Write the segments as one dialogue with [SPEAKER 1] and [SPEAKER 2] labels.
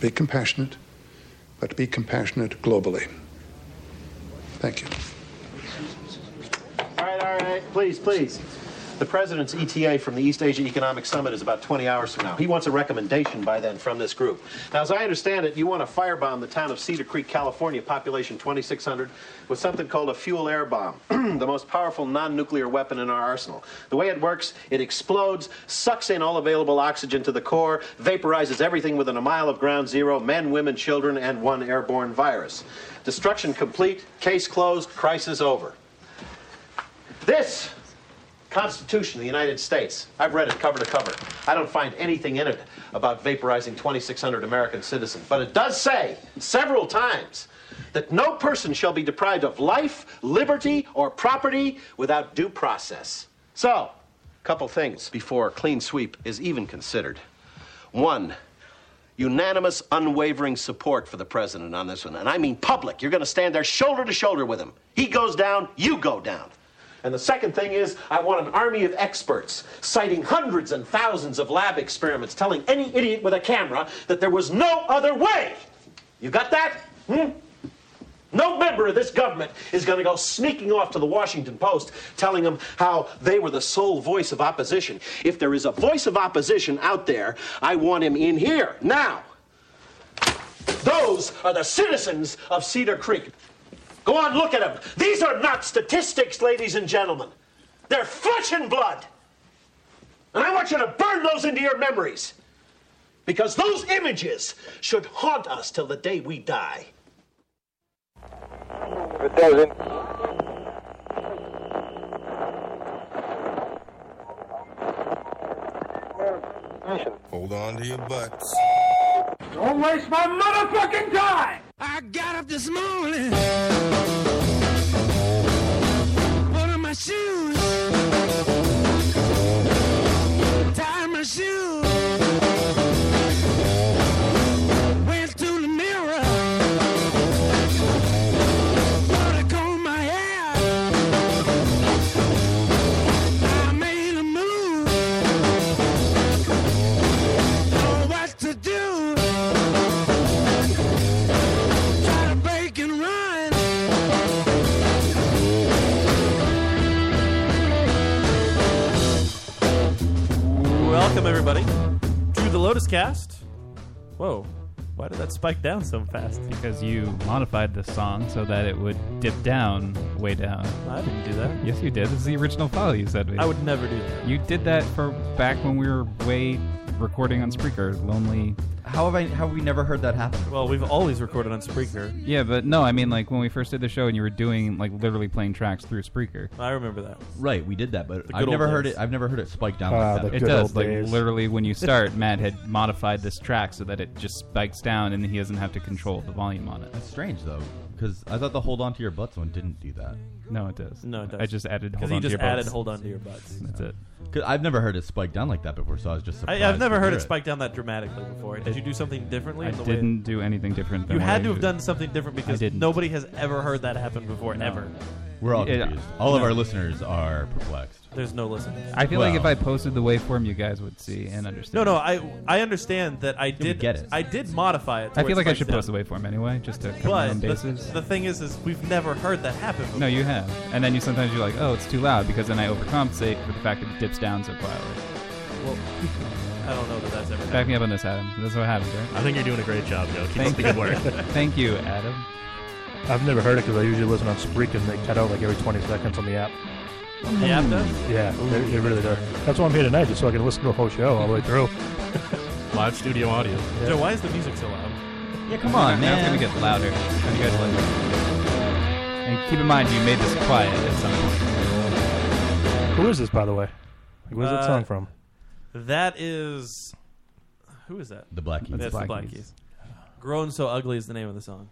[SPEAKER 1] Be compassionate, but be compassionate globally. Thank you.
[SPEAKER 2] All right, all right, please, please. The president's ETA from the East Asia Economic Summit is about 20 hours from now. He wants a recommendation by then from this group. Now, as I understand it, you want to firebomb the town of Cedar Creek, California, population 2,600, with something called a fuel air bomb, the most powerful non nuclear weapon in our arsenal. The way it works, it explodes, sucks in all available oxygen to the core, vaporizes everything within a mile of ground zero men, women, children, and one airborne virus. Destruction complete, case closed, crisis over. This Constitution of the United States, I've read it cover to cover. I don't find anything in it about vaporizing 2,600 American citizens, but it does say several times that no person shall be deprived of life, liberty, or property without due process. So, a couple things before a clean sweep is even considered. One, unanimous, unwavering support for the president on this one. And I mean public. You're going to stand there shoulder to shoulder with him. He goes down, you go down. And the second thing is, I want an army of experts citing hundreds and thousands of lab experiments telling any idiot with a camera that there was no other way. You got that? Hmm? No member of this government is going to go sneaking off to the Washington Post telling them how they were the sole voice of opposition. If there is a voice of opposition out there, I want him in here, now. Those are the citizens of Cedar Creek. Go on, look at them. These are not statistics, ladies and gentlemen. They're flesh and blood. And I want you to burn those into your memories. Because those images should haunt us till the day we die.
[SPEAKER 3] If it doesn't.
[SPEAKER 4] Hold on to your butts.
[SPEAKER 5] Don't waste my motherfucking time!
[SPEAKER 6] I got up this morning, put on my shoes, tied my shoes, went to the mirror, put a comb in my hair. I made a move, know what to do. Try to break and run.
[SPEAKER 7] Welcome, everybody, to the Lotus Cast. Whoa, why did that spike down so fast?
[SPEAKER 8] Because you modified the song so that it would dip down, way down.
[SPEAKER 7] I didn't do that.
[SPEAKER 8] Yes, you did. This is the original file you said.
[SPEAKER 7] I would never do that.
[SPEAKER 8] You did that for back when we were way recording on Spreaker, lonely.
[SPEAKER 9] How have I? How have we never heard that happen?
[SPEAKER 7] Well, we've always recorded on Spreaker.
[SPEAKER 8] Yeah, but no, I mean like when we first did the show and you were doing like literally playing tracks through Spreaker.
[SPEAKER 7] I remember that.
[SPEAKER 9] Right, we did that, but
[SPEAKER 7] The
[SPEAKER 9] I've
[SPEAKER 7] good
[SPEAKER 9] never
[SPEAKER 7] old
[SPEAKER 9] heard
[SPEAKER 7] days.
[SPEAKER 9] it. I've never heard it spike down
[SPEAKER 10] Ah,
[SPEAKER 9] like that.
[SPEAKER 10] the
[SPEAKER 8] It
[SPEAKER 10] Good
[SPEAKER 8] does.
[SPEAKER 10] old
[SPEAKER 8] Like
[SPEAKER 10] days.
[SPEAKER 8] literally when you start, Matt had modified this track so that it just spikes down and he doesn't have to control the volume on it.
[SPEAKER 9] It's strange though, because I thought the hold on to your butts one didn't do that.
[SPEAKER 8] No, it does.
[SPEAKER 7] No, it does.
[SPEAKER 8] I just added
[SPEAKER 7] Because
[SPEAKER 8] hold
[SPEAKER 7] he
[SPEAKER 8] on
[SPEAKER 7] just
[SPEAKER 8] to your
[SPEAKER 7] added
[SPEAKER 8] butts.
[SPEAKER 7] hold on to your butts.
[SPEAKER 8] That's it.
[SPEAKER 9] Cause I've never heard it spike down like that before, so I was just surprised.
[SPEAKER 7] I, I've never
[SPEAKER 9] to
[SPEAKER 7] heard
[SPEAKER 9] hear
[SPEAKER 7] it spike down that dramatically before. Did you do something differently?
[SPEAKER 8] I
[SPEAKER 7] in the
[SPEAKER 8] didn't do anything different.
[SPEAKER 7] Way?
[SPEAKER 8] Than
[SPEAKER 7] You
[SPEAKER 8] what I
[SPEAKER 7] had to have
[SPEAKER 8] usually-
[SPEAKER 7] done something different because
[SPEAKER 8] didn't.
[SPEAKER 7] nobody has ever heard that happen before, ever.
[SPEAKER 9] We're all
[SPEAKER 8] Yeah.
[SPEAKER 9] confused. All of
[SPEAKER 8] No.
[SPEAKER 9] our listeners are perplexed.
[SPEAKER 7] There's no listening.
[SPEAKER 8] oh. I feel like if
[SPEAKER 9] Well.
[SPEAKER 8] I posted the waveform, you guys would see and understand.
[SPEAKER 7] No, no, I I understand that I did
[SPEAKER 9] get it.
[SPEAKER 7] I did modify it. to
[SPEAKER 8] I
[SPEAKER 7] where
[SPEAKER 8] feel
[SPEAKER 7] it
[SPEAKER 8] like I
[SPEAKER 7] spikes
[SPEAKER 8] should
[SPEAKER 7] down.
[SPEAKER 8] post the waveform anyway, just to cover my
[SPEAKER 7] But
[SPEAKER 8] own
[SPEAKER 7] the,
[SPEAKER 8] bases.
[SPEAKER 7] the thing is, is we've never heard that happen. Before.
[SPEAKER 8] no, you have, and then you sometimes you're like, oh, it's too loud because then I overcompensate for the fact that it dips down so quietly.
[SPEAKER 7] Well, I don't know that that's ever
[SPEAKER 8] Back
[SPEAKER 7] happened.
[SPEAKER 8] me up on this, Adam. That's what happens, right?
[SPEAKER 11] I think you're doing a great job, Joe. Keep
[SPEAKER 8] Thank
[SPEAKER 11] up the good work.
[SPEAKER 8] Thank you, Adam.
[SPEAKER 10] I've never heard it because I usually listen on Spreak and they cut out like every 20 seconds on the app.
[SPEAKER 7] Yeah, I've done.
[SPEAKER 10] Yeah, they, they really do. That's why I'm here tonight, just so I can listen to a whole show all the way through.
[SPEAKER 11] Mm. Live studio audio.
[SPEAKER 7] Joe, why is the music so loud?
[SPEAKER 9] Yeah, come
[SPEAKER 8] Now
[SPEAKER 9] on,
[SPEAKER 8] it's gonna get louder. And you guys like And keep in mind, you made this quiet at some point.
[SPEAKER 10] Who is this, by the way? Like, where's that
[SPEAKER 7] Uh,
[SPEAKER 10] song from?
[SPEAKER 7] That is, who is that?
[SPEAKER 9] The Black Keys.
[SPEAKER 7] That's the
[SPEAKER 8] Black
[SPEAKER 7] Black
[SPEAKER 8] Keys.
[SPEAKER 7] Keys. "Grown So Ugly" is the name of the song.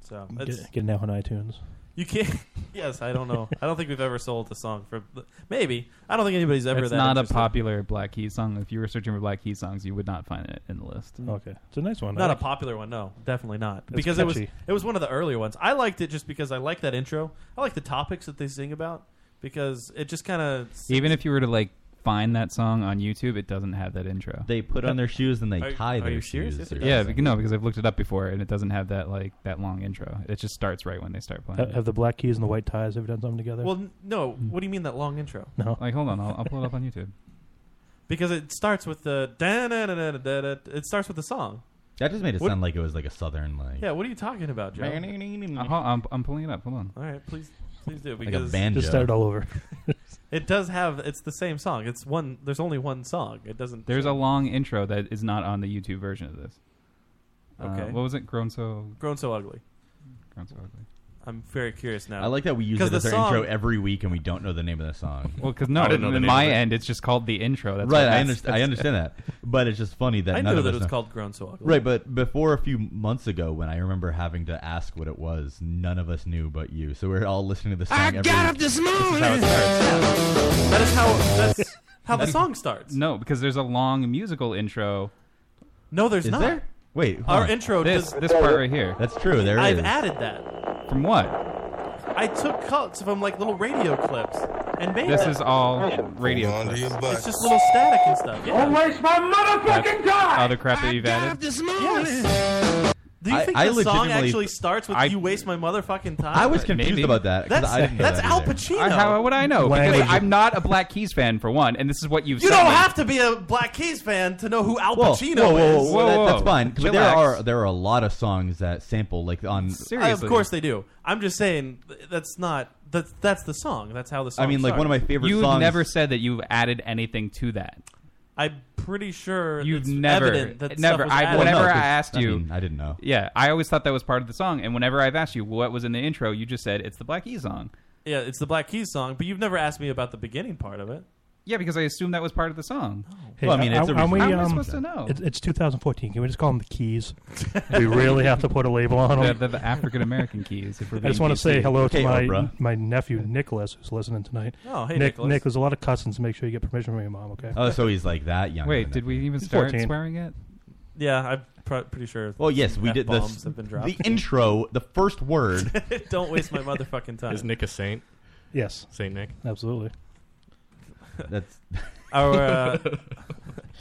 [SPEAKER 7] So it's,
[SPEAKER 10] Get, get it now on iTunes.
[SPEAKER 7] you can't. yes, I don't know. I don't think we've ever sold the song for. Maybe I don't think anybody's ever.
[SPEAKER 8] It's
[SPEAKER 7] that
[SPEAKER 8] not a
[SPEAKER 7] interested.
[SPEAKER 8] popular Black Keys song. If you were searching for Black Keys songs, you would not find it in the list.
[SPEAKER 10] Okay, it's a nice one.
[SPEAKER 7] Not
[SPEAKER 10] I
[SPEAKER 7] a
[SPEAKER 10] like-
[SPEAKER 7] popular one, no, definitely not. because it was
[SPEAKER 10] catchy.
[SPEAKER 7] it was one of the earlier ones. I liked it just because I like that intro. I like the topics that they sing about because it just kind of
[SPEAKER 8] Even if you were to like find that song on YouTube, it doesn't have that intro.
[SPEAKER 9] They put on their shoes and they Are- tie are their you serious? shoes Yes, it or does.
[SPEAKER 8] Yeah, because, no, because I've looked it up before and it doesn't have that like that long intro. It just starts right when they start playing.
[SPEAKER 10] Ha- Have the black keys and the white ties ever done something together?
[SPEAKER 7] Well, n- no.
[SPEAKER 8] Mm.
[SPEAKER 7] What do you mean that long intro?
[SPEAKER 10] No.
[SPEAKER 8] Like, hold on, I'll, I'll pull it up on YouTube.
[SPEAKER 7] Because it starts with the da da da da da da. It starts with the song.
[SPEAKER 9] That just made it
[SPEAKER 7] What-
[SPEAKER 9] sound like it was like a southern like.
[SPEAKER 7] Yeah. What are you talking about, Joe?
[SPEAKER 8] I'm, pu- Uh-huh, I'm, I'm pulling it up. Hold on.
[SPEAKER 7] All right, please, please do
[SPEAKER 8] Like a
[SPEAKER 7] because
[SPEAKER 8] banjo. Just start all over.
[SPEAKER 7] it does have. It's the same song. It's one. There's only one song. It doesn't.
[SPEAKER 8] There's a long intro that is not on the YouTube version of this. Uh,
[SPEAKER 7] Okay.
[SPEAKER 8] what was it? Grown so
[SPEAKER 7] grown so ugly.
[SPEAKER 8] Grown so ugly.
[SPEAKER 7] I'm very curious now.
[SPEAKER 9] I like that we use
[SPEAKER 7] 'Cause
[SPEAKER 9] it as
[SPEAKER 7] the
[SPEAKER 9] our
[SPEAKER 7] song,
[SPEAKER 9] intro every week and we don't know the name of the song.
[SPEAKER 8] Well, because no, in my end, it's just called the intro. That's
[SPEAKER 9] right.
[SPEAKER 8] what-
[SPEAKER 9] I,
[SPEAKER 8] that's-
[SPEAKER 9] underst- I
[SPEAKER 8] that's-
[SPEAKER 9] understand that, but it's just funny that
[SPEAKER 7] I
[SPEAKER 9] none
[SPEAKER 7] knew
[SPEAKER 9] of
[SPEAKER 7] that
[SPEAKER 9] us
[SPEAKER 7] it was
[SPEAKER 9] know.
[SPEAKER 7] called Grown So Ugly.
[SPEAKER 9] Right, but before a few months ago, when I remember having to ask what it was, none of us knew but you. So we're all listening to the song.
[SPEAKER 6] I
[SPEAKER 9] every
[SPEAKER 6] got
[SPEAKER 9] week.
[SPEAKER 6] up this
[SPEAKER 9] This is how it
[SPEAKER 6] morning.
[SPEAKER 9] starts.
[SPEAKER 7] That is how. That's how the song starts.
[SPEAKER 8] No, because there's a long musical intro.
[SPEAKER 7] No, there's
[SPEAKER 8] Is
[SPEAKER 7] not.
[SPEAKER 8] there? Wait, hold
[SPEAKER 7] our
[SPEAKER 8] on.
[SPEAKER 7] intro.
[SPEAKER 8] This-
[SPEAKER 7] does,
[SPEAKER 8] this part right here. That's true, there it
[SPEAKER 7] I've
[SPEAKER 8] is.
[SPEAKER 7] added that.
[SPEAKER 8] From what?
[SPEAKER 7] I took cuts from like little radio clips and made
[SPEAKER 8] This
[SPEAKER 7] it.
[SPEAKER 8] is all radio. clips.
[SPEAKER 7] It's just little static and stuff. Yeah.
[SPEAKER 5] Don't waste my motherfucking time!
[SPEAKER 8] Other crap that you've added.
[SPEAKER 7] This yes. Do you
[SPEAKER 8] I-
[SPEAKER 7] think
[SPEAKER 8] I
[SPEAKER 7] the song
[SPEAKER 8] legitimately-
[SPEAKER 7] actually starts with
[SPEAKER 8] I-
[SPEAKER 7] "You waste my motherfucking time"?
[SPEAKER 8] I was confused Maybe. about that, 'cause
[SPEAKER 7] That's
[SPEAKER 8] I didn't know
[SPEAKER 7] that's
[SPEAKER 8] that
[SPEAKER 7] Al
[SPEAKER 8] either.
[SPEAKER 7] Pacino.
[SPEAKER 8] I, how would I know? Because I'm not a Black Keys fan for one, and this is what you've.
[SPEAKER 7] You
[SPEAKER 8] sent
[SPEAKER 7] don't
[SPEAKER 8] me.
[SPEAKER 7] have to be a Black Keys fan to know who Al
[SPEAKER 9] Whoa,
[SPEAKER 7] Pacino
[SPEAKER 9] whoa, whoa,
[SPEAKER 7] is.
[SPEAKER 9] whoa, that- that's fine. But there are there are a lot of songs that sample like on
[SPEAKER 7] of course they do. I'm just saying th- that's not that's that's the song. That's how the song. starts.
[SPEAKER 8] You've never said that you've added anything to that.
[SPEAKER 7] I'm pretty sure
[SPEAKER 8] You've
[SPEAKER 7] it's
[SPEAKER 8] never,
[SPEAKER 7] evident that
[SPEAKER 8] never.
[SPEAKER 7] Stuff was
[SPEAKER 8] I,
[SPEAKER 7] added.
[SPEAKER 8] whenever I asked you,
[SPEAKER 9] mean, I didn't know.
[SPEAKER 8] Yeah, I always thought that was part of the song, and whenever I've asked you what was in the intro, you just said it's the Black Keys song.
[SPEAKER 7] Yeah, it's the Black Keys song, but you've never asked me about the beginning part of it.
[SPEAKER 8] Yeah, because I assumed that was part of the song.
[SPEAKER 10] Hey,
[SPEAKER 8] a
[SPEAKER 10] aren't we,
[SPEAKER 8] How am I
[SPEAKER 10] um,
[SPEAKER 8] supposed to know?
[SPEAKER 10] It's, it's 2014. Can we just call them the keys? we really have to put a label on them.
[SPEAKER 8] They're- they're the African American keys, if we're
[SPEAKER 10] I just
[SPEAKER 8] being
[SPEAKER 10] want to say
[SPEAKER 8] PC.
[SPEAKER 10] hello
[SPEAKER 8] Okay,
[SPEAKER 10] to my
[SPEAKER 8] Oprah.
[SPEAKER 10] my nephew Nicholas, who's listening tonight.
[SPEAKER 8] Oh, hey,
[SPEAKER 10] Nick,
[SPEAKER 8] Nicholas.
[SPEAKER 10] Nick, there's a lot of cussings. Make sure you get permission from your mom. Okay.
[SPEAKER 9] Oh, so he's like that young.
[SPEAKER 8] Wait,
[SPEAKER 9] then.
[SPEAKER 8] did we even start
[SPEAKER 10] 14.
[SPEAKER 8] swearing yet?
[SPEAKER 7] Yeah, I'm pr- pretty sure.
[SPEAKER 9] Well, yes, we did. The,
[SPEAKER 7] Bombs have been dropped.
[SPEAKER 9] the intro, the first word.
[SPEAKER 7] Don't waste my motherfucking time.
[SPEAKER 11] Is Nick a saint?
[SPEAKER 10] Yes.
[SPEAKER 11] Saint Nick.
[SPEAKER 10] Absolutely.
[SPEAKER 9] That's
[SPEAKER 7] Our uh,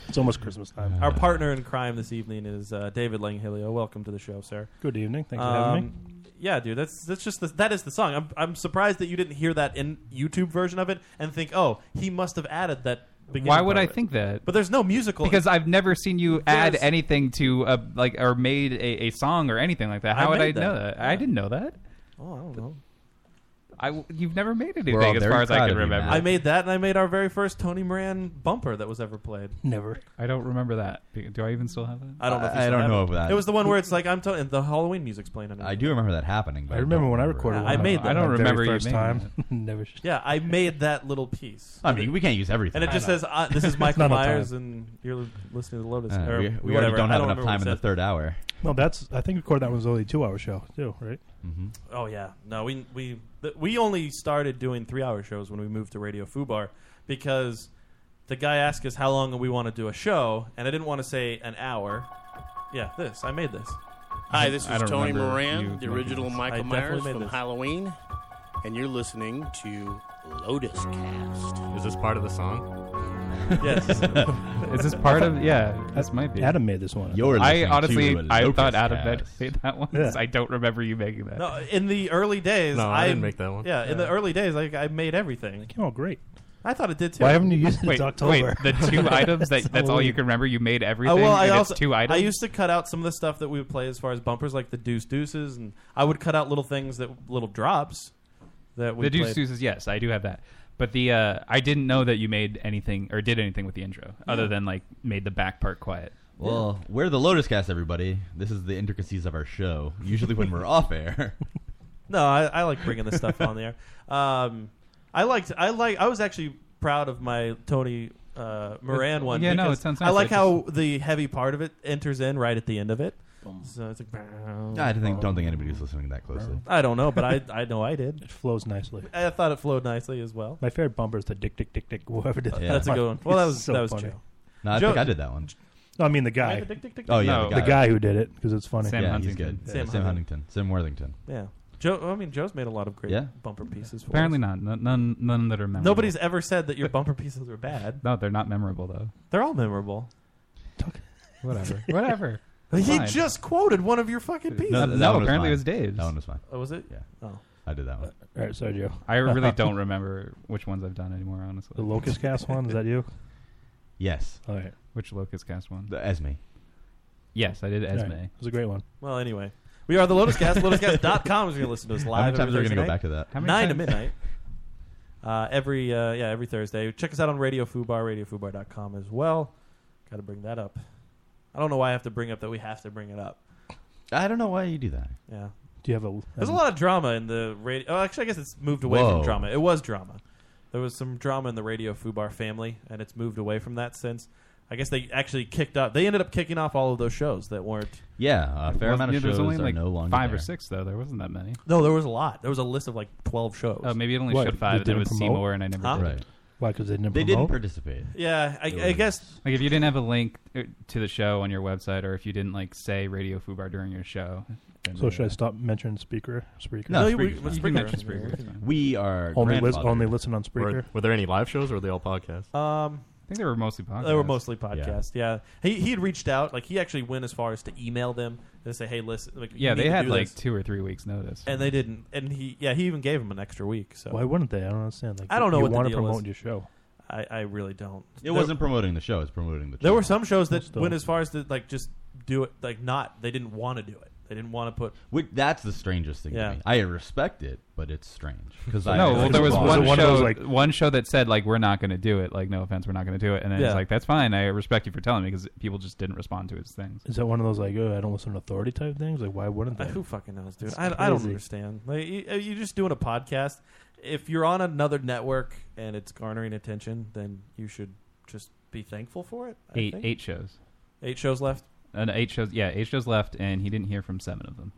[SPEAKER 10] It's almost Christmas time.
[SPEAKER 7] Our partner in crime this evening is uh, David Langhilio. Welcome to the show, sir.
[SPEAKER 10] Good evening. Thanks for having me.
[SPEAKER 7] Um, Yeah, dude, that's that's just the, that is the song. I'm I'm surprised that you didn't hear that in YouTube version of it and think, oh, he must have added that. Beginning
[SPEAKER 8] Why would
[SPEAKER 7] part
[SPEAKER 8] I
[SPEAKER 7] of it.
[SPEAKER 8] think that?
[SPEAKER 7] But there's no musical
[SPEAKER 8] because I've never seen you add
[SPEAKER 7] There's-
[SPEAKER 8] anything to a, like or made a, a song or anything like that.
[SPEAKER 7] I
[SPEAKER 8] How would I
[SPEAKER 7] made that.
[SPEAKER 8] know that? I didn't know that.
[SPEAKER 7] Oh, I don't know.
[SPEAKER 8] I w- you've never made
[SPEAKER 9] We're all
[SPEAKER 8] anything as
[SPEAKER 9] very
[SPEAKER 8] far as
[SPEAKER 9] proud
[SPEAKER 8] I can
[SPEAKER 9] of you,
[SPEAKER 8] remember.
[SPEAKER 9] Matt.
[SPEAKER 7] I made that, and I made our very first Tony Moran bumper that was ever played.
[SPEAKER 10] Never.
[SPEAKER 8] I don't remember that. Do I even still have that?
[SPEAKER 7] I don't know. If you
[SPEAKER 9] I- I
[SPEAKER 7] still
[SPEAKER 9] don't
[SPEAKER 7] have
[SPEAKER 9] know
[SPEAKER 7] it.
[SPEAKER 9] of that.
[SPEAKER 7] It was the one where it's like I'm Tony, and the Halloween music's playing. Underneath.
[SPEAKER 9] I do remember that happening. But
[SPEAKER 10] I remember
[SPEAKER 9] don't
[SPEAKER 10] when I
[SPEAKER 9] remember.
[SPEAKER 10] recorded.
[SPEAKER 7] Yeah,
[SPEAKER 10] one
[SPEAKER 7] I
[SPEAKER 10] of
[SPEAKER 7] made
[SPEAKER 10] them
[SPEAKER 7] that. I
[SPEAKER 10] my
[SPEAKER 7] don't
[SPEAKER 10] very
[SPEAKER 8] remember you
[SPEAKER 10] first
[SPEAKER 8] made
[SPEAKER 10] time.
[SPEAKER 9] Um,
[SPEAKER 10] Never. sh-
[SPEAKER 7] Yeah, I made that little piece.
[SPEAKER 9] I mean, we can't use everything.
[SPEAKER 7] And it just
[SPEAKER 10] I know.
[SPEAKER 7] says, uh, "This is
[SPEAKER 10] It's
[SPEAKER 7] Michael
[SPEAKER 10] not enough
[SPEAKER 7] Myers,"
[SPEAKER 10] time.
[SPEAKER 7] and you're li- listening to the Lotus.
[SPEAKER 9] Uh,
[SPEAKER 7] or
[SPEAKER 9] we we already
[SPEAKER 7] whatever.
[SPEAKER 9] don't
[SPEAKER 7] I
[SPEAKER 9] have enough
[SPEAKER 7] remember what
[SPEAKER 9] time
[SPEAKER 7] it
[SPEAKER 9] in the
[SPEAKER 7] said.
[SPEAKER 9] third hour.
[SPEAKER 10] No, that's. I think we recorded that one was only a two-hour show too, right?
[SPEAKER 7] Oh yeah, no, we we th- we only started doing three-hour shows when we moved to Radio Fubar because the guy asked us how long we want to do a show, and I didn't want to say an hour. Yeah, this I made this.
[SPEAKER 3] Hi, this
[SPEAKER 7] I
[SPEAKER 3] is
[SPEAKER 7] don't
[SPEAKER 3] Tony
[SPEAKER 7] remember you
[SPEAKER 3] Moran, the
[SPEAKER 7] making
[SPEAKER 3] original
[SPEAKER 7] this. I
[SPEAKER 3] Michael
[SPEAKER 7] definitely
[SPEAKER 3] Myers
[SPEAKER 7] made
[SPEAKER 3] from
[SPEAKER 7] this.
[SPEAKER 3] Halloween, and you're listening to Lotus Cast.
[SPEAKER 11] Is this part of the song?
[SPEAKER 7] Yes.
[SPEAKER 8] Is this part of? Yeah, this might be.
[SPEAKER 10] Adam made this one.
[SPEAKER 8] I honestly, I thought Adam
[SPEAKER 7] Locust
[SPEAKER 8] had made that one. 'cause I don't remember you making that.
[SPEAKER 7] No, in the early days,
[SPEAKER 11] No, I didn't make that one.
[SPEAKER 7] Yeah, in the early days, like I made everything. It
[SPEAKER 10] came out great.
[SPEAKER 7] I thought it did too.
[SPEAKER 8] Wait, Wait, the two items that that's all you can remember. You made everything.
[SPEAKER 7] Oh, well, I
[SPEAKER 8] and
[SPEAKER 7] also
[SPEAKER 8] it's two items.
[SPEAKER 7] I used to cut out some of the stuff that we would play as far as bumpers, like the Deuce Deuces, and I would cut out little things that little drops that we
[SPEAKER 8] the Deuce
[SPEAKER 7] played.
[SPEAKER 8] Deuces. Yes, I do have that. But the uh, I didn't know that you made anything or did anything with the intro other
[SPEAKER 7] Yeah.
[SPEAKER 8] than like made the back part quiet.
[SPEAKER 9] Well, we're the Lotus Cast, everybody. This is the intricacies of our show. Usually when we're off air.
[SPEAKER 7] No, I, I like bringing this stuff on there. Um, I liked. I like. I was actually proud of my Tony uh, Moran
[SPEAKER 8] It's-
[SPEAKER 7] one.
[SPEAKER 8] yeah, no,
[SPEAKER 7] because
[SPEAKER 8] it sounds nice.
[SPEAKER 7] I like
[SPEAKER 8] I just-
[SPEAKER 7] how the heavy part of it enters in right at the end of it. So it's like.
[SPEAKER 9] I don't think, don't think anybody's listening that closely.
[SPEAKER 7] I don't know, but I I know I did. It
[SPEAKER 10] flows nicely.
[SPEAKER 7] I thought it flowed nicely as well.
[SPEAKER 10] My favorite bumper is the dick, dick, dick, dick. Whoever did that.
[SPEAKER 7] Uh, That's a good one. Well, that
[SPEAKER 10] It's
[SPEAKER 7] was-
[SPEAKER 10] so
[SPEAKER 7] that was
[SPEAKER 10] funny.
[SPEAKER 7] Joe.
[SPEAKER 9] No, I
[SPEAKER 7] Joe-
[SPEAKER 9] think I did that one.
[SPEAKER 10] No, I mean the guy.
[SPEAKER 7] the dick, dick, dick,
[SPEAKER 9] Oh yeah,
[SPEAKER 10] the guy who did it because it's funny.
[SPEAKER 9] yeah, he's good.
[SPEAKER 7] Sam
[SPEAKER 9] Sam, Huntington. Sam Worthington.
[SPEAKER 7] Yeah. Joe, I mean, Joe's made a lot of great
[SPEAKER 8] Yeah.
[SPEAKER 7] bumper pieces. For
[SPEAKER 8] Apparently
[SPEAKER 7] us.
[SPEAKER 8] not. None, none, none that are memorable.
[SPEAKER 7] Nobody's ever said that your bumper pieces are bad.
[SPEAKER 8] No, they're not memorable though.
[SPEAKER 7] They're all memorable.
[SPEAKER 8] Whatever. Whatever.
[SPEAKER 7] he
[SPEAKER 8] Fine.
[SPEAKER 7] just quoted one of your fucking pieces.
[SPEAKER 8] No, no, apparently it was Dave's.
[SPEAKER 9] That one was mine.
[SPEAKER 7] Oh, was it?
[SPEAKER 9] Yeah.
[SPEAKER 7] Oh.
[SPEAKER 9] I did that one.
[SPEAKER 10] All right, so you.
[SPEAKER 8] I really don't remember which ones I've done anymore, honestly.
[SPEAKER 10] The Locust Cast one, is that you?
[SPEAKER 9] Yes.
[SPEAKER 10] All right.
[SPEAKER 8] Which Locust Cast one?
[SPEAKER 9] The Esme.
[SPEAKER 8] Yes, I did
[SPEAKER 10] All right.
[SPEAKER 8] Esme.
[SPEAKER 10] It was a great one.
[SPEAKER 7] Well, anyway, we are the Lotus Cast. LotusCast.com is where you listen to us
[SPEAKER 9] How
[SPEAKER 7] live.
[SPEAKER 9] many times
[SPEAKER 7] every
[SPEAKER 9] are we gonna go
[SPEAKER 7] Thursday
[SPEAKER 9] back to that?
[SPEAKER 7] night,
[SPEAKER 9] How many
[SPEAKER 7] Nine
[SPEAKER 9] times?
[SPEAKER 7] to midnight. Uh, every uh, yeah, every Thursday. Check us out on Radio Fubar, RadioFubar.com as well. Got to bring that up. I don't know why I have to bring up that we have to bring it up.
[SPEAKER 9] I don't know why you do that.
[SPEAKER 7] Yeah.
[SPEAKER 10] Do you have a?
[SPEAKER 7] There's a lot of drama in the radio. Oh, actually, I guess it's moved away from
[SPEAKER 9] Um, Whoa.
[SPEAKER 7] drama. It was drama. There was some drama in the Radio Fubar family, and it's moved away from that since. I guess they actually kicked off. They ended up kicking off all of those shows that weren't.
[SPEAKER 9] Yeah, a fair amount of
[SPEAKER 8] there was
[SPEAKER 9] shows
[SPEAKER 8] only
[SPEAKER 9] are
[SPEAKER 8] like
[SPEAKER 9] no longer
[SPEAKER 8] five or
[SPEAKER 9] there.
[SPEAKER 8] six though. There wasn't that many.
[SPEAKER 7] No, there was a lot. There was a list of like twelve shows.
[SPEAKER 8] Oh, maybe it only showed five. and it was Seymour, and I never
[SPEAKER 7] Huh?
[SPEAKER 8] did.
[SPEAKER 9] Right.
[SPEAKER 10] Why? Because they didn't.
[SPEAKER 8] They didn't
[SPEAKER 10] promote?
[SPEAKER 9] participate.
[SPEAKER 7] Yeah, I, I guess
[SPEAKER 8] Like if you didn't have a link uh, to the show on your website, or if you didn't like say Radio Fubar during your show. then
[SPEAKER 10] So
[SPEAKER 8] they-
[SPEAKER 10] should I stop mentioning Speaker? Spreaker.
[SPEAKER 8] No, No, you- Spreaker's we- fine. you can mention Spreaker, it's fine.
[SPEAKER 9] We are
[SPEAKER 10] only lis-
[SPEAKER 8] grandfathered.
[SPEAKER 10] only listen on
[SPEAKER 11] Were,
[SPEAKER 10] Spreaker.
[SPEAKER 11] were there any live shows or were they all podcasts?
[SPEAKER 7] Um,
[SPEAKER 8] I think they were mostly
[SPEAKER 7] They were
[SPEAKER 8] podcasts.
[SPEAKER 7] mostly podcasts. Yeah, he he had reached out. Like he actually went as far as to email them and say, "Hey, listen." Like, you
[SPEAKER 8] Yeah,
[SPEAKER 7] need
[SPEAKER 8] they
[SPEAKER 7] to
[SPEAKER 8] had
[SPEAKER 7] do
[SPEAKER 8] like
[SPEAKER 7] this."
[SPEAKER 8] two or three weeks notice.
[SPEAKER 7] and they didn't. And he yeah, he even gave him an extra week. So
[SPEAKER 10] Why wouldn't they? I don't understand. Like
[SPEAKER 7] I don't know
[SPEAKER 10] You
[SPEAKER 7] what the
[SPEAKER 10] wanna
[SPEAKER 7] deal
[SPEAKER 10] promote
[SPEAKER 7] is.
[SPEAKER 10] your show.
[SPEAKER 7] I, I really don't.
[SPEAKER 9] It wasn't promoting the show; it's promoting the.
[SPEAKER 7] There were
[SPEAKER 9] channel.
[SPEAKER 7] some shows that
[SPEAKER 9] Still.
[SPEAKER 7] went as far as to like just do it. Like not they didn't want to do it. They didn't want to put.
[SPEAKER 9] Which, that's the strangest thing
[SPEAKER 7] Yeah.
[SPEAKER 9] to me. I respect it, but it's strange because I
[SPEAKER 8] no, well, there was one,
[SPEAKER 9] of
[SPEAKER 8] show,
[SPEAKER 9] those,
[SPEAKER 8] one show that said like we're not going to do it. Like, no offense, we're not going to do it. And then
[SPEAKER 10] Yeah.
[SPEAKER 8] it's like that's fine. I respect you for telling me because people just didn't respond to his things.
[SPEAKER 10] Is that one of those like, oh, I don't listen to authority type things? Like, why wouldn't they?
[SPEAKER 7] Uh, Who fucking knows, dude?
[SPEAKER 10] It's
[SPEAKER 7] I, I don't
[SPEAKER 10] crazy.
[SPEAKER 7] understand. Like you, uh, you're just doing a podcast. If you're on another network and it's garnering attention, then you should just be thankful for it. I
[SPEAKER 8] Eight
[SPEAKER 7] think.
[SPEAKER 8] eight shows.
[SPEAKER 7] Eight shows left.
[SPEAKER 8] And eight shows. Yeah, eight shows left, and he didn't hear from seven of them.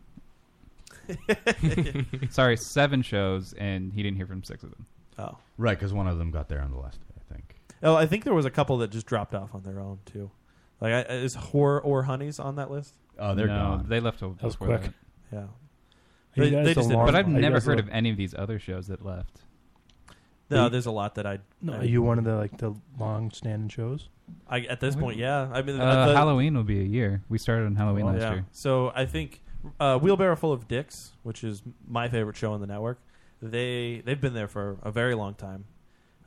[SPEAKER 8] Sorry, seven shows, and he didn't hear from six of them.
[SPEAKER 7] Oh,
[SPEAKER 9] right, because one of them got there on the last day, I think.
[SPEAKER 7] Oh, I think there was a couple that just dropped off on their own too. Like, I, is horror or honeys on that list?
[SPEAKER 9] Oh, they're
[SPEAKER 8] no,
[SPEAKER 9] gone.
[SPEAKER 8] They left a
[SPEAKER 10] That was quick.
[SPEAKER 7] Yeah,
[SPEAKER 10] You
[SPEAKER 7] They-
[SPEAKER 10] guys
[SPEAKER 7] they just
[SPEAKER 10] are
[SPEAKER 7] didn't-
[SPEAKER 10] long-
[SPEAKER 8] But I've
[SPEAKER 10] you
[SPEAKER 8] never
[SPEAKER 10] guys
[SPEAKER 8] heard
[SPEAKER 10] are-
[SPEAKER 8] of any of these other shows that left.
[SPEAKER 7] No, there's a lot that I.
[SPEAKER 10] No,
[SPEAKER 7] I-
[SPEAKER 10] are you one of the like the long standing shows?
[SPEAKER 7] I, at this point, yeah. I mean,
[SPEAKER 8] Uh,
[SPEAKER 7] the-
[SPEAKER 8] Halloween will be a year. We started on Halloween last
[SPEAKER 7] Oh, yeah.
[SPEAKER 8] year.
[SPEAKER 7] So I think uh, Wheelbarrow Full of Dicks, which is my favorite show on the network, they they've been there for a very long time.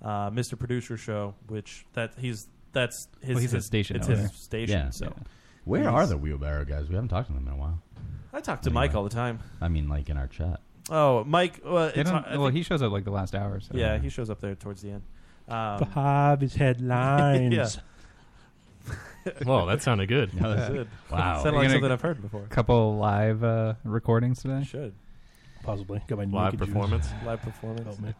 [SPEAKER 7] Uh, Mr. Producer Show, which that he's that's his,
[SPEAKER 8] Well, he's a
[SPEAKER 7] his-
[SPEAKER 8] station
[SPEAKER 7] It's
[SPEAKER 8] now,
[SPEAKER 7] his
[SPEAKER 8] right?
[SPEAKER 7] station.
[SPEAKER 9] Yeah.
[SPEAKER 7] So
[SPEAKER 9] Where
[SPEAKER 7] He's-
[SPEAKER 9] are the wheelbarrow guys? We haven't talked to them in a while.
[SPEAKER 7] I talk to Mike all the time.
[SPEAKER 9] I mean, like in our chat.
[SPEAKER 7] Oh, Mike. Well,
[SPEAKER 8] They
[SPEAKER 7] it's,
[SPEAKER 8] don't-
[SPEAKER 7] I
[SPEAKER 8] well,
[SPEAKER 7] think-
[SPEAKER 8] he shows up like the last hour. Or so.
[SPEAKER 7] Yeah, he shows up there towards the end. Um,
[SPEAKER 10] Bobby's headlines.
[SPEAKER 7] yeah.
[SPEAKER 11] Whoa, that sounded good.
[SPEAKER 9] No,
[SPEAKER 7] that's- Good.
[SPEAKER 9] Oh.
[SPEAKER 7] Wow. Sounded
[SPEAKER 8] You're
[SPEAKER 7] like
[SPEAKER 8] gonna-
[SPEAKER 7] something I've heard before.
[SPEAKER 8] Couple live uh, recordings today.
[SPEAKER 7] Should
[SPEAKER 10] possibly got my
[SPEAKER 11] Live
[SPEAKER 10] naked juice.
[SPEAKER 11] performance?
[SPEAKER 7] live performance.
[SPEAKER 10] Help me.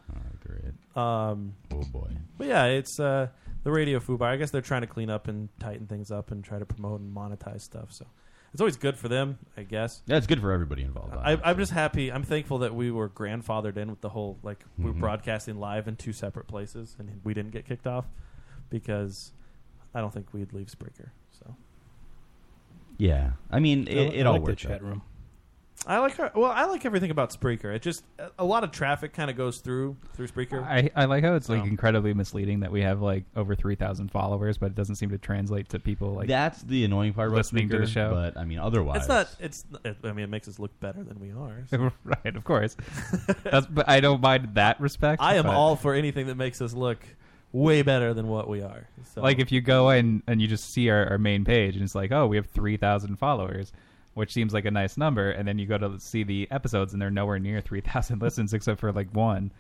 [SPEAKER 7] Um,
[SPEAKER 9] oh boy.
[SPEAKER 7] But yeah, it's uh, the radio fubar. I guess they're trying to clean up and tighten things up and try to promote and monetize stuff. So it's always good for them, I guess.
[SPEAKER 9] Yeah, it's good for everybody involved.
[SPEAKER 7] I, I'm just happy. I'm thankful that we were grandfathered in with the whole like we're
[SPEAKER 9] Mhm.
[SPEAKER 7] broadcasting live in two separate places and we didn't get kicked off because I don't think we'd leave Spreaker. So
[SPEAKER 9] yeah, I mean,
[SPEAKER 10] I
[SPEAKER 9] it,
[SPEAKER 10] li-
[SPEAKER 9] it
[SPEAKER 10] I
[SPEAKER 9] all
[SPEAKER 10] like the
[SPEAKER 9] works.
[SPEAKER 10] chat
[SPEAKER 9] out.
[SPEAKER 10] room.
[SPEAKER 7] I like her. Well, I like everything about Spreaker. It just a- a lot of traffic kind of goes through through Spreaker.
[SPEAKER 8] I, I like how it's like
[SPEAKER 9] Um,
[SPEAKER 7] So-
[SPEAKER 8] incredibly misleading that we have like over three thousand followers, but it doesn't seem to translate to people like
[SPEAKER 9] That's the annoying part. about
[SPEAKER 8] listening to the
[SPEAKER 9] Spreaker,
[SPEAKER 8] show.
[SPEAKER 9] but I mean, otherwise,
[SPEAKER 7] it's not. It's. It, I mean, it makes us look better than we are. so.
[SPEAKER 8] right, of course. That's but I don't mind that respect.
[SPEAKER 7] I am
[SPEAKER 8] but,
[SPEAKER 7] all for anything that makes us look way better than what we are. So.
[SPEAKER 8] like if you go in and you just see our, our main page and it's like oh we have three thousand followers, which seems like a nice number, and then you go to see the episodes and they're nowhere near three thousand listens except for like one,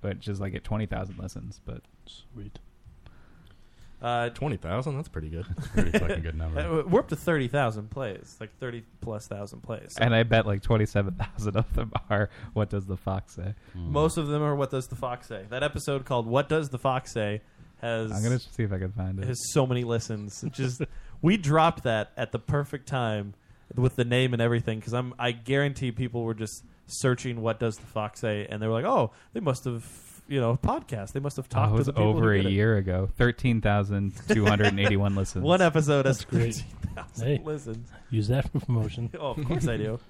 [SPEAKER 8] which is like at twenty thousand listens, but.
[SPEAKER 10] Sweet.
[SPEAKER 7] uh,
[SPEAKER 11] Twenty thousand? That's pretty good. That's
[SPEAKER 9] pretty fucking good
[SPEAKER 7] uh, we're up to thirty thousand plays, like thirty plus thousand plays. So
[SPEAKER 8] And I bet like twenty seven thousand of them are what does the fox say?
[SPEAKER 7] most of them are "What Does the Fox Say?" That episode called "What Does the Fox Say?" has
[SPEAKER 8] I'm gonna see if I can find it.
[SPEAKER 7] has so many listens. It Just we dropped that at the perfect time with the name and everything because I'm I guarantee people were just searching what does the fox say and they were like oh they must have you know podcast they must have
[SPEAKER 8] That
[SPEAKER 7] talked to
[SPEAKER 8] Oh, was
[SPEAKER 7] the people who
[SPEAKER 8] over a
[SPEAKER 7] did it.
[SPEAKER 8] year ago. Thirteen thousand two hundred and eighty-one listens.
[SPEAKER 7] One episode has
[SPEAKER 10] That's great.
[SPEAKER 7] 13,000
[SPEAKER 10] Hey,
[SPEAKER 7] listens.
[SPEAKER 10] use that for promotion.
[SPEAKER 7] Oh, of course I do.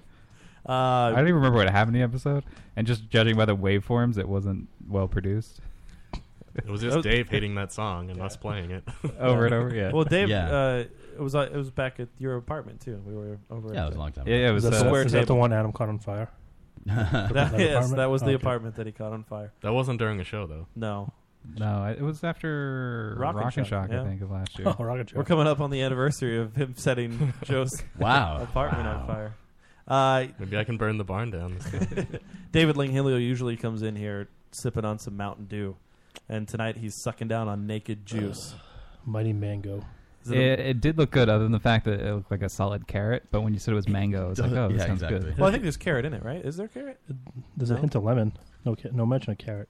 [SPEAKER 7] Uh,
[SPEAKER 8] I don't even remember what happened in the episode. And just judging by the waveforms, it wasn't well produced.
[SPEAKER 11] It was just Dave hating that song and us playing it
[SPEAKER 8] Over and over, yeah.
[SPEAKER 7] Well, Dave,
[SPEAKER 8] Yeah.
[SPEAKER 7] uh, it was uh, it was back at your apartment too. We were over.
[SPEAKER 8] Yeah,
[SPEAKER 7] at
[SPEAKER 8] it was a long time
[SPEAKER 7] Yeah,
[SPEAKER 8] ago.
[SPEAKER 7] yeah, it was
[SPEAKER 10] Is that,
[SPEAKER 7] a
[SPEAKER 10] the-
[SPEAKER 7] square
[SPEAKER 10] is
[SPEAKER 7] table.
[SPEAKER 10] that the one Adam caught on fire?
[SPEAKER 7] That-
[SPEAKER 10] Another
[SPEAKER 7] yes,
[SPEAKER 10] apartment?
[SPEAKER 7] that was the
[SPEAKER 10] Okay.
[SPEAKER 7] apartment that he caught on fire.
[SPEAKER 11] That wasn't during a show though.
[SPEAKER 7] No,
[SPEAKER 8] No, it was after Rock and, Shock, I
[SPEAKER 7] yeah. Oh,
[SPEAKER 8] think, of last year.
[SPEAKER 7] We're coming up on the anniversary of him setting Joe's
[SPEAKER 8] Wow.
[SPEAKER 7] apartment on
[SPEAKER 11] Wow.
[SPEAKER 7] fire. Uh,
[SPEAKER 11] Maybe I can burn the barn down. This time.
[SPEAKER 7] David Linghilio usually comes in here sipping on some Mountain Dew, and tonight he's sucking down on naked juice.
[SPEAKER 10] Mighty Mango.
[SPEAKER 7] Is it a-
[SPEAKER 8] It, it did look good, other than the fact that it looked like a solid carrot. But when you said it was mango, I was like, oh, that
[SPEAKER 10] Yeah,
[SPEAKER 8] sounds
[SPEAKER 10] exactly.
[SPEAKER 8] good.
[SPEAKER 7] Well, I think there's carrot in it, right? Is there carrot?
[SPEAKER 10] There's a
[SPEAKER 7] No?
[SPEAKER 10] hint of lemon. No, ca- no mention of carrot.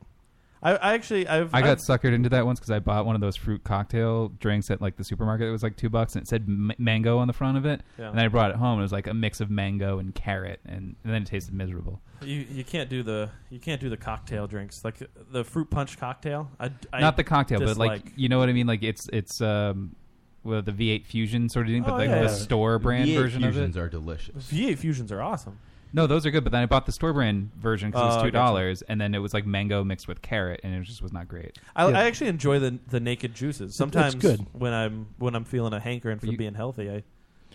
[SPEAKER 7] I, I actually I've,
[SPEAKER 8] I got
[SPEAKER 7] I've-
[SPEAKER 8] suckered into that once because I bought one of those fruit cocktail drinks at like the supermarket. It was like two bucks, and it said m- mango on the front of it.
[SPEAKER 7] Yeah.
[SPEAKER 8] And I brought it home. and It was like a mix of mango and carrot, and, and then it tasted miserable.
[SPEAKER 7] you you can't do the you can't do the cocktail drinks like the fruit punch cocktail. I, I
[SPEAKER 8] Not the cocktail, but like
[SPEAKER 7] dislike-
[SPEAKER 8] you know what I mean. Like it's it's um, well, the V8 Fusion sort of thing, but
[SPEAKER 7] Oh,
[SPEAKER 8] like
[SPEAKER 7] yeah.
[SPEAKER 8] the store brand
[SPEAKER 9] V8
[SPEAKER 8] version
[SPEAKER 9] Fusions
[SPEAKER 8] of it.
[SPEAKER 9] are delicious.
[SPEAKER 7] V8 fusions are awesome.
[SPEAKER 8] No, those are good. But then I bought the store brand version because it
[SPEAKER 7] Oh,
[SPEAKER 8] was
[SPEAKER 7] I
[SPEAKER 8] two
[SPEAKER 7] gotcha.
[SPEAKER 8] dollars, and then it was like mango mixed with carrot, and it just was not great.
[SPEAKER 7] I, I actually enjoy the the naked juices. Sometimes
[SPEAKER 8] good.
[SPEAKER 7] when I'm when I'm feeling a hankering for being healthy, I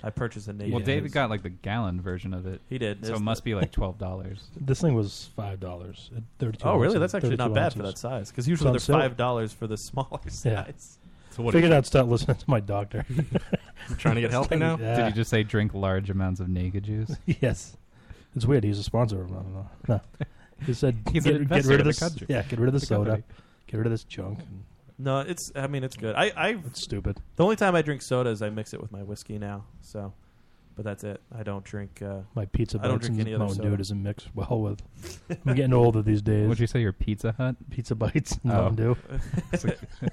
[SPEAKER 7] I purchase a naked.
[SPEAKER 8] Well, David
[SPEAKER 7] juice.
[SPEAKER 8] got like the gallon version of it.
[SPEAKER 7] He did.
[SPEAKER 8] so
[SPEAKER 7] It's
[SPEAKER 8] it must
[SPEAKER 7] the-
[SPEAKER 8] be like twelve dollars.
[SPEAKER 10] This thing was five dollars. Thirty-two.
[SPEAKER 7] Oh, really?
[SPEAKER 10] ounces-
[SPEAKER 7] That's actually
[SPEAKER 10] 32
[SPEAKER 7] not bad for
[SPEAKER 10] ounces.
[SPEAKER 7] that size because
[SPEAKER 10] It's
[SPEAKER 7] usually
[SPEAKER 10] on
[SPEAKER 7] they're
[SPEAKER 10] sale.
[SPEAKER 7] five dollars for the smaller
[SPEAKER 10] Yeah.
[SPEAKER 7] size.
[SPEAKER 10] Figured out. Start listening to my doctor. Yeah.
[SPEAKER 8] Did you just say drink large amounts of naked juice?
[SPEAKER 10] yes. It's weird. He's a sponsor of I don't know. No. He said,
[SPEAKER 8] He's an
[SPEAKER 10] get, get
[SPEAKER 8] investor
[SPEAKER 10] rid
[SPEAKER 8] in
[SPEAKER 10] of
[SPEAKER 8] the
[SPEAKER 10] this.
[SPEAKER 8] country.
[SPEAKER 10] Yeah, get rid of the,
[SPEAKER 8] The
[SPEAKER 10] soda.
[SPEAKER 8] company.
[SPEAKER 10] Get rid of this junk.
[SPEAKER 7] No, it's. I mean, it's good. I. I it's
[SPEAKER 10] stupid.
[SPEAKER 7] The only time I drink soda is I mix it with my whiskey now. So, but that's it. I don't drink. Uh,
[SPEAKER 10] My pizza
[SPEAKER 7] I don't
[SPEAKER 10] bites
[SPEAKER 7] drink
[SPEAKER 10] and
[SPEAKER 7] any other
[SPEAKER 10] Mountain Dew
[SPEAKER 7] soda.
[SPEAKER 10] doesn't mix well with. I'm getting older these days.
[SPEAKER 8] Would you say your Pizza Hut? Oh.
[SPEAKER 10] Pizza bites and Mountain Dew.
[SPEAKER 7] it's Oh.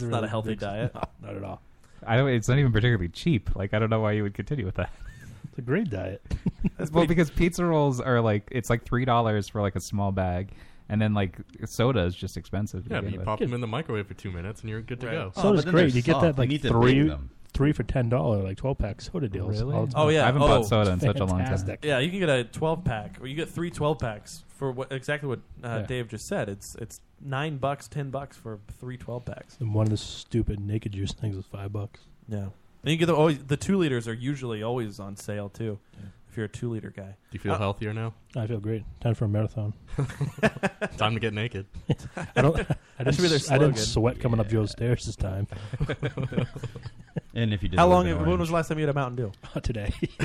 [SPEAKER 7] not a healthy diet.
[SPEAKER 10] Not at all.
[SPEAKER 8] I don't. It's not even particularly cheap. Like I don't know why you would continue with that.
[SPEAKER 10] It's a great diet.
[SPEAKER 8] well, because pizza rolls are like it's like three dollars for like a small bag, and then like soda is just expensive. to
[SPEAKER 11] Yeah, but
[SPEAKER 8] begin
[SPEAKER 11] you
[SPEAKER 8] with.
[SPEAKER 11] pop them in the microwave for two minutes and you're good to go.
[SPEAKER 7] Oh,
[SPEAKER 10] Soda's great. You get that
[SPEAKER 11] You
[SPEAKER 10] like
[SPEAKER 11] need to bake
[SPEAKER 10] three,
[SPEAKER 11] them.
[SPEAKER 10] three for ten dollar, like twelve pack soda deals.
[SPEAKER 8] Really?
[SPEAKER 10] all the time.
[SPEAKER 7] Oh yeah,
[SPEAKER 8] I haven't bought
[SPEAKER 7] Oh,
[SPEAKER 8] soda in
[SPEAKER 7] it's
[SPEAKER 8] such a long time.
[SPEAKER 10] fantastic.
[SPEAKER 7] Yeah, you can get a 12 pack, or you get three 12 packs for what exactly what uh,
[SPEAKER 10] Yeah.
[SPEAKER 7] Dave just said. It's it's nine bucks, ten bucks for three 12 packs.
[SPEAKER 10] And one of the stupid naked juice things is five bucks.
[SPEAKER 7] Yeah, and you get the always, the two liters are usually always on sale too. If you're a two liter guy,
[SPEAKER 11] Do you feel
[SPEAKER 7] Uh,
[SPEAKER 11] healthier now?
[SPEAKER 10] I feel great. Time for a marathon.
[SPEAKER 11] Time to get naked.
[SPEAKER 10] I don't. I
[SPEAKER 11] That
[SPEAKER 10] didn't,
[SPEAKER 11] should be their
[SPEAKER 10] I didn't
[SPEAKER 11] slogan.
[SPEAKER 10] sweat coming up Joe's stairs this time.
[SPEAKER 9] and if you did,
[SPEAKER 7] How
[SPEAKER 9] it would've
[SPEAKER 7] long?
[SPEAKER 9] been
[SPEAKER 7] When was the last time you had a Mountain Dew?
[SPEAKER 10] Today.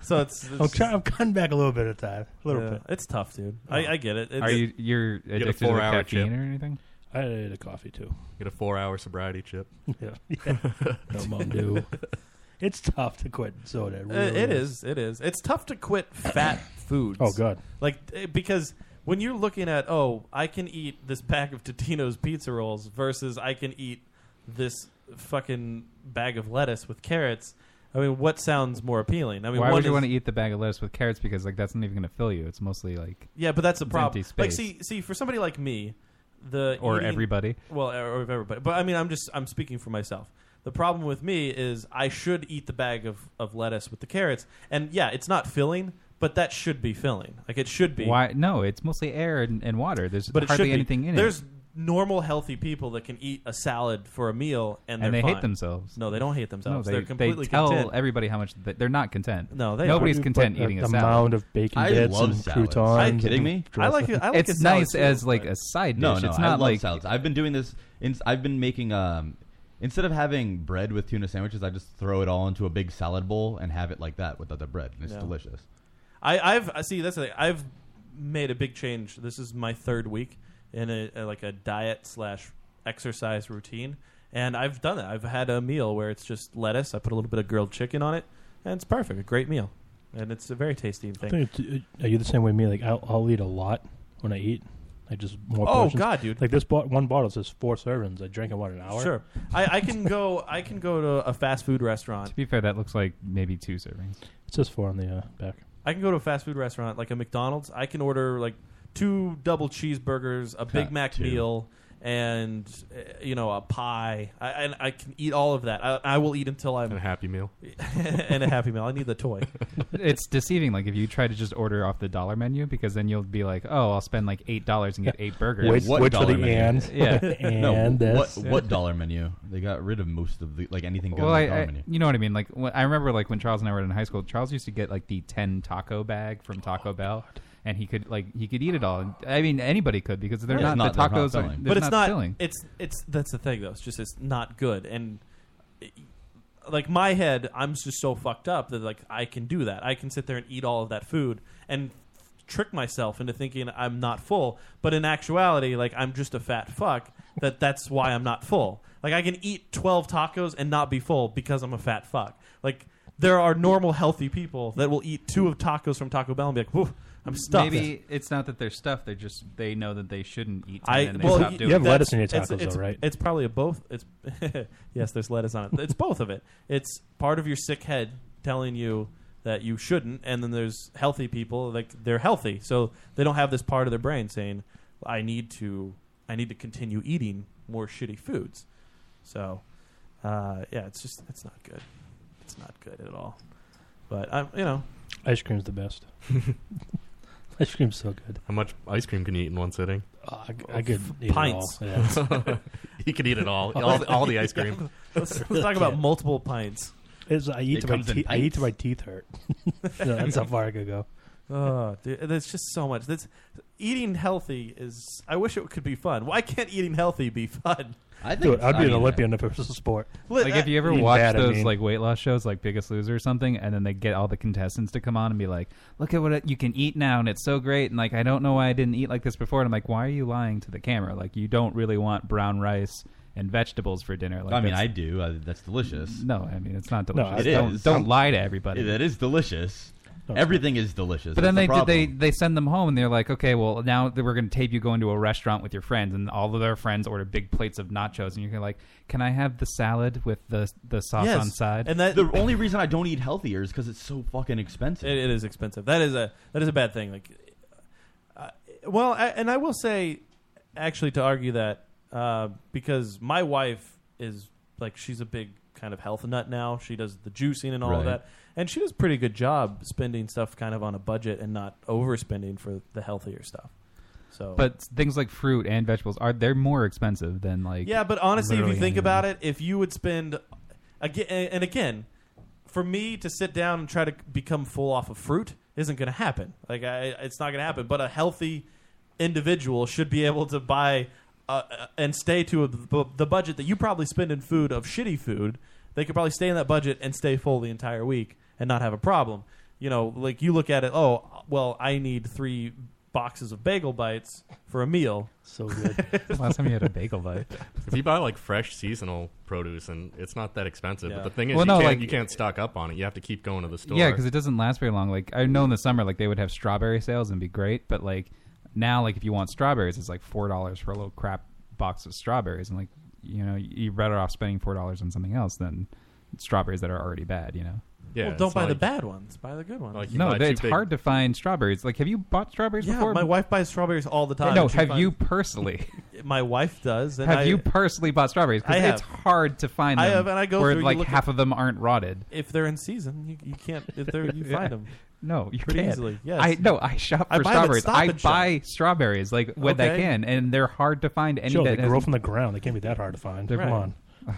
[SPEAKER 7] so it's.
[SPEAKER 10] I'm,
[SPEAKER 7] it's-
[SPEAKER 10] try, I'm cutting back a little bit of time. A little
[SPEAKER 7] yeah,
[SPEAKER 10] bit.
[SPEAKER 7] It's tough, dude. I, I get it. It's,
[SPEAKER 8] Are you you're addicted to caffeine or anything?
[SPEAKER 10] I had a coffee too.
[SPEAKER 11] Get a four-hour sobriety chip.
[SPEAKER 10] Yeah. yeah. no Mountain Dew. It's tough to quit soda. It,
[SPEAKER 7] It-
[SPEAKER 10] really
[SPEAKER 7] it is. It is. It's tough to quit fat foods.
[SPEAKER 10] Oh, God.
[SPEAKER 7] Like eh, because when you're looking at oh, I can eat this pack of Totino's pizza rolls versus I can eat this fucking bag of lettuce with carrots. I mean, what sounds more appealing? I mean,
[SPEAKER 8] why
[SPEAKER 7] one
[SPEAKER 8] would you
[SPEAKER 7] is-
[SPEAKER 8] want to eat the bag of lettuce with carrots? Because like that's not even going to fill you. It's mostly like
[SPEAKER 7] Yeah, but that's the
[SPEAKER 8] it's
[SPEAKER 7] problem.
[SPEAKER 8] Empty space.
[SPEAKER 7] Like, see, see, for somebody like me, the
[SPEAKER 8] Or
[SPEAKER 7] eating-
[SPEAKER 8] everybody.
[SPEAKER 7] Well, or or everybody. But I mean, I'm just I'm speaking for myself. The problem with me is I should eat the bag of, of lettuce with the carrots, and yeah, it's not filling, but that should be filling. Like it should be.
[SPEAKER 8] why? No, it's mostly air and, and water. There's
[SPEAKER 7] But it should
[SPEAKER 8] hardly
[SPEAKER 7] be.
[SPEAKER 8] anything in
[SPEAKER 7] There's
[SPEAKER 8] it.
[SPEAKER 7] normal healthy people that can eat a salad for a meal
[SPEAKER 8] and
[SPEAKER 7] and, they're
[SPEAKER 8] they hate
[SPEAKER 7] fine.
[SPEAKER 8] themselves.
[SPEAKER 7] No, they don't hate themselves.
[SPEAKER 8] No,
[SPEAKER 7] they,
[SPEAKER 8] they,
[SPEAKER 7] are completely
[SPEAKER 8] they tell
[SPEAKER 7] content.
[SPEAKER 8] everybody how much they, they're not content.
[SPEAKER 7] No, they
[SPEAKER 8] nobody's
[SPEAKER 7] aren't.
[SPEAKER 8] content
[SPEAKER 7] But
[SPEAKER 8] eating
[SPEAKER 10] the
[SPEAKER 8] a salad.
[SPEAKER 10] mound of bacon
[SPEAKER 9] I
[SPEAKER 10] bits
[SPEAKER 9] love
[SPEAKER 10] and
[SPEAKER 9] salads.
[SPEAKER 10] croutons.
[SPEAKER 9] Are you kidding me?
[SPEAKER 10] and-
[SPEAKER 9] I like it-
[SPEAKER 7] I like
[SPEAKER 8] it's
[SPEAKER 7] a salad
[SPEAKER 8] nice
[SPEAKER 7] too,
[SPEAKER 8] as like a side dish.
[SPEAKER 9] No, no,
[SPEAKER 8] it's
[SPEAKER 9] I
[SPEAKER 8] not
[SPEAKER 9] love
[SPEAKER 8] like
[SPEAKER 9] salads. I've been doing this. In, I've been making um, instead of having bread with tuna sandwiches, I just throw it all into a big salad bowl and have it like that without the bread, and it's
[SPEAKER 7] Yeah.
[SPEAKER 9] delicious.
[SPEAKER 7] I, I've I see that's the thing. I've made a big change. This is my third week in a, a- like a diet slash exercise routine, and I've done it. I've had a meal where it's just lettuce. I put a little bit of grilled chicken on it, and it's perfect. A great meal, and it's a very tasty
[SPEAKER 10] I
[SPEAKER 7] thing.
[SPEAKER 10] think it's- uh, Are you the same way me? Like I'll, I'll eat a lot when I eat. I just more.
[SPEAKER 7] Oh,
[SPEAKER 10] portions.
[SPEAKER 7] God, dude.
[SPEAKER 10] Like this bo- one bottle says four servings. I drink in what an hour.
[SPEAKER 7] Sure, I, I can go. I can go to a fast food restaurant.
[SPEAKER 8] To be fair, that looks like maybe two servings.
[SPEAKER 10] It says four on the uh, back.
[SPEAKER 7] I can go to a fast food restaurant like a McDonald's. I can order like two double cheeseburgers, a Big Mac meal, and uh, you know a pie. I, and I can eat all of that. I, I will eat until I'm
[SPEAKER 11] And a Happy Meal.
[SPEAKER 7] and a happy meal. I need the toy.
[SPEAKER 8] it's deceiving. Like if you try to just order off the dollar menu, because then you'll be like, "Oh, I'll spend like eight dollars and get eight burgers."
[SPEAKER 10] Wait-
[SPEAKER 9] What
[SPEAKER 10] wait for
[SPEAKER 9] dollar
[SPEAKER 10] the
[SPEAKER 9] menu?
[SPEAKER 10] and.
[SPEAKER 8] Yeah.
[SPEAKER 9] no, what
[SPEAKER 10] And this.
[SPEAKER 9] what dollar menu? They got rid of most of the like anything going
[SPEAKER 8] Well,
[SPEAKER 9] on
[SPEAKER 8] I,
[SPEAKER 9] the dollar
[SPEAKER 8] I-
[SPEAKER 9] menu.
[SPEAKER 8] you know what I mean. Like when, I remember, like when Charles and I were in high school, Charles used to get like the ten taco bag from Taco
[SPEAKER 10] Oh,
[SPEAKER 8] Bell, and he could like he could eat it all. And, I mean, anybody could because they're
[SPEAKER 7] Yeah.
[SPEAKER 8] not the tacos. are,
[SPEAKER 7] but it's not.
[SPEAKER 8] filling.
[SPEAKER 7] It's it's that's the thing though. It's just it's not good. And like my head, I'm just so fucked up that like I can do that. I can sit there and eat all of that food and trick myself into thinking I'm not full. But in actuality, like I'm just a fat fuck. That that's why I'm not full. Like I can eat twelve tacos and not be full because I'm a fat fuck. Like. There are normal, healthy people that will eat two of tacos from Taco Bell and be like, "Whew, I'm stuffed."
[SPEAKER 8] Maybe it's not that they're stuffed. They're just they know that they shouldn't eat. 10
[SPEAKER 7] I
[SPEAKER 8] and they
[SPEAKER 7] well,
[SPEAKER 8] stop
[SPEAKER 7] y-
[SPEAKER 8] doing
[SPEAKER 7] that's-
[SPEAKER 8] it.
[SPEAKER 7] it's- it's, It's probably a both. It's yes, there's lettuce on it. It's both of it. It's part of your sick head telling you that you shouldn't, and then there's healthy people like they're healthy, so they don't have this part of their brain saying, "I need to, I need to continue eating more shitty foods." So, uh, yeah, it's just it's not good. It's not good at all. But I'm, you know,
[SPEAKER 10] Ice cream's the best. Ice cream's so good.
[SPEAKER 11] How much ice cream can you eat in one sitting?
[SPEAKER 8] Ah,
[SPEAKER 10] I, I could eat it
[SPEAKER 7] pints.
[SPEAKER 10] all, yeah.
[SPEAKER 11] he could eat it all. All, the- all the ice cream.
[SPEAKER 7] Let's, let's talk about multiple pints.
[SPEAKER 10] It's, I eat
[SPEAKER 11] It
[SPEAKER 10] till my
[SPEAKER 11] comes in
[SPEAKER 10] te- I eat till my
[SPEAKER 11] pints.
[SPEAKER 10] teeth hurt. No, that's how far I could go.
[SPEAKER 7] Oh, dude, there's just so much. That's eating healthy is. I wish it could be fun. Why can't eating healthy be fun?
[SPEAKER 9] I
[SPEAKER 10] Dude, I'd be an Olympian if it was a sport.
[SPEAKER 7] Li-
[SPEAKER 8] like if you ever
[SPEAKER 10] Eating
[SPEAKER 8] watch
[SPEAKER 10] bad, I
[SPEAKER 8] those
[SPEAKER 10] mean.
[SPEAKER 8] like weight loss shows like biggest loser or something and then they get all the contestants to come on and be like look at what it- you can eat now and it's so great and like i don't know why i didn't eat like this before and i'm like why are you lying to the camera like you don't really want brown rice and vegetables for dinner like
[SPEAKER 9] I mean,
[SPEAKER 8] that's-
[SPEAKER 9] I do. I, that's delicious.
[SPEAKER 8] no i mean it's not
[SPEAKER 10] No,
[SPEAKER 8] delicious
[SPEAKER 9] It is.
[SPEAKER 8] don't, don't lie to everybody
[SPEAKER 9] That is delicious.
[SPEAKER 10] No, it's
[SPEAKER 9] Everything is delicious.
[SPEAKER 8] but then they,
[SPEAKER 9] That's the
[SPEAKER 8] they
[SPEAKER 9] problem.
[SPEAKER 8] they send them home and they're like, okay, well now that we're going to tape you going to a restaurant with your friends, and all of their friends order big plates of nachos, and you're like, can I have the salad with the the sauce
[SPEAKER 7] Yes,
[SPEAKER 8] on side?
[SPEAKER 7] and that
[SPEAKER 9] the only reason I don't eat healthier is because it's so fucking expensive.
[SPEAKER 7] it, it is expensive. That is a that is a bad thing. Like, uh, well, I, and I will say, actually, to argue that uh, because my wife is like she's a big kind of health nut now. She does the juicing and all of
[SPEAKER 9] Right.
[SPEAKER 7] that, and she does a pretty good job spending stuff kind of on a budget and not overspending for the healthier stuff. So,
[SPEAKER 8] But things like fruit and vegetables are they're more expensive than like
[SPEAKER 7] Yeah, but honestly, if you
[SPEAKER 8] literally
[SPEAKER 7] think
[SPEAKER 8] anything.
[SPEAKER 7] about it, if you would spend again and again, for me to sit down and try to become full off of fruit isn't going to happen. Like I, it's not going to happen. But a healthy individual should be able to buy uh, uh, and stay to a, the- the budget that you probably spend in food of shitty food. They could probably stay in that budget and stay full the entire week and not have a problem. You know, like you look at it. Oh, well, I need three boxes of bagel bites for a meal.
[SPEAKER 10] So good.
[SPEAKER 8] last time you had a bagel bite.
[SPEAKER 11] If you buy like fresh seasonal produce and it's not that expensive,
[SPEAKER 7] Yeah.
[SPEAKER 11] but the thing is,
[SPEAKER 8] Well,
[SPEAKER 11] you,
[SPEAKER 8] no,
[SPEAKER 11] can't,
[SPEAKER 8] like-
[SPEAKER 11] you can't stock up on it. You have to keep going to the store.
[SPEAKER 8] Yeah, because it doesn't last very long. Like I know in the summer, like they would have strawberry sales and be great, but like now, like if you want strawberries, it's like four dollars for a little crap box of strawberries, and like you know you're better off spending four dollars on something else than strawberries that are already bad. You know,
[SPEAKER 11] Yeah,
[SPEAKER 7] well, don't
[SPEAKER 11] it's not
[SPEAKER 7] buy the
[SPEAKER 11] like-
[SPEAKER 7] bad ones. Buy the good ones.
[SPEAKER 11] Like you
[SPEAKER 8] no,
[SPEAKER 11] buy
[SPEAKER 8] they-
[SPEAKER 11] two
[SPEAKER 8] it's
[SPEAKER 11] big-
[SPEAKER 8] hard to find strawberries. Like, have you bought strawberries
[SPEAKER 7] Yeah,
[SPEAKER 8] before?
[SPEAKER 7] my wife buys strawberries all the time.
[SPEAKER 8] no,
[SPEAKER 7] and she
[SPEAKER 8] have
[SPEAKER 7] finds-
[SPEAKER 8] you personally?
[SPEAKER 7] My wife does. And
[SPEAKER 8] have
[SPEAKER 7] I,
[SPEAKER 8] you personally bought strawberries?
[SPEAKER 7] I
[SPEAKER 8] Because
[SPEAKER 7] have.
[SPEAKER 8] it's hard to find
[SPEAKER 7] I
[SPEAKER 8] them.
[SPEAKER 7] have, and I go
[SPEAKER 8] where
[SPEAKER 7] through, you
[SPEAKER 8] like
[SPEAKER 7] look at-
[SPEAKER 8] half of them aren't rotted.
[SPEAKER 7] If they're in season, you, you can't. If they're, you
[SPEAKER 8] Yeah.
[SPEAKER 7] find them.
[SPEAKER 8] No, you
[SPEAKER 7] Pretty
[SPEAKER 8] can't.
[SPEAKER 7] easily, yes.
[SPEAKER 8] I no. I shop
[SPEAKER 7] I
[SPEAKER 8] for
[SPEAKER 7] buy 'em at
[SPEAKER 8] strawberries.
[SPEAKER 7] Stop
[SPEAKER 8] I
[SPEAKER 7] and Shop.
[SPEAKER 8] buy strawberries like when I
[SPEAKER 7] Okay.
[SPEAKER 8] can, and they're hard to find. Any
[SPEAKER 10] Joe, they
[SPEAKER 8] that
[SPEAKER 10] grow
[SPEAKER 8] has-
[SPEAKER 10] from the ground. They can't be that hard to find.
[SPEAKER 8] They're-
[SPEAKER 10] Come on.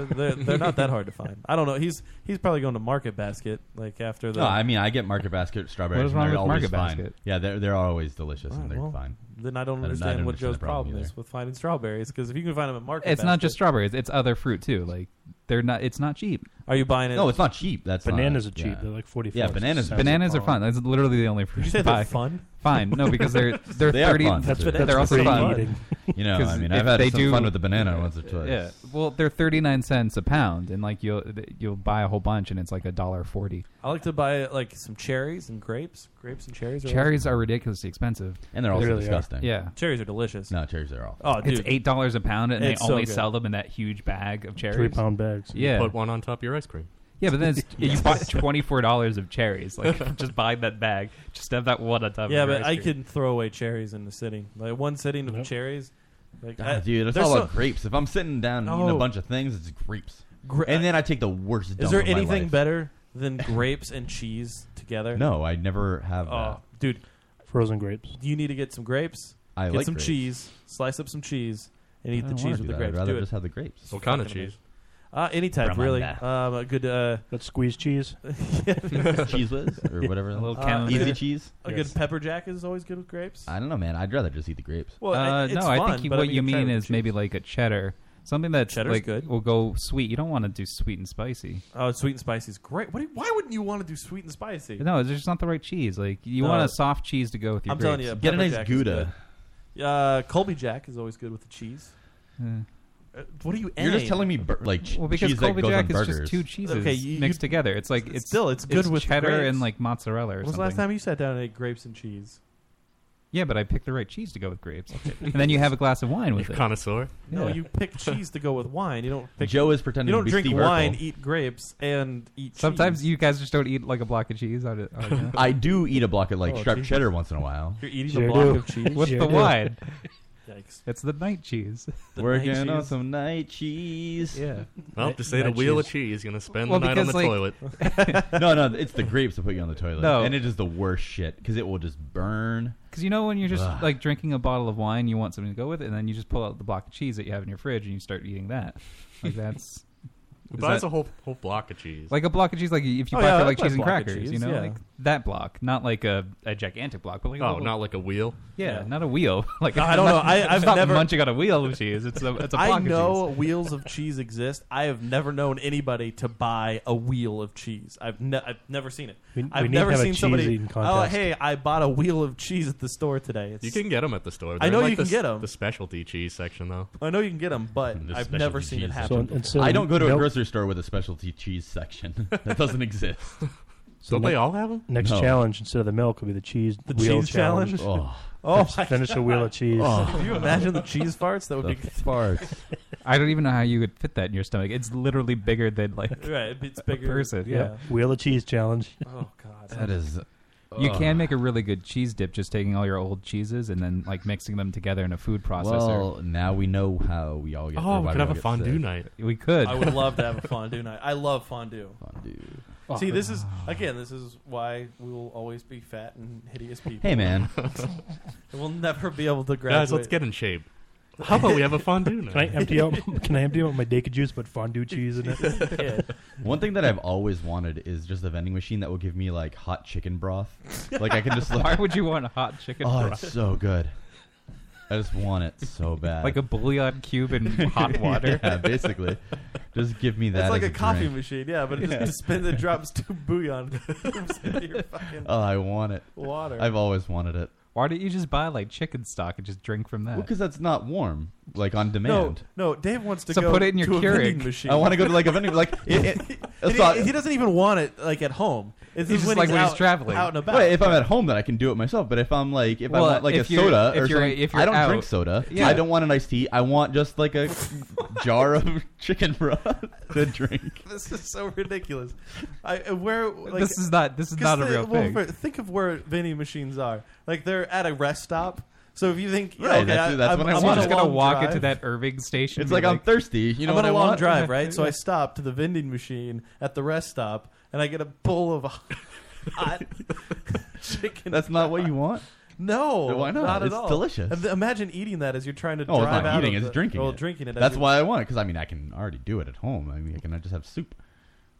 [SPEAKER 7] They're, they're not that hard to find. I don't know. He's he's probably going to Market Basket like after the.
[SPEAKER 9] No, I mean I get Market Basket strawberries.
[SPEAKER 8] What is
[SPEAKER 9] and
[SPEAKER 8] wrong
[SPEAKER 9] they're
[SPEAKER 8] with
[SPEAKER 9] always
[SPEAKER 8] Market
[SPEAKER 9] fine.
[SPEAKER 8] Basket?
[SPEAKER 9] Yeah, they're they're always delicious
[SPEAKER 7] All right,
[SPEAKER 9] and they're
[SPEAKER 7] well,
[SPEAKER 9] fine.
[SPEAKER 7] Then I don't
[SPEAKER 9] I did not
[SPEAKER 7] understand what
[SPEAKER 9] understand
[SPEAKER 7] Joe's
[SPEAKER 9] the problem
[SPEAKER 7] problem, is
[SPEAKER 9] either.
[SPEAKER 7] with finding strawberries because if you can find them at Market,
[SPEAKER 8] it's not
[SPEAKER 7] Basket-
[SPEAKER 8] just strawberries. It's other fruit too. Like they're not. It's not cheap.
[SPEAKER 7] Are you buying it?
[SPEAKER 9] No, it's not cheap. That's not-
[SPEAKER 10] Bananas are cheap.
[SPEAKER 9] yeah.
[SPEAKER 10] They're like 44
[SPEAKER 9] Yeah, bananas.
[SPEAKER 10] cents.
[SPEAKER 8] Bananas
[SPEAKER 10] a
[SPEAKER 8] are fun.
[SPEAKER 10] pound.
[SPEAKER 8] That's literally the only fruit.
[SPEAKER 7] Did you say
[SPEAKER 8] I buy.
[SPEAKER 7] they're fun?
[SPEAKER 8] Fine. No, because they're they're
[SPEAKER 9] They are
[SPEAKER 8] thirty.
[SPEAKER 9] fun. That's
[SPEAKER 10] That's what. That's
[SPEAKER 8] they're also
[SPEAKER 10] pretty
[SPEAKER 8] fun.
[SPEAKER 10] eating.
[SPEAKER 9] You know,
[SPEAKER 8] 'Cause
[SPEAKER 9] I mean,
[SPEAKER 8] if
[SPEAKER 9] I've had
[SPEAKER 8] they
[SPEAKER 9] some
[SPEAKER 8] do-
[SPEAKER 9] fun with the banana once or twice.
[SPEAKER 8] Yeah. Well, they're thirty nine cents a pound, and like you'll you'll buy a whole bunch, and it's like a dollar forty.
[SPEAKER 7] I like to buy like some cherries and grapes. Grapes and cherries. Are
[SPEAKER 8] Cherries are ridiculously expensive.
[SPEAKER 9] and they're also
[SPEAKER 10] really are.
[SPEAKER 9] disgusting.
[SPEAKER 8] Yeah.
[SPEAKER 7] Cherries are delicious.
[SPEAKER 9] no, cherries are awful.
[SPEAKER 7] Oh, dude.
[SPEAKER 8] It's eight dollars a pound, and
[SPEAKER 7] It's
[SPEAKER 8] they
[SPEAKER 7] so
[SPEAKER 8] only
[SPEAKER 7] good.
[SPEAKER 8] sell them in that huge bag of cherries.
[SPEAKER 10] Three pound bags.
[SPEAKER 8] Yeah,
[SPEAKER 11] Put one on top of your ice cream.
[SPEAKER 8] yeah, but then it's, you bought twenty four dollars of cherries. Like, just buy that bag. Just have that one on top.
[SPEAKER 7] Yeah,
[SPEAKER 8] of your
[SPEAKER 7] but
[SPEAKER 8] ice
[SPEAKER 7] I
[SPEAKER 8] cream.
[SPEAKER 7] can throw away cherries in the sitting. Like one sitting of
[SPEAKER 10] Yep.
[SPEAKER 7] cherries Like,
[SPEAKER 9] God,
[SPEAKER 7] I-
[SPEAKER 9] Ah, dude, it's
[SPEAKER 7] there's
[SPEAKER 9] all
[SPEAKER 7] so-
[SPEAKER 9] about grapes. If I'm sitting down and eating
[SPEAKER 7] No.
[SPEAKER 9] a bunch of things, it's grapes.
[SPEAKER 7] Gra-
[SPEAKER 9] and then I take the worst.
[SPEAKER 7] Is
[SPEAKER 9] dump
[SPEAKER 7] there
[SPEAKER 9] of my
[SPEAKER 7] anything
[SPEAKER 9] life.
[SPEAKER 7] better than grapes and cheese together?
[SPEAKER 9] No, I never have
[SPEAKER 7] Oh,
[SPEAKER 9] that.
[SPEAKER 7] dude,
[SPEAKER 10] frozen grapes.
[SPEAKER 7] You need to get some grapes.
[SPEAKER 9] I
[SPEAKER 7] get
[SPEAKER 9] like
[SPEAKER 7] some
[SPEAKER 9] grapes.
[SPEAKER 7] cheese. Slice up some cheese and
[SPEAKER 9] I
[SPEAKER 7] eat the
[SPEAKER 9] don't
[SPEAKER 7] cheese
[SPEAKER 9] wanna
[SPEAKER 7] with
[SPEAKER 9] do
[SPEAKER 7] the
[SPEAKER 9] that. I'd
[SPEAKER 7] grapes.
[SPEAKER 9] rather
[SPEAKER 7] do it.
[SPEAKER 9] just have the grapes.
[SPEAKER 7] It's
[SPEAKER 11] What kind of
[SPEAKER 7] fucking
[SPEAKER 11] cheese?
[SPEAKER 7] amazing. Uh, any type, really. Um, a good uh,
[SPEAKER 10] That squeeze cheese.
[SPEAKER 9] Cheese whiz or whatever.
[SPEAKER 10] A
[SPEAKER 9] little
[SPEAKER 7] uh,
[SPEAKER 9] easy
[SPEAKER 7] good-
[SPEAKER 9] cheese.
[SPEAKER 7] A good pepper jack is always good with grapes.
[SPEAKER 9] I don't know, man. I'd rather just eat the grapes.
[SPEAKER 7] Well, I-
[SPEAKER 8] uh,
[SPEAKER 7] it's
[SPEAKER 8] no, I
[SPEAKER 7] fun,
[SPEAKER 8] think you-
[SPEAKER 7] but I
[SPEAKER 8] what
[SPEAKER 7] mean,
[SPEAKER 8] you
[SPEAKER 7] you try it
[SPEAKER 8] mean
[SPEAKER 7] with
[SPEAKER 8] is maybe like a cheddar, something that's
[SPEAKER 7] Cheddar's
[SPEAKER 8] like will go sweet. You don't want to do sweet and spicy.
[SPEAKER 7] Oh, sweet and spicy is great. What do you- why wouldn't you want to do sweet and spicy?
[SPEAKER 8] No, it's just not the right cheese. Like you
[SPEAKER 7] No.
[SPEAKER 8] want a soft cheese to go with your.
[SPEAKER 7] I'm telling
[SPEAKER 8] grapes.
[SPEAKER 7] you, pepper jack is good. Uh, Colby Jack is always good with the cheese. Uh, what are you?
[SPEAKER 9] You're just
[SPEAKER 7] aim?
[SPEAKER 9] telling me bur- like ch-
[SPEAKER 8] Well, because
[SPEAKER 9] cheese that
[SPEAKER 8] Colby
[SPEAKER 9] goes
[SPEAKER 8] Jack
[SPEAKER 9] on
[SPEAKER 8] is
[SPEAKER 9] burgers.
[SPEAKER 8] just two cheeses
[SPEAKER 7] Okay, you-
[SPEAKER 8] mixed
[SPEAKER 7] you-
[SPEAKER 8] together. It's like it's
[SPEAKER 7] still it's good with
[SPEAKER 8] cheddar
[SPEAKER 7] grapes.
[SPEAKER 8] and like mozzarella or
[SPEAKER 7] When was the
[SPEAKER 8] something.
[SPEAKER 7] last time you sat down and ate grapes and cheese?
[SPEAKER 8] Yeah, but I picked the right cheese to go with grapes, and then you have a glass of wine with
[SPEAKER 7] You're
[SPEAKER 8] it.
[SPEAKER 11] Connoisseur.
[SPEAKER 7] No,
[SPEAKER 8] Yeah.
[SPEAKER 7] you pick cheese to go with wine. You don't. Pick,
[SPEAKER 8] Joe is pretending
[SPEAKER 7] You
[SPEAKER 8] to
[SPEAKER 7] don't
[SPEAKER 8] be
[SPEAKER 7] drink
[SPEAKER 8] Steve
[SPEAKER 7] wine,
[SPEAKER 8] Urkel.
[SPEAKER 7] eat grapes, and eat.
[SPEAKER 8] Sometimes
[SPEAKER 7] cheese.
[SPEAKER 8] you guys just don't eat like a block of cheese. I, don't- I don't know.
[SPEAKER 9] I do eat a block of like
[SPEAKER 8] Oh,
[SPEAKER 9] sharp
[SPEAKER 8] Jesus.
[SPEAKER 9] cheddar once in a while.
[SPEAKER 7] You're eating a Sure block do. of cheese?
[SPEAKER 8] with
[SPEAKER 7] Sure
[SPEAKER 8] the
[SPEAKER 7] do.
[SPEAKER 8] wine.
[SPEAKER 7] Yikes.
[SPEAKER 8] It's the night cheese.
[SPEAKER 7] The
[SPEAKER 9] Working
[SPEAKER 7] night
[SPEAKER 9] on
[SPEAKER 7] cheese.
[SPEAKER 9] some night cheese.
[SPEAKER 8] Yeah.
[SPEAKER 11] Well, just ate a wheel of cheese. Gonna spend
[SPEAKER 8] Well,
[SPEAKER 11] the night on the
[SPEAKER 8] because,
[SPEAKER 11] toilet.
[SPEAKER 9] no, no, it's the grapes that put you on the toilet.
[SPEAKER 8] No.
[SPEAKER 9] and it is the worst shit because it will just burn.
[SPEAKER 8] Because you know when you're just
[SPEAKER 9] Ugh.
[SPEAKER 8] like drinking a bottle of wine, you want something to go with it, and then you just pull out the block of cheese that you have in your fridge and you start eating that. Like that's.
[SPEAKER 11] Who
[SPEAKER 8] is
[SPEAKER 11] buys
[SPEAKER 8] that-
[SPEAKER 11] a whole whole block of cheese?
[SPEAKER 8] Like a block of cheese, like if you
[SPEAKER 11] Oh,
[SPEAKER 8] buy
[SPEAKER 11] yeah,
[SPEAKER 8] for
[SPEAKER 11] I'd
[SPEAKER 8] like
[SPEAKER 11] buy a
[SPEAKER 8] cheese and
[SPEAKER 11] block of
[SPEAKER 8] crackers,
[SPEAKER 11] cheese,
[SPEAKER 8] you know,
[SPEAKER 11] yeah.
[SPEAKER 8] like that block, not like a, a gigantic block, but like a
[SPEAKER 11] Oh,
[SPEAKER 8] little-
[SPEAKER 11] not like a wheel.
[SPEAKER 8] Yeah, not a wheel. Like
[SPEAKER 7] I don't know.
[SPEAKER 8] not-
[SPEAKER 7] I,
[SPEAKER 8] it's
[SPEAKER 7] I've
[SPEAKER 8] not
[SPEAKER 7] never
[SPEAKER 8] munching on a wheel of cheese. It's a it's a block
[SPEAKER 7] I
[SPEAKER 8] of cheese.
[SPEAKER 7] know wheels of cheese exist. I have never known anybody to buy a wheel of cheese. I've ne- I've never seen it.
[SPEAKER 10] We- we
[SPEAKER 7] I've
[SPEAKER 10] need to
[SPEAKER 7] never
[SPEAKER 10] have a
[SPEAKER 7] seen somebody.
[SPEAKER 10] cheese-eating
[SPEAKER 7] Oh,
[SPEAKER 10] contest."
[SPEAKER 7] hey, I bought a wheel of cheese at the store today. It's,
[SPEAKER 11] You can get them at the store.
[SPEAKER 7] I
[SPEAKER 11] They're
[SPEAKER 7] know
[SPEAKER 11] in, like
[SPEAKER 7] you can
[SPEAKER 11] the,
[SPEAKER 7] get
[SPEAKER 11] s-
[SPEAKER 7] them.
[SPEAKER 11] The specialty cheese section, though.
[SPEAKER 7] I know you can get them, but
[SPEAKER 11] The
[SPEAKER 7] I've
[SPEAKER 11] specialty
[SPEAKER 7] never seen it
[SPEAKER 11] cheese
[SPEAKER 7] happen.
[SPEAKER 11] section.
[SPEAKER 10] So
[SPEAKER 9] I don't go to a
[SPEAKER 10] milk-
[SPEAKER 9] grocery store with a specialty cheese section. that doesn't exist.
[SPEAKER 10] So ne- Next
[SPEAKER 9] No.
[SPEAKER 10] challenge instead of the milk will be the cheese
[SPEAKER 7] The
[SPEAKER 10] wheel
[SPEAKER 7] cheese challenge.
[SPEAKER 9] Oh.
[SPEAKER 7] Oh,
[SPEAKER 10] Finish-
[SPEAKER 7] my
[SPEAKER 10] finish a
[SPEAKER 7] God.
[SPEAKER 10] wheel of cheese.
[SPEAKER 7] Oh. Could you imagine the cheese farts? That would
[SPEAKER 9] The
[SPEAKER 7] be
[SPEAKER 9] farts.
[SPEAKER 8] I don't even know how you would fit that in your stomach. It's literally bigger than like
[SPEAKER 7] Right, it's
[SPEAKER 8] a
[SPEAKER 7] bigger,
[SPEAKER 8] person. Yeah.
[SPEAKER 7] yeah.
[SPEAKER 10] Wheel of cheese challenge.
[SPEAKER 7] Oh God.
[SPEAKER 9] That is.
[SPEAKER 8] You
[SPEAKER 9] Ugh.
[SPEAKER 8] can make a really good cheese dip just taking all your old cheeses and then like mixing them together in a food processor.
[SPEAKER 9] Well, now we know how we all get.
[SPEAKER 11] Oh,
[SPEAKER 9] or
[SPEAKER 11] we
[SPEAKER 9] why
[SPEAKER 11] could have
[SPEAKER 9] all
[SPEAKER 11] a
[SPEAKER 9] get
[SPEAKER 11] fondue
[SPEAKER 9] sick.
[SPEAKER 11] night.
[SPEAKER 8] We could.
[SPEAKER 7] I would love to have a fondue night. I love fondue.
[SPEAKER 9] Fondue.
[SPEAKER 7] See, this is again. This is why we will always be fat and hideous people.
[SPEAKER 9] Hey, man.
[SPEAKER 7] we'll never be able to graduate.
[SPEAKER 11] Guys, let's get in shape. How about we have a fondue night?
[SPEAKER 10] Can I empty out? Can I empty out my Deca juice but fondue cheese in it?
[SPEAKER 9] One thing that I've always wanted is just a vending machine that will give me like hot chicken broth. Like I can just. Like,
[SPEAKER 8] Why would you want hot chicken
[SPEAKER 9] Oh,
[SPEAKER 8] broth?
[SPEAKER 9] it's so good. I just want it so bad.
[SPEAKER 8] Like a bouillon cube in hot water.
[SPEAKER 9] yeah, basically. Just give me that.
[SPEAKER 7] It's like
[SPEAKER 9] as
[SPEAKER 7] a, coffee
[SPEAKER 9] drink.
[SPEAKER 7] machine, yeah, but it
[SPEAKER 9] Yeah.
[SPEAKER 7] just spins it drops two bouillon cubes into your fucking.
[SPEAKER 9] Oh, I want it.
[SPEAKER 7] Water.
[SPEAKER 9] I've always wanted it.
[SPEAKER 8] Why don't you just buy like chicken stock and just drink from that?
[SPEAKER 9] Well, because that's not warm, like on
[SPEAKER 7] no,
[SPEAKER 9] demand.
[SPEAKER 7] no, Dave wants to
[SPEAKER 8] So
[SPEAKER 7] go
[SPEAKER 8] put it in your
[SPEAKER 7] to a vending
[SPEAKER 8] Keurig.
[SPEAKER 7] machine.
[SPEAKER 9] I want to go to like a vending like. It, it,
[SPEAKER 7] And
[SPEAKER 9] it's
[SPEAKER 7] he-
[SPEAKER 9] not-
[SPEAKER 7] he, doesn't even want it like at home. It's
[SPEAKER 8] He's
[SPEAKER 7] just
[SPEAKER 8] just
[SPEAKER 7] when
[SPEAKER 8] like
[SPEAKER 7] he's
[SPEAKER 8] when he's
[SPEAKER 7] out-
[SPEAKER 8] traveling.
[SPEAKER 7] out and about.
[SPEAKER 9] Right, if I'm at home, then I can do it myself. But if I'm like, if
[SPEAKER 8] Well,
[SPEAKER 9] I want like a
[SPEAKER 8] if you're-
[SPEAKER 9] soda
[SPEAKER 8] if
[SPEAKER 9] or
[SPEAKER 8] you're-
[SPEAKER 9] something,
[SPEAKER 8] if
[SPEAKER 9] I
[SPEAKER 8] you're
[SPEAKER 9] don't
[SPEAKER 8] out-
[SPEAKER 9] drink soda.
[SPEAKER 8] Yeah.
[SPEAKER 9] I don't want an iced tea. I want just like a jar of chicken broth to drink.
[SPEAKER 7] This is so ridiculous. I where like,
[SPEAKER 8] This is not- this is
[SPEAKER 7] 'cause
[SPEAKER 8] not a
[SPEAKER 7] the-
[SPEAKER 8] real
[SPEAKER 7] well,
[SPEAKER 8] thing.
[SPEAKER 7] for- think of where vending machines are. Like they're at a rest stop. So if you think, yeah,
[SPEAKER 9] Right,
[SPEAKER 7] okay,
[SPEAKER 9] that's- that's
[SPEAKER 7] I,
[SPEAKER 9] what
[SPEAKER 7] I'm,
[SPEAKER 9] I
[SPEAKER 7] I'm
[SPEAKER 9] want.
[SPEAKER 7] on a
[SPEAKER 9] Just gonna
[SPEAKER 7] long
[SPEAKER 8] walk
[SPEAKER 7] drive.
[SPEAKER 8] into that Irving station.
[SPEAKER 9] It's
[SPEAKER 8] and
[SPEAKER 9] like
[SPEAKER 8] be
[SPEAKER 9] I'm thirsty. You know
[SPEAKER 7] I'm
[SPEAKER 9] what
[SPEAKER 7] on
[SPEAKER 9] I
[SPEAKER 7] a long
[SPEAKER 9] want?
[SPEAKER 7] drive, right? So I stopped to the vending machine at the rest stop, and I get a bowl of hot chicken.
[SPEAKER 9] That's not what you want.
[SPEAKER 7] No,
[SPEAKER 9] Why not?
[SPEAKER 7] at
[SPEAKER 9] It's
[SPEAKER 7] all.
[SPEAKER 9] delicious.
[SPEAKER 7] And th- Imagine eating that as you're trying to
[SPEAKER 9] Oh, it's
[SPEAKER 7] drive
[SPEAKER 9] not
[SPEAKER 7] out.
[SPEAKER 9] eating;
[SPEAKER 7] of
[SPEAKER 9] it's
[SPEAKER 7] the,
[SPEAKER 9] drinking.
[SPEAKER 7] Well,
[SPEAKER 9] it.
[SPEAKER 7] drinking it. as
[SPEAKER 9] That's
[SPEAKER 7] you're-
[SPEAKER 9] why I want it because I mean I can already do it at home. I mean I can just have soup,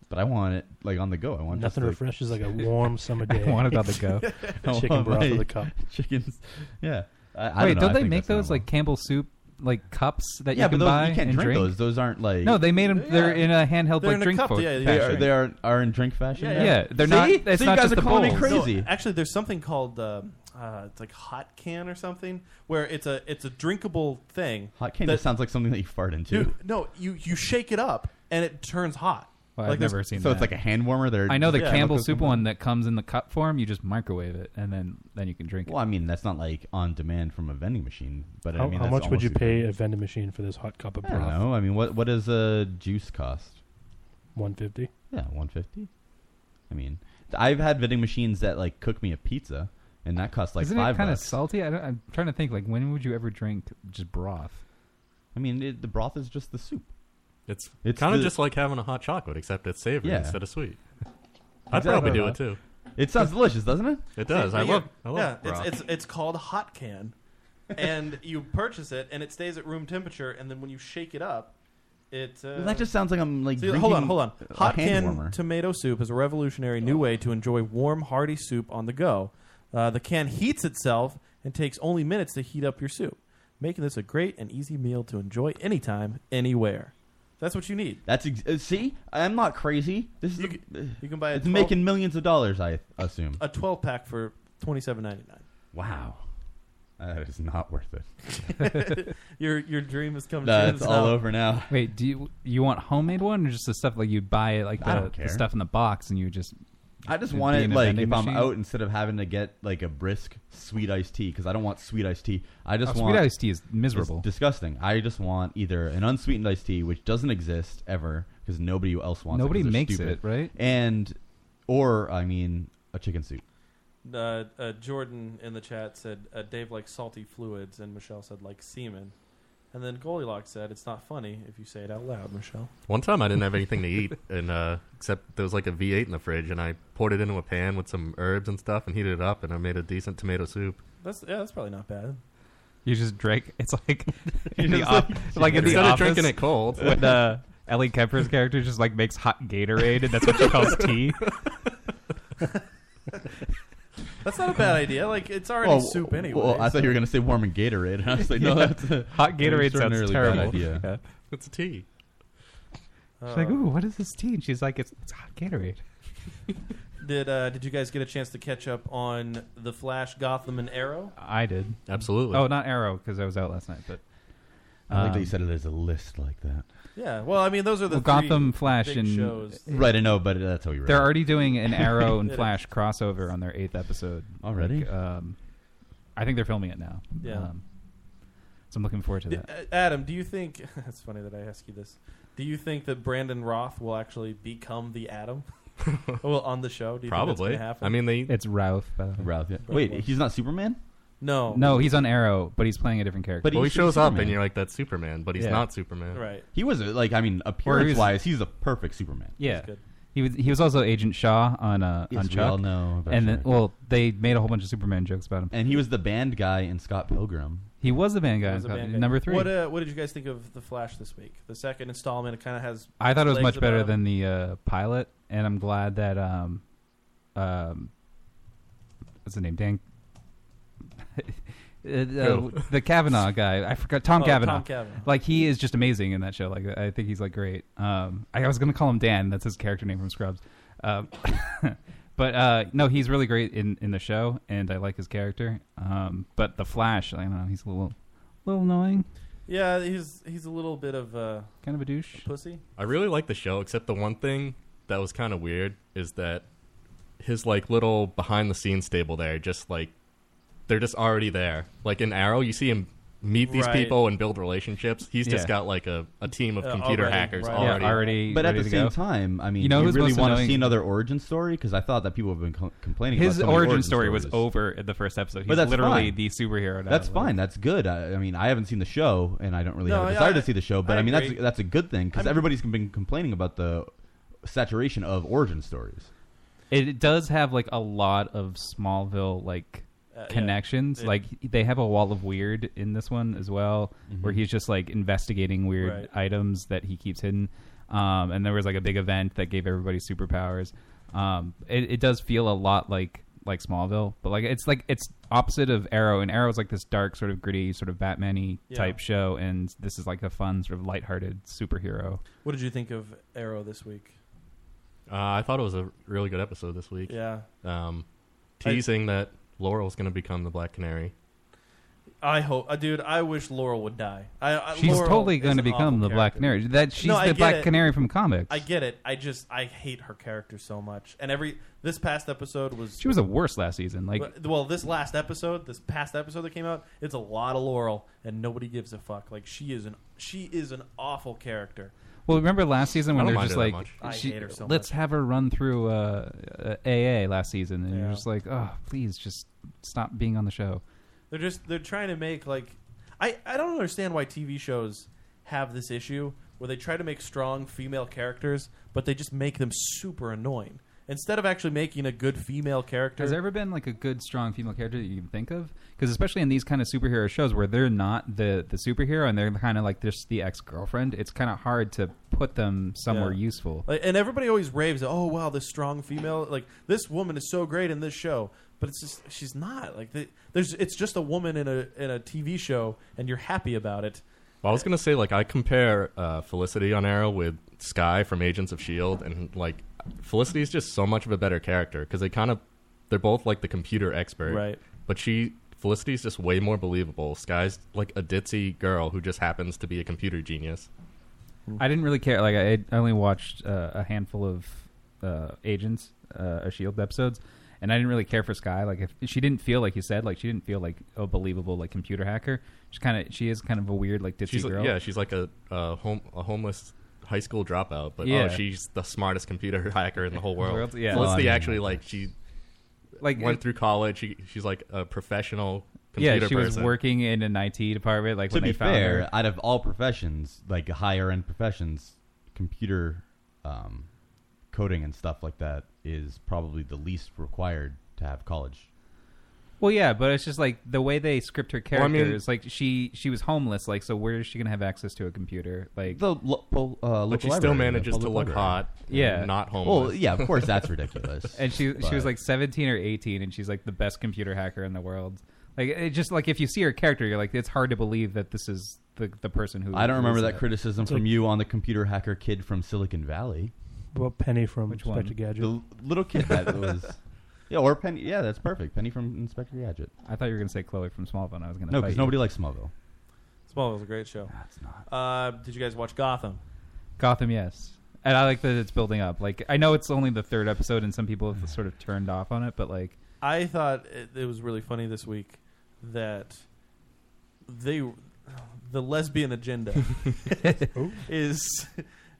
[SPEAKER 9] but I want it like on the go. I want
[SPEAKER 10] Nothing
[SPEAKER 9] just,
[SPEAKER 10] refreshes like a warm summer
[SPEAKER 8] I
[SPEAKER 10] day.
[SPEAKER 8] want it on the go.
[SPEAKER 9] I
[SPEAKER 10] Chicken
[SPEAKER 9] want
[SPEAKER 10] broth
[SPEAKER 9] my
[SPEAKER 10] with a cup.
[SPEAKER 9] Chickens. Yeah. I, I don't,
[SPEAKER 8] Wait,
[SPEAKER 9] know.
[SPEAKER 8] don't
[SPEAKER 9] I
[SPEAKER 8] they
[SPEAKER 9] think
[SPEAKER 8] make
[SPEAKER 9] that's normal.
[SPEAKER 8] those like Campbell soup like cups that
[SPEAKER 9] Yeah,
[SPEAKER 8] you
[SPEAKER 9] but
[SPEAKER 8] can
[SPEAKER 9] those,
[SPEAKER 8] buy
[SPEAKER 9] you can't
[SPEAKER 8] and
[SPEAKER 9] drink, those. Those aren't like
[SPEAKER 8] No, they made them. They're in a handheld
[SPEAKER 7] They're
[SPEAKER 8] like
[SPEAKER 7] in a
[SPEAKER 8] drink
[SPEAKER 7] cup,
[SPEAKER 8] fo-
[SPEAKER 7] yeah, yeah.
[SPEAKER 9] They are,
[SPEAKER 8] fashion.
[SPEAKER 9] they are are in drink fashion.
[SPEAKER 7] Yeah,
[SPEAKER 8] yeah. they're not-
[SPEAKER 9] See?
[SPEAKER 8] it's
[SPEAKER 9] so
[SPEAKER 8] not
[SPEAKER 9] you guys
[SPEAKER 8] just
[SPEAKER 9] are
[SPEAKER 8] the
[SPEAKER 9] calling me
[SPEAKER 8] bowl.
[SPEAKER 7] No,
[SPEAKER 10] uh,
[SPEAKER 9] crazy.
[SPEAKER 7] actually, there's something called uh, uh, it's like hot can or something where it's a it's a drinkable thing.
[SPEAKER 9] Hot can
[SPEAKER 7] that-
[SPEAKER 9] just sounds like something that you fart into.
[SPEAKER 7] Dude, no, you you shake it up and it turns hot.
[SPEAKER 8] Well, I've
[SPEAKER 7] Like, there's-
[SPEAKER 8] never seen.
[SPEAKER 9] so it's like
[SPEAKER 8] that.
[SPEAKER 9] a hand warmer. They're
[SPEAKER 8] I know the
[SPEAKER 7] Yeah.
[SPEAKER 8] Campbell
[SPEAKER 9] Look,
[SPEAKER 8] soup
[SPEAKER 9] look,
[SPEAKER 8] one that comes in the cup form. You just microwave it, and then then you can drink it.
[SPEAKER 9] Well, I mean that's not like on demand from a vending machine, but
[SPEAKER 10] How,
[SPEAKER 9] I mean
[SPEAKER 10] how
[SPEAKER 9] that's
[SPEAKER 10] much would you
[SPEAKER 9] almost-
[SPEAKER 10] pay a vending machine for this hot cup of
[SPEAKER 9] I don't
[SPEAKER 10] broth?
[SPEAKER 9] know. I mean, what what does a juice cost?
[SPEAKER 10] One fifty.
[SPEAKER 9] Yeah, one fifty. I mean, th- I've had vending machines that like cook me a pizza, and that costs like
[SPEAKER 8] Isn't
[SPEAKER 9] five.
[SPEAKER 8] it kind of
[SPEAKER 9] bucks.
[SPEAKER 8] salty? I don't, I'm trying to think. Like, when would you ever drink just broth?
[SPEAKER 9] I mean, it, the broth is just the soup.
[SPEAKER 11] It's
[SPEAKER 9] It's
[SPEAKER 11] kind of
[SPEAKER 9] the-
[SPEAKER 11] just like having a hot chocolate, except it's savory
[SPEAKER 9] Yeah.
[SPEAKER 11] instead of sweet. I'd probably do it too.
[SPEAKER 9] It sounds delicious, doesn't it?
[SPEAKER 11] It does. I
[SPEAKER 7] Yeah,
[SPEAKER 11] love. I love
[SPEAKER 7] yeah,
[SPEAKER 11] broth.
[SPEAKER 7] It's, it's it's called hot can, and you purchase it, and it stays at room temperature, and then when you shake it up, it. Uh,
[SPEAKER 9] that just sounds like I'm, like,
[SPEAKER 7] See, hold on,
[SPEAKER 9] drinking
[SPEAKER 7] hold on.
[SPEAKER 9] a
[SPEAKER 7] Hot
[SPEAKER 9] hand
[SPEAKER 7] can
[SPEAKER 9] warmer. Oh.
[SPEAKER 7] tomato soup is a revolutionary new way to enjoy warm, hearty soup on the go. Uh, the can heats itself and takes only minutes to heat up your soup, making this a great and easy meal to enjoy anytime, anywhere. That's what you need.
[SPEAKER 9] That's ex- uh, see, I'm not crazy. This is you,
[SPEAKER 7] you can buy a
[SPEAKER 9] It's
[SPEAKER 7] 12
[SPEAKER 9] making millions of dollars. I assume.
[SPEAKER 7] A twelve pack for twenty seven ninety nine.
[SPEAKER 9] Wow. Uh, That is not worth it.
[SPEAKER 7] your your dream has come
[SPEAKER 9] No,
[SPEAKER 7] true.
[SPEAKER 9] it's all over now.
[SPEAKER 8] Wait, do you you want homemade one or just the stuff like you buy it like
[SPEAKER 9] I
[SPEAKER 8] the,
[SPEAKER 9] don't
[SPEAKER 8] the
[SPEAKER 9] care.
[SPEAKER 8] stuff in the box and you just?
[SPEAKER 9] I just
[SPEAKER 8] it'd
[SPEAKER 9] want
[SPEAKER 8] be
[SPEAKER 9] it
[SPEAKER 8] in a
[SPEAKER 9] like
[SPEAKER 8] vending
[SPEAKER 9] if I'm
[SPEAKER 8] machine?
[SPEAKER 9] out instead of having to get like a brisk sweet iced tea because I don't want sweet iced tea. I just
[SPEAKER 8] Oh, sweet
[SPEAKER 9] want
[SPEAKER 8] iced tea is miserable.
[SPEAKER 9] it's disgusting. I just want either an unsweetened iced tea which doesn't exist ever because nobody else wants.
[SPEAKER 8] Nobody
[SPEAKER 9] it 'cause they're
[SPEAKER 8] makes
[SPEAKER 9] stupid.
[SPEAKER 8] it, right?
[SPEAKER 9] And or I mean a chicken soup.
[SPEAKER 7] Uh, uh, Jordan in the chat said uh, Dave likes salty fluids, and Michelle said like semen, and then Goldilocks said it's not funny if you say it out loud, Michelle.
[SPEAKER 11] One time I didn't have anything to eat, and uh, except there was like a V8 in the fridge, and I poured it into a pan with some herbs and stuff, and heated it up, and I made a decent tomato soup.
[SPEAKER 7] That's yeah, that's probably not bad.
[SPEAKER 8] You just drink. It's like in
[SPEAKER 11] You
[SPEAKER 8] the
[SPEAKER 11] just,
[SPEAKER 8] op-
[SPEAKER 11] like-
[SPEAKER 8] like in the
[SPEAKER 11] Instead of
[SPEAKER 8] office,
[SPEAKER 11] drinking it cold.
[SPEAKER 8] When uh, Ellie Kemper's character just like makes hot Gatorade, and that's what she calls tea.
[SPEAKER 7] That's not a bad idea. Like it's already
[SPEAKER 9] Well,
[SPEAKER 7] soup anyway.
[SPEAKER 9] Well, I
[SPEAKER 7] so-
[SPEAKER 9] thought you were going to say warm and Gatorade, and I was like, no,
[SPEAKER 8] Yeah.
[SPEAKER 9] that's a,
[SPEAKER 8] Hot Gatorade sounds
[SPEAKER 9] extraordinarily
[SPEAKER 8] terrible.
[SPEAKER 9] Bad idea.
[SPEAKER 8] Yeah.
[SPEAKER 11] It's a tea.
[SPEAKER 7] Uh,
[SPEAKER 8] She's like, "Ooh, what is this tea?" And she's like, "It's, it's hot Gatorade."
[SPEAKER 7] Did uh, did you guys get a chance to catch up on the Flash, Gotham, and Arrow?
[SPEAKER 9] Ah.
[SPEAKER 8] I did
[SPEAKER 11] absolutely.
[SPEAKER 8] Oh, not Arrow because I was out last night. But
[SPEAKER 9] I like that you
[SPEAKER 8] um,
[SPEAKER 9] said it as a list like that.
[SPEAKER 7] Yeah. Well, I mean, those are the
[SPEAKER 8] Well, Gotham,
[SPEAKER 7] three
[SPEAKER 8] Flash,
[SPEAKER 7] big
[SPEAKER 8] and
[SPEAKER 7] shows.
[SPEAKER 9] Right, I know, but that's how you.
[SPEAKER 8] They're already doing an Arrow and
[SPEAKER 7] Yeah.
[SPEAKER 8] Flash crossover on their eighth episode
[SPEAKER 9] Already?
[SPEAKER 8] Like, um, I think they're filming it now.
[SPEAKER 7] Yeah.
[SPEAKER 8] Um, so I'm looking forward to
[SPEAKER 7] D-
[SPEAKER 8] that.
[SPEAKER 7] uh, Adam, do you think it's funny that I ask you this? Do you think that Brandon Roth will actually become the Adam? well, on the show, do you think that's
[SPEAKER 11] Probably.
[SPEAKER 7] gonna happen?
[SPEAKER 11] I mean, they.
[SPEAKER 8] It's Ralph. By the way.
[SPEAKER 9] Ralph. Yeah. Wait, he's not Superman.
[SPEAKER 7] No.
[SPEAKER 8] No, he's on Arrow, but he's playing a different character.
[SPEAKER 11] well, he shows up, and you're like, that's Superman, but he's
[SPEAKER 8] Yeah.
[SPEAKER 11] not Superman.
[SPEAKER 9] He was uh, like, I mean, appearance wise, he's a perfect Superman.
[SPEAKER 8] Yeah. He was he was also Agent Shaw on uh
[SPEAKER 9] Yes,
[SPEAKER 8] on
[SPEAKER 9] we
[SPEAKER 8] Chuck.
[SPEAKER 9] all know about
[SPEAKER 8] and then, well, they made a whole bunch of Superman jokes about him.
[SPEAKER 9] And he was the band guy in Scott Pilgrim.
[SPEAKER 8] He was the band guy.
[SPEAKER 7] That was a
[SPEAKER 8] in Scott-
[SPEAKER 7] band guy.
[SPEAKER 8] Number three.
[SPEAKER 7] What, uh, what did you guys think of the Flash this week? The second installment. It kind of has.
[SPEAKER 8] I thought it was
[SPEAKER 7] legs
[SPEAKER 8] much better
[SPEAKER 7] about it.
[SPEAKER 8] than the uh, pilot, and I'm glad that um, um, what's the name? Dan. Uh, uh,
[SPEAKER 7] Who?
[SPEAKER 8] the Kavanaugh guy, I forgot Tom
[SPEAKER 7] Oh,
[SPEAKER 8] Kavanaugh.
[SPEAKER 7] Tom Cavanaugh.
[SPEAKER 8] Like he is just amazing in that show. Like I think he's like great. Um, I was gonna call him Dan. That's his character name from Scrubs. Um, but uh, no, he's really great in, in the show, and I like his character. Um, but the Flash, I don't know, he's a little little annoying.
[SPEAKER 7] Yeah, he's he's a little bit of uh,
[SPEAKER 8] kind of a douche,
[SPEAKER 7] pussy.
[SPEAKER 11] I really like the show, except the one thing that was kind of weird is that his like little behind the scenes stable there, just like they're just already there. Like in Arrow, you see him meet these
[SPEAKER 9] Right.
[SPEAKER 11] people and build relationships. He's just
[SPEAKER 9] Yeah.
[SPEAKER 11] got like a, a team of
[SPEAKER 9] Uh,
[SPEAKER 11] computer
[SPEAKER 9] already,
[SPEAKER 11] hackers
[SPEAKER 9] right. Yeah,
[SPEAKER 11] already.
[SPEAKER 9] But at the same time, I mean,
[SPEAKER 8] You know
[SPEAKER 9] you
[SPEAKER 8] who's
[SPEAKER 9] really
[SPEAKER 8] most
[SPEAKER 9] want to
[SPEAKER 8] annoying?
[SPEAKER 9] see another origin story because I thought that people have been co- complaining.
[SPEAKER 8] His
[SPEAKER 9] about so many
[SPEAKER 8] origin
[SPEAKER 9] origin
[SPEAKER 8] story was
[SPEAKER 9] stories.
[SPEAKER 8] over in the first episode. He's
[SPEAKER 9] but that's
[SPEAKER 8] literally
[SPEAKER 9] fine.
[SPEAKER 8] the superhero. Now.
[SPEAKER 9] That's
[SPEAKER 8] Like,
[SPEAKER 9] fine. That's good. I, I mean, I haven't seen the show, and I don't really
[SPEAKER 8] No,
[SPEAKER 9] have a
[SPEAKER 8] yeah,
[SPEAKER 9] desire
[SPEAKER 8] I-
[SPEAKER 9] to see the show. But
[SPEAKER 8] I
[SPEAKER 9] I, mean, that's
[SPEAKER 8] agree.
[SPEAKER 9] that's a good thing because
[SPEAKER 8] I'm-
[SPEAKER 9] everybody's been complaining about the saturation of origin stories.
[SPEAKER 8] It it does have like a lot of Smallville like
[SPEAKER 7] Uh, yeah.
[SPEAKER 8] connections.
[SPEAKER 7] It-
[SPEAKER 8] like they have a wall of weird in this one as well, where
[SPEAKER 7] Mhm.
[SPEAKER 8] he's just like investigating weird
[SPEAKER 7] Right.
[SPEAKER 8] items that he keeps hidden. Um, and there was like a big event that gave everybody superpowers. Um, it, it does feel a lot like like Smallville, but like it's like it's opposite of Arrow, and Arrow's like this dark, sort of gritty, sort of Batman-y
[SPEAKER 7] Yeah.
[SPEAKER 8] type show, and this is like a fun, sort of lighthearted superhero.
[SPEAKER 7] What did you think of Arrow this week?
[SPEAKER 11] Uh, I thought it was a really good episode this week.
[SPEAKER 7] Yeah.
[SPEAKER 11] Um, teasing that Laurel's going to become the Black Canary.
[SPEAKER 7] I hope, uh, dude. I wish Laurel would die. I, I,
[SPEAKER 8] She's
[SPEAKER 7] Laurel
[SPEAKER 8] totally
[SPEAKER 7] is
[SPEAKER 8] going to
[SPEAKER 7] an
[SPEAKER 8] become
[SPEAKER 7] awful
[SPEAKER 8] the Black Canary.
[SPEAKER 7] character.
[SPEAKER 8] That she's
[SPEAKER 7] No, I
[SPEAKER 8] the
[SPEAKER 7] get
[SPEAKER 8] Black
[SPEAKER 7] it.
[SPEAKER 8] Canary from comics.
[SPEAKER 7] I get it. I just I hate her character so much. And every this past episode was
[SPEAKER 8] She was the worst last season. Like
[SPEAKER 7] well, this last episode, this past episode that came out, it's a lot of Laurel, and nobody gives a fuck. Like she is an she is an awful character.
[SPEAKER 8] Well, remember last season when
[SPEAKER 11] I
[SPEAKER 8] they're
[SPEAKER 11] don't
[SPEAKER 8] just
[SPEAKER 11] mind her
[SPEAKER 8] like,
[SPEAKER 11] that much. I
[SPEAKER 8] she-
[SPEAKER 11] hate her so
[SPEAKER 8] let's have her run through uh, uh, AA last season, and you're just like, oh, please, just stop being on the show.
[SPEAKER 7] They're just they're trying to make like I I don't understand why TV shows have this issue where they try to make strong female characters, but they just make them super annoying instead of actually making a good female character.
[SPEAKER 8] Has there ever been like a good, strong female character that you can think of? Because especially in these kind of superhero shows where they're not the the superhero and they're kind of like just the ex girlfriend, it's kind of hard to put them somewhere
[SPEAKER 7] Yeah.
[SPEAKER 8] useful.
[SPEAKER 7] Like, and everybody always raves, "Oh wow, this strong female! Like this woman is so great in this show." But it's just she's not like the, there's. It's just a woman in a in a TV show, and you're happy about it.
[SPEAKER 11] Well, I was gonna say like I compare uh, Felicity on Arrow with Sky from Agents of Shield, E and like Felicity is just so much of a better character because they kind of they're both like the computer expert,
[SPEAKER 7] Right.
[SPEAKER 11] But she Felicity's just way more believable. Sky's like a ditzy girl who just happens to be a computer genius. Hmm.
[SPEAKER 8] I didn't really care. Like I, I only watched uh, a handful of uh, Agents, uh, or Shield episodes, and I didn't really care for Sky. Like if she didn't feel like you said, like she didn't feel like a believable like computer hacker. She's kind of she is kind of a weird like ditzy
[SPEAKER 11] she's
[SPEAKER 8] girl.
[SPEAKER 11] Like, yeah, she's like a, a home a homeless high school dropout, but
[SPEAKER 8] Yeah.
[SPEAKER 11] oh, she's the smartest computer hacker in the whole world.
[SPEAKER 8] World, yeah.
[SPEAKER 11] Felicity
[SPEAKER 8] Oh, yeah.
[SPEAKER 11] actually like she
[SPEAKER 8] Like,
[SPEAKER 11] went
[SPEAKER 8] it-
[SPEAKER 11] through college. She she's like a professional
[SPEAKER 8] Yeah,
[SPEAKER 11] computer
[SPEAKER 8] she
[SPEAKER 11] person.
[SPEAKER 8] was working in an IT department. Like
[SPEAKER 9] to
[SPEAKER 8] when
[SPEAKER 9] be
[SPEAKER 8] they found
[SPEAKER 9] fair,
[SPEAKER 8] her.
[SPEAKER 9] out of all professions, like higher end professions, computer um, coding and stuff like that is probably the least required to have college.
[SPEAKER 8] Well, yeah, but it's just like the way they script her
[SPEAKER 9] Well, I
[SPEAKER 8] character
[SPEAKER 9] mean-
[SPEAKER 8] is like she she was homeless. Like, so where is she gonna have access to a computer? Like
[SPEAKER 9] the lo- po- uh, local
[SPEAKER 11] But she still
[SPEAKER 9] library, the
[SPEAKER 11] manages to
[SPEAKER 9] public
[SPEAKER 11] look
[SPEAKER 9] library.
[SPEAKER 11] hot. and
[SPEAKER 8] yeah,
[SPEAKER 11] not homeless.
[SPEAKER 9] Well, yeah, of course that's ridiculous.
[SPEAKER 8] and she she was
[SPEAKER 9] But-
[SPEAKER 8] like seventeen or eighteen, and she's like the best computer hacker in the world. Like, it just like if you see her character, you're like, it's hard to believe that this is the the person who.
[SPEAKER 9] I don't remember
[SPEAKER 8] is
[SPEAKER 9] that criticism
[SPEAKER 8] It's
[SPEAKER 9] from
[SPEAKER 8] like-
[SPEAKER 9] you on the computer hacker kid from Silicon Valley.
[SPEAKER 10] What about Penny from
[SPEAKER 8] Which one?
[SPEAKER 10] Inspector Gadget?
[SPEAKER 9] The l- little kid that was. Yeah, or Penny. Yeah, that's perfect. Penny from Inspector Gadget.
[SPEAKER 8] I thought you were gonna say Chloe from Smallville. and I was gonna
[SPEAKER 9] No,
[SPEAKER 8] fight
[SPEAKER 9] because
[SPEAKER 8] you.
[SPEAKER 9] nobody likes Smallville.
[SPEAKER 7] Smallville's a great show. That's not. Uh, did you guys watch Gotham?
[SPEAKER 8] Gotham, yes. And I like that it's building up. Like I know it's only the third episode, and some people have sort of turned off on it, but like
[SPEAKER 7] I thought it, it was really funny this week that they the lesbian agenda is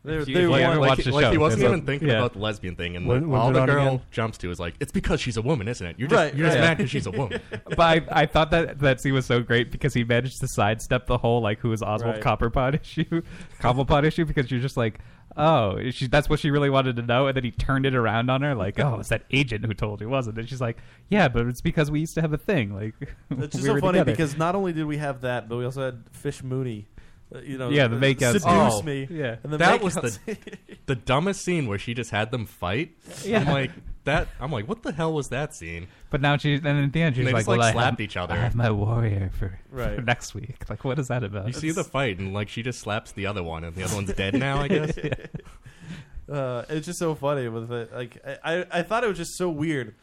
[SPEAKER 7] they're, they
[SPEAKER 11] like,
[SPEAKER 7] want
[SPEAKER 11] like, he- like he wasn't even thinking about the lesbian thing, and
[SPEAKER 7] When-
[SPEAKER 11] like,
[SPEAKER 7] when
[SPEAKER 11] all
[SPEAKER 7] they're
[SPEAKER 11] the
[SPEAKER 7] on
[SPEAKER 11] girl
[SPEAKER 7] again?
[SPEAKER 11] jumps to is like, "It's because she's a woman, isn't it? You're just you're just mad because she's a woman."
[SPEAKER 8] but I, I thought that that scene was so great because he managed to sidestep the whole like who is Oswald
[SPEAKER 7] Right.
[SPEAKER 8] Copperpot issue, Cobblepot issue because you're just like, oh, is she, that's what she really wanted to know, and then he turned it around on her like, oh, it's that agent who told you wasn't, and she's like, yeah, but it's because we used to have a thing like.
[SPEAKER 7] It's just
[SPEAKER 8] we
[SPEAKER 7] so
[SPEAKER 8] were
[SPEAKER 7] funny
[SPEAKER 8] together.
[SPEAKER 7] because not only did we have that, but we also had Fish Mooney. uh, You know,
[SPEAKER 8] Yeah, the makeout
[SPEAKER 7] seduce
[SPEAKER 11] Oh.
[SPEAKER 7] me. and the
[SPEAKER 11] that
[SPEAKER 7] makeout
[SPEAKER 11] was the
[SPEAKER 7] scene-
[SPEAKER 11] the dumbest scene where she just had them fight.
[SPEAKER 7] Yeah.
[SPEAKER 11] I'm like that. I'm like, what the hell was that scene?
[SPEAKER 8] But now she, and at the end she's
[SPEAKER 11] And they
[SPEAKER 8] like,
[SPEAKER 11] just,
[SPEAKER 8] well,
[SPEAKER 11] like,
[SPEAKER 8] I
[SPEAKER 11] slapped
[SPEAKER 8] have-
[SPEAKER 11] each other.
[SPEAKER 8] I have my warrior for, for
[SPEAKER 11] Right.
[SPEAKER 8] next week. Like, what is that about?
[SPEAKER 11] You see the fight, and like she just slaps the other one, and the other one's dead now. I guess.
[SPEAKER 7] uh, it's just so funny with it. Like I, I, I thought it was just so weird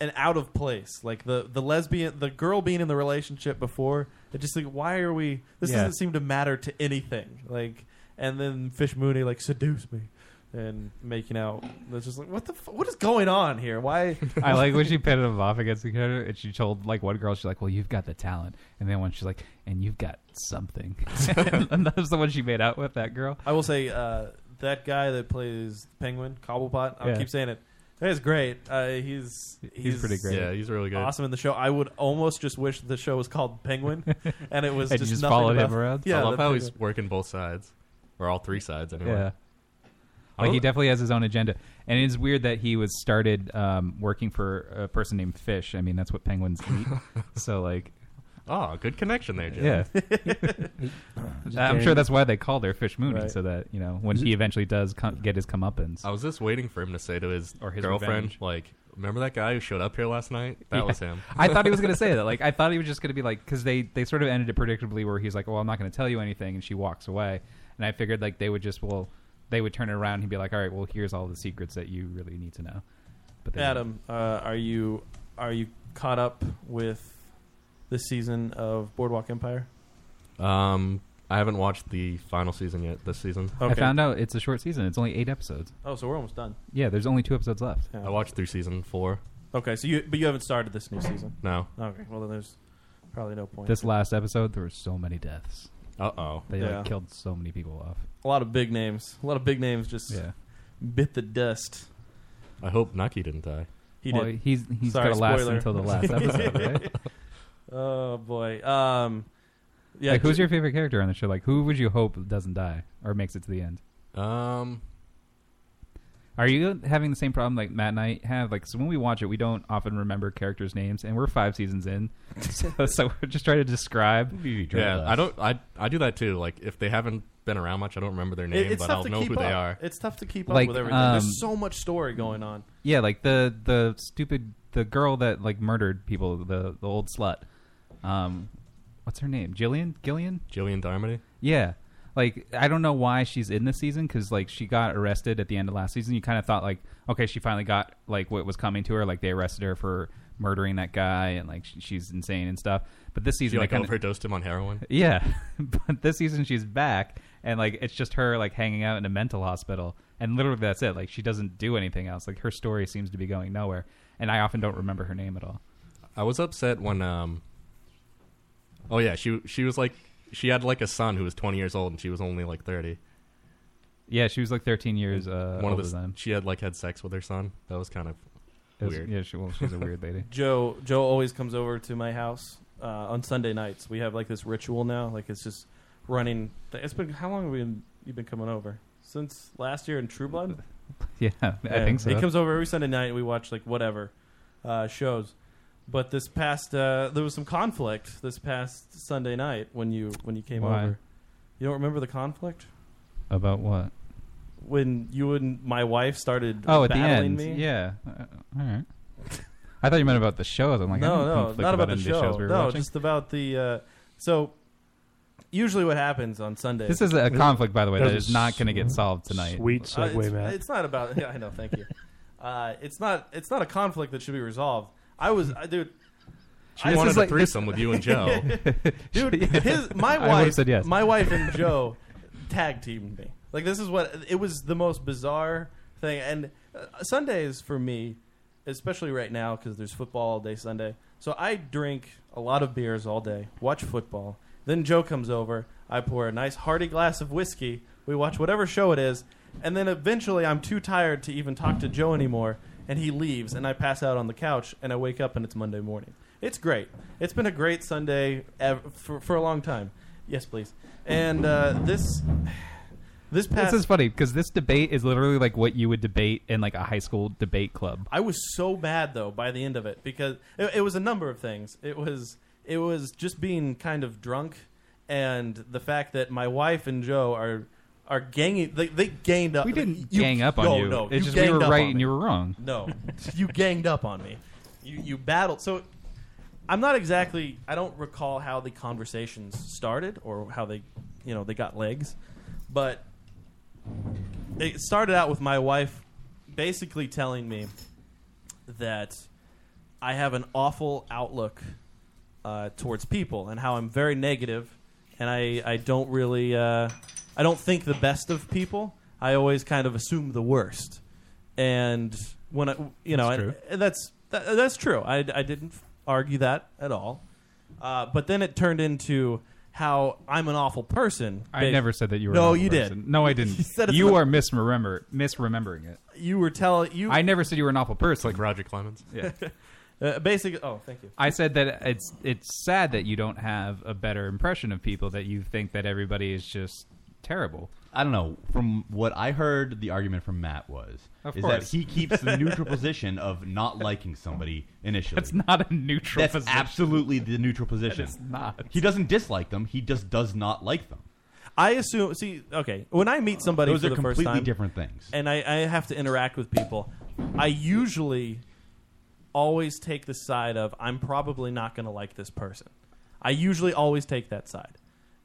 [SPEAKER 7] and out of place. Like the the lesbian, the girl being in the relationship before. It just like why are we? This
[SPEAKER 8] Yeah.
[SPEAKER 7] doesn't seem to matter to anything. Like and then Fish Mooney like seduce me. And making out, it's just like what the f- what is going on here? Why
[SPEAKER 8] I like when she pitted him off against the computer, and she told like one girl, she's like, "Well, you've got the talent," and then one she's like, "And you've got something." and that was the one she made out with that girl.
[SPEAKER 7] I will say uh, that guy that plays Penguin Cobblepot. I will
[SPEAKER 8] Yeah.
[SPEAKER 7] keep saying it. He's great. Uh, he's, he's
[SPEAKER 8] pretty great.
[SPEAKER 11] Yeah, he's really good.
[SPEAKER 7] Awesome in the show. I would almost just wish the show was called Penguin, and it was
[SPEAKER 8] And you
[SPEAKER 7] just,
[SPEAKER 8] just
[SPEAKER 7] nothing
[SPEAKER 8] followed him
[SPEAKER 7] about-
[SPEAKER 8] around?
[SPEAKER 7] Yeah,
[SPEAKER 11] I love
[SPEAKER 7] the
[SPEAKER 11] how
[SPEAKER 7] Penguin.
[SPEAKER 11] he's working both sides, or all three sides anyway.
[SPEAKER 8] Yeah.
[SPEAKER 11] I
[SPEAKER 8] Like he
[SPEAKER 11] don't-
[SPEAKER 8] definitely has his own agenda, and it's weird that he was started um, working for a person named Fish. I mean, that's what penguins eat. so like,
[SPEAKER 11] Oh, good connection there, Jim.
[SPEAKER 8] yeah, Uh, I'm sure that's why they called her Fish Mooney,
[SPEAKER 11] Right. Oh,
[SPEAKER 8] so that you know when he eventually does come, get his comeuppance.
[SPEAKER 11] I was just waiting for him to say to his,
[SPEAKER 8] Or his
[SPEAKER 11] girlfriend,
[SPEAKER 8] revenge.
[SPEAKER 11] like, remember that guy who showed up here last night? That
[SPEAKER 8] Yeah.
[SPEAKER 11] was him.
[SPEAKER 8] I thought he was going to say that. Like, I thought he was just going to be like, because they they sort of ended it predictably, where he's like, "Well, I'm not going to tell you anything," and she walks away. And I figured like they would just well, they would turn it around and be like, "All right, well, here's all the secrets that you really need to know." But they
[SPEAKER 7] Adam, uh, are you are you caught up with this season of Boardwalk Empire?
[SPEAKER 11] Um, I haven't watched the final season yet. This season,
[SPEAKER 8] I found out it's a short season. It's only eight episodes.
[SPEAKER 7] Oh, so we're almost done.
[SPEAKER 8] Yeah, there's only two episodes left.
[SPEAKER 11] I watched through season four.
[SPEAKER 7] Okay, so you but you haven't started this new season.
[SPEAKER 11] No.
[SPEAKER 7] Okay. Well, then there's probably no point.
[SPEAKER 8] This last episode, there were so many deaths.
[SPEAKER 11] Uh oh.
[SPEAKER 8] They like killed so many people off.
[SPEAKER 7] A lot of big names. A lot of big names just
[SPEAKER 8] Yeah.
[SPEAKER 7] bit the dust.
[SPEAKER 11] I hope Naki didn't die.
[SPEAKER 7] He
[SPEAKER 8] Well,
[SPEAKER 7] did.
[SPEAKER 8] he's- he's
[SPEAKER 7] Sorry,
[SPEAKER 8] gotta last
[SPEAKER 7] spoiler.
[SPEAKER 8] until the last episode, right?
[SPEAKER 7] Oh boy. Um. Yeah.
[SPEAKER 8] like, who's your favorite character on the show? Like, who would you hope doesn't die or makes it to the end?
[SPEAKER 11] Um,
[SPEAKER 8] are you having the same problem like Matt and I have? Like, so when we watch it, we don't often remember characters' names, and we're five seasons in, so, so we're just trying to describe.
[SPEAKER 11] yeah, I don't. I I do that too. Like if they haven't been around much, I don't remember their
[SPEAKER 7] It-
[SPEAKER 11] name,
[SPEAKER 7] it's
[SPEAKER 11] but
[SPEAKER 7] tough
[SPEAKER 11] I'll
[SPEAKER 7] to
[SPEAKER 11] know
[SPEAKER 7] keep
[SPEAKER 11] who
[SPEAKER 7] up.
[SPEAKER 11] they are.
[SPEAKER 7] It's tough to keep up
[SPEAKER 8] Like,
[SPEAKER 7] with everything.
[SPEAKER 8] um,
[SPEAKER 7] There's so much story going on.
[SPEAKER 8] Yeah, like the the stupid the girl that like murdered people, the the old slut. Um, what's her name? Jillian? Gillian?
[SPEAKER 11] Jillian Darmody?
[SPEAKER 8] Yeah. Like I don't know why she's in this season because like she got arrested at the end of last season. You kind of thought like, okay, she finally got like what was coming to her. Like they arrested her for murdering that guy and like she, she's insane and stuff. But this season,
[SPEAKER 11] She
[SPEAKER 8] they
[SPEAKER 11] like
[SPEAKER 8] kinda-
[SPEAKER 11] overdosed him on heroin.
[SPEAKER 8] yeah, but this season she's back, and like it's just her like hanging out in a mental hospital, and literally that's it. Like she doesn't do anything else. Like her story seems to be going nowhere, and I often don't remember her name at all.
[SPEAKER 11] I was upset when um Oh yeah, she she was like she had like a son who was 20 years old and she was only like 30.
[SPEAKER 8] Yeah, she was like 13 years uh,
[SPEAKER 11] One
[SPEAKER 8] older
[SPEAKER 11] of the s-
[SPEAKER 8] than him.
[SPEAKER 11] she had like had sex with her son. That was kind of
[SPEAKER 8] It was-
[SPEAKER 11] weird.
[SPEAKER 8] yeah, she- well, she's a weird lady.
[SPEAKER 7] Joe Joe always comes over to my house uh, on Sunday nights. We have like this ritual now. Like it's just running. It's been how long have we been, you been coming over since last year in True Blood?
[SPEAKER 8] Yeah, I think so.
[SPEAKER 7] He comes over every Sunday night. and We watch like whatever uh, shows. But this past uh, there was some conflict this past Sunday night when you when you came
[SPEAKER 8] Why?
[SPEAKER 7] over. You don't remember the conflict
[SPEAKER 8] About what?
[SPEAKER 7] when you and my wife started
[SPEAKER 8] Oh, at the
[SPEAKER 7] battling
[SPEAKER 8] end.
[SPEAKER 7] me.
[SPEAKER 8] Yeah. Uh, all right. I thought you meant about the shows. I'm like, I
[SPEAKER 7] no,
[SPEAKER 8] don't
[SPEAKER 7] no,
[SPEAKER 8] conflict
[SPEAKER 7] not about the
[SPEAKER 8] any of
[SPEAKER 7] show.
[SPEAKER 8] Shows we were
[SPEAKER 7] no,
[SPEAKER 8] watching.
[SPEAKER 7] just about the. Uh, so, usually, what happens on Sunday?
[SPEAKER 8] This is a conflict, by the way, that is not going to get solved tonight.
[SPEAKER 7] Uh, it's, It's not about. Yeah, I know. Thank you. Uh, it's not. It's not a conflict that should be resolved. I was, I, dude.
[SPEAKER 11] She wanted a threesome with you and Joe.
[SPEAKER 7] dude.
[SPEAKER 11] Yeah.
[SPEAKER 7] His, my
[SPEAKER 11] I would've
[SPEAKER 7] wife
[SPEAKER 11] said yes.
[SPEAKER 7] My wife and Joe tag teamed me. Like this is what it was the most bizarre thing. And uh, Sundays for me, especially right now, because there's football all day Sunday. So I drink a lot of beers all day, watch football. Then Joe comes over. I pour a nice hearty glass of whiskey. We watch whatever show it is, and then eventually I'm too tired to even talk to Joe anymore, and he leaves, and I pass out on the couch, and I wake up, and it's Monday morning. It's great. It's been a great Sunday ev- for, for a long time. Yes, please. And uh, this this past
[SPEAKER 8] this is funny because this debate is literally like what you would debate in like a high school debate club.
[SPEAKER 7] I was so bad though by the end of it because it, it was a number of things. It was it was just being kind of drunk and the fact that my wife and Joe are are ganging. They, they gained up.
[SPEAKER 8] We didn't
[SPEAKER 7] You-
[SPEAKER 8] gang up on
[SPEAKER 7] no,
[SPEAKER 8] you.
[SPEAKER 7] No,
[SPEAKER 8] It's
[SPEAKER 7] you
[SPEAKER 8] just we
[SPEAKER 7] ganged
[SPEAKER 8] were
[SPEAKER 7] up
[SPEAKER 8] right
[SPEAKER 7] on
[SPEAKER 8] and
[SPEAKER 7] me.
[SPEAKER 8] you were wrong.
[SPEAKER 7] No, you ganged up on me. You you battled. So I'm not exactly. I don't recall how the conversations started or how they, you know, they got legs, but it started out with my wife basically telling me that I have an awful outlook uh, towards people and how I'm very negative and I, I don't really uh, I don't think the best of people. I always kind of assume the worst. And when I you know
[SPEAKER 3] That's
[SPEAKER 7] and-
[SPEAKER 3] true.
[SPEAKER 7] and that's that, that's true. I, I didn't argue that at all. Uh, but then it turned into how I'm an awful person.
[SPEAKER 8] I
[SPEAKER 7] Ba-
[SPEAKER 8] never said that you were. an
[SPEAKER 7] No,
[SPEAKER 8] awful
[SPEAKER 7] you
[SPEAKER 8] person.
[SPEAKER 7] did.
[SPEAKER 8] No, I didn't.
[SPEAKER 7] You said it's
[SPEAKER 8] you
[SPEAKER 7] not-
[SPEAKER 8] are misremember misremembering it.
[SPEAKER 7] You were telling you.
[SPEAKER 8] I never said you were an awful person.
[SPEAKER 11] Like Roger Clemens.
[SPEAKER 8] Yeah.
[SPEAKER 7] uh, basically. Oh, thank you.
[SPEAKER 8] I said that it's it's sad that you don't have a better impression of people that you think that everybody is just terrible.
[SPEAKER 9] I don't know. From what I heard, the argument from Matt was
[SPEAKER 8] Of
[SPEAKER 9] is that
[SPEAKER 8] course.
[SPEAKER 9] he keeps the neutral position of not liking somebody initially.
[SPEAKER 8] That's not a neutral
[SPEAKER 9] That's
[SPEAKER 8] position.
[SPEAKER 9] absolutely the neutral position.
[SPEAKER 8] is not.
[SPEAKER 9] He doesn't dislike them. He just does not like them.
[SPEAKER 7] I assume. See, okay, when I meet somebody
[SPEAKER 9] Those
[SPEAKER 7] for
[SPEAKER 9] are
[SPEAKER 7] the first
[SPEAKER 9] completely
[SPEAKER 7] time,
[SPEAKER 9] different things.
[SPEAKER 7] and I, I have to interact with people, I usually always take the side of I'm probably not going to like this person. I usually always take that side,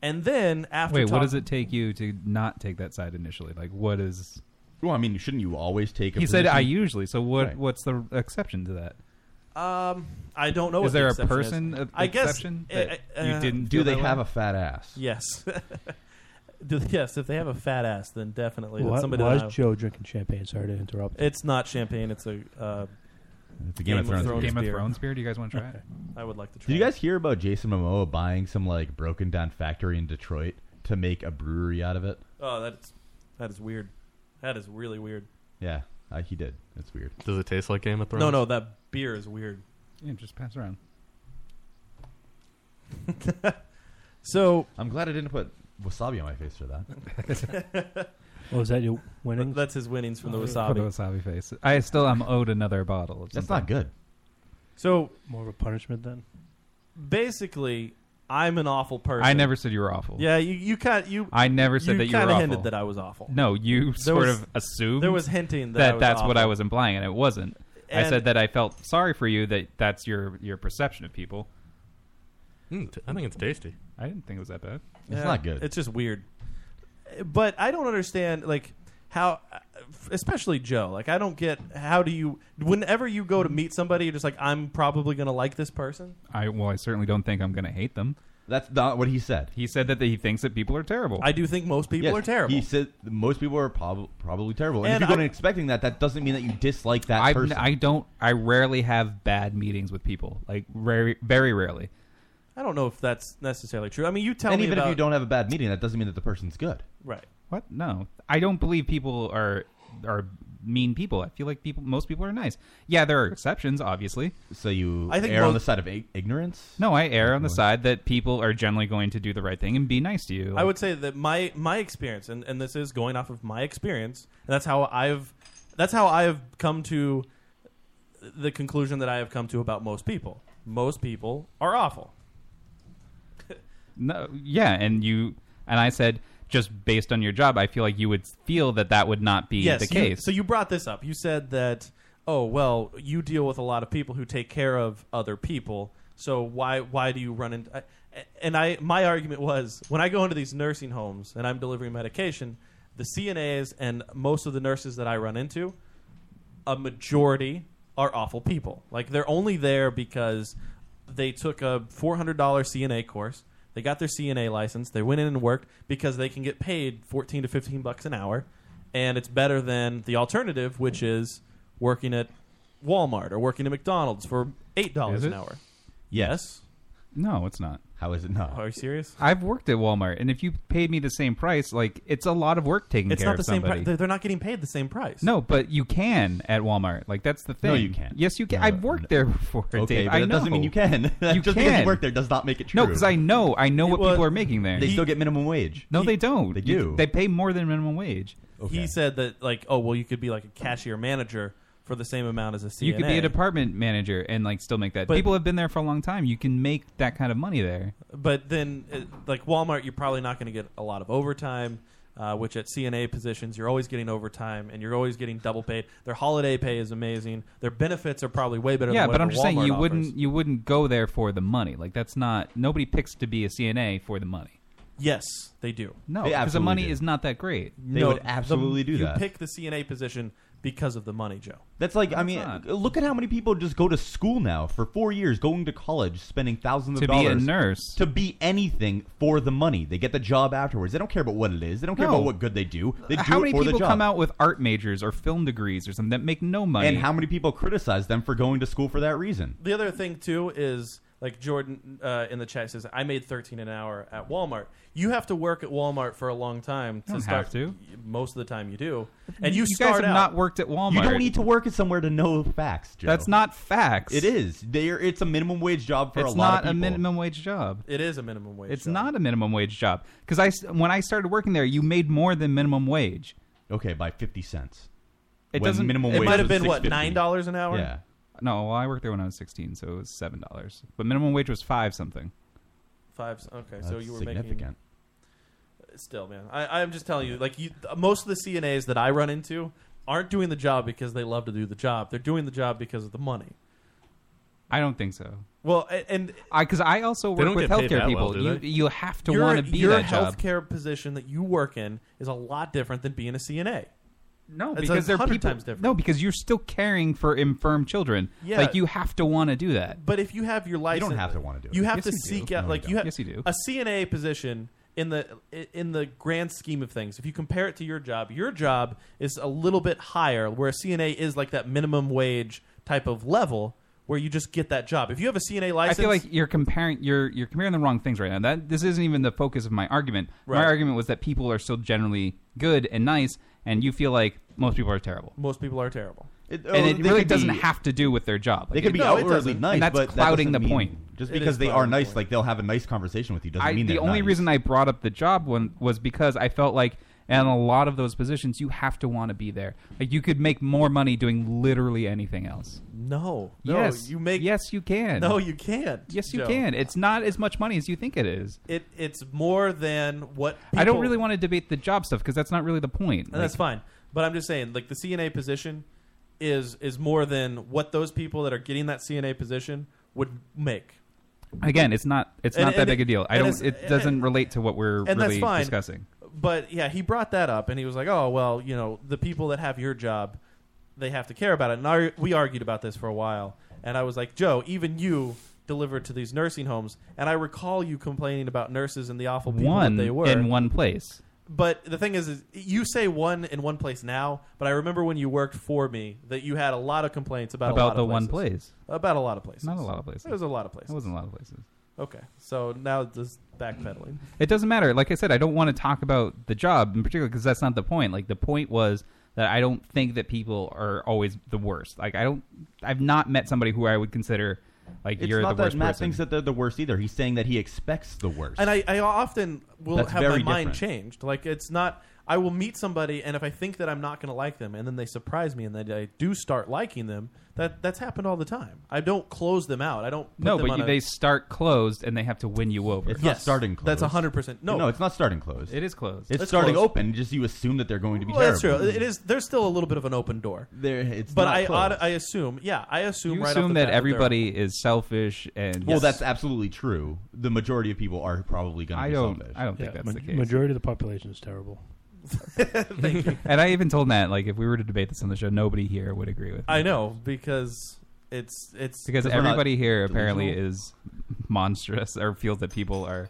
[SPEAKER 7] and then after
[SPEAKER 8] Wait, what
[SPEAKER 7] talk-
[SPEAKER 8] does it take you to not take that side initially? Like, what is?
[SPEAKER 9] Well, I mean, shouldn't you always take?
[SPEAKER 7] a
[SPEAKER 8] he said
[SPEAKER 7] position?
[SPEAKER 8] I usually. So what?
[SPEAKER 7] Right.
[SPEAKER 8] What's the exception to that?
[SPEAKER 7] Um, I don't know.
[SPEAKER 8] Is
[SPEAKER 7] what the
[SPEAKER 8] there a
[SPEAKER 7] exception
[SPEAKER 8] person
[SPEAKER 7] Is.
[SPEAKER 8] of-
[SPEAKER 7] I guess
[SPEAKER 8] exception
[SPEAKER 7] uh,
[SPEAKER 8] that
[SPEAKER 7] uh,
[SPEAKER 8] you didn't
[SPEAKER 9] Do feel they that way? have a fat ass?
[SPEAKER 7] Yes. Do, yes, if they have a fat ass, then definitely that's
[SPEAKER 12] Why,
[SPEAKER 7] somebody
[SPEAKER 12] why
[SPEAKER 7] that
[SPEAKER 12] is
[SPEAKER 7] I-
[SPEAKER 12] Joe drinking champagne? Sorry to interrupt.
[SPEAKER 7] It's not champagne. It's a. Uh,
[SPEAKER 9] It's a Game of Thrones beer.
[SPEAKER 8] Game of
[SPEAKER 7] beer.
[SPEAKER 8] Thrones beer. Do you guys want to try it?
[SPEAKER 7] I would like to try.
[SPEAKER 9] Did you guys hear about Jason Momoa buying some like broken down factory in Detroit? to make a brewery out of it.
[SPEAKER 7] Oh, that's that is weird. That is really weird.
[SPEAKER 9] Yeah, uh, he did. It's weird.
[SPEAKER 11] Does it taste like Game of Thrones?
[SPEAKER 7] No, no, that beer is weird.
[SPEAKER 8] Yeah, just pass around.
[SPEAKER 7] So
[SPEAKER 9] I'm glad I didn't put wasabi on my face for that.
[SPEAKER 12] Oh, is that your winnings?
[SPEAKER 7] That's his winnings from the
[SPEAKER 8] For the
[SPEAKER 7] wasabi.
[SPEAKER 8] wasabi face. I still am owed another bottle. Of
[SPEAKER 9] That's not
[SPEAKER 8] something.
[SPEAKER 9] good.
[SPEAKER 7] So
[SPEAKER 12] more of a punishment then.
[SPEAKER 7] Basically, I'm an awful person.
[SPEAKER 8] I never said you were awful.
[SPEAKER 7] Yeah, you you kind you.
[SPEAKER 8] I never said that you were
[SPEAKER 7] kinda
[SPEAKER 8] awful.
[SPEAKER 7] hinted that I was awful.
[SPEAKER 8] No, you
[SPEAKER 7] There
[SPEAKER 8] sort
[SPEAKER 7] was-
[SPEAKER 8] of assumed
[SPEAKER 7] there was hinting that I was
[SPEAKER 8] that's what I
[SPEAKER 7] awful.
[SPEAKER 8] was implying, and it wasn't. I
[SPEAKER 7] And-
[SPEAKER 8] said that I felt sorry for you. That that's your your perception of people.
[SPEAKER 11] Hmm, I think it's tasty.
[SPEAKER 8] I didn't think it was that bad.
[SPEAKER 7] Yeah, It's just weird. But I don't understand like how especially Joe. Like I don't get how do you whenever you go to
[SPEAKER 9] Mm-hmm.
[SPEAKER 7] meet somebody you're just like I'm probably going to like this person.
[SPEAKER 8] I well, I certainly don't think I'm going to hate them.
[SPEAKER 9] That's not what he said.
[SPEAKER 8] He said that he thinks that people are terrible.
[SPEAKER 7] I do think most people
[SPEAKER 9] Yes,
[SPEAKER 7] are terrible.
[SPEAKER 9] He said most people are prob- probably terrible. And,
[SPEAKER 7] And
[SPEAKER 9] if you go
[SPEAKER 7] I-
[SPEAKER 9] in expecting that, that doesn't mean that you dislike that
[SPEAKER 8] I
[SPEAKER 9] person.
[SPEAKER 8] I don't. I rarely have bad meetings with people. Like very very rarely.
[SPEAKER 7] I don't know if that's necessarily true. I mean, you tell
[SPEAKER 9] and
[SPEAKER 7] me
[SPEAKER 9] even
[SPEAKER 7] about
[SPEAKER 9] if you don't have a bad meeting, that doesn't mean that the person's good.
[SPEAKER 7] right.
[SPEAKER 8] What? No, I don't believe people are are mean people. I feel like people, most people are nice. Yeah, there are exceptions, obviously.
[SPEAKER 9] So you
[SPEAKER 8] I think
[SPEAKER 9] err on
[SPEAKER 8] most-
[SPEAKER 9] the side of ig- ignorance.
[SPEAKER 8] No, I err on the side that people are generally going to do the right thing and be nice to you.
[SPEAKER 7] I would say that my my experience, and, and this is going off of my experience, and that's how I've that's how I have come to the conclusion that I have come to about most people. Most people are awful.
[SPEAKER 8] No, yeah, and you and I said just based on your job, I feel like you would feel that that would not be
[SPEAKER 7] yes,
[SPEAKER 8] the
[SPEAKER 7] you-
[SPEAKER 8] case.
[SPEAKER 7] so you brought this up. You said that oh well, you deal with a lot of people who take care of other people. So why why do you run into? I- And I my argument was when I go into these nursing homes and I'm delivering medication, the CNAs and most of the nurses that I run into, a majority are awful people. Like they're only there because they took a four hundred dollar CNA course. They got their CNA license. They went in and worked because they can get paid fourteen to fifteen bucks an hour, and it's better than the alternative, which is working at Walmart or working at McDonald's for eight dollars
[SPEAKER 8] Is
[SPEAKER 7] an
[SPEAKER 8] it?
[SPEAKER 7] hour.
[SPEAKER 8] yes. No, it's not.
[SPEAKER 9] How is it not?
[SPEAKER 8] Oh,
[SPEAKER 7] Are you serious?
[SPEAKER 8] I've worked at Walmart, and if you paid me the same price, like it's a lot of work taking
[SPEAKER 7] It's
[SPEAKER 8] care
[SPEAKER 7] not the
[SPEAKER 8] of
[SPEAKER 7] same.
[SPEAKER 8] somebody.
[SPEAKER 7] Pri- they're they're not getting paid the same price.
[SPEAKER 8] no, but you can at Walmart. Like that's the thing.
[SPEAKER 9] No, you can't.
[SPEAKER 8] Yes, you can. I've worked there before.
[SPEAKER 9] Okay,
[SPEAKER 8] Dave.
[SPEAKER 9] but
[SPEAKER 8] I
[SPEAKER 9] that doesn't
[SPEAKER 8] know.
[SPEAKER 9] mean you can.
[SPEAKER 8] you
[SPEAKER 9] Just because you
[SPEAKER 8] can.
[SPEAKER 9] work there does not make it
[SPEAKER 8] No,
[SPEAKER 9] true.
[SPEAKER 8] because I know. I know what
[SPEAKER 7] Well,
[SPEAKER 8] people are making there.
[SPEAKER 9] They still get minimum wage.
[SPEAKER 8] No, they don't.
[SPEAKER 9] They
[SPEAKER 8] You-
[SPEAKER 9] do.
[SPEAKER 8] They pay more than minimum wage.
[SPEAKER 7] He said that like, oh well, you could be like a cashier manager for the same amount as a CNA.
[SPEAKER 8] You could be a department manager and like still make that.
[SPEAKER 7] But-
[SPEAKER 8] People have been there for a long time. You can make that kind of money there.
[SPEAKER 7] but then uh, like Walmart, you're probably not going to get a lot of overtime. Uh, which at CNA positions, you're always getting overtime and you're always getting double paid. Their holiday pay is amazing. Their benefits are probably way better.
[SPEAKER 8] yeah,
[SPEAKER 7] than
[SPEAKER 8] but I'm
[SPEAKER 7] whatever
[SPEAKER 8] just saying
[SPEAKER 7] Walmart
[SPEAKER 8] you
[SPEAKER 7] offers.
[SPEAKER 8] wouldn't you wouldn't go there for the money. Like that's not nobody picks to be a CNA for the money.
[SPEAKER 7] Yes, they do.
[SPEAKER 8] No, because the money is not that great.
[SPEAKER 7] No, the- you pick the CNA position because of the money, Joe.
[SPEAKER 9] That's like I mean, look at how many people just go to school now for four years, going to college, spending thousands
[SPEAKER 8] To
[SPEAKER 9] of
[SPEAKER 8] be a
[SPEAKER 9] dollars
[SPEAKER 8] nurse,
[SPEAKER 9] to be anything for the money. They get the job afterwards. They don't care about what it is. They don't care
[SPEAKER 8] No.
[SPEAKER 9] about what good they do. They do
[SPEAKER 8] how
[SPEAKER 9] it
[SPEAKER 8] many
[SPEAKER 9] for
[SPEAKER 8] people
[SPEAKER 9] the job.
[SPEAKER 8] come out with art majors or film degrees or something that make no money?
[SPEAKER 9] And how many people criticize them for going to school for that reason?
[SPEAKER 7] The other thing too is like Jordan uh, in the chat says, I made thirteen an hour at Walmart. You have to work at Walmart for a long time to
[SPEAKER 8] don't
[SPEAKER 7] start.
[SPEAKER 8] have to.
[SPEAKER 7] Most of the time, you do, and you,
[SPEAKER 8] You guys
[SPEAKER 7] start
[SPEAKER 8] have
[SPEAKER 7] out-
[SPEAKER 8] not worked at Walmart.
[SPEAKER 9] You don't need to work at somewhere to know facts, Joe.
[SPEAKER 8] That's not facts.
[SPEAKER 9] It is. They're, it's a minimum wage job for
[SPEAKER 8] it's
[SPEAKER 9] a lot
[SPEAKER 8] not
[SPEAKER 9] of
[SPEAKER 8] a
[SPEAKER 9] people.
[SPEAKER 8] minimum wage job.
[SPEAKER 7] It is a minimum wage.
[SPEAKER 8] It's not a minimum wage job because I s- when I started working there, you made more than minimum wage.
[SPEAKER 9] Okay, by fifty cents.
[SPEAKER 8] It
[SPEAKER 9] When
[SPEAKER 8] doesn't.
[SPEAKER 9] minimum
[SPEAKER 8] it
[SPEAKER 9] wage
[SPEAKER 8] might have
[SPEAKER 9] was
[SPEAKER 8] been
[SPEAKER 7] what, $6.50. $9 an hour?
[SPEAKER 9] Yeah.
[SPEAKER 8] No, well, I worked there when I was sixteen, so it was seven dollars. But minimum wage was five something.
[SPEAKER 7] Five. Okay, so
[SPEAKER 9] That's
[SPEAKER 7] you were
[SPEAKER 9] significant.
[SPEAKER 7] making. Still, man, I, I'm just telling you. Like, you, most of the CNAs that I run into aren't doing the job because they love to do the job. They're doing the job because of the money.
[SPEAKER 8] I don't think so.
[SPEAKER 7] Well, a- and
[SPEAKER 8] I because I also
[SPEAKER 7] They
[SPEAKER 8] work
[SPEAKER 7] don't
[SPEAKER 8] with
[SPEAKER 7] get paid
[SPEAKER 8] healthcare
[SPEAKER 7] that
[SPEAKER 8] people.
[SPEAKER 7] well, do
[SPEAKER 8] you
[SPEAKER 7] they?
[SPEAKER 8] you have to
[SPEAKER 7] Your-
[SPEAKER 8] want to be
[SPEAKER 7] your
[SPEAKER 8] that job.
[SPEAKER 7] healthcare position that you work in is a lot different than being a CNA.
[SPEAKER 8] No,
[SPEAKER 7] it's
[SPEAKER 8] because
[SPEAKER 7] a
[SPEAKER 8] they're
[SPEAKER 7] hundred
[SPEAKER 8] people.
[SPEAKER 7] times different.
[SPEAKER 8] No, because you're still caring for infirm children.
[SPEAKER 7] Yeah.
[SPEAKER 8] Like you have to want to do that.
[SPEAKER 7] But if you have your license,
[SPEAKER 8] have to wanna do it.
[SPEAKER 7] You have
[SPEAKER 8] Yes,
[SPEAKER 7] to
[SPEAKER 8] you do.
[SPEAKER 7] seek
[SPEAKER 8] No,
[SPEAKER 7] out
[SPEAKER 8] you
[SPEAKER 7] like you
[SPEAKER 8] don't.
[SPEAKER 7] have.
[SPEAKER 8] Yes, you do.
[SPEAKER 7] A CNA position in the in the grand scheme of things, if you compare it to your job, your job is a little bit higher, where a CNA is like that minimum wage type of level. where you just get that job. If you have a CNA license,
[SPEAKER 8] I feel like you're comparing you're you're comparing the wrong things right now. That this isn't even the focus of my argument. My
[SPEAKER 7] Right.
[SPEAKER 8] argument was that people are still generally good and nice, and you feel like most people are terrible.
[SPEAKER 7] most people are terrible.
[SPEAKER 8] It- And oh, it they really could doesn't be- have to do with their job.
[SPEAKER 9] They could be
[SPEAKER 8] No, it
[SPEAKER 9] outwardly
[SPEAKER 8] doesn't.
[SPEAKER 9] nice,
[SPEAKER 8] And that's
[SPEAKER 9] but that doesn't
[SPEAKER 8] clouding the
[SPEAKER 9] mean-
[SPEAKER 8] point.
[SPEAKER 9] Just
[SPEAKER 8] It
[SPEAKER 9] because
[SPEAKER 8] is
[SPEAKER 9] they are
[SPEAKER 8] clouding the
[SPEAKER 9] nice, like they'll have a nice conversation with you, doesn't
[SPEAKER 8] I,
[SPEAKER 9] mean
[SPEAKER 8] the
[SPEAKER 9] they're
[SPEAKER 8] only
[SPEAKER 9] nice.
[SPEAKER 8] reason I brought up the job one was because I felt like in a lot of those positions you have to want to be there. Like you could make more money doing literally anything else.
[SPEAKER 7] No, no,
[SPEAKER 8] Yes,
[SPEAKER 7] you make
[SPEAKER 8] yes you can.
[SPEAKER 7] No, you can't.
[SPEAKER 8] Yes, you
[SPEAKER 7] Joe.
[SPEAKER 8] can. It's not as much money as you think it is.
[SPEAKER 7] It it's more than what
[SPEAKER 8] I don't
[SPEAKER 7] people-
[SPEAKER 8] really want to debate the job stuff because that's not really the point.
[SPEAKER 7] And that's
[SPEAKER 8] Like,
[SPEAKER 7] fine. But I'm just saying, like the CNA position is is more than what those people that are getting that CNA position would make.
[SPEAKER 8] Again, it's not it's
[SPEAKER 7] And-
[SPEAKER 8] not that
[SPEAKER 7] and
[SPEAKER 8] big a deal. I
[SPEAKER 7] and
[SPEAKER 8] don't.
[SPEAKER 7] it's-
[SPEAKER 8] It doesn't
[SPEAKER 7] and-
[SPEAKER 8] relate to what we're
[SPEAKER 7] and
[SPEAKER 8] really
[SPEAKER 7] that's fine.
[SPEAKER 8] discussing.
[SPEAKER 7] But yeah, he brought that up, and he was like, "Oh well, you know, the people that have your job, they have to care about it." And I, we argued about this for a while, and I was like, "Joe, even you." Delivered to these nursing homes, and I recall you complaining about nurses and the awful people
[SPEAKER 8] One
[SPEAKER 7] that they were
[SPEAKER 8] in one place.
[SPEAKER 7] But the thing is, is, you say one in one place now, but I remember when you worked for me that you had a lot of complaints about a
[SPEAKER 8] About
[SPEAKER 7] lot
[SPEAKER 8] the
[SPEAKER 7] of
[SPEAKER 8] one
[SPEAKER 7] places. About a lot of places.
[SPEAKER 8] Not a lot of places.
[SPEAKER 7] It was a lot of places.
[SPEAKER 8] It wasn't a lot of places.
[SPEAKER 7] Okay, so now just backpedaling.
[SPEAKER 8] It doesn't matter. Like I said, I don't want to talk about the job in particular because that's not the point. Like the point was that I don't think that people are always the worst. Like I don't. I've not met somebody who I would consider like
[SPEAKER 9] It's
[SPEAKER 8] you're
[SPEAKER 9] not
[SPEAKER 8] the
[SPEAKER 9] that
[SPEAKER 8] worst
[SPEAKER 9] Matt
[SPEAKER 8] person.
[SPEAKER 9] thinks that they're the worst either. He's saying that he expects the worst.
[SPEAKER 7] And I, I often will
[SPEAKER 9] That's
[SPEAKER 7] have my
[SPEAKER 9] very
[SPEAKER 7] mind
[SPEAKER 9] different.
[SPEAKER 7] changed. Like it's not. I will meet somebody, and if I think that I'm not going to like them, and then they surprise me, and then I do start liking them. That that's happened all the time. I don't close them out. I don't. Put
[SPEAKER 8] no,
[SPEAKER 7] them
[SPEAKER 8] but
[SPEAKER 7] on
[SPEAKER 8] you,
[SPEAKER 7] a-
[SPEAKER 8] they start closed and they have to win you over.
[SPEAKER 9] It's not starting closed.
[SPEAKER 7] That's 100% no.
[SPEAKER 9] no, it's not starting closed.
[SPEAKER 8] It is closed.
[SPEAKER 9] It's,
[SPEAKER 7] It's
[SPEAKER 9] starting
[SPEAKER 7] closed.
[SPEAKER 9] open. Just you assume that they're going to be
[SPEAKER 7] Well, that's
[SPEAKER 9] terrible.
[SPEAKER 7] true. It is. There's still a little bit of an open door.
[SPEAKER 9] There, it's
[SPEAKER 7] but
[SPEAKER 9] not
[SPEAKER 7] I,
[SPEAKER 9] closed.
[SPEAKER 7] ought- I assume. Yeah, I assume.
[SPEAKER 8] You
[SPEAKER 7] right off
[SPEAKER 8] assume
[SPEAKER 7] the
[SPEAKER 8] that
[SPEAKER 7] bat they're-
[SPEAKER 8] everybody is selfish and
[SPEAKER 9] Well, that's absolutely true. The majority of people are probably going to
[SPEAKER 8] I
[SPEAKER 9] be
[SPEAKER 8] don't-
[SPEAKER 9] selfish.
[SPEAKER 8] I don't think Yeah, that's
[SPEAKER 12] Ma-
[SPEAKER 8] the case.
[SPEAKER 12] Majority of the population is terrible.
[SPEAKER 7] Thank you.
[SPEAKER 8] and I even told Matt like if we were to debate this on the show, nobody here would agree with. me.
[SPEAKER 7] I know because it's it's
[SPEAKER 8] because
[SPEAKER 9] Because we're not
[SPEAKER 8] everybody here apparently
[SPEAKER 9] delusional.
[SPEAKER 8] is monstrous or feels that people are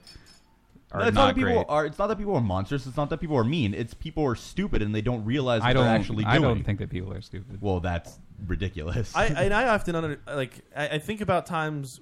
[SPEAKER 8] are
[SPEAKER 9] No, it's
[SPEAKER 8] not
[SPEAKER 9] that people
[SPEAKER 8] great.
[SPEAKER 9] are. It's not that people are monsters. It's not that people are mean. It's people are stupid and they don't realize what
[SPEAKER 8] I don't
[SPEAKER 9] they're actually doing.
[SPEAKER 8] I don't think that people are stupid.
[SPEAKER 9] Well, that's ridiculous.
[SPEAKER 7] I and I often under, like I, I think about times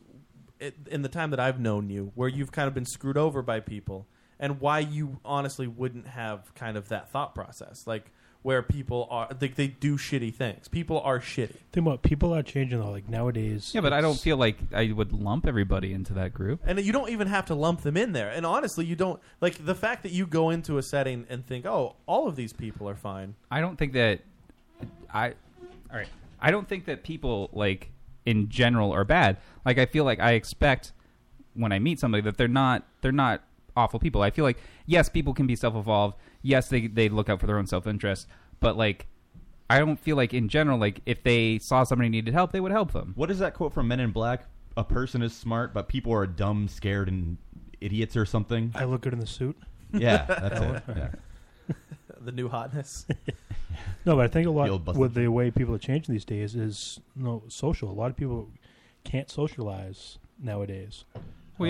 [SPEAKER 7] i- in the time that I've known you where you've kind of been screwed over by people and why you honestly wouldn't have kind of that thought process like where people are like they do shitty things. People are shitty.
[SPEAKER 12] Think about people are changing though. Like nowadays.
[SPEAKER 8] Yeah, but I don't
[SPEAKER 12] it's-
[SPEAKER 8] feel like I would lump everybody into that group.
[SPEAKER 7] And you don't even have to lump them in there. And honestly, you don't like the fact that you go into a setting and think, "Oh, all of these people are fine."
[SPEAKER 8] I don't think that I all right. I don't think that people like in general are bad. Like I feel like I expect when I meet somebody that they're not they're not awful people. I feel like yes, people can be self-evolved. Yes, they they look out for their own self-interest, but like I don't feel like in general like if they saw somebody needed help, they would help them.
[SPEAKER 9] What is that quote from Men in Black? A person is smart, but people are dumb, scared, and idiots or something.
[SPEAKER 12] I look good in the suit.
[SPEAKER 9] Yeah, that's it. Yeah.
[SPEAKER 7] the new hotness.
[SPEAKER 12] No, but I think a
[SPEAKER 9] The old
[SPEAKER 12] lot
[SPEAKER 9] busted
[SPEAKER 12] with the way people are changing these days is you know, social. A lot of people can't socialize nowadays. I
[SPEAKER 8] Well,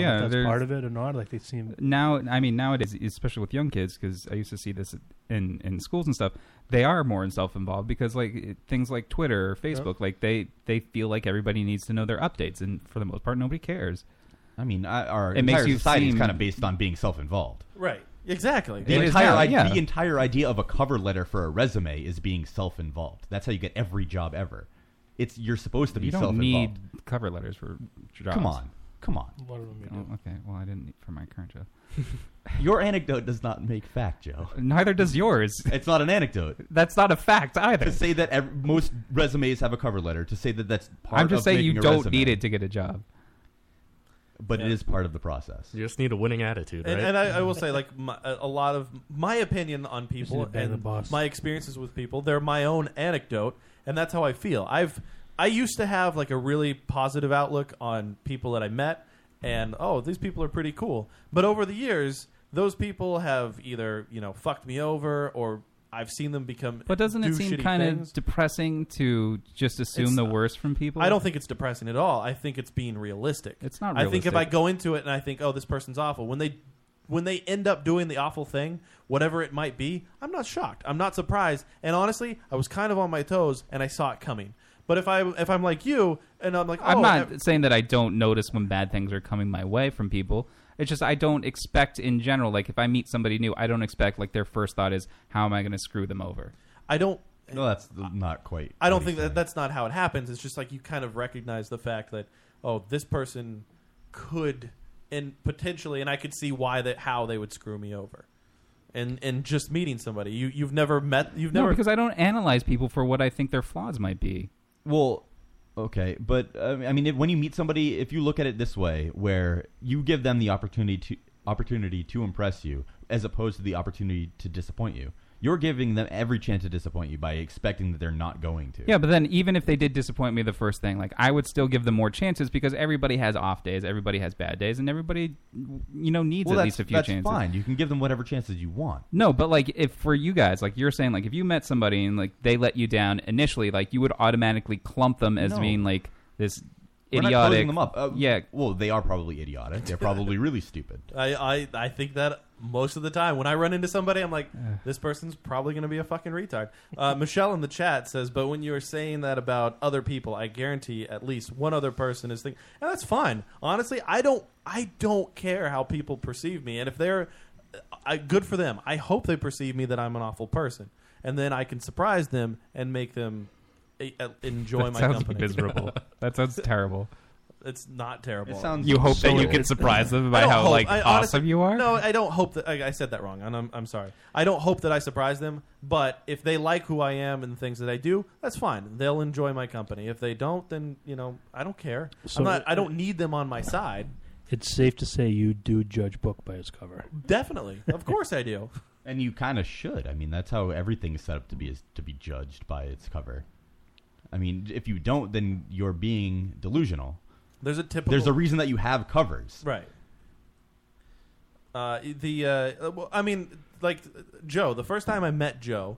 [SPEAKER 12] don't know
[SPEAKER 8] yeah,
[SPEAKER 12] if that's
[SPEAKER 8] there's-
[SPEAKER 12] part of it or not. Like they seem
[SPEAKER 8] now i mean nowadays especially with young kids because i used to see this in in schools and stuff they are more in self-involved because like it- things like twitter or facebook like they they feel like everybody needs to know their updates and for the most part nobody cares
[SPEAKER 9] I mean, I, our
[SPEAKER 8] it makes
[SPEAKER 9] entire
[SPEAKER 8] you
[SPEAKER 9] society
[SPEAKER 8] seem-
[SPEAKER 9] is kind of based on being self-involved.
[SPEAKER 7] Right. Exactly.
[SPEAKER 9] The
[SPEAKER 8] It is
[SPEAKER 9] entire
[SPEAKER 8] now,
[SPEAKER 9] i-
[SPEAKER 8] yeah.
[SPEAKER 9] the entire idea of a cover letter for a resume is being self-involved. That's how you get every job ever. It's you're supposed to be
[SPEAKER 8] you don't need
[SPEAKER 9] self-involved.
[SPEAKER 8] cover letters for jobs
[SPEAKER 9] Come on, come on.
[SPEAKER 12] a lot of them you
[SPEAKER 8] oh, okay well i didn't need for my current job
[SPEAKER 9] Your anecdote does not make fact, Joe.
[SPEAKER 8] neither does yours
[SPEAKER 9] It's not an anecdote.
[SPEAKER 8] that's not a fact either
[SPEAKER 9] To say that ev most resumes have a cover letter, to say that that's part
[SPEAKER 8] i'm just
[SPEAKER 9] of
[SPEAKER 8] saying you
[SPEAKER 9] making a
[SPEAKER 8] don't
[SPEAKER 9] resume,
[SPEAKER 8] need it to get a job
[SPEAKER 9] but it
[SPEAKER 7] Yeah.
[SPEAKER 9] is part of the process.
[SPEAKER 11] You just need a winning attitude, right?
[SPEAKER 7] And, and I, I will say, like my, a a lot of my opinion on people
[SPEAKER 12] need to ban the
[SPEAKER 7] and
[SPEAKER 12] boss.
[SPEAKER 7] my experiences with people, they're my own anecdote, and that's how I feel. I've I used to have like a really positive outlook on people that I met, and oh, these people are pretty cool. But over the years, those people have either you know fucked me over, or I've seen them become.
[SPEAKER 8] but doesn't it
[SPEAKER 7] do
[SPEAKER 8] seem
[SPEAKER 7] shitty
[SPEAKER 8] kind
[SPEAKER 7] things.
[SPEAKER 8] of depressing to just assume
[SPEAKER 7] It's
[SPEAKER 8] the
[SPEAKER 7] not-
[SPEAKER 8] worst from people
[SPEAKER 7] I don't think it's depressing at all. I think it's being realistic.
[SPEAKER 8] It's not
[SPEAKER 7] I think if
[SPEAKER 8] realistic.
[SPEAKER 7] I go into it and I think, oh, this person's awful, when they when they end up doing the awful thing, whatever it might be, I'm not shocked. I'm not surprised. And honestly, I was kind of on my toes and I saw it coming. But if I if I'm like you and I'm like oh,
[SPEAKER 8] I'm not
[SPEAKER 7] ev-
[SPEAKER 8] saying that I don't notice when bad things are coming my way from people. It's just I don't expect in general. Like if I meet somebody new, I don't expect like their first thought is how am I going to screw them over.
[SPEAKER 7] I don't.
[SPEAKER 9] No, that's not quite.
[SPEAKER 7] I don't think that that's not how it happens. It's just like you kind of recognize the fact that oh, this person could and potentially, and I could see why that how they would screw me over. And and just meeting somebody you you've never met you've
[SPEAKER 8] No,
[SPEAKER 7] never
[SPEAKER 8] because I don't analyze people for what I think their flaws might be.
[SPEAKER 9] Well, okay, but uh, I mean, if, when you meet somebody, if you look at it this way, where you give them the opportunity to opportunity to impress you, as opposed to the opportunity to disappoint you, you're giving them every chance to disappoint you by expecting that they're not going to.
[SPEAKER 8] Yeah, but then even if they did disappoint me the first thing, like I would still give them more chances because everybody has off days, everybody has bad days, and everybody, you know, needs
[SPEAKER 9] well,
[SPEAKER 8] at
[SPEAKER 9] that's,
[SPEAKER 8] least a few
[SPEAKER 9] that's
[SPEAKER 8] chances.
[SPEAKER 9] fine. You can give them whatever chances you want.
[SPEAKER 8] No, but like if for you guys, like you're saying, like if you met somebody and like they let you down initially, like you would automatically clump them as
[SPEAKER 9] No.
[SPEAKER 8] being like this
[SPEAKER 9] We're
[SPEAKER 8] idiotic.
[SPEAKER 9] Not closing them up. Uh,
[SPEAKER 8] yeah.
[SPEAKER 9] Well, they are probably idiotic. They're probably really stupid.
[SPEAKER 7] I, I I think that most of the time when I run into somebody, I'm like, this person's probably going to be a fucking retard. Uh, Michelle in the chat says, but when you're saying that about other people, I guarantee at least one other person is thinking, and that's fine. Honestly, I don't I don't care how people perceive me, and if they're uh, I, good for them, I hope they perceive me that I'm an awful person, and then I can surprise them and make them eh, eh, enjoy
[SPEAKER 8] That
[SPEAKER 7] my
[SPEAKER 8] sounds
[SPEAKER 7] company.
[SPEAKER 8] miserable. That sounds terrible.
[SPEAKER 7] It's not terrible.
[SPEAKER 8] It sounds You hope that you can surprise them by
[SPEAKER 7] I don't
[SPEAKER 8] how,
[SPEAKER 7] hope-
[SPEAKER 8] like,
[SPEAKER 7] I
[SPEAKER 8] awesome you are?
[SPEAKER 7] No, I don't hope that. I, I said that wrong, and I'm, I'm sorry. I don't hope that I surprise them. But if they like who I am and the things that I do, that's fine. They'll enjoy my company. If they don't, then you know I don't care.
[SPEAKER 12] So-
[SPEAKER 7] I'm not. I don't need them on my side.
[SPEAKER 12] It's safe to say you do judge book by its cover.
[SPEAKER 7] Definitely, of course I do.
[SPEAKER 9] And you kind of should. I mean, that's how everything is set up to be is to be judged by its cover. I mean, if you don't, then you're being delusional.
[SPEAKER 7] There's a typical-
[SPEAKER 9] There's a reason that you have covers.
[SPEAKER 7] Right. Uh, the uh, well, I mean, like Joe. The first time I met Joe,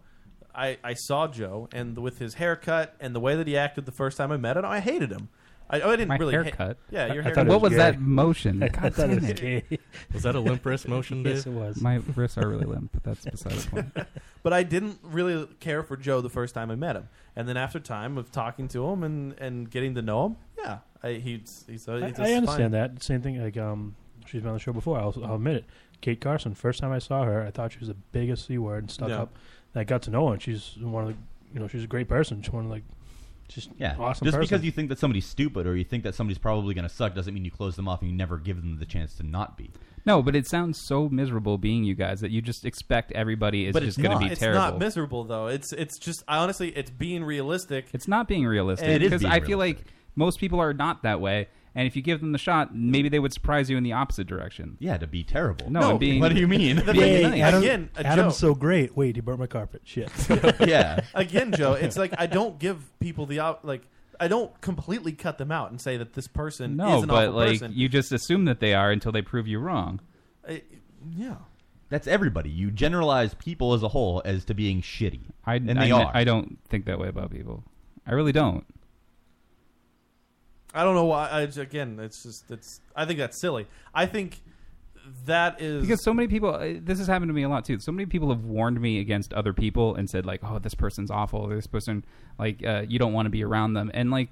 [SPEAKER 7] I, I saw Joe, and with his haircut and the way that he acted the first time I met him, I hated him. I, oh, I didn't
[SPEAKER 8] My
[SPEAKER 7] really hate-
[SPEAKER 8] haircut?
[SPEAKER 7] yeah, your
[SPEAKER 8] I
[SPEAKER 7] haircut.
[SPEAKER 8] thought it What was was gay. that motion? I- I God thought it damn was it.
[SPEAKER 12] gay.
[SPEAKER 11] Was that a limp wrist motion, Dave?
[SPEAKER 12] Yes, it was.
[SPEAKER 8] My wrists are really limp, but that's beside the point.
[SPEAKER 7] but I didn't really care for Joe the first time I met him, and then after time of talking to him and, and getting to know him, yeah, I, he's he's, a-
[SPEAKER 12] I,
[SPEAKER 7] he's a
[SPEAKER 12] I understand
[SPEAKER 7] fine-
[SPEAKER 12] that. Same thing. Like um, she's been on the show before. I'll, I'll admit it. Kate Carson. First time I saw her, I thought she was the biggest c word and stuck
[SPEAKER 7] Yeah.
[SPEAKER 12] up. And I got to know her. and She's one of the, you know, she's a great person. She's one of like, just
[SPEAKER 9] Yeah.
[SPEAKER 12] awesome.
[SPEAKER 9] Just
[SPEAKER 12] person.
[SPEAKER 9] because you think that somebody's stupid or you think that somebody's probably going to suck doesn't mean you close them off and you never give them the chance to not be.
[SPEAKER 8] No, but it sounds so miserable being you guys that you just expect everybody is
[SPEAKER 7] But
[SPEAKER 8] just going to be
[SPEAKER 7] it's
[SPEAKER 8] terrible.
[SPEAKER 7] not miserable though. It's it's just I honestly it's being realistic.
[SPEAKER 8] It's not being realistic
[SPEAKER 7] It is
[SPEAKER 8] because
[SPEAKER 7] being
[SPEAKER 8] I feel like most people are not that way. And if you give them the shot, maybe they would surprise you in the opposite direction.
[SPEAKER 9] Yeah, to be terrible.
[SPEAKER 8] No,
[SPEAKER 9] No,
[SPEAKER 8] and being,
[SPEAKER 9] what do you mean?
[SPEAKER 8] being
[SPEAKER 12] Yay,
[SPEAKER 8] nice.
[SPEAKER 12] Adam,
[SPEAKER 7] Again, a
[SPEAKER 12] Adam's
[SPEAKER 7] joke.
[SPEAKER 12] so great. Wait, he burnt my carpet. Shit.
[SPEAKER 7] Again, Joe, it's like I don't give people the op- like I don't completely cut them out and say that this person
[SPEAKER 8] no,
[SPEAKER 7] is an
[SPEAKER 8] but
[SPEAKER 7] awful
[SPEAKER 8] like
[SPEAKER 7] person.
[SPEAKER 8] you just assume that they are until they prove you wrong.
[SPEAKER 7] I- yeah.
[SPEAKER 9] That's everybody. You generalize people as a whole as to being shitty.
[SPEAKER 8] I
[SPEAKER 9] and
[SPEAKER 8] I,
[SPEAKER 9] they
[SPEAKER 8] kn-
[SPEAKER 9] are.
[SPEAKER 8] I don't think that way about people. I really don't.
[SPEAKER 7] I don't know why. I, again, it's just it's. I think that's silly. I think that is
[SPEAKER 8] Because so many people, uh, this has happened to me a lot too. So many people have warned me against other people and said like, "Oh, this person's awful. This person, like, uh, you don't want to be around them." And like,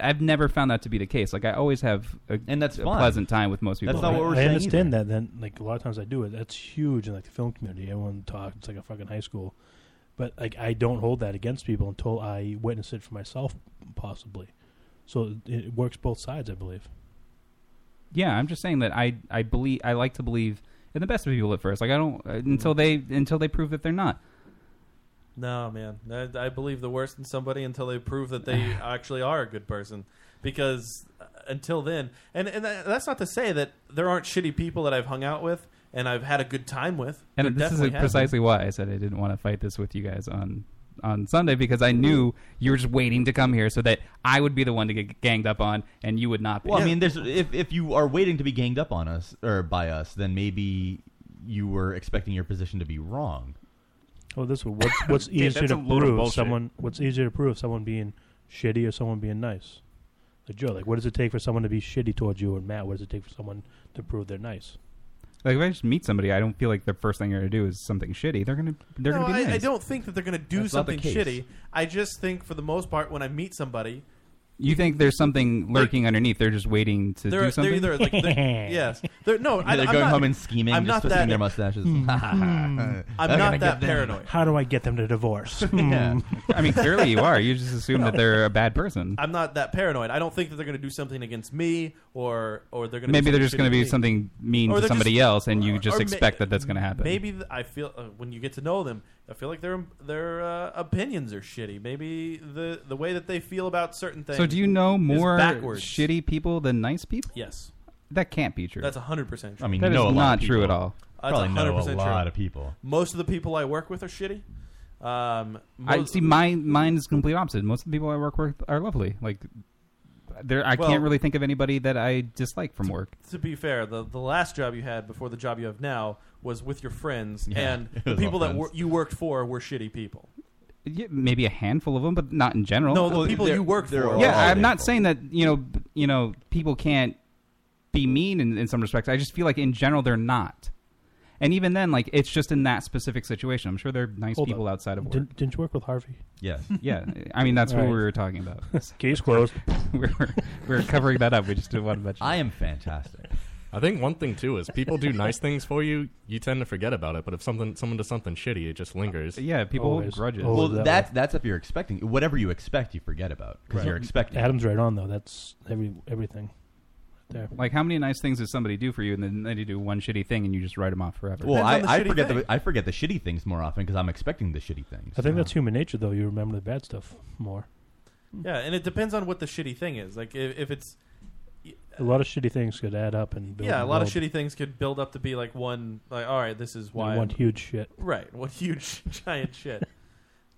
[SPEAKER 8] I've never found that to be the case. Like, I always have a, and that's a
[SPEAKER 9] fine.
[SPEAKER 8] pleasant time with most people.
[SPEAKER 12] I understand that. Then, like a lot of times, I do it. That's huge in like the film community. Everyone talks. It's like a fucking high school. But like, I don't hold that against people until I witness it for myself, possibly. So it, it works both sides, I believe.
[SPEAKER 8] Yeah, I'm just saying that I I believe I like to believe in the best of people at first. Like I don't uh, until they until they prove that they're not.
[SPEAKER 7] No, man. I, I believe the worst in somebody until they prove that they actually are a good person. Because uh, until then, and, and that- that's not to say that there aren't shitty people that I've hung out with and I've had a good time with.
[SPEAKER 8] And
[SPEAKER 7] There
[SPEAKER 8] this is
[SPEAKER 7] definitely have been.
[SPEAKER 8] precisely why I said I didn't want to fight this with you guys on on Sunday because I knew you were just waiting to come here so that I would be the one to get ganged up on and you would not be.
[SPEAKER 9] Well, I mean, there's if if you are waiting to be ganged up on us or by us, then maybe you were expecting your position to be wrong.
[SPEAKER 12] Oh, this one. What's, what's
[SPEAKER 9] Dude,
[SPEAKER 12] easier
[SPEAKER 9] that's
[SPEAKER 12] to
[SPEAKER 9] a load of
[SPEAKER 12] prove?
[SPEAKER 9] bullshit.
[SPEAKER 12] Someone. What's easier to prove? Someone being shitty or someone being nice? Like Joe, like what does it take for someone to be shitty towards you? And Matt, what does it take for someone to prove they're nice?
[SPEAKER 8] Like if I just meet somebody, I don't feel like the first thing they're gonna do is something shitty. They're gonna they're
[SPEAKER 7] no,
[SPEAKER 8] gonna be
[SPEAKER 7] I,
[SPEAKER 8] nice.
[SPEAKER 7] I don't think that they're going to do
[SPEAKER 8] That's not the
[SPEAKER 7] something
[SPEAKER 8] case.
[SPEAKER 7] shitty. I just think, for the most part, when I meet somebody,
[SPEAKER 8] you think there's something lurking underneath? They're just waiting to
[SPEAKER 7] they're,
[SPEAKER 8] do
[SPEAKER 7] they're
[SPEAKER 8] something.
[SPEAKER 7] either like they're, yes, they're, no, I,
[SPEAKER 9] they're
[SPEAKER 7] I'm
[SPEAKER 9] going
[SPEAKER 7] not,
[SPEAKER 9] home and scheming,
[SPEAKER 7] I'm
[SPEAKER 9] just
[SPEAKER 7] not
[SPEAKER 9] twisting
[SPEAKER 7] that,
[SPEAKER 9] their mustaches.
[SPEAKER 12] Hmm.
[SPEAKER 7] I'm
[SPEAKER 9] They're gonna
[SPEAKER 7] not that
[SPEAKER 9] get them.
[SPEAKER 7] paranoid.
[SPEAKER 12] How do I get them to divorce? Hmm.
[SPEAKER 8] Yeah. I mean, clearly you are. You just assume that they're a bad person.
[SPEAKER 7] I'm not that paranoid. I don't think that they're going to do something against me, or or they're going to
[SPEAKER 8] Maybe they're just going to be something mean
[SPEAKER 7] Or
[SPEAKER 8] to
[SPEAKER 7] they're
[SPEAKER 8] somebody
[SPEAKER 7] just-
[SPEAKER 8] else, and you just
[SPEAKER 7] or ma-
[SPEAKER 8] expect that that's going to happen.
[SPEAKER 7] Maybe th- I feel uh, when you get to know them, I feel like their their uh, opinions are shitty. Maybe the the way that they feel about certain things.
[SPEAKER 8] So do you know
[SPEAKER 7] is
[SPEAKER 8] more
[SPEAKER 7] backwards?
[SPEAKER 8] shitty people than nice people?
[SPEAKER 7] Yes.
[SPEAKER 8] That can't be true.
[SPEAKER 7] That's 100% true.
[SPEAKER 9] I mean,
[SPEAKER 8] That
[SPEAKER 9] you know
[SPEAKER 8] is
[SPEAKER 9] a lot
[SPEAKER 8] not
[SPEAKER 9] of
[SPEAKER 8] true at
[SPEAKER 9] people.
[SPEAKER 8] all.
[SPEAKER 7] That's
[SPEAKER 9] Probably know a
[SPEAKER 7] 100%
[SPEAKER 9] lot
[SPEAKER 7] true.
[SPEAKER 9] of people.
[SPEAKER 7] Most of the people I work with are shitty. Um,
[SPEAKER 8] I
[SPEAKER 7] mo-
[SPEAKER 8] see. My mine is complete opposite. Most of the people I work with are lovely. Like, there I
[SPEAKER 7] Well-
[SPEAKER 8] can't really think of anybody that I dislike from work.
[SPEAKER 7] to be fair, the, the last job you had before the job you have now was with your friends,
[SPEAKER 8] Yeah,
[SPEAKER 7] and
[SPEAKER 8] it
[SPEAKER 7] the
[SPEAKER 8] was all
[SPEAKER 7] people that
[SPEAKER 8] friends.
[SPEAKER 7] wor- you worked for were shitty people.
[SPEAKER 8] Yeah, maybe a handful of them, but not in general.
[SPEAKER 7] No, the Well, people they're- you work they're for all
[SPEAKER 8] Yeah, I'm
[SPEAKER 7] awful.
[SPEAKER 8] not saying that you know b- you know people can't be mean in, in some respects. I just feel like in general they're not. And even then, like it's just in that specific situation. I'm sure there are nice
[SPEAKER 12] Hold
[SPEAKER 8] people
[SPEAKER 12] up.
[SPEAKER 8] outside of work.
[SPEAKER 12] Didn't, didn't you work with Harvey?
[SPEAKER 8] Yeah, yeah. I mean, that's
[SPEAKER 12] All
[SPEAKER 8] what
[SPEAKER 12] right.
[SPEAKER 8] we were talking about.
[SPEAKER 12] Case closed.
[SPEAKER 8] we were we were covering that up. We just didn't want to mention.
[SPEAKER 9] I am fantastic.
[SPEAKER 11] I think one thing too is people do nice things for you, you tend to forget about it. But if something someone does something shitty, it just lingers.
[SPEAKER 9] Well, that's that's if you're expecting whatever you expect, you forget about because you're expecting.
[SPEAKER 12] Adam's right on though. That's every everything. There.
[SPEAKER 8] Like, how many nice things does somebody do for you, and then they do one shitty thing, and you just write them off forever?
[SPEAKER 9] Well, I, I forget the I forget the shitty things more often because I'm expecting the shitty things.
[SPEAKER 12] I think that's human nature though. You remember the bad stuff more.
[SPEAKER 8] Hmm.
[SPEAKER 7] Yeah, and it depends on what the shitty thing is. Like if, if it's
[SPEAKER 12] A lot of shitty things could add up and build
[SPEAKER 7] yeah, a
[SPEAKER 12] and
[SPEAKER 7] lot of
[SPEAKER 12] build.
[SPEAKER 7] shitty things could build up to be like one like all right, this is why
[SPEAKER 12] One
[SPEAKER 7] I'm-
[SPEAKER 12] huge shit.
[SPEAKER 7] Right, one huge giant shit.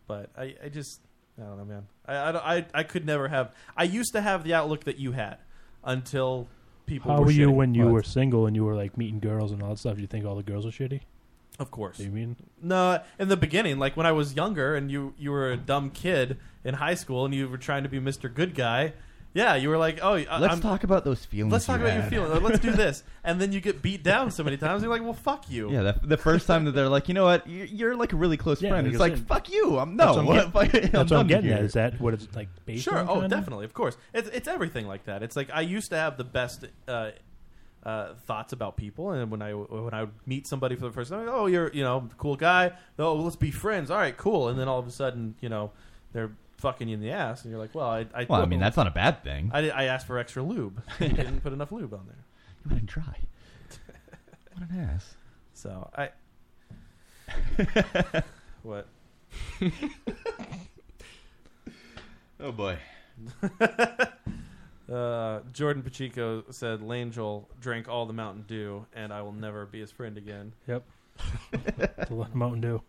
[SPEAKER 7] But I, I just I don't know, man. I, I don't- I I could never have. I used to have the outlook that you had until people.
[SPEAKER 12] How
[SPEAKER 7] were
[SPEAKER 12] were you
[SPEAKER 7] shitty.
[SPEAKER 12] when you were single and you were like meeting girls and all that stuff? You think all the girls are shitty?
[SPEAKER 7] Of course.
[SPEAKER 12] You mean
[SPEAKER 7] No, in the beginning, like when I was younger and you you were a dumb kid in high school and you were trying to be Mr. Good Guy. Yeah, you were like, oh, I,
[SPEAKER 9] Let's
[SPEAKER 7] I'm-
[SPEAKER 9] talk about those feelings
[SPEAKER 7] Let's talk
[SPEAKER 9] you
[SPEAKER 7] about your
[SPEAKER 9] had.
[SPEAKER 7] feelings. or Let's do this, and then you get beat down so many times. You're like, well, fuck you.
[SPEAKER 9] Yeah, the, the first time that they're like, you know what, you're, you're like a really close friend. It's like, fuck you. I'm no.
[SPEAKER 12] That's what I'm,
[SPEAKER 9] fuck-
[SPEAKER 12] get- that's what I'm
[SPEAKER 9] done
[SPEAKER 12] getting at.
[SPEAKER 9] here.
[SPEAKER 12] Is that what it's like? Based
[SPEAKER 7] Sure.
[SPEAKER 12] on
[SPEAKER 7] Oh,
[SPEAKER 12] kinda?
[SPEAKER 7] definitely. Of course. It's it's everything like that. It's like I used to have the best uh, uh, thoughts about people, and when I when I would meet somebody for the first time, oh, you're you know cool guy. Oh, let's be friends. All right, cool. And then all of a sudden, you know, they're fucking you in the ass, and you're like, well, I. I
[SPEAKER 9] Well, I mean, that's not a bad thing.
[SPEAKER 7] I, did- I asked for extra lube. You didn't put enough lube on there.
[SPEAKER 9] You want to try? What an ass.
[SPEAKER 7] So I. what?
[SPEAKER 9] oh boy.
[SPEAKER 7] Uh, Jordan Pacheco said Langel drank all the Mountain Dew, and I will never be his friend again.
[SPEAKER 12] Yep. It's a lot of Mountain Dew.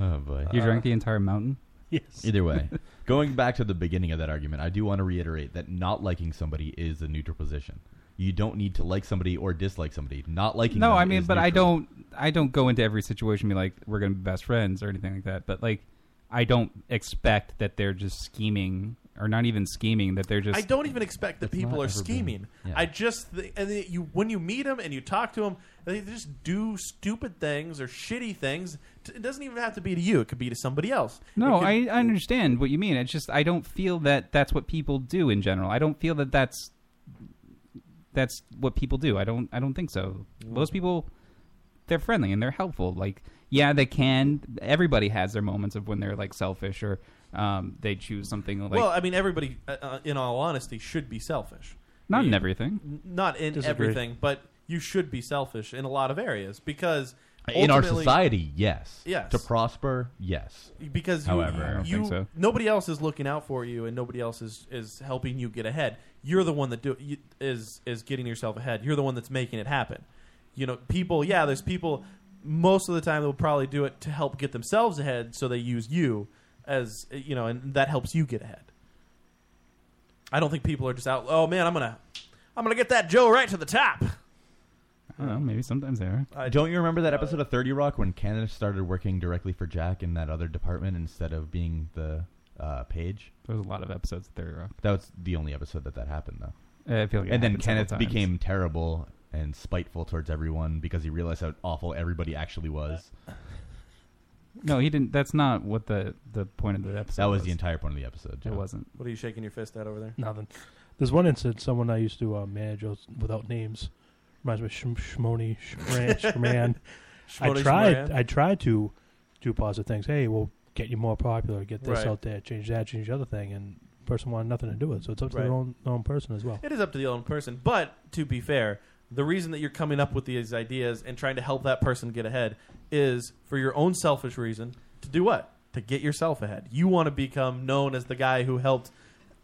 [SPEAKER 9] Oh boy.
[SPEAKER 8] You drank the entire mountain.
[SPEAKER 12] Yes.
[SPEAKER 9] Either way, going back to the beginning of that argument, I do want to reiterate that not liking somebody is a neutral position. You don't need to like somebody or dislike somebody. Not liking.
[SPEAKER 8] No,
[SPEAKER 9] them
[SPEAKER 8] I mean,
[SPEAKER 9] is
[SPEAKER 8] but I
[SPEAKER 9] neutral.
[SPEAKER 8] don't. I don't go into every situation and be like, we're going to be best friends or anything like that. But like, I don't expect that they're just scheming or not even scheming. That they're just.
[SPEAKER 7] I don't even expect that
[SPEAKER 8] That's
[SPEAKER 7] people
[SPEAKER 8] not
[SPEAKER 7] are
[SPEAKER 8] ever been-
[SPEAKER 7] scheming.
[SPEAKER 8] yeah.
[SPEAKER 7] I just th- and then you when you meet them and you talk to them, they just do stupid things or shitty things. T- It doesn't even have to be to you. It could be to somebody else.
[SPEAKER 8] No, I, I understand what you mean. It's just I don't feel that that's what people do in general. I don't feel that that's that's what people do. I don't I don't think so. Most
[SPEAKER 7] Mm.
[SPEAKER 8] people they're friendly and they're helpful. Like yeah, they can. Everybody has their moments of when they're like selfish or um, they choose something like
[SPEAKER 7] well, I mean, everybody, uh, uh, in all honesty, should be selfish.
[SPEAKER 8] not in everything.
[SPEAKER 7] N- Not in
[SPEAKER 8] Disagree.
[SPEAKER 7] everything, but you should be selfish in a lot of areas because
[SPEAKER 9] In our
[SPEAKER 7] ultimately-
[SPEAKER 9] society, yes.
[SPEAKER 7] yes,
[SPEAKER 9] To prosper, yes.
[SPEAKER 7] because you,
[SPEAKER 9] however,
[SPEAKER 7] you, nobody else is looking out for you and nobody else is, is helping you get ahead you're the one that do you, is is getting yourself ahead you're the one that's making it happen you know people yeah there's people most of the time that will probably do it to help get themselves ahead so they use you as you know and that helps you get ahead i don't think people are just out oh man i'm gonna i'm gonna get that joe right to the top
[SPEAKER 8] I don't know. Maybe sometimes they are.
[SPEAKER 9] Uh, don't you remember that episode of Thirty Rock when Candace started working directly for Jack in that other department instead of being the uh, page?
[SPEAKER 8] There was a lot of episodes of Thirty Rock.
[SPEAKER 9] That was the only episode that that happened, though.
[SPEAKER 8] Uh, I feel like it
[SPEAKER 9] and then
[SPEAKER 8] happened several
[SPEAKER 9] Kenneth
[SPEAKER 8] times.
[SPEAKER 9] became terrible and spiteful towards everyone because he realized how awful everybody actually was.
[SPEAKER 8] No, he didn't. That's not what the the point of the episode.
[SPEAKER 9] That was the entire point of the episode.
[SPEAKER 8] It
[SPEAKER 9] Joe.
[SPEAKER 8] wasn't.
[SPEAKER 7] What are you shaking your fist at over there?
[SPEAKER 12] Nothing. There's one incident. Someone I used to uh, manage with- without names reminds me of Shm- Shmoni Shmran. Shmran. I
[SPEAKER 7] Shmoni
[SPEAKER 12] tried.
[SPEAKER 7] Shmran.
[SPEAKER 12] I tried to do positive things. Hey, we'll get you more popular. Get this
[SPEAKER 7] Right.
[SPEAKER 12] out there. Change that. Change the other thing. And the person wanted nothing to do with it. So it's up to
[SPEAKER 7] Right.
[SPEAKER 12] their own, their own person as well.
[SPEAKER 7] It is up to the own person. But to be fair, the reason that you're coming up with these ideas and trying to help that person get ahead is for your own selfish reason to do what? To get yourself ahead. You want to become known as the guy who helped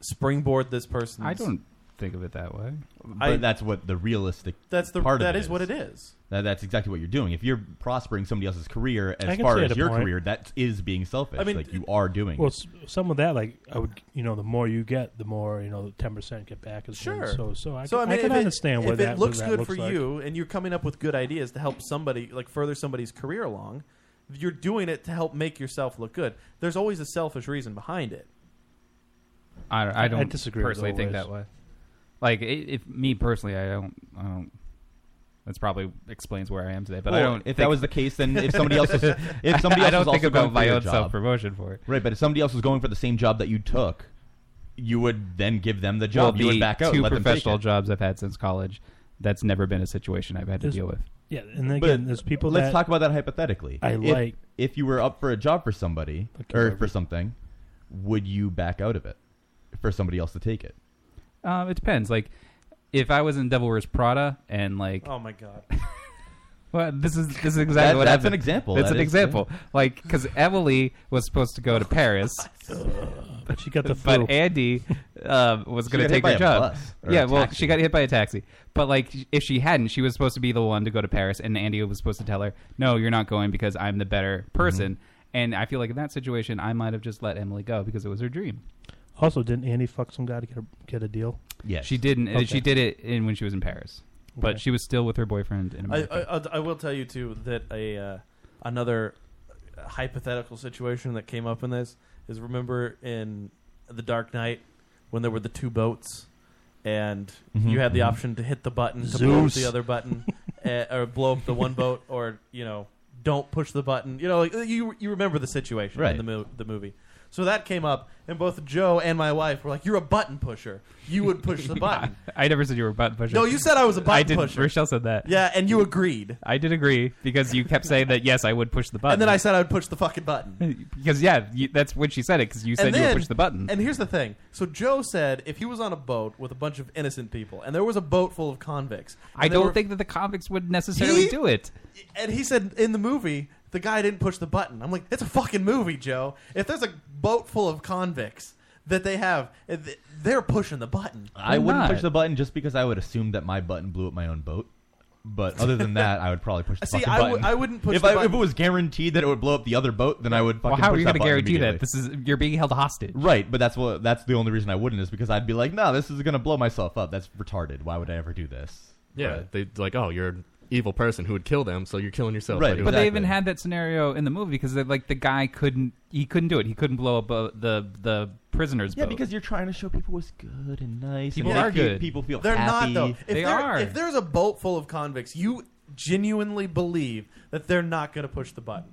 [SPEAKER 7] springboard this person.
[SPEAKER 8] I don't think of it that way.
[SPEAKER 9] But
[SPEAKER 7] I-
[SPEAKER 9] that's what the realistic
[SPEAKER 7] That's the-
[SPEAKER 9] part of
[SPEAKER 7] that
[SPEAKER 9] it
[SPEAKER 7] is what it is.
[SPEAKER 9] That- that's exactly what you're doing. If you're prospering somebody else's career
[SPEAKER 12] I
[SPEAKER 9] as
[SPEAKER 12] can
[SPEAKER 9] far
[SPEAKER 12] see
[SPEAKER 9] as
[SPEAKER 12] at a
[SPEAKER 9] your
[SPEAKER 12] point.
[SPEAKER 9] career, that is being selfish.
[SPEAKER 12] I mean,
[SPEAKER 9] like you are doing.
[SPEAKER 12] Well,
[SPEAKER 9] it.
[SPEAKER 12] s- some of that, like I would, you know, the more you get, the more you know, ten percent get back. As
[SPEAKER 7] Sure.
[SPEAKER 12] So, Oh, so I,
[SPEAKER 7] So,
[SPEAKER 12] can, I,
[SPEAKER 7] mean,
[SPEAKER 12] can
[SPEAKER 7] if it-
[SPEAKER 12] understand where
[SPEAKER 7] if
[SPEAKER 12] that
[SPEAKER 7] it looks
[SPEAKER 12] where that
[SPEAKER 7] good for
[SPEAKER 12] like.
[SPEAKER 7] you, and you're coming up with good ideas to help somebody, like further somebody's career along. You're doing it to help make yourself look good. There's always a selfish reason behind it.
[SPEAKER 8] I, I
[SPEAKER 12] I
[SPEAKER 8] don't
[SPEAKER 12] disagree with
[SPEAKER 8] personally
[SPEAKER 12] all
[SPEAKER 8] think
[SPEAKER 12] ways.
[SPEAKER 8] that way. Like i if me personally, I don't. I don't. That's probably explains where I am today. But I
[SPEAKER 9] Well,
[SPEAKER 8] don't.
[SPEAKER 9] If that
[SPEAKER 8] think-
[SPEAKER 9] was the case, then if somebody else was, if somebody
[SPEAKER 8] I,
[SPEAKER 9] else
[SPEAKER 8] I
[SPEAKER 9] was
[SPEAKER 8] don't think
[SPEAKER 9] also
[SPEAKER 8] about
[SPEAKER 9] going
[SPEAKER 8] my
[SPEAKER 9] for your
[SPEAKER 8] own
[SPEAKER 9] job-
[SPEAKER 8] self promotion for it.
[SPEAKER 9] right? But if somebody else was going for the same job that you took, you would then give them the job.
[SPEAKER 8] Will
[SPEAKER 9] you
[SPEAKER 8] be
[SPEAKER 9] would back out. and
[SPEAKER 8] two
[SPEAKER 9] let them take
[SPEAKER 8] professional
[SPEAKER 9] it.
[SPEAKER 8] jobs I've had since college. That's never been a situation I've had to
[SPEAKER 12] There's-
[SPEAKER 8] deal with.
[SPEAKER 12] Yeah, and then again, there's people.
[SPEAKER 9] Let's
[SPEAKER 12] that,
[SPEAKER 9] talk about that hypothetically.
[SPEAKER 12] I
[SPEAKER 9] if,
[SPEAKER 12] like-
[SPEAKER 9] if you were up for a job for somebody or for something, would you back out of it for somebody else to take it?
[SPEAKER 8] Um, it depends. Like, if I was in Devil Wears Prada and like,
[SPEAKER 7] Oh my god!
[SPEAKER 8] well, this is this is exactly
[SPEAKER 9] That-
[SPEAKER 8] what
[SPEAKER 9] that's
[SPEAKER 8] happened.
[SPEAKER 9] an example.
[SPEAKER 8] That's
[SPEAKER 9] That
[SPEAKER 8] an
[SPEAKER 9] is-
[SPEAKER 8] example. Like, because Emily was supposed to go to Paris,
[SPEAKER 12] but she got the flu.
[SPEAKER 8] but Andy um, was
[SPEAKER 12] She
[SPEAKER 8] going to
[SPEAKER 12] got hit
[SPEAKER 8] take
[SPEAKER 12] by
[SPEAKER 8] her
[SPEAKER 12] a
[SPEAKER 8] job.
[SPEAKER 12] bus or a
[SPEAKER 8] Yeah, well,
[SPEAKER 12] taxi.
[SPEAKER 8] she got hit by a taxi. But like, if she hadn't, she was supposed to be the one to go to Paris, and Andy was supposed to tell her, "No, you're not going because I'm the better
[SPEAKER 12] Mm-hmm.
[SPEAKER 8] person." And I feel like in that situation, I might have just let Emily go because it was her dream.
[SPEAKER 12] Also, didn't Andy fuck some guy to get a, get a deal?
[SPEAKER 8] she didn't.
[SPEAKER 12] Okay.
[SPEAKER 8] She did it in when she was in Paris, but
[SPEAKER 12] Okay.
[SPEAKER 8] she was still with her boyfriend in
[SPEAKER 7] I,
[SPEAKER 8] America.
[SPEAKER 7] I, I- I will tell you too that a uh, another hypothetical situation that came up in this is remember in the Dark Knight when there were the two boats and
[SPEAKER 12] Mhm.
[SPEAKER 7] you had the
[SPEAKER 12] Mhm.
[SPEAKER 7] option to hit the button to blow up
[SPEAKER 12] Zeus.
[SPEAKER 7] the other button uh, or blow up the one boat or you know don't push the button you know like uh, you you remember the situation in
[SPEAKER 9] Right.
[SPEAKER 7] the, mo- the movie so that came up and both Joe and my wife were like you're a button pusher you would push the button
[SPEAKER 8] I never said you were a button pusher.
[SPEAKER 7] No, you said I was a button
[SPEAKER 8] I didn't.
[SPEAKER 7] pusher.
[SPEAKER 8] Rochelle said that.
[SPEAKER 7] Yeah, and you agreed.
[SPEAKER 8] I did agree because you kept saying that yes, I would push the button.
[SPEAKER 7] and then I said I would push the fucking button
[SPEAKER 8] because yeah, you, that's when she said it because you said
[SPEAKER 7] And
[SPEAKER 8] you
[SPEAKER 7] then-
[SPEAKER 8] would push the button.
[SPEAKER 7] And here's the thing. So Joe said if he was on a boat with a bunch of innocent people and there was a boat full of convicts.
[SPEAKER 8] I don't think that the convicts would necessarily do it.
[SPEAKER 7] And he said in the movie the guy didn't push the button. I'm like, it's a fucking movie, Joe. If there's a boat full of convicts that they have, eh, th- they're pushing the button.
[SPEAKER 9] I wouldn't push the button just because I would assume that my button blew up my own boat. But other than that, I would probably push the
[SPEAKER 7] See,
[SPEAKER 9] fucking
[SPEAKER 7] I
[SPEAKER 9] button.
[SPEAKER 7] would- I wouldn't push
[SPEAKER 9] if
[SPEAKER 7] the
[SPEAKER 9] I,
[SPEAKER 7] button.
[SPEAKER 9] If it was guaranteed that it would blow up the other boat, then I would fucking
[SPEAKER 8] well, how
[SPEAKER 9] push
[SPEAKER 8] are you
[SPEAKER 9] that
[SPEAKER 8] going to
[SPEAKER 9] button
[SPEAKER 8] guarantee
[SPEAKER 9] immediately.
[SPEAKER 8] that? This is you're being held hostage.
[SPEAKER 9] Right, but that's what that's the only reason I wouldn't is because I'd be like, no, this is gonna blow myself up. That's retarded. Why would I ever do this?
[SPEAKER 11] Yeah, they like, oh, you're an evil person who would kill them, so you're killing yourself. by
[SPEAKER 9] Right,
[SPEAKER 11] doing
[SPEAKER 8] But they
[SPEAKER 11] that.
[SPEAKER 8] even had that scenario in the movie because they're like the guy couldn't he couldn't do it. He couldn't blow up uh, the the prisoners.
[SPEAKER 9] Yeah,
[SPEAKER 8] boat.
[SPEAKER 9] because you're trying to show people what's good and nice.
[SPEAKER 8] People
[SPEAKER 9] and they
[SPEAKER 8] are
[SPEAKER 9] feel-
[SPEAKER 8] good.
[SPEAKER 9] People feel
[SPEAKER 7] They're
[SPEAKER 9] happy.
[SPEAKER 7] not though. If
[SPEAKER 8] They
[SPEAKER 7] there-
[SPEAKER 8] are.
[SPEAKER 7] If there's a boat full of convicts, you genuinely believe that they're not going to push the button.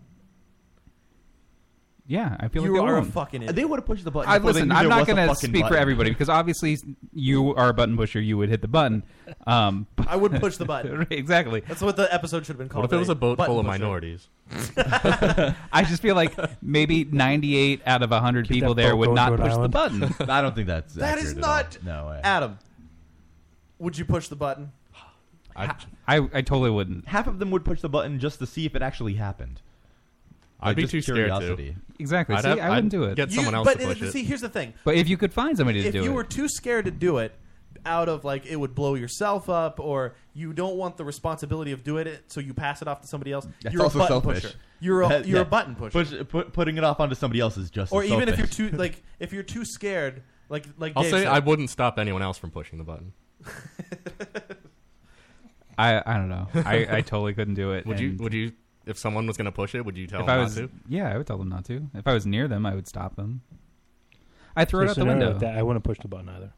[SPEAKER 8] yeah, I feel
[SPEAKER 7] You
[SPEAKER 8] like they
[SPEAKER 7] are a
[SPEAKER 8] won't.
[SPEAKER 7] fucking idiot.
[SPEAKER 9] They would have pushed the button.
[SPEAKER 8] I
[SPEAKER 9] before they
[SPEAKER 8] listen.
[SPEAKER 9] knew
[SPEAKER 8] I'm
[SPEAKER 9] there
[SPEAKER 8] not
[SPEAKER 9] was a
[SPEAKER 8] going to
[SPEAKER 9] fucking
[SPEAKER 8] speak for
[SPEAKER 9] button.
[SPEAKER 8] everybody because obviously you are a button pusher. You would hit the button. Um,
[SPEAKER 7] I would push the button.
[SPEAKER 8] exactly.
[SPEAKER 7] That's what the episode should have been called.
[SPEAKER 11] What if it was a boat
[SPEAKER 7] Button
[SPEAKER 11] full of
[SPEAKER 7] pusher.
[SPEAKER 11] minorities?
[SPEAKER 8] I just feel like maybe 98 out of 100 people
[SPEAKER 11] that
[SPEAKER 8] there
[SPEAKER 11] boat
[SPEAKER 8] would
[SPEAKER 11] going to
[SPEAKER 8] not
[SPEAKER 11] an
[SPEAKER 8] push
[SPEAKER 11] island.
[SPEAKER 8] the button.
[SPEAKER 9] I don't think that's
[SPEAKER 7] That is
[SPEAKER 9] accurate at
[SPEAKER 7] not.
[SPEAKER 9] all. No way.
[SPEAKER 7] Adam, would you push the button?
[SPEAKER 8] I, I totally wouldn't.
[SPEAKER 9] Half of them would push the button just to see if it actually happened.
[SPEAKER 11] I'd
[SPEAKER 9] Like,
[SPEAKER 11] be
[SPEAKER 9] just
[SPEAKER 11] too scared to.
[SPEAKER 9] curiosity.
[SPEAKER 8] Exactly.
[SPEAKER 11] I'd
[SPEAKER 8] See,
[SPEAKER 11] have-
[SPEAKER 8] I wouldn't
[SPEAKER 11] I'd
[SPEAKER 8] do it.
[SPEAKER 11] get
[SPEAKER 7] You-
[SPEAKER 11] someone else
[SPEAKER 7] but
[SPEAKER 11] to push
[SPEAKER 7] it-
[SPEAKER 11] it.
[SPEAKER 7] see, here's the thing.
[SPEAKER 8] But if you could find somebody to
[SPEAKER 7] if
[SPEAKER 8] do
[SPEAKER 7] you
[SPEAKER 8] it,
[SPEAKER 7] were too scared to do it out of like it would blow yourself up or you don't want the responsibility of doing it so you pass it off to somebody else
[SPEAKER 9] That's
[SPEAKER 7] you're
[SPEAKER 9] also
[SPEAKER 7] a button
[SPEAKER 9] selfish.
[SPEAKER 7] pusher you're a,
[SPEAKER 9] That-
[SPEAKER 7] you're a
[SPEAKER 9] yeah.
[SPEAKER 7] button pusher
[SPEAKER 9] Push, put, putting it off onto somebody else is just
[SPEAKER 7] or
[SPEAKER 9] as
[SPEAKER 7] even if you're
[SPEAKER 9] selfish.
[SPEAKER 7] too like if you're too scared like like
[SPEAKER 11] I'll
[SPEAKER 7] Dave
[SPEAKER 11] say
[SPEAKER 7] said,
[SPEAKER 11] I wouldn't stop anyone else from pushing the button.
[SPEAKER 8] I, I don't know. I, I totally couldn't do it.
[SPEAKER 11] Would you?
[SPEAKER 8] and
[SPEAKER 11] Would you? If someone was going to push it, would you tell
[SPEAKER 8] if
[SPEAKER 11] them
[SPEAKER 8] I was,
[SPEAKER 11] not to?
[SPEAKER 8] yeah, I would tell them not to. If I was near them, I would stop them. I throw it out the
[SPEAKER 12] Scenario
[SPEAKER 8] window.
[SPEAKER 12] like that, I wouldn't push the button either.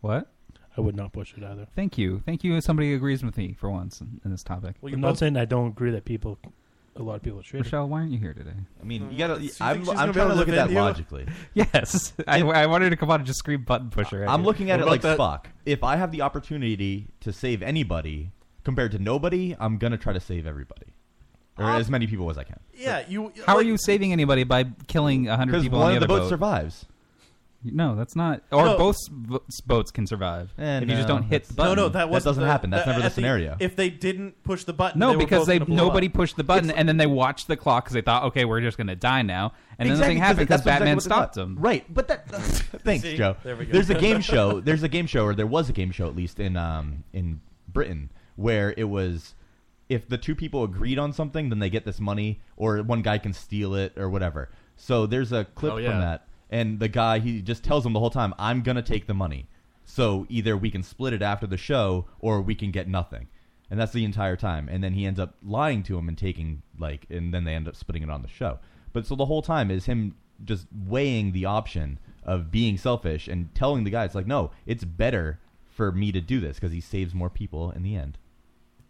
[SPEAKER 8] What?
[SPEAKER 12] I would not push it either.
[SPEAKER 8] Thank you. Thank you. Somebody who agrees with me for once in, in this topic.
[SPEAKER 12] I'm not saying I don't agree that people, a lot of people should.
[SPEAKER 8] Michelle, why aren't you here today?
[SPEAKER 9] I mean, you gotta. I'm, I'm trying to look at that logically.
[SPEAKER 8] Yes. I, I wanted to come on and just scream button pusher. at
[SPEAKER 9] I'm
[SPEAKER 8] you.
[SPEAKER 9] looking at it like fuck. If I have the opportunity to save anybody compared to nobody, I'm gonna try to save everybody, or
[SPEAKER 7] Um,
[SPEAKER 9] as many people as I can.
[SPEAKER 7] Yeah, you.
[SPEAKER 8] How are you saving anybody by killing hundred
[SPEAKER 9] Because
[SPEAKER 8] people?
[SPEAKER 9] one
[SPEAKER 8] on
[SPEAKER 9] of
[SPEAKER 8] the
[SPEAKER 9] the
[SPEAKER 8] other
[SPEAKER 9] boats
[SPEAKER 8] boat?
[SPEAKER 9] survives.
[SPEAKER 8] No, that's not. Or
[SPEAKER 7] No.
[SPEAKER 8] both s- bo- boats can survive
[SPEAKER 9] Eh,
[SPEAKER 8] if you just
[SPEAKER 9] no,
[SPEAKER 8] don't hit
[SPEAKER 9] that's-
[SPEAKER 8] the button.
[SPEAKER 7] No, no, that, wasn't the- that- at If they didn't push the button,
[SPEAKER 8] No,
[SPEAKER 7] Uh, they were
[SPEAKER 8] because
[SPEAKER 7] both
[SPEAKER 8] they
[SPEAKER 7] gonna blow
[SPEAKER 8] nobody
[SPEAKER 7] up.
[SPEAKER 8] pushed the button, and then they watched the clock because they thought, okay, we're just going to die now, and then
[SPEAKER 9] Exactly,
[SPEAKER 8] nothing happened
[SPEAKER 9] that's
[SPEAKER 8] because
[SPEAKER 9] exactly
[SPEAKER 8] Batman
[SPEAKER 9] what they
[SPEAKER 8] stopped
[SPEAKER 9] thought.
[SPEAKER 8] them.
[SPEAKER 9] Right, but that. Thanks,
[SPEAKER 8] See?
[SPEAKER 9] Joe.
[SPEAKER 8] There we go.
[SPEAKER 9] There's a game show. There's a game show, or there was a game show at least in um in Britain where it was if the two people agreed on something, then they get this money, or one guy can steal it, or whatever. So there's a clip
[SPEAKER 11] Oh, yeah.
[SPEAKER 9] from that, and the guy he just tells him the whole time, "I'm gonna take the money." So either we can split it after the show, or we can get nothing. And that's the entire time. And then he ends up lying to him and taking like, and then they end up splitting it on the show. But so the whole time is him just weighing the option of being selfish and telling the guy, it's like, no, it's better for me to do this because he saves more people in the end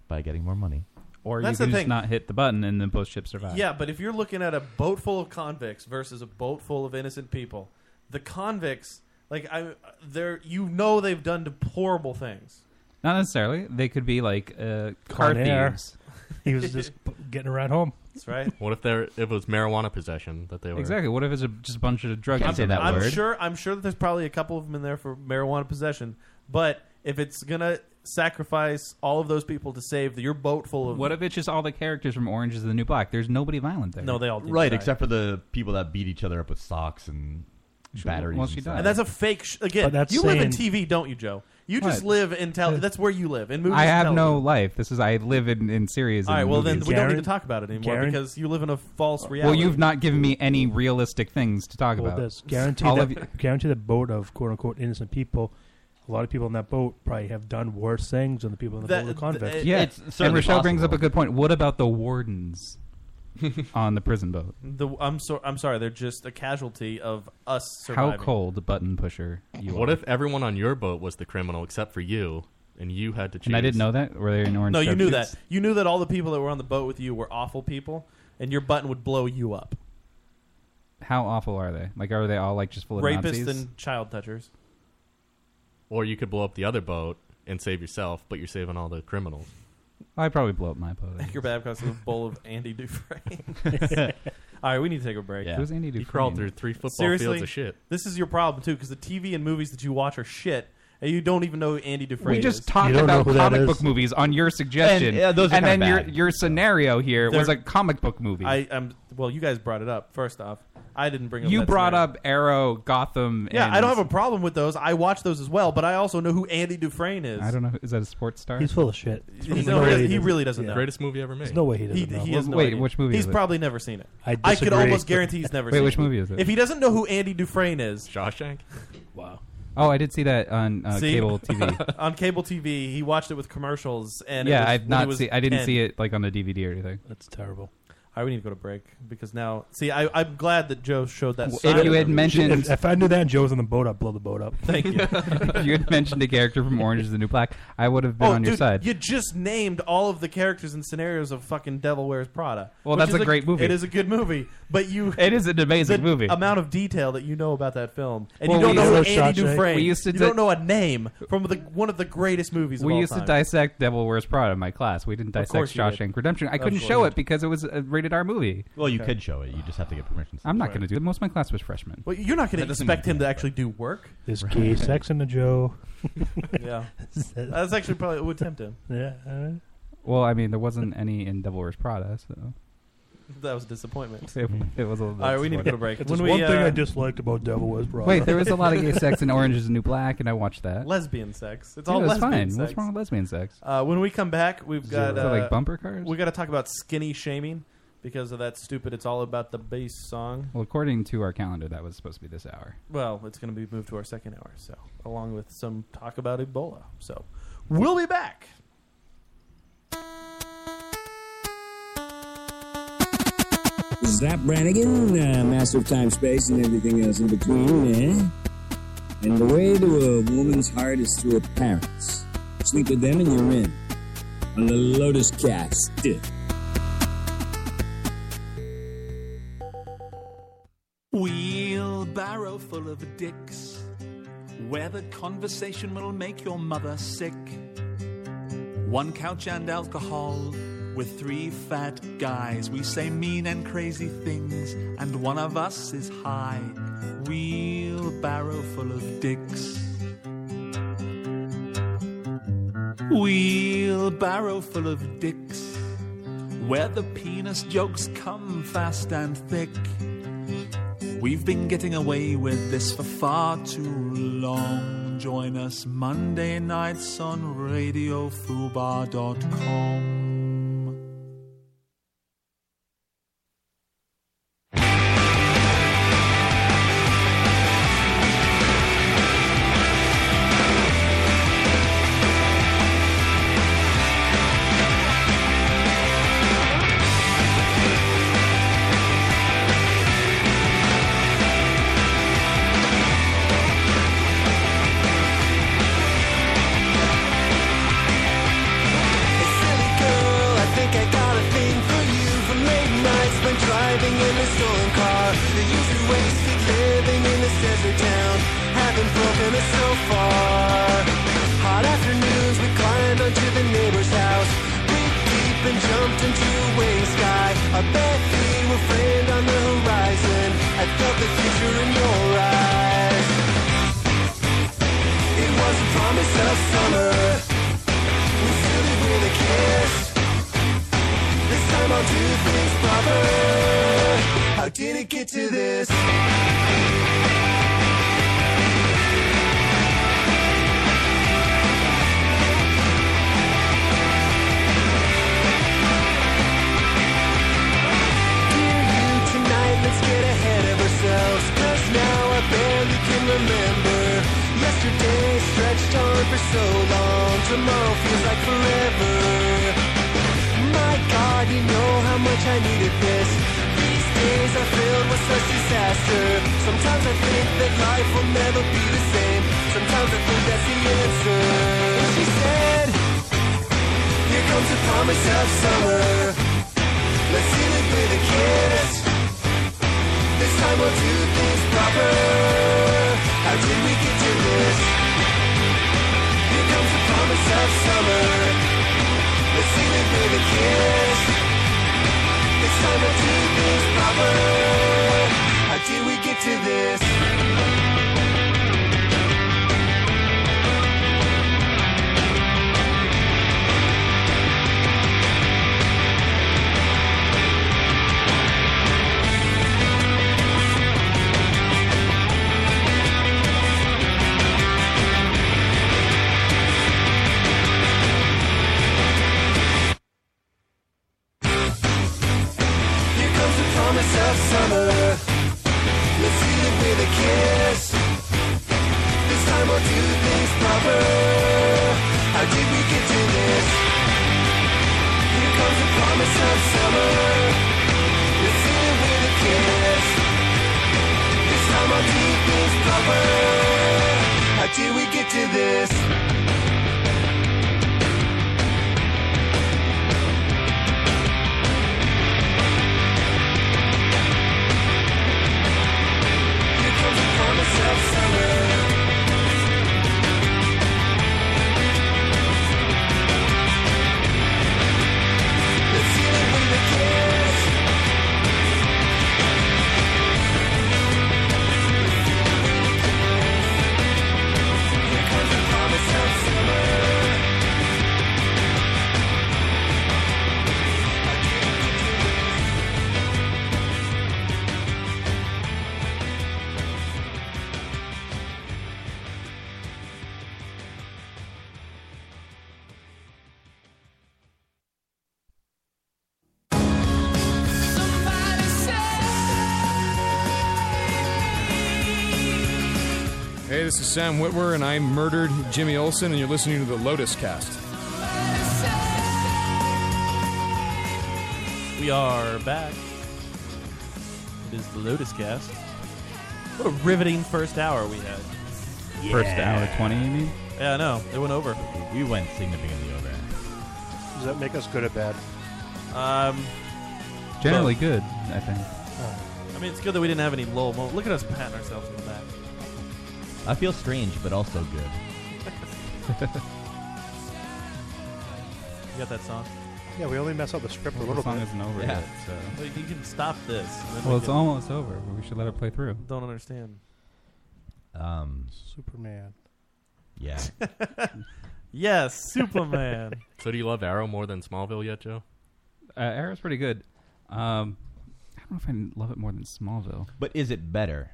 [SPEAKER 9] by getting more money.
[SPEAKER 8] Or
[SPEAKER 7] That's
[SPEAKER 8] you
[SPEAKER 7] the
[SPEAKER 8] can just
[SPEAKER 7] thing.
[SPEAKER 8] not hit the button, and then both ships survive.
[SPEAKER 7] Yeah, but if you're looking at a boat full of convicts versus a boat full of innocent people, the convicts, like I, they're you know they've done horrible things.
[SPEAKER 8] Not necessarily. They could be like uh, car
[SPEAKER 12] Con Air.
[SPEAKER 8] thieves.
[SPEAKER 12] He was just p- getting a ride home.
[SPEAKER 7] That's right.
[SPEAKER 11] What if there it was marijuana possession that they were
[SPEAKER 8] Exactly. What if it's a, just a bunch of drug?
[SPEAKER 11] Can't say that
[SPEAKER 7] I'm
[SPEAKER 11] word.
[SPEAKER 7] sure. I'm sure that there's probably a couple of them in there for marijuana possession. But if it's gonna sacrifice all of those people to save your boat full of
[SPEAKER 8] What if it's just all the characters from Orange is the New Black? There's nobody violent there.
[SPEAKER 7] No, they all did
[SPEAKER 9] Right,
[SPEAKER 7] die.
[SPEAKER 9] except for the people that beat each other up with socks and batteries.
[SPEAKER 8] well,
[SPEAKER 9] and
[SPEAKER 8] she
[SPEAKER 9] stuff.
[SPEAKER 7] and that's a fake. Sh- again,
[SPEAKER 9] But that's
[SPEAKER 7] you live in
[SPEAKER 9] saying-
[SPEAKER 7] TV, don't you, Joe? You just
[SPEAKER 8] What?
[SPEAKER 7] live in tele. That's where you live in movies.
[SPEAKER 8] I
[SPEAKER 7] and
[SPEAKER 8] have
[SPEAKER 7] television.
[SPEAKER 8] no life. This is I live in, in series.
[SPEAKER 7] All right,
[SPEAKER 8] and
[SPEAKER 7] well then
[SPEAKER 8] movies.
[SPEAKER 7] we don't need to talk about it anymore
[SPEAKER 8] Guaran-
[SPEAKER 7] because you live in a false reality.
[SPEAKER 8] Well, you've not given me any realistic things to talk
[SPEAKER 12] Well,
[SPEAKER 8] about.
[SPEAKER 12] that's guaranteed.
[SPEAKER 8] All
[SPEAKER 12] that,
[SPEAKER 8] of you,
[SPEAKER 12] guaranteed the boat of quote unquote innocent people. A lot of people in that boat probably have done worse things than the people in the
[SPEAKER 8] That-
[SPEAKER 12] boat of
[SPEAKER 7] uh,
[SPEAKER 12] convicts.
[SPEAKER 8] yeah. and Rochelle brings up a good point. What about the wardens on the prison boat?
[SPEAKER 7] The, I'm so I'm sorry. They're just a casualty of us
[SPEAKER 8] How
[SPEAKER 7] surviving.
[SPEAKER 8] cold button pusher you
[SPEAKER 11] What
[SPEAKER 8] are.
[SPEAKER 11] if everyone on your boat was the criminal except for you, and you had to choose?
[SPEAKER 8] And I didn't know that. Were they in orange?
[SPEAKER 7] No, you knew
[SPEAKER 8] jumpsuits?
[SPEAKER 7] that. You knew that all the people that were on the boat with you were awful people, and your button would blow you up.
[SPEAKER 8] How awful are they? Like, are they all like just full of
[SPEAKER 7] Rapists
[SPEAKER 8] Nazis?
[SPEAKER 7] and child touchers.
[SPEAKER 11] Or you could blow up the other boat and save yourself, but you're saving all the criminals.
[SPEAKER 8] I probably blow up my boat.
[SPEAKER 7] Your Babcock's a bowl of Andy Dufresne. all right, we need to take a break.
[SPEAKER 11] Yeah. Who's Andy He Dufresne? crawled through three football
[SPEAKER 7] Seriously,
[SPEAKER 11] fields of shit.
[SPEAKER 7] This is your problem too, because the TV and movies that you watch are shit, and you don't even know who Andy Dufresne.
[SPEAKER 8] We
[SPEAKER 7] is.
[SPEAKER 8] just talked about comic book movies on your suggestion,
[SPEAKER 7] yeah, those are
[SPEAKER 8] and then
[SPEAKER 7] kinda
[SPEAKER 8] your
[SPEAKER 7] bad.
[SPEAKER 8] your scenario here was
[SPEAKER 7] They're-
[SPEAKER 8] a comic book movie.
[SPEAKER 7] I am. Well, you guys brought it up. First off, I didn't bring up.
[SPEAKER 8] you
[SPEAKER 7] that
[SPEAKER 8] brought
[SPEAKER 7] scenario.
[SPEAKER 8] up Arrow, Gotham.
[SPEAKER 7] Yeah,
[SPEAKER 8] and
[SPEAKER 7] I don't have a problem with those. I watch those as well, but I also know who Andy Dufresne is.
[SPEAKER 8] I don't know. Is that a sports star?
[SPEAKER 12] He's full of shit.
[SPEAKER 7] He, no, he, he really doesn't know.
[SPEAKER 11] Greatest movie ever made.
[SPEAKER 12] There's no way he doesn't know.
[SPEAKER 7] He has no
[SPEAKER 8] Wait,
[SPEAKER 7] idea.
[SPEAKER 8] which movie
[SPEAKER 7] He's
[SPEAKER 8] is it?
[SPEAKER 7] probably never seen it.
[SPEAKER 12] I
[SPEAKER 7] could
[SPEAKER 12] disagree.
[SPEAKER 7] almost guarantee he's never
[SPEAKER 8] Wait,
[SPEAKER 7] seen it.
[SPEAKER 8] which movie is it?
[SPEAKER 7] If he doesn't know who Andy Dufresne is,
[SPEAKER 11] Shawshank.
[SPEAKER 12] Wow.
[SPEAKER 8] Oh, I did see that on uh,
[SPEAKER 7] See?
[SPEAKER 8] cable TV.
[SPEAKER 7] on cable TV, he watched it with commercials, and it
[SPEAKER 8] yeah,
[SPEAKER 7] was
[SPEAKER 8] I've
[SPEAKER 7] when
[SPEAKER 8] not
[SPEAKER 7] he was
[SPEAKER 8] see. I didn't
[SPEAKER 7] 10.
[SPEAKER 8] see it like on the DVD or anything.
[SPEAKER 12] That's terrible.
[SPEAKER 7] All right, we need to go to break because now, see, I, I'm glad that Joe showed that.
[SPEAKER 8] If
[SPEAKER 7] side
[SPEAKER 8] you
[SPEAKER 7] of
[SPEAKER 8] had
[SPEAKER 7] him.
[SPEAKER 8] mentioned-
[SPEAKER 12] If, if I knew that and Joe was on the boat, I'd blow the boat up.
[SPEAKER 7] Thank you.
[SPEAKER 8] if you had mentioned a character from Orange Is the New Black, I would have been
[SPEAKER 7] oh,
[SPEAKER 8] on your
[SPEAKER 7] dude,
[SPEAKER 8] side.
[SPEAKER 7] You just named all of the characters and scenarios of fucking Devil Wears Prada.
[SPEAKER 8] Well,
[SPEAKER 7] which
[SPEAKER 8] that's
[SPEAKER 7] is
[SPEAKER 8] a great movie.
[SPEAKER 7] It is a good movie, but you.
[SPEAKER 8] It is an amazing
[SPEAKER 7] the
[SPEAKER 8] movie.
[SPEAKER 7] Amount of detail that you know about that film, and
[SPEAKER 8] Well,
[SPEAKER 7] you
[SPEAKER 8] we
[SPEAKER 7] don't know
[SPEAKER 8] used
[SPEAKER 7] who
[SPEAKER 8] to-
[SPEAKER 7] Andy
[SPEAKER 8] Shawshank.
[SPEAKER 7] Dufresne.
[SPEAKER 8] We used to
[SPEAKER 7] you
[SPEAKER 8] di-
[SPEAKER 7] don't know a name from the one of the greatest movies. of
[SPEAKER 8] we
[SPEAKER 7] all
[SPEAKER 8] used to
[SPEAKER 7] time.
[SPEAKER 8] dissect Devil Wears Prada in my class. We didn't
[SPEAKER 7] Of course
[SPEAKER 8] dissect
[SPEAKER 7] you did.
[SPEAKER 8] Shawshank Redemption. I
[SPEAKER 7] Of
[SPEAKER 8] couldn't
[SPEAKER 7] course
[SPEAKER 8] show
[SPEAKER 7] you
[SPEAKER 8] it because it was a rated R movie.
[SPEAKER 9] Well, you could show it. You just have to get permission.
[SPEAKER 8] I'm not going to do it. Most of my class was freshmen.
[SPEAKER 7] Well, you're not going
[SPEAKER 8] That
[SPEAKER 7] to
[SPEAKER 8] doesn't
[SPEAKER 7] expect
[SPEAKER 8] mean-
[SPEAKER 7] him to actually do work.
[SPEAKER 12] There's gay sex in the Joe.
[SPEAKER 7] yeah, that's actually probably it would tempt him.
[SPEAKER 12] Yeah. alright.
[SPEAKER 8] Well, I mean, there wasn't any in Devil Wears Prada, so
[SPEAKER 7] That was a disappointment.
[SPEAKER 8] it, it was a little.
[SPEAKER 7] All right, we need to go to break.
[SPEAKER 12] That's
[SPEAKER 7] When
[SPEAKER 12] just
[SPEAKER 7] we,
[SPEAKER 12] one thing
[SPEAKER 7] uh,
[SPEAKER 12] I disliked about Devil was Prada.
[SPEAKER 8] Wait, there was a lot of gay sex in Orange Is the New Black, and I watched that.
[SPEAKER 7] lesbian sex. It's
[SPEAKER 8] Yeah,
[SPEAKER 7] all
[SPEAKER 8] that's
[SPEAKER 7] lesbian
[SPEAKER 8] fine.
[SPEAKER 7] sex.
[SPEAKER 8] What's wrong with lesbian sex?
[SPEAKER 7] Uh, when we come back, we've
[SPEAKER 8] Zero.
[SPEAKER 7] got
[SPEAKER 8] Is that
[SPEAKER 7] uh,
[SPEAKER 8] like bumper cars?
[SPEAKER 7] We got to talk about skinny shaming because of that stupid. It's all about the bass song.
[SPEAKER 8] Well, according to our calendar, that was supposed to be this hour.
[SPEAKER 7] Well, it's going to be moved to our second hour, so along with some talk about Ebola. So we'll be back.
[SPEAKER 13] Zap Brannigan, uh, Master of Time, Space, and everything else in between. Eh? And the way to a woman's heart is through her parents. Sleep with them and you're in. On the Lotus Cast.
[SPEAKER 14] Wheelbarrow full of dicks, where the conversation will make your mother sick. One couch and alcohol, with three fat guys. We say mean and crazy things, and one of us is high. Wheelbarrow full of dicks. Wheelbarrow full of dicks, where the penis jokes come fast and thick. We've been getting away with this for far too long. Join us Monday nights on RadioFubar.com.
[SPEAKER 15] Girl, I think I got a thing for you. From late nights, when driving in a stolen car. The usual wasted living in this desert town. Haven't broken us so far. Hot afternoons, we climbed onto the neighbor's house. Big deep and jumped into a wing sky. I bet we were framed on the horizon. I felt the future in your eyes. It was a promise of summer. We sealed it with a kiss. This time I'll do things proper. How did it get to this? Dear you, tonight let's get ahead of ourselves. Cause now I barely can remember. Yesterday stretched on for so long. Tomorrow feels like forever. My god, you know how much I needed this. These days are filled with such disaster. Sometimes I think that life will never be the same. Sometimes I think that's the answer. And she said, Here comes the promise of summer. Let's seal it with a kiss. This time we'll do things proper. How did we get to this? Here comes the promise of summer. Let's seal it with a kiss. This time we'll do things proper. How did we get to this? Here comes the promise of summer. Let's seal it with a kiss. This time we'll do things proper. How did we get to this? Here comes the promise of summer. Let's seal it with a kiss. This time I'll do things proper. How did we get to this? Here comes the promise of summer. Let's seal it with a kiss. Here comes the promise of summer.
[SPEAKER 16] Hey, this is Sam Whitwer, and I murdered Jimmy Olsen, and you're listening to the Lotus Cast.
[SPEAKER 7] We are back. It is the Lotus Cast. What a riveting first hour we had.
[SPEAKER 8] First hour 20, you mean?
[SPEAKER 7] Yeah, I know. It went over.
[SPEAKER 9] We went significantly over.
[SPEAKER 12] Does that make us good or bad?
[SPEAKER 7] Um,
[SPEAKER 8] Generally good, I think.
[SPEAKER 7] I mean, it's good that we didn't have any lull moments. Look at us patting ourselves on the back.
[SPEAKER 9] I feel strange, but also good.
[SPEAKER 7] You got that song?
[SPEAKER 12] Yeah, we only mess up the script
[SPEAKER 8] Well,
[SPEAKER 12] a little
[SPEAKER 8] the song
[SPEAKER 12] bit.
[SPEAKER 8] isn't over
[SPEAKER 12] yeah.
[SPEAKER 8] yet, so.
[SPEAKER 7] Well, you can stop this. and then
[SPEAKER 8] Well,
[SPEAKER 7] we
[SPEAKER 8] it's
[SPEAKER 7] can-
[SPEAKER 8] almost over. but We should let it play through.
[SPEAKER 7] Don't understand.
[SPEAKER 9] Um,
[SPEAKER 12] Superman.
[SPEAKER 9] Yeah.
[SPEAKER 7] yes, Superman.
[SPEAKER 11] so do you love Arrow more than Smallville yet, Joe?
[SPEAKER 8] Uh, Arrow's pretty good. Um, I don't know if I love it more than Smallville.
[SPEAKER 9] But is it better?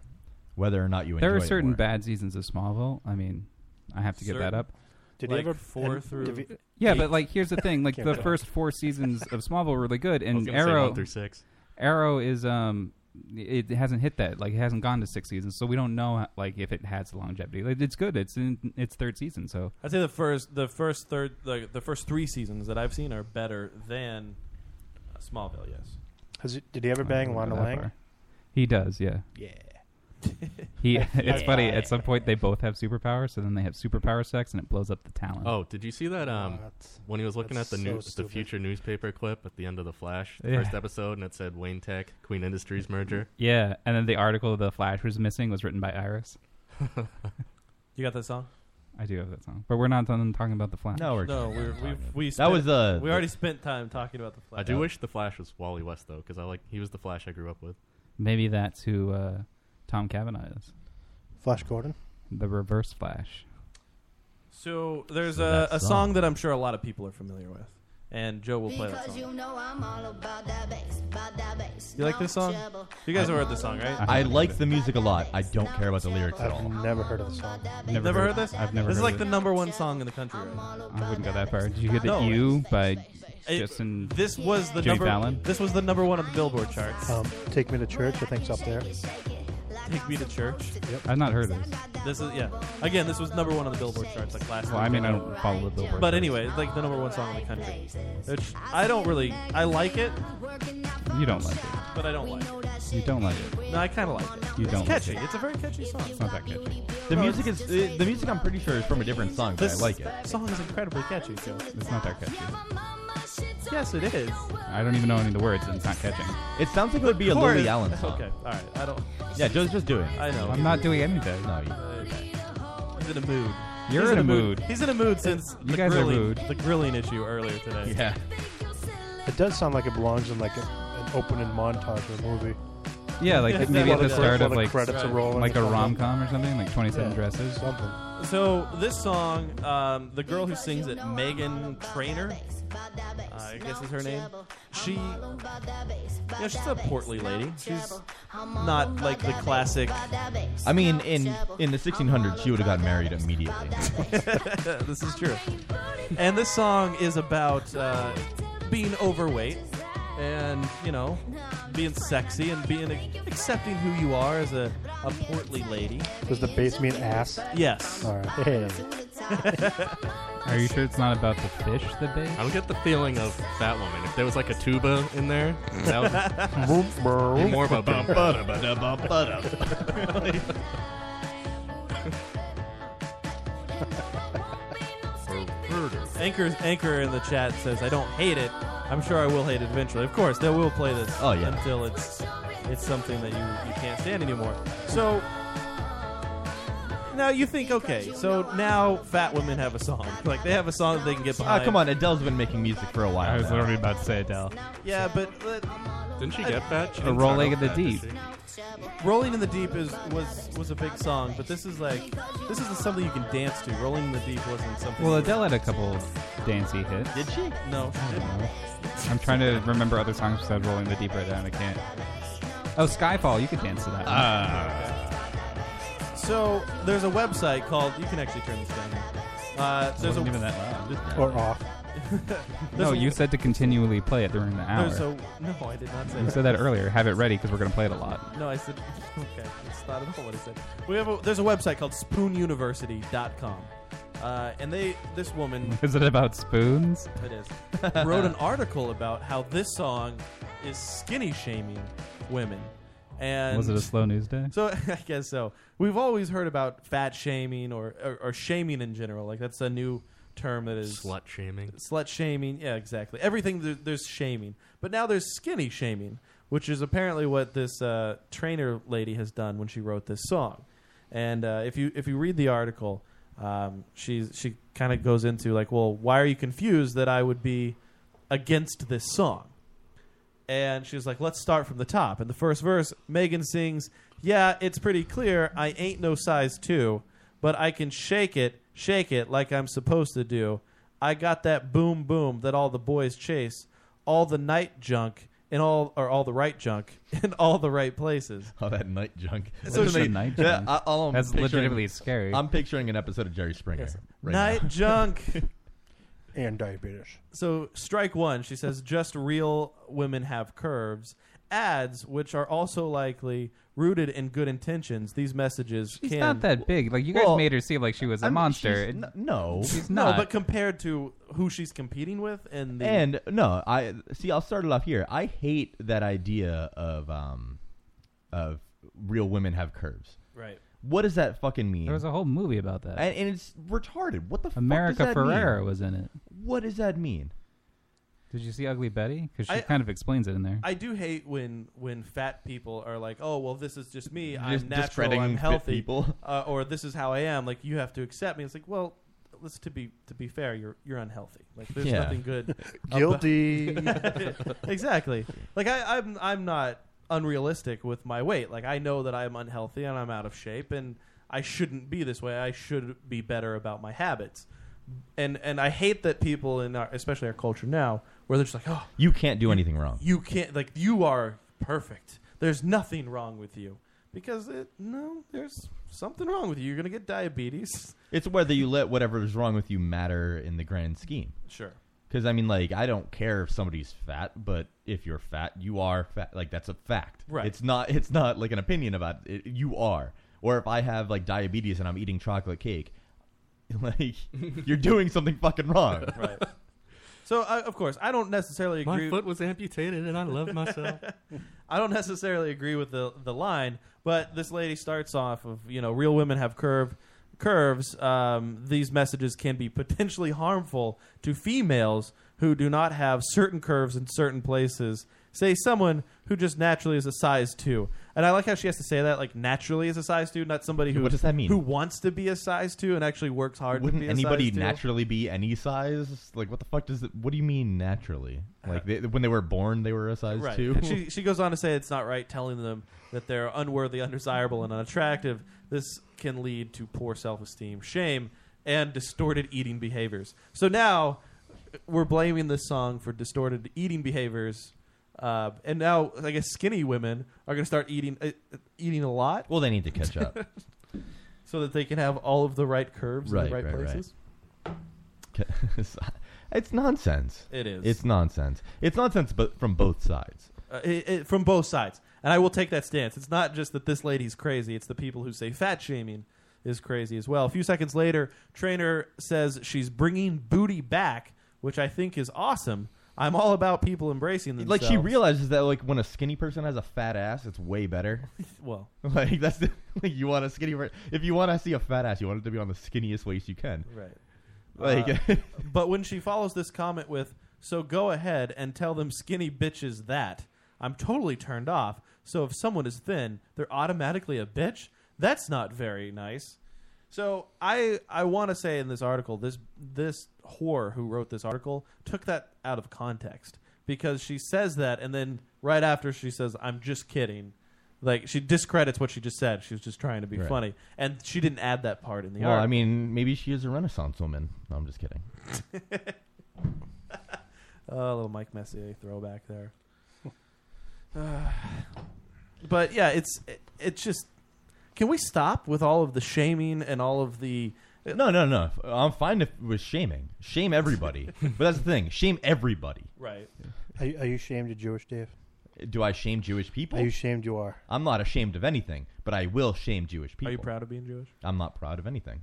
[SPEAKER 9] Whether or not you
[SPEAKER 8] there
[SPEAKER 9] enjoy
[SPEAKER 8] are
[SPEAKER 9] it
[SPEAKER 8] certain
[SPEAKER 9] more.
[SPEAKER 8] bad seasons of Smallville. I mean, I have to get that
[SPEAKER 9] Certain.
[SPEAKER 8] up.
[SPEAKER 12] Did
[SPEAKER 7] Like
[SPEAKER 12] he ever
[SPEAKER 7] four
[SPEAKER 12] and-
[SPEAKER 7] through
[SPEAKER 12] did he-
[SPEAKER 8] Yeah,
[SPEAKER 12] eight?
[SPEAKER 8] but like, here's the thing: like
[SPEAKER 12] Can't
[SPEAKER 8] the
[SPEAKER 12] tell.
[SPEAKER 8] first four seasons of Smallville were really good,
[SPEAKER 11] was
[SPEAKER 8] and
[SPEAKER 11] gonna say one
[SPEAKER 8] Arrow
[SPEAKER 11] through six.
[SPEAKER 8] Arrow is um, it hasn't hit that. Like, it hasn't gone to six seasons, so we don't know like if it has the longevity. Like, it's good. It's in its third season, so
[SPEAKER 7] I'd say the first, the first third, the, the first three seasons that I've seen are better than uh, Smallville. Yes.
[SPEAKER 12] Has he, did he ever bang Lana
[SPEAKER 8] that
[SPEAKER 12] Lang?
[SPEAKER 8] far. He does, yeah.
[SPEAKER 12] Yeah.
[SPEAKER 8] He.
[SPEAKER 12] I-
[SPEAKER 8] it's
[SPEAKER 12] I-
[SPEAKER 8] funny. At some point, they both have superpowers, so then they have superpower sex, and it blows up the talent.
[SPEAKER 11] Oh, did you see that? Um, when he was looking at
[SPEAKER 12] that's
[SPEAKER 11] the
[SPEAKER 12] so
[SPEAKER 11] new, the
[SPEAKER 12] stupid.
[SPEAKER 11] future newspaper clip at the end of the Flash, the
[SPEAKER 8] Yeah.
[SPEAKER 11] first episode, and it said Wayne Tech Queen Industries merger.
[SPEAKER 8] Yeah, and then the article the Flash was missing was written by Iris.
[SPEAKER 7] You got that song?
[SPEAKER 8] I do have that song, but we're not done talking about the Flash.
[SPEAKER 9] No, we're
[SPEAKER 7] No, we're, we've, we
[SPEAKER 8] That
[SPEAKER 7] spent,
[SPEAKER 8] was, uh,
[SPEAKER 7] we already spent time talking about the Flash.
[SPEAKER 11] I do wish the Flash was Wally West though, because I like he was the Flash I grew up with.
[SPEAKER 8] maybe that's who uh, Tom Cavanaugh is,
[SPEAKER 12] Flash Gordon.
[SPEAKER 8] the Reverse Flash.
[SPEAKER 7] So there's
[SPEAKER 8] So
[SPEAKER 7] a,
[SPEAKER 8] that
[SPEAKER 7] a
[SPEAKER 8] song.
[SPEAKER 7] song that I'm sure a lot of people are familiar with, and Joe will play that song.
[SPEAKER 17] you know I'm all about that bass, about that bass.
[SPEAKER 7] You like this song? You guys have heard this song, right?
[SPEAKER 9] I like the music a lot. I don't care about the lyrics at all.
[SPEAKER 12] I've never heard of the song.
[SPEAKER 7] Never, heard, this?
[SPEAKER 8] I've never
[SPEAKER 7] This is
[SPEAKER 8] heard
[SPEAKER 7] like
[SPEAKER 8] of
[SPEAKER 7] the number one song in the country. Right now.
[SPEAKER 8] I wouldn't go that far. Did you hear the
[SPEAKER 7] No.
[SPEAKER 8] U by
[SPEAKER 7] It-
[SPEAKER 8] Justin?
[SPEAKER 7] This was the
[SPEAKER 8] Jimmy
[SPEAKER 7] number.
[SPEAKER 8] Fallon?
[SPEAKER 7] This was the number one on the Billboard charts.
[SPEAKER 12] Um, Take Me to Church, I think's up there.
[SPEAKER 7] Take me to church.
[SPEAKER 8] I've not heard this.
[SPEAKER 7] This is yeah. Again, this was number one on the Billboard charts like last.
[SPEAKER 8] Well, I
[SPEAKER 7] week.
[SPEAKER 8] mean, I don't follow the Billboard
[SPEAKER 7] But
[SPEAKER 8] charts.
[SPEAKER 7] anyway, it's like the number one song in the country. Which I don't really. I like it,
[SPEAKER 8] You don't like
[SPEAKER 7] but I don't like. it.
[SPEAKER 8] it. You don't like it.
[SPEAKER 7] No, I kind of like it.
[SPEAKER 8] You
[SPEAKER 7] it's
[SPEAKER 8] don't like
[SPEAKER 7] catchy.
[SPEAKER 8] it.
[SPEAKER 7] It's a very catchy song.
[SPEAKER 8] It's not that catchy.
[SPEAKER 9] The music is uh, the music. I'm pretty sure is from a different song, but
[SPEAKER 7] This
[SPEAKER 9] I like it.
[SPEAKER 7] song is incredibly catchy, Joe.
[SPEAKER 8] It's not that catchy.
[SPEAKER 7] Yes, it is.
[SPEAKER 8] I don't even know any of the words, and it's not catching.
[SPEAKER 9] It sounds like it would be a
[SPEAKER 7] Chorus.
[SPEAKER 9] Lily Allen song.
[SPEAKER 7] Okay, all right. I don't.
[SPEAKER 9] Yeah, Joe's just doing. it.
[SPEAKER 7] I know.
[SPEAKER 8] I'm not doing anything.
[SPEAKER 9] No, you-
[SPEAKER 7] He's in a mood.
[SPEAKER 8] You're
[SPEAKER 7] He's
[SPEAKER 8] in a mood.
[SPEAKER 7] He's in a mood since
[SPEAKER 8] You
[SPEAKER 7] the
[SPEAKER 8] guys are
[SPEAKER 7] grilling,
[SPEAKER 8] mood.
[SPEAKER 7] the grilling issue earlier today.
[SPEAKER 8] Yeah.
[SPEAKER 12] It does sound like it belongs in like a, an opening montage or a movie.
[SPEAKER 8] Yeah, like
[SPEAKER 7] Yeah, it's
[SPEAKER 8] maybe
[SPEAKER 7] not
[SPEAKER 8] at the
[SPEAKER 7] like
[SPEAKER 8] start
[SPEAKER 7] that.
[SPEAKER 8] of
[SPEAKER 12] While the
[SPEAKER 8] like
[SPEAKER 12] credits are rolling.
[SPEAKER 8] like a rom com or something, like Twenty Seven
[SPEAKER 12] Yeah,
[SPEAKER 8] Dresses.
[SPEAKER 12] Something.
[SPEAKER 7] So this song, um, the girl who sings it, Megan Trainer, I guess is her name. She, yeah, she's a portly lady. She's not like the classic.
[SPEAKER 9] I mean, in in the 1600s, she would have gotten married immediately.
[SPEAKER 7] this is true. And this song is about uh, being overweight and, you know, being sexy and being accepting who you are as a, a portly lady.
[SPEAKER 12] Does the bass mean ass?
[SPEAKER 7] Yes.
[SPEAKER 12] All right. Hey.
[SPEAKER 8] Are you sure it's not about the fish that they?
[SPEAKER 11] I don't get the feeling of Fat Woman. If there was like a tuba in there, that would be more about.
[SPEAKER 7] Anchor, anchor in the chat says, "I don't hate it. I'm sure I will hate it eventually. Of course, they will play this
[SPEAKER 9] Oh, yeah.
[SPEAKER 7] until it's it's something that you, you can't stand anymore." So now you think, okay, so now fat women have a song. Like they have a song that they can get
[SPEAKER 9] Ah,
[SPEAKER 7] behind.
[SPEAKER 9] come on, Adele's been making music for a while.
[SPEAKER 8] I was
[SPEAKER 9] now.
[SPEAKER 8] literally about to say Adele.
[SPEAKER 7] Yeah, but but-
[SPEAKER 11] Didn't she
[SPEAKER 7] I-
[SPEAKER 11] get fat? She
[SPEAKER 8] A
[SPEAKER 11] didn't
[SPEAKER 8] roll
[SPEAKER 11] start
[SPEAKER 8] leg
[SPEAKER 11] off
[SPEAKER 8] in the
[SPEAKER 11] fat, did
[SPEAKER 8] deep.
[SPEAKER 11] she?
[SPEAKER 7] Rolling in the Deep is was was a big song, but this is like this isn't something you can dance to. Rolling in the Deep wasn't something.
[SPEAKER 8] Well, Adele had a couple dancey hits.
[SPEAKER 7] Did she? No, she didn't.
[SPEAKER 8] I'm trying to remember other songs besides Rolling the Deep Right Down. I can't. Oh, Skyfall. You could dance to that. one.
[SPEAKER 7] Uh,
[SPEAKER 8] Ah,
[SPEAKER 7] So there's a website called. You can actually turn this down. Uh, there's
[SPEAKER 8] Wasn't
[SPEAKER 7] a,
[SPEAKER 8] even that loud.
[SPEAKER 12] Or off.
[SPEAKER 8] no,
[SPEAKER 7] there's a-
[SPEAKER 8] you said to continually play it during the hour.
[SPEAKER 7] There's a no. I did not say
[SPEAKER 8] you
[SPEAKER 7] that.
[SPEAKER 8] said that earlier. Have it ready because we're going to play it a lot.
[SPEAKER 7] No, I said okay. That's not at all what I said. We have a, there's a website called SpoonUniversity.com, uh, and they this woman
[SPEAKER 8] Is it about spoons?
[SPEAKER 7] it is wrote an article about how this song is skinny shaming women, And
[SPEAKER 8] Was it a slow news day?
[SPEAKER 7] So I guess so. We've always heard about fat shaming or, or, or shaming in general. Like that's a new term that is
[SPEAKER 11] Slut shaming.
[SPEAKER 7] Slut shaming. Yeah, exactly. Everything there, there's shaming, but now there's skinny shaming, which is apparently what this uh, trainer lady has done when she wrote this song. And uh, if you if you read the article, um, she's she kind of goes into like, well, why are you confused that I would be against this song? and she was like, "Let's start from the top." And the first verse, Megan sings, "Yeah, it's pretty clear I ain't no size two, but I can shake it, shake it like I'm supposed to do. I got that boom boom that all the boys chase, all the night junk." And all or all the right junk in all the right places.
[SPEAKER 9] All Oh, that night junk.
[SPEAKER 7] So
[SPEAKER 9] What's
[SPEAKER 7] she,
[SPEAKER 9] a night junk? Yeah, I- all I'm That's picturing- legitimately scary. I'm
[SPEAKER 7] picturing
[SPEAKER 9] an episode of Jerry Springer right
[SPEAKER 7] night
[SPEAKER 9] now.
[SPEAKER 7] junk.
[SPEAKER 12] and diabetes.
[SPEAKER 7] So strike one, she says, just real women have curves. Ads, which are also likely rooted in good intentions, these messages
[SPEAKER 8] She's
[SPEAKER 7] can.
[SPEAKER 8] not that big. Like you guys
[SPEAKER 7] Well,
[SPEAKER 8] made her seem like she was a
[SPEAKER 7] I mean,
[SPEAKER 8] monster.
[SPEAKER 7] she's
[SPEAKER 8] It-
[SPEAKER 7] n-
[SPEAKER 9] no.
[SPEAKER 8] she's
[SPEAKER 7] No,
[SPEAKER 8] not.
[SPEAKER 7] but compared to who she's competing with, and the
[SPEAKER 9] And no, I see. I'll start it off here. I hate that idea of um, of real women have curves.
[SPEAKER 7] Right.
[SPEAKER 9] What does that fucking mean?
[SPEAKER 8] there was a whole movie about that.
[SPEAKER 9] and, and it's retarded. What the
[SPEAKER 8] America
[SPEAKER 9] fuck does that
[SPEAKER 8] Ferrera
[SPEAKER 9] mean?
[SPEAKER 8] was in it.
[SPEAKER 9] What does that mean?
[SPEAKER 8] Did you see Ugly Betty? Because she
[SPEAKER 7] I-
[SPEAKER 8] kind of explains it in there.
[SPEAKER 7] I do hate when when fat people are like, "Oh, well, this is just me.
[SPEAKER 8] Just
[SPEAKER 7] I'm natural.
[SPEAKER 8] discrediting
[SPEAKER 7] I'm
[SPEAKER 8] fit
[SPEAKER 7] healthy."
[SPEAKER 8] people.
[SPEAKER 7] Uh, or this is how I am. Like you have to accept me. It's like, well, let's to be to be fair, you're you're unhealthy. Like there's
[SPEAKER 9] Yeah.
[SPEAKER 7] nothing good. about-
[SPEAKER 9] Guilty.
[SPEAKER 7] exactly. Like I, I'm I'm not unrealistic with my weight. Like I know that I'm unhealthy and I'm out of shape and I shouldn't be this way. I should be better about my habits. And and I hate that people in our, especially our culture now, where they're just like, oh,
[SPEAKER 9] You can't do anything wrong.
[SPEAKER 7] you can't like you are perfect. There's nothing wrong with you because it no, there's something wrong with you. You're gonna get diabetes.
[SPEAKER 9] It's whether you let whatever is wrong with you matter in the grand scheme.
[SPEAKER 7] Sure.
[SPEAKER 9] Because I mean, like, I don't care if somebody's fat, but if you're fat, you are fat. Like that's a fact.
[SPEAKER 7] Right.
[SPEAKER 9] It's not. It's not like an opinion about it. You are. Or if I have like diabetes and I'm eating chocolate cake, like you're doing something fucking wrong.
[SPEAKER 7] Right. So I of course I don't necessarily
[SPEAKER 11] My
[SPEAKER 7] agree.
[SPEAKER 11] foot was amputated and I love myself.
[SPEAKER 7] I don't necessarily agree with the the line, but this lady starts off of you know real women have curve curves. Um, these messages can be potentially harmful to females who do not have certain curves in certain places. Say someone who just naturally is a size two, and I like how she has to say that like naturally is a size two, not somebody who
[SPEAKER 9] What does that mean?
[SPEAKER 7] who wants to be a size two and actually works hard
[SPEAKER 9] Wouldn't
[SPEAKER 7] to be a
[SPEAKER 9] anybody
[SPEAKER 7] size two.
[SPEAKER 9] naturally be any size? Like, what the fuck does? It, what do you mean naturally? Like they, when they were born, they were a size
[SPEAKER 7] Uh, Right.
[SPEAKER 9] two.
[SPEAKER 7] And she she goes on to say it's not right telling them that they're unworthy, undesirable, and unattractive. This can lead to poor self esteem, shame, and distorted eating behaviors. So now we're blaming this song for distorted eating behaviors. Uh, and now, I guess skinny women are going to start eating uh, uh, eating a lot.
[SPEAKER 9] Well, they need to catch up.
[SPEAKER 7] so that they can have all of the right curves in
[SPEAKER 9] Right,
[SPEAKER 7] the right,
[SPEAKER 9] right, right.
[SPEAKER 7] places.
[SPEAKER 9] it's nonsense.
[SPEAKER 7] It is.
[SPEAKER 9] It's nonsense. It's nonsense, but from both sides.
[SPEAKER 7] Uh, it, it, from both sides. And I will take that stance. It's not just that this lady's crazy, it's the people who say fat shaming is crazy as well. A few seconds later, Trainer says she's bringing booty back, which I think is awesome. I'm all about people embracing themselves.
[SPEAKER 9] Like she realizes that, like when a skinny person has a fat ass, it's way better.
[SPEAKER 7] Well.
[SPEAKER 9] like that's the, like you want a skinny. per- If you want to see a fat ass, you want it to be on the skinniest waist you can.
[SPEAKER 7] Right.
[SPEAKER 9] Like
[SPEAKER 7] Uh, but when she follows this comment with, so go ahead and tell them skinny bitches that, I'm totally turned off. So if someone is thin, they're automatically a bitch? That's not very nice. So I I want to say in this article, this this whore who wrote this article took that out of context because she says that and then right after she says, I'm just kidding. Like she discredits what she just said. She was just trying to be
[SPEAKER 9] Right.
[SPEAKER 7] funny. And she didn't add that part in the
[SPEAKER 9] well,
[SPEAKER 7] article.
[SPEAKER 9] I mean, maybe she is a Renaissance woman. No, I'm just kidding.
[SPEAKER 7] Uh, a little Mike Messier throwback there. Uh, but yeah, it's it, it's just. Can we stop with all of the shaming and all of the?
[SPEAKER 9] No, no, no. I'm fine if it was shaming. Shame everybody. but that's the thing. Shame everybody.
[SPEAKER 7] Right.
[SPEAKER 12] Are you, are you shamed of Jewish, Dave?
[SPEAKER 9] Do I shame Jewish people?
[SPEAKER 12] Are you shamed you are?
[SPEAKER 9] I'm not ashamed of anything, but I will shame Jewish people.
[SPEAKER 7] Are you proud of being Jewish?
[SPEAKER 9] I'm not proud of anything.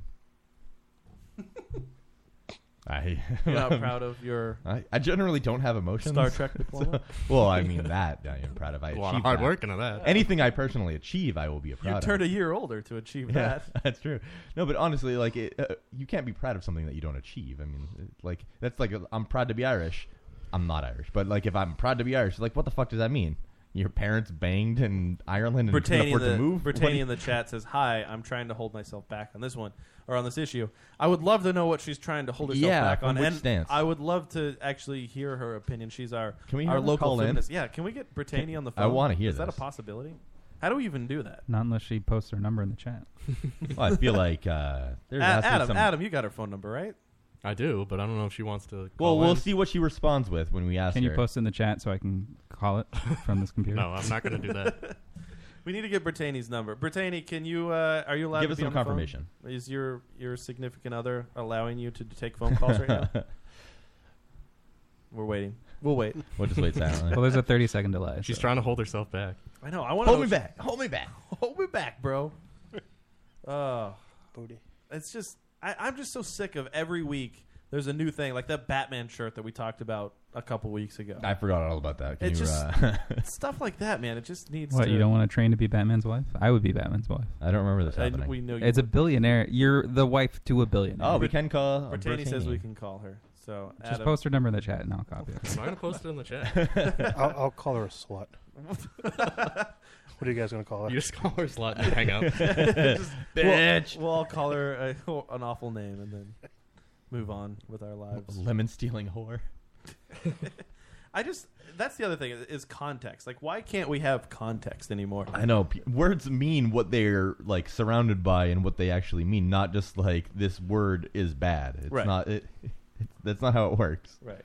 [SPEAKER 9] I
[SPEAKER 7] You're not proud of your
[SPEAKER 9] I, I generally don't have emotions.
[SPEAKER 7] Star Trek diploma?
[SPEAKER 9] well, I mean that I am proud of. I
[SPEAKER 11] A lot of
[SPEAKER 9] achieved
[SPEAKER 11] hard
[SPEAKER 9] that.
[SPEAKER 11] work into that.
[SPEAKER 9] Anything I personally achieve, I will be proud
[SPEAKER 7] you
[SPEAKER 9] of.
[SPEAKER 7] turned a year older to achieve
[SPEAKER 9] Yeah,
[SPEAKER 7] that.
[SPEAKER 9] that's true. No, but honestly, like it, uh, you can't be proud of something that you don't achieve. I mean, it, like that's like uh, I'm proud to be Irish. I'm not Irish, but like if I'm proud to be Irish, like what the fuck does that mean? Your parents banged in Ireland and couldn't
[SPEAKER 7] Britannia,
[SPEAKER 9] afford
[SPEAKER 7] in the,
[SPEAKER 9] to move. What do
[SPEAKER 7] Britannia
[SPEAKER 9] you-
[SPEAKER 7] in the chat says, "Hi, I'm trying to hold myself back on this one or on this issue. I would love to know what she's trying to hold herself
[SPEAKER 9] Yeah,
[SPEAKER 7] back
[SPEAKER 9] from
[SPEAKER 7] on,
[SPEAKER 9] which
[SPEAKER 7] and
[SPEAKER 9] stance?
[SPEAKER 7] I would love to actually hear her opinion. She's our
[SPEAKER 9] Can we have
[SPEAKER 7] our
[SPEAKER 9] her
[SPEAKER 7] local
[SPEAKER 9] call in?
[SPEAKER 7] feminist. Yeah, can we get Britannia on the
[SPEAKER 9] I
[SPEAKER 7] phone?
[SPEAKER 9] wanna hear
[SPEAKER 7] Is that a
[SPEAKER 9] this.
[SPEAKER 7] possibility? How do we even do that?
[SPEAKER 8] Not unless she posts her number in the chat.
[SPEAKER 9] Well, I feel like uh,
[SPEAKER 7] A- Adam, Adam, you got her phone number, right?
[SPEAKER 11] I do, but I don't know if she wants to.
[SPEAKER 9] Well,
[SPEAKER 11] call
[SPEAKER 9] we'll
[SPEAKER 11] in.
[SPEAKER 9] see what she responds with when we ask
[SPEAKER 8] Can
[SPEAKER 9] her.
[SPEAKER 8] you post in the chat so I can call it from this computer?
[SPEAKER 11] No, I'm not going to do that.
[SPEAKER 7] We need to get Britannia's number. Britannia, can you? Uh, are you allowed
[SPEAKER 9] Give
[SPEAKER 7] to
[SPEAKER 9] us
[SPEAKER 7] be
[SPEAKER 9] some
[SPEAKER 7] on the phone?
[SPEAKER 9] confirmation.
[SPEAKER 7] Is your your significant other allowing you to take phone calls right now? We're waiting. We'll wait.
[SPEAKER 9] We'll just wait silently.
[SPEAKER 8] well, there's a 30 second delay.
[SPEAKER 11] She's trying to hold herself back.
[SPEAKER 7] I know. I want to
[SPEAKER 9] Hold me back. Hold me back.
[SPEAKER 7] Hold me back, bro. Oh, booty. It's just I, I'm just so sick of every week. There's a new thing like that Batman shirt that we talked about a couple weeks ago.
[SPEAKER 9] I forgot all about that. Can
[SPEAKER 7] It's
[SPEAKER 9] you,
[SPEAKER 7] just
[SPEAKER 9] uh,
[SPEAKER 7] stuff like that, man. It just needs.
[SPEAKER 8] What
[SPEAKER 7] to,
[SPEAKER 8] you don't want to train to be Batman's wife? I would be Batman's wife.
[SPEAKER 9] I don't remember this
[SPEAKER 7] I- happening. we know you
[SPEAKER 8] it's a billionaire. You're the wife to a billionaire.
[SPEAKER 9] Oh, we can call.
[SPEAKER 7] Brittany says we can call her. So
[SPEAKER 8] Just
[SPEAKER 7] Adam-
[SPEAKER 8] post her number in the chat and I'll copy it.
[SPEAKER 11] Am I going to post it in the chat?
[SPEAKER 12] I'll, I'll call her a slut. what are you guys going to call her?
[SPEAKER 11] You just call her slut and hang up.
[SPEAKER 7] Just- we'll-
[SPEAKER 9] Bitch.
[SPEAKER 7] We'll, all call her a, an awful name and then move on with our lives.
[SPEAKER 9] Lemon stealing whore.
[SPEAKER 7] I just that's the other thing is context. Like, why can't we have context anymore?
[SPEAKER 9] I know p- words mean what they're like surrounded by and what they actually mean, not just like this word is bad. It's
[SPEAKER 7] Right.
[SPEAKER 9] not it, it's, that's not how it works.
[SPEAKER 7] Right.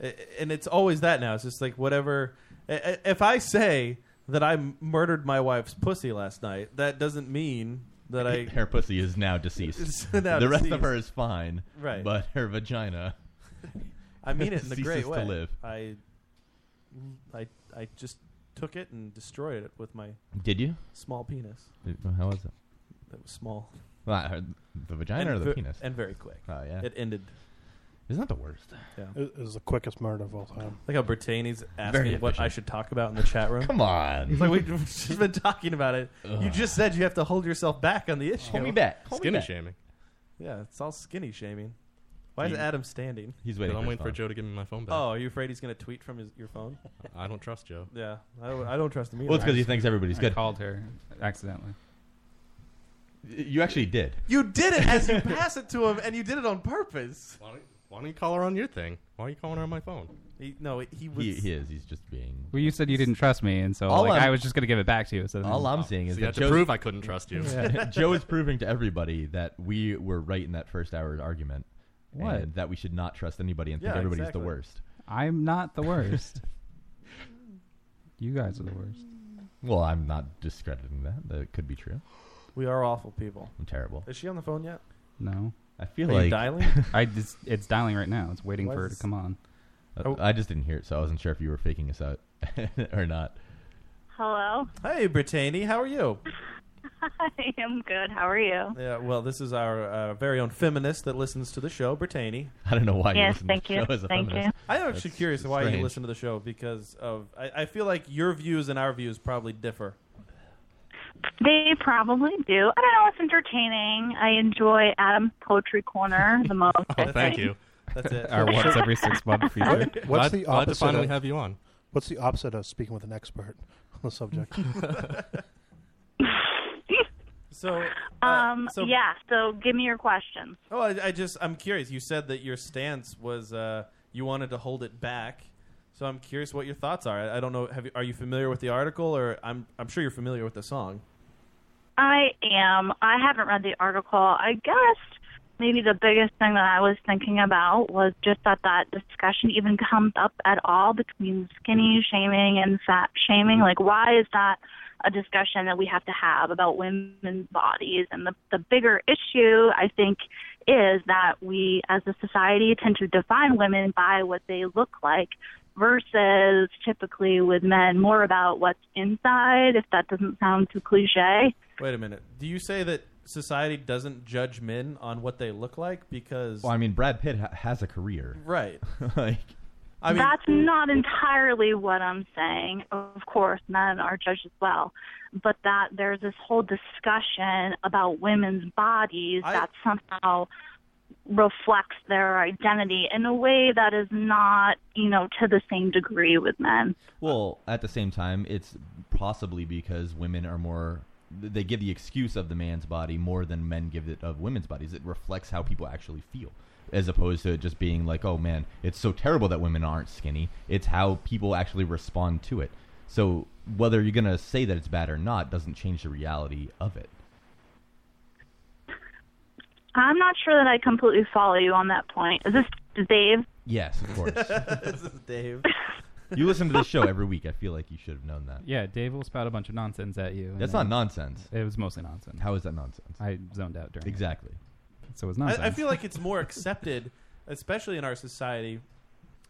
[SPEAKER 7] A- And it's always that now. It's just like whatever. i- i- If I say that I m- murdered my wife's pussy last night, that doesn't mean that I.
[SPEAKER 9] her pussy is now deceased.
[SPEAKER 7] It's now
[SPEAKER 9] the rest of
[SPEAKER 7] deceased.
[SPEAKER 9] her is fine.
[SPEAKER 7] Right.
[SPEAKER 9] But her vagina
[SPEAKER 7] I mean it in a
[SPEAKER 9] ceases
[SPEAKER 7] great way.
[SPEAKER 9] to live.
[SPEAKER 7] I, I, I just took it and destroyed it with my.
[SPEAKER 9] Did you?
[SPEAKER 7] Small penis.
[SPEAKER 9] How was it?
[SPEAKER 7] That was small.
[SPEAKER 9] Well, I heard the vagina
[SPEAKER 7] and
[SPEAKER 9] or the
[SPEAKER 7] ve-
[SPEAKER 9] penis?
[SPEAKER 7] And very quick.
[SPEAKER 9] Oh yeah.
[SPEAKER 7] It ended.
[SPEAKER 9] Isn't that the worst?
[SPEAKER 7] Yeah.
[SPEAKER 12] It it was the quickest murder of all time.
[SPEAKER 7] Like how Bertani's
[SPEAKER 12] Very
[SPEAKER 7] asking what I should talk about in the chat room.
[SPEAKER 9] Come on.
[SPEAKER 7] It's like we've just been talking about it. You
[SPEAKER 9] Ugh.
[SPEAKER 7] just said you have to hold yourself back on the issue.
[SPEAKER 9] Hold me back. Hold me
[SPEAKER 11] Skinny
[SPEAKER 9] back.
[SPEAKER 11] shaming.
[SPEAKER 7] Yeah, it's all skinny shaming. Why is
[SPEAKER 11] He-
[SPEAKER 7] Adam standing?
[SPEAKER 9] He's waiting
[SPEAKER 11] I'm
[SPEAKER 9] for
[SPEAKER 11] waiting for
[SPEAKER 9] his phone.
[SPEAKER 11] Joe to give me my phone back.
[SPEAKER 7] Oh, are you afraid he's going to tweet from his, your phone?
[SPEAKER 11] I don't trust Joe.
[SPEAKER 7] Yeah, I don't, I don't trust him either.
[SPEAKER 9] Well, it's because he thinks everybody's
[SPEAKER 8] I
[SPEAKER 9] good.
[SPEAKER 8] called her accidentally.
[SPEAKER 9] You actually did.
[SPEAKER 7] you did it as you pass it to him, and you did it on purpose.
[SPEAKER 11] Why don't, why don't you call her on your thing? Why are you calling her on my phone?
[SPEAKER 7] He, no, he was.
[SPEAKER 9] He, he is. He's just being.
[SPEAKER 8] Well, you said you didn't trust me, and so
[SPEAKER 9] All
[SPEAKER 8] like,
[SPEAKER 9] I'm-
[SPEAKER 8] I was just going to give it back to you. So then-
[SPEAKER 9] All I'm seeing is
[SPEAKER 11] So you
[SPEAKER 9] that
[SPEAKER 11] had to
[SPEAKER 9] Joe's-
[SPEAKER 11] prove I couldn't trust you.
[SPEAKER 9] Yeah. Joe is proving to everybody that we were right in that first hour's argument.
[SPEAKER 8] What?
[SPEAKER 9] And that we should not trust anybody and
[SPEAKER 7] Yeah,
[SPEAKER 9] think everybody's
[SPEAKER 7] exactly.
[SPEAKER 9] the worst.
[SPEAKER 8] I'm not the worst. you guys are the worst.
[SPEAKER 9] Well, I'm not discrediting that. That could be true.
[SPEAKER 7] we are awful people.
[SPEAKER 9] I'm terrible.
[SPEAKER 7] Is she on the phone yet?
[SPEAKER 8] No,
[SPEAKER 9] I feel
[SPEAKER 7] Are you
[SPEAKER 9] like
[SPEAKER 7] dialing?
[SPEAKER 8] I just, it's dialing right now. It's waiting
[SPEAKER 7] Why
[SPEAKER 8] for her
[SPEAKER 7] is
[SPEAKER 8] to
[SPEAKER 7] this-
[SPEAKER 8] come on.
[SPEAKER 9] Uh, I just didn't hear it, so I wasn't sure if you were faking us out or not.
[SPEAKER 18] Hello.
[SPEAKER 7] Hey, Brittany, how are you?
[SPEAKER 18] I am good. How are you?
[SPEAKER 7] Yeah, well, this is our uh, very own feminist that listens to the show, Brittany.
[SPEAKER 9] I don't know why you
[SPEAKER 18] Yes,
[SPEAKER 9] listen
[SPEAKER 18] thank
[SPEAKER 9] to
[SPEAKER 18] you.
[SPEAKER 9] the show as a
[SPEAKER 18] Thank
[SPEAKER 9] feminist.
[SPEAKER 18] you.
[SPEAKER 7] I am actually
[SPEAKER 9] That's
[SPEAKER 7] curious why you
[SPEAKER 9] strange.
[SPEAKER 7] listen to the show because of I, I feel like your views and our views probably differ.
[SPEAKER 18] They probably do. I don't know. It's entertaining. I enjoy Adam's Poetry Corner the most. I
[SPEAKER 11] Oh, thank
[SPEAKER 18] think.
[SPEAKER 11] you.
[SPEAKER 7] That's it.
[SPEAKER 8] Our once every six month feature.
[SPEAKER 12] What- what's
[SPEAKER 11] Glad-
[SPEAKER 12] the
[SPEAKER 11] glad to
[SPEAKER 12] opposite?
[SPEAKER 11] finally
[SPEAKER 12] of,
[SPEAKER 11] have you on.
[SPEAKER 12] What's the opposite of speaking with an expert on the subject?
[SPEAKER 7] So, uh,
[SPEAKER 18] Um.
[SPEAKER 7] so-
[SPEAKER 18] yeah. So give me your question.
[SPEAKER 7] oh, I, I just I'm curious. You said that your stance was uh, you wanted to hold it back. So I'm curious what your thoughts are. I, I don't know. Have you, are you familiar with the article, or I'm I'm sure you're familiar with the song.
[SPEAKER 18] I am. I haven't read the article. I guess maybe the biggest thing that I was thinking about was just that that discussion even comes up at all between skinny shaming and fat shaming. Like, why is that a discussion that we have to have about women's bodies? And the, the bigger issue, I think, is that we as a society tend to define women by what they look like versus typically with men more about what's inside, if that doesn't sound too cliche.
[SPEAKER 7] Wait a minute. Do you say that society doesn't judge men on what they look like because
[SPEAKER 9] Well, I mean, Brad Pitt ha- has a career.
[SPEAKER 7] right.
[SPEAKER 9] like,
[SPEAKER 7] I mean-
[SPEAKER 18] That's not entirely what I'm saying. Of course, men are judged as well. But that there's this whole discussion about women's bodies that somehow reflects their identity in a way that is not, you know, to the same degree with men.
[SPEAKER 9] well, at the same time, it's possibly because women are more. They give the excuse of the man's body more than men give it of women's bodies. It reflects how people actually feel, as opposed to it just being like, "Oh man, it's so terrible that women aren't skinny." It's how people actually respond to it. So whether you're gonna say that it's bad or not doesn't change the reality of it.
[SPEAKER 18] I'm not sure that I completely follow you on that point. Is this Dave?
[SPEAKER 9] Yes, of course.
[SPEAKER 7] this is Dave.
[SPEAKER 9] you listen to this show every week. I feel like you should have known that.
[SPEAKER 8] Yeah, Dave will spout a bunch of nonsense at you. and
[SPEAKER 9] That's
[SPEAKER 8] then-
[SPEAKER 9] not nonsense.
[SPEAKER 8] It was mostly nonsense.
[SPEAKER 9] How is that nonsense?
[SPEAKER 8] I zoned out during it.
[SPEAKER 9] Exactly.
[SPEAKER 8] So it was nonsense.
[SPEAKER 7] I, I feel like it's more accepted, especially in our society,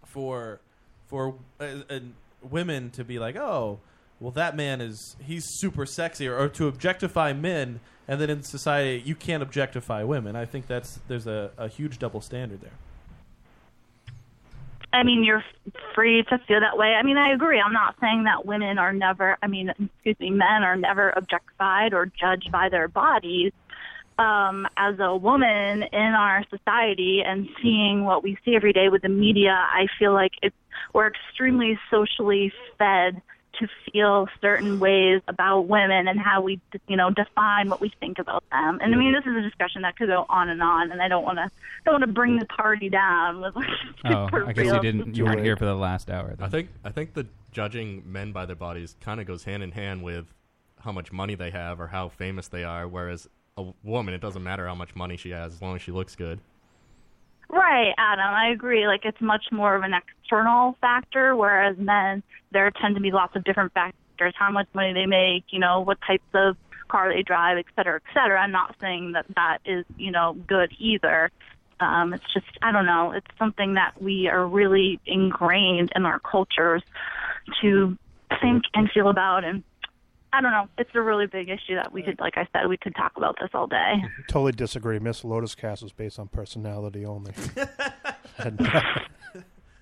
[SPEAKER 7] for for uh, uh, women to be like, oh, well, that man is he's super sexy, or, or to objectify men, and then in society you can't objectify women. I think that's there's a, a huge double standard there.
[SPEAKER 18] I mean, you're f- free to feel that way. I mean, I agree. I'm not saying that women are never, I mean, excuse me, men are never objectified or judged by their bodies. Um, as a woman in our society and seeing what we see every day with the media, I feel like it's, we're extremely socially fed to feel certain ways about women and how we, you know, define what we think about them. And I mean, this is a discussion that could go on and on, and I don't want to, don't want to bring the party down with like
[SPEAKER 8] Oh,
[SPEAKER 18] super
[SPEAKER 8] I guess you
[SPEAKER 18] real
[SPEAKER 8] didn't. You weren't here for the last hour. Then.
[SPEAKER 11] I think I think the judging men by their bodies kind of goes hand in hand with how much money they have or how famous they are. Whereas a woman, it doesn't matter how much money she has as long as she looks good.
[SPEAKER 18] Right, Adam. I agree. Like it's much more of an external factor, whereas men there tend to be lots of different factors: how much money they make, you know, what types of car they drive, et cetera, et cetera. I'm not saying that that is you know good either. Um, it's just I don't know. It's something that we are really ingrained in our cultures to think and feel about, and I don't know. It's a really big issue that we could, like I said, we could talk about this all day.
[SPEAKER 12] Totally disagree. Miss Lotus Cast was based on personality only.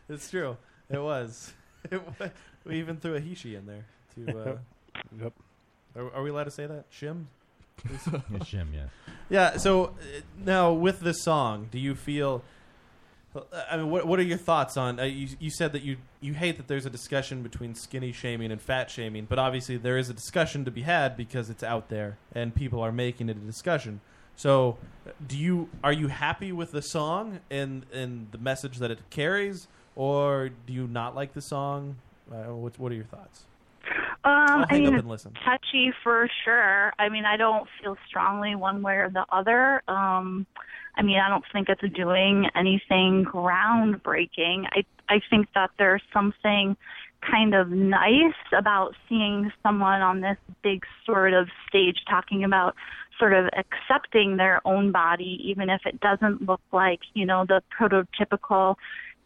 [SPEAKER 7] It's true. It was. It wa- we even threw a Hishi in there to. Uh,
[SPEAKER 12] yep.
[SPEAKER 7] Are, are we allowed to say that shim?
[SPEAKER 9] Yeah, Shim, yeah.
[SPEAKER 7] Yeah. So uh, now with this song, do you feel? uh, I mean, what what are your thoughts on? Uh, you you said that you you hate that there's a discussion between skinny shaming and fat shaming, but obviously there is a discussion to be had because it's out there and people are making it a discussion. So, uh, do you are you happy with the song and and the message that it carries, or do you not like the song? Uh, what what are your thoughts?
[SPEAKER 18] Um,
[SPEAKER 7] I'll hang
[SPEAKER 18] I mean,
[SPEAKER 7] up
[SPEAKER 18] it's
[SPEAKER 7] and listen.
[SPEAKER 18] touchy for sure. I mean, I don't feel strongly one way or the other. Um, I mean, I don't think it's doing anything groundbreaking. I I think that there's something kind of nice about seeing someone on this big sort of stage talking about sort of accepting their own body, even if it doesn't look like you know the prototypical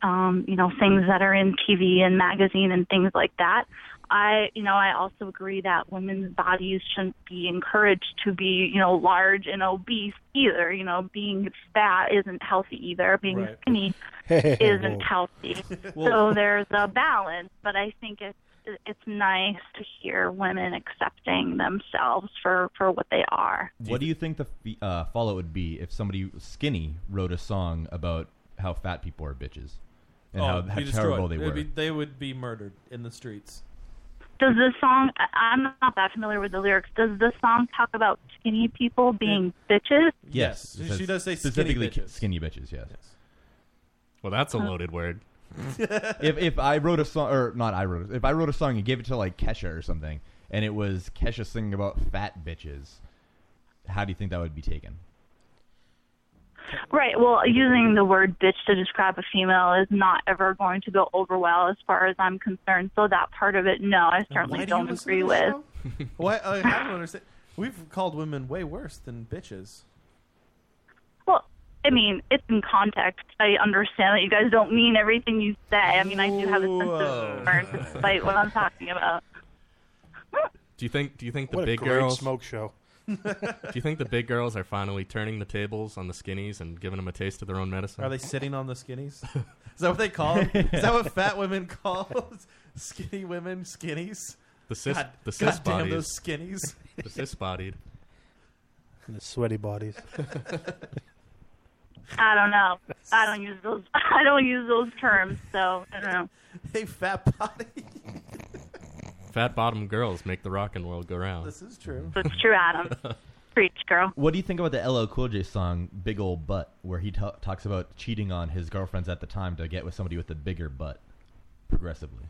[SPEAKER 18] um, you know, things that are in TV and magazine and things like that. I, you know, I also agree that women's bodies shouldn't be encouraged to be, you know, large and obese either. You know, being fat isn't healthy either. Being
[SPEAKER 12] Right.
[SPEAKER 18] skinny isn't healthy.
[SPEAKER 12] Whoa.
[SPEAKER 18] So there's a balance, but I think it's it's nice to hear women accepting themselves for for what they are.
[SPEAKER 9] What do you think the f- uh, fallout would be if somebody skinny wrote a song about how fat people are bitches and how,
[SPEAKER 7] be
[SPEAKER 9] how
[SPEAKER 7] Oh, destroyed.
[SPEAKER 9] terrible they
[SPEAKER 7] It'd
[SPEAKER 9] were?
[SPEAKER 7] be- they would be murdered in the streets.
[SPEAKER 18] Does this song? I- I'm not that familiar with the lyrics. Does this song talk about skinny people being bitches?
[SPEAKER 9] yes,
[SPEAKER 7] Yes.
[SPEAKER 9] it
[SPEAKER 7] She
[SPEAKER 9] says
[SPEAKER 7] does say skinny
[SPEAKER 9] specifically ki-
[SPEAKER 7] bitches.
[SPEAKER 9] skinny bitches. Yes.
[SPEAKER 11] Well, that's a loaded word.
[SPEAKER 9] if if I wrote a song or not, I wrote it, if I wrote a song and gave it to like Kesha or something, and it was Kesha singing about fat bitches, how do you think that would be taken?
[SPEAKER 18] Right. Well, using the word bitch to describe a female is not ever going to go over well as far as I'm concerned. So that part of it, no, I certainly
[SPEAKER 7] why do you
[SPEAKER 18] don't
[SPEAKER 7] listen to
[SPEAKER 18] agree
[SPEAKER 7] this
[SPEAKER 18] with.
[SPEAKER 7] show? Why? I I don't understand. We've called women way worse than bitches.
[SPEAKER 18] Well, I mean, it's in context. I understand that you guys don't mean everything you say. I mean, I do have a sense of humor despite what I'm talking about.
[SPEAKER 11] Do you think? Do you think the
[SPEAKER 12] What a
[SPEAKER 11] big
[SPEAKER 12] great
[SPEAKER 11] girls
[SPEAKER 12] smoke show?
[SPEAKER 11] Do you think the big girls are finally turning the tables on the skinnies and giving them a taste of their own medicine?
[SPEAKER 7] Are they sitting on the skinnies? Is that what they call? 'em? Is that what fat women call skinny women? Skinnies.
[SPEAKER 11] The cis,
[SPEAKER 7] God-
[SPEAKER 11] the cis
[SPEAKER 7] God damn
[SPEAKER 11] bodies.
[SPEAKER 7] those skinnies.
[SPEAKER 11] the cis bodied.
[SPEAKER 12] And the sweaty bodies.
[SPEAKER 18] I don't know. I don't use those. I don't use those terms. So I don't know.
[SPEAKER 7] Hey, fat body.
[SPEAKER 11] Fat bottom girls make the rock and roll go round.
[SPEAKER 7] This is true.
[SPEAKER 18] That's true, Adam. Preach, girl.
[SPEAKER 9] What do you think about the LL Cool J song "Big Old Butt," where he ta talks about cheating on his girlfriends at the time to get with somebody with a bigger butt, progressively?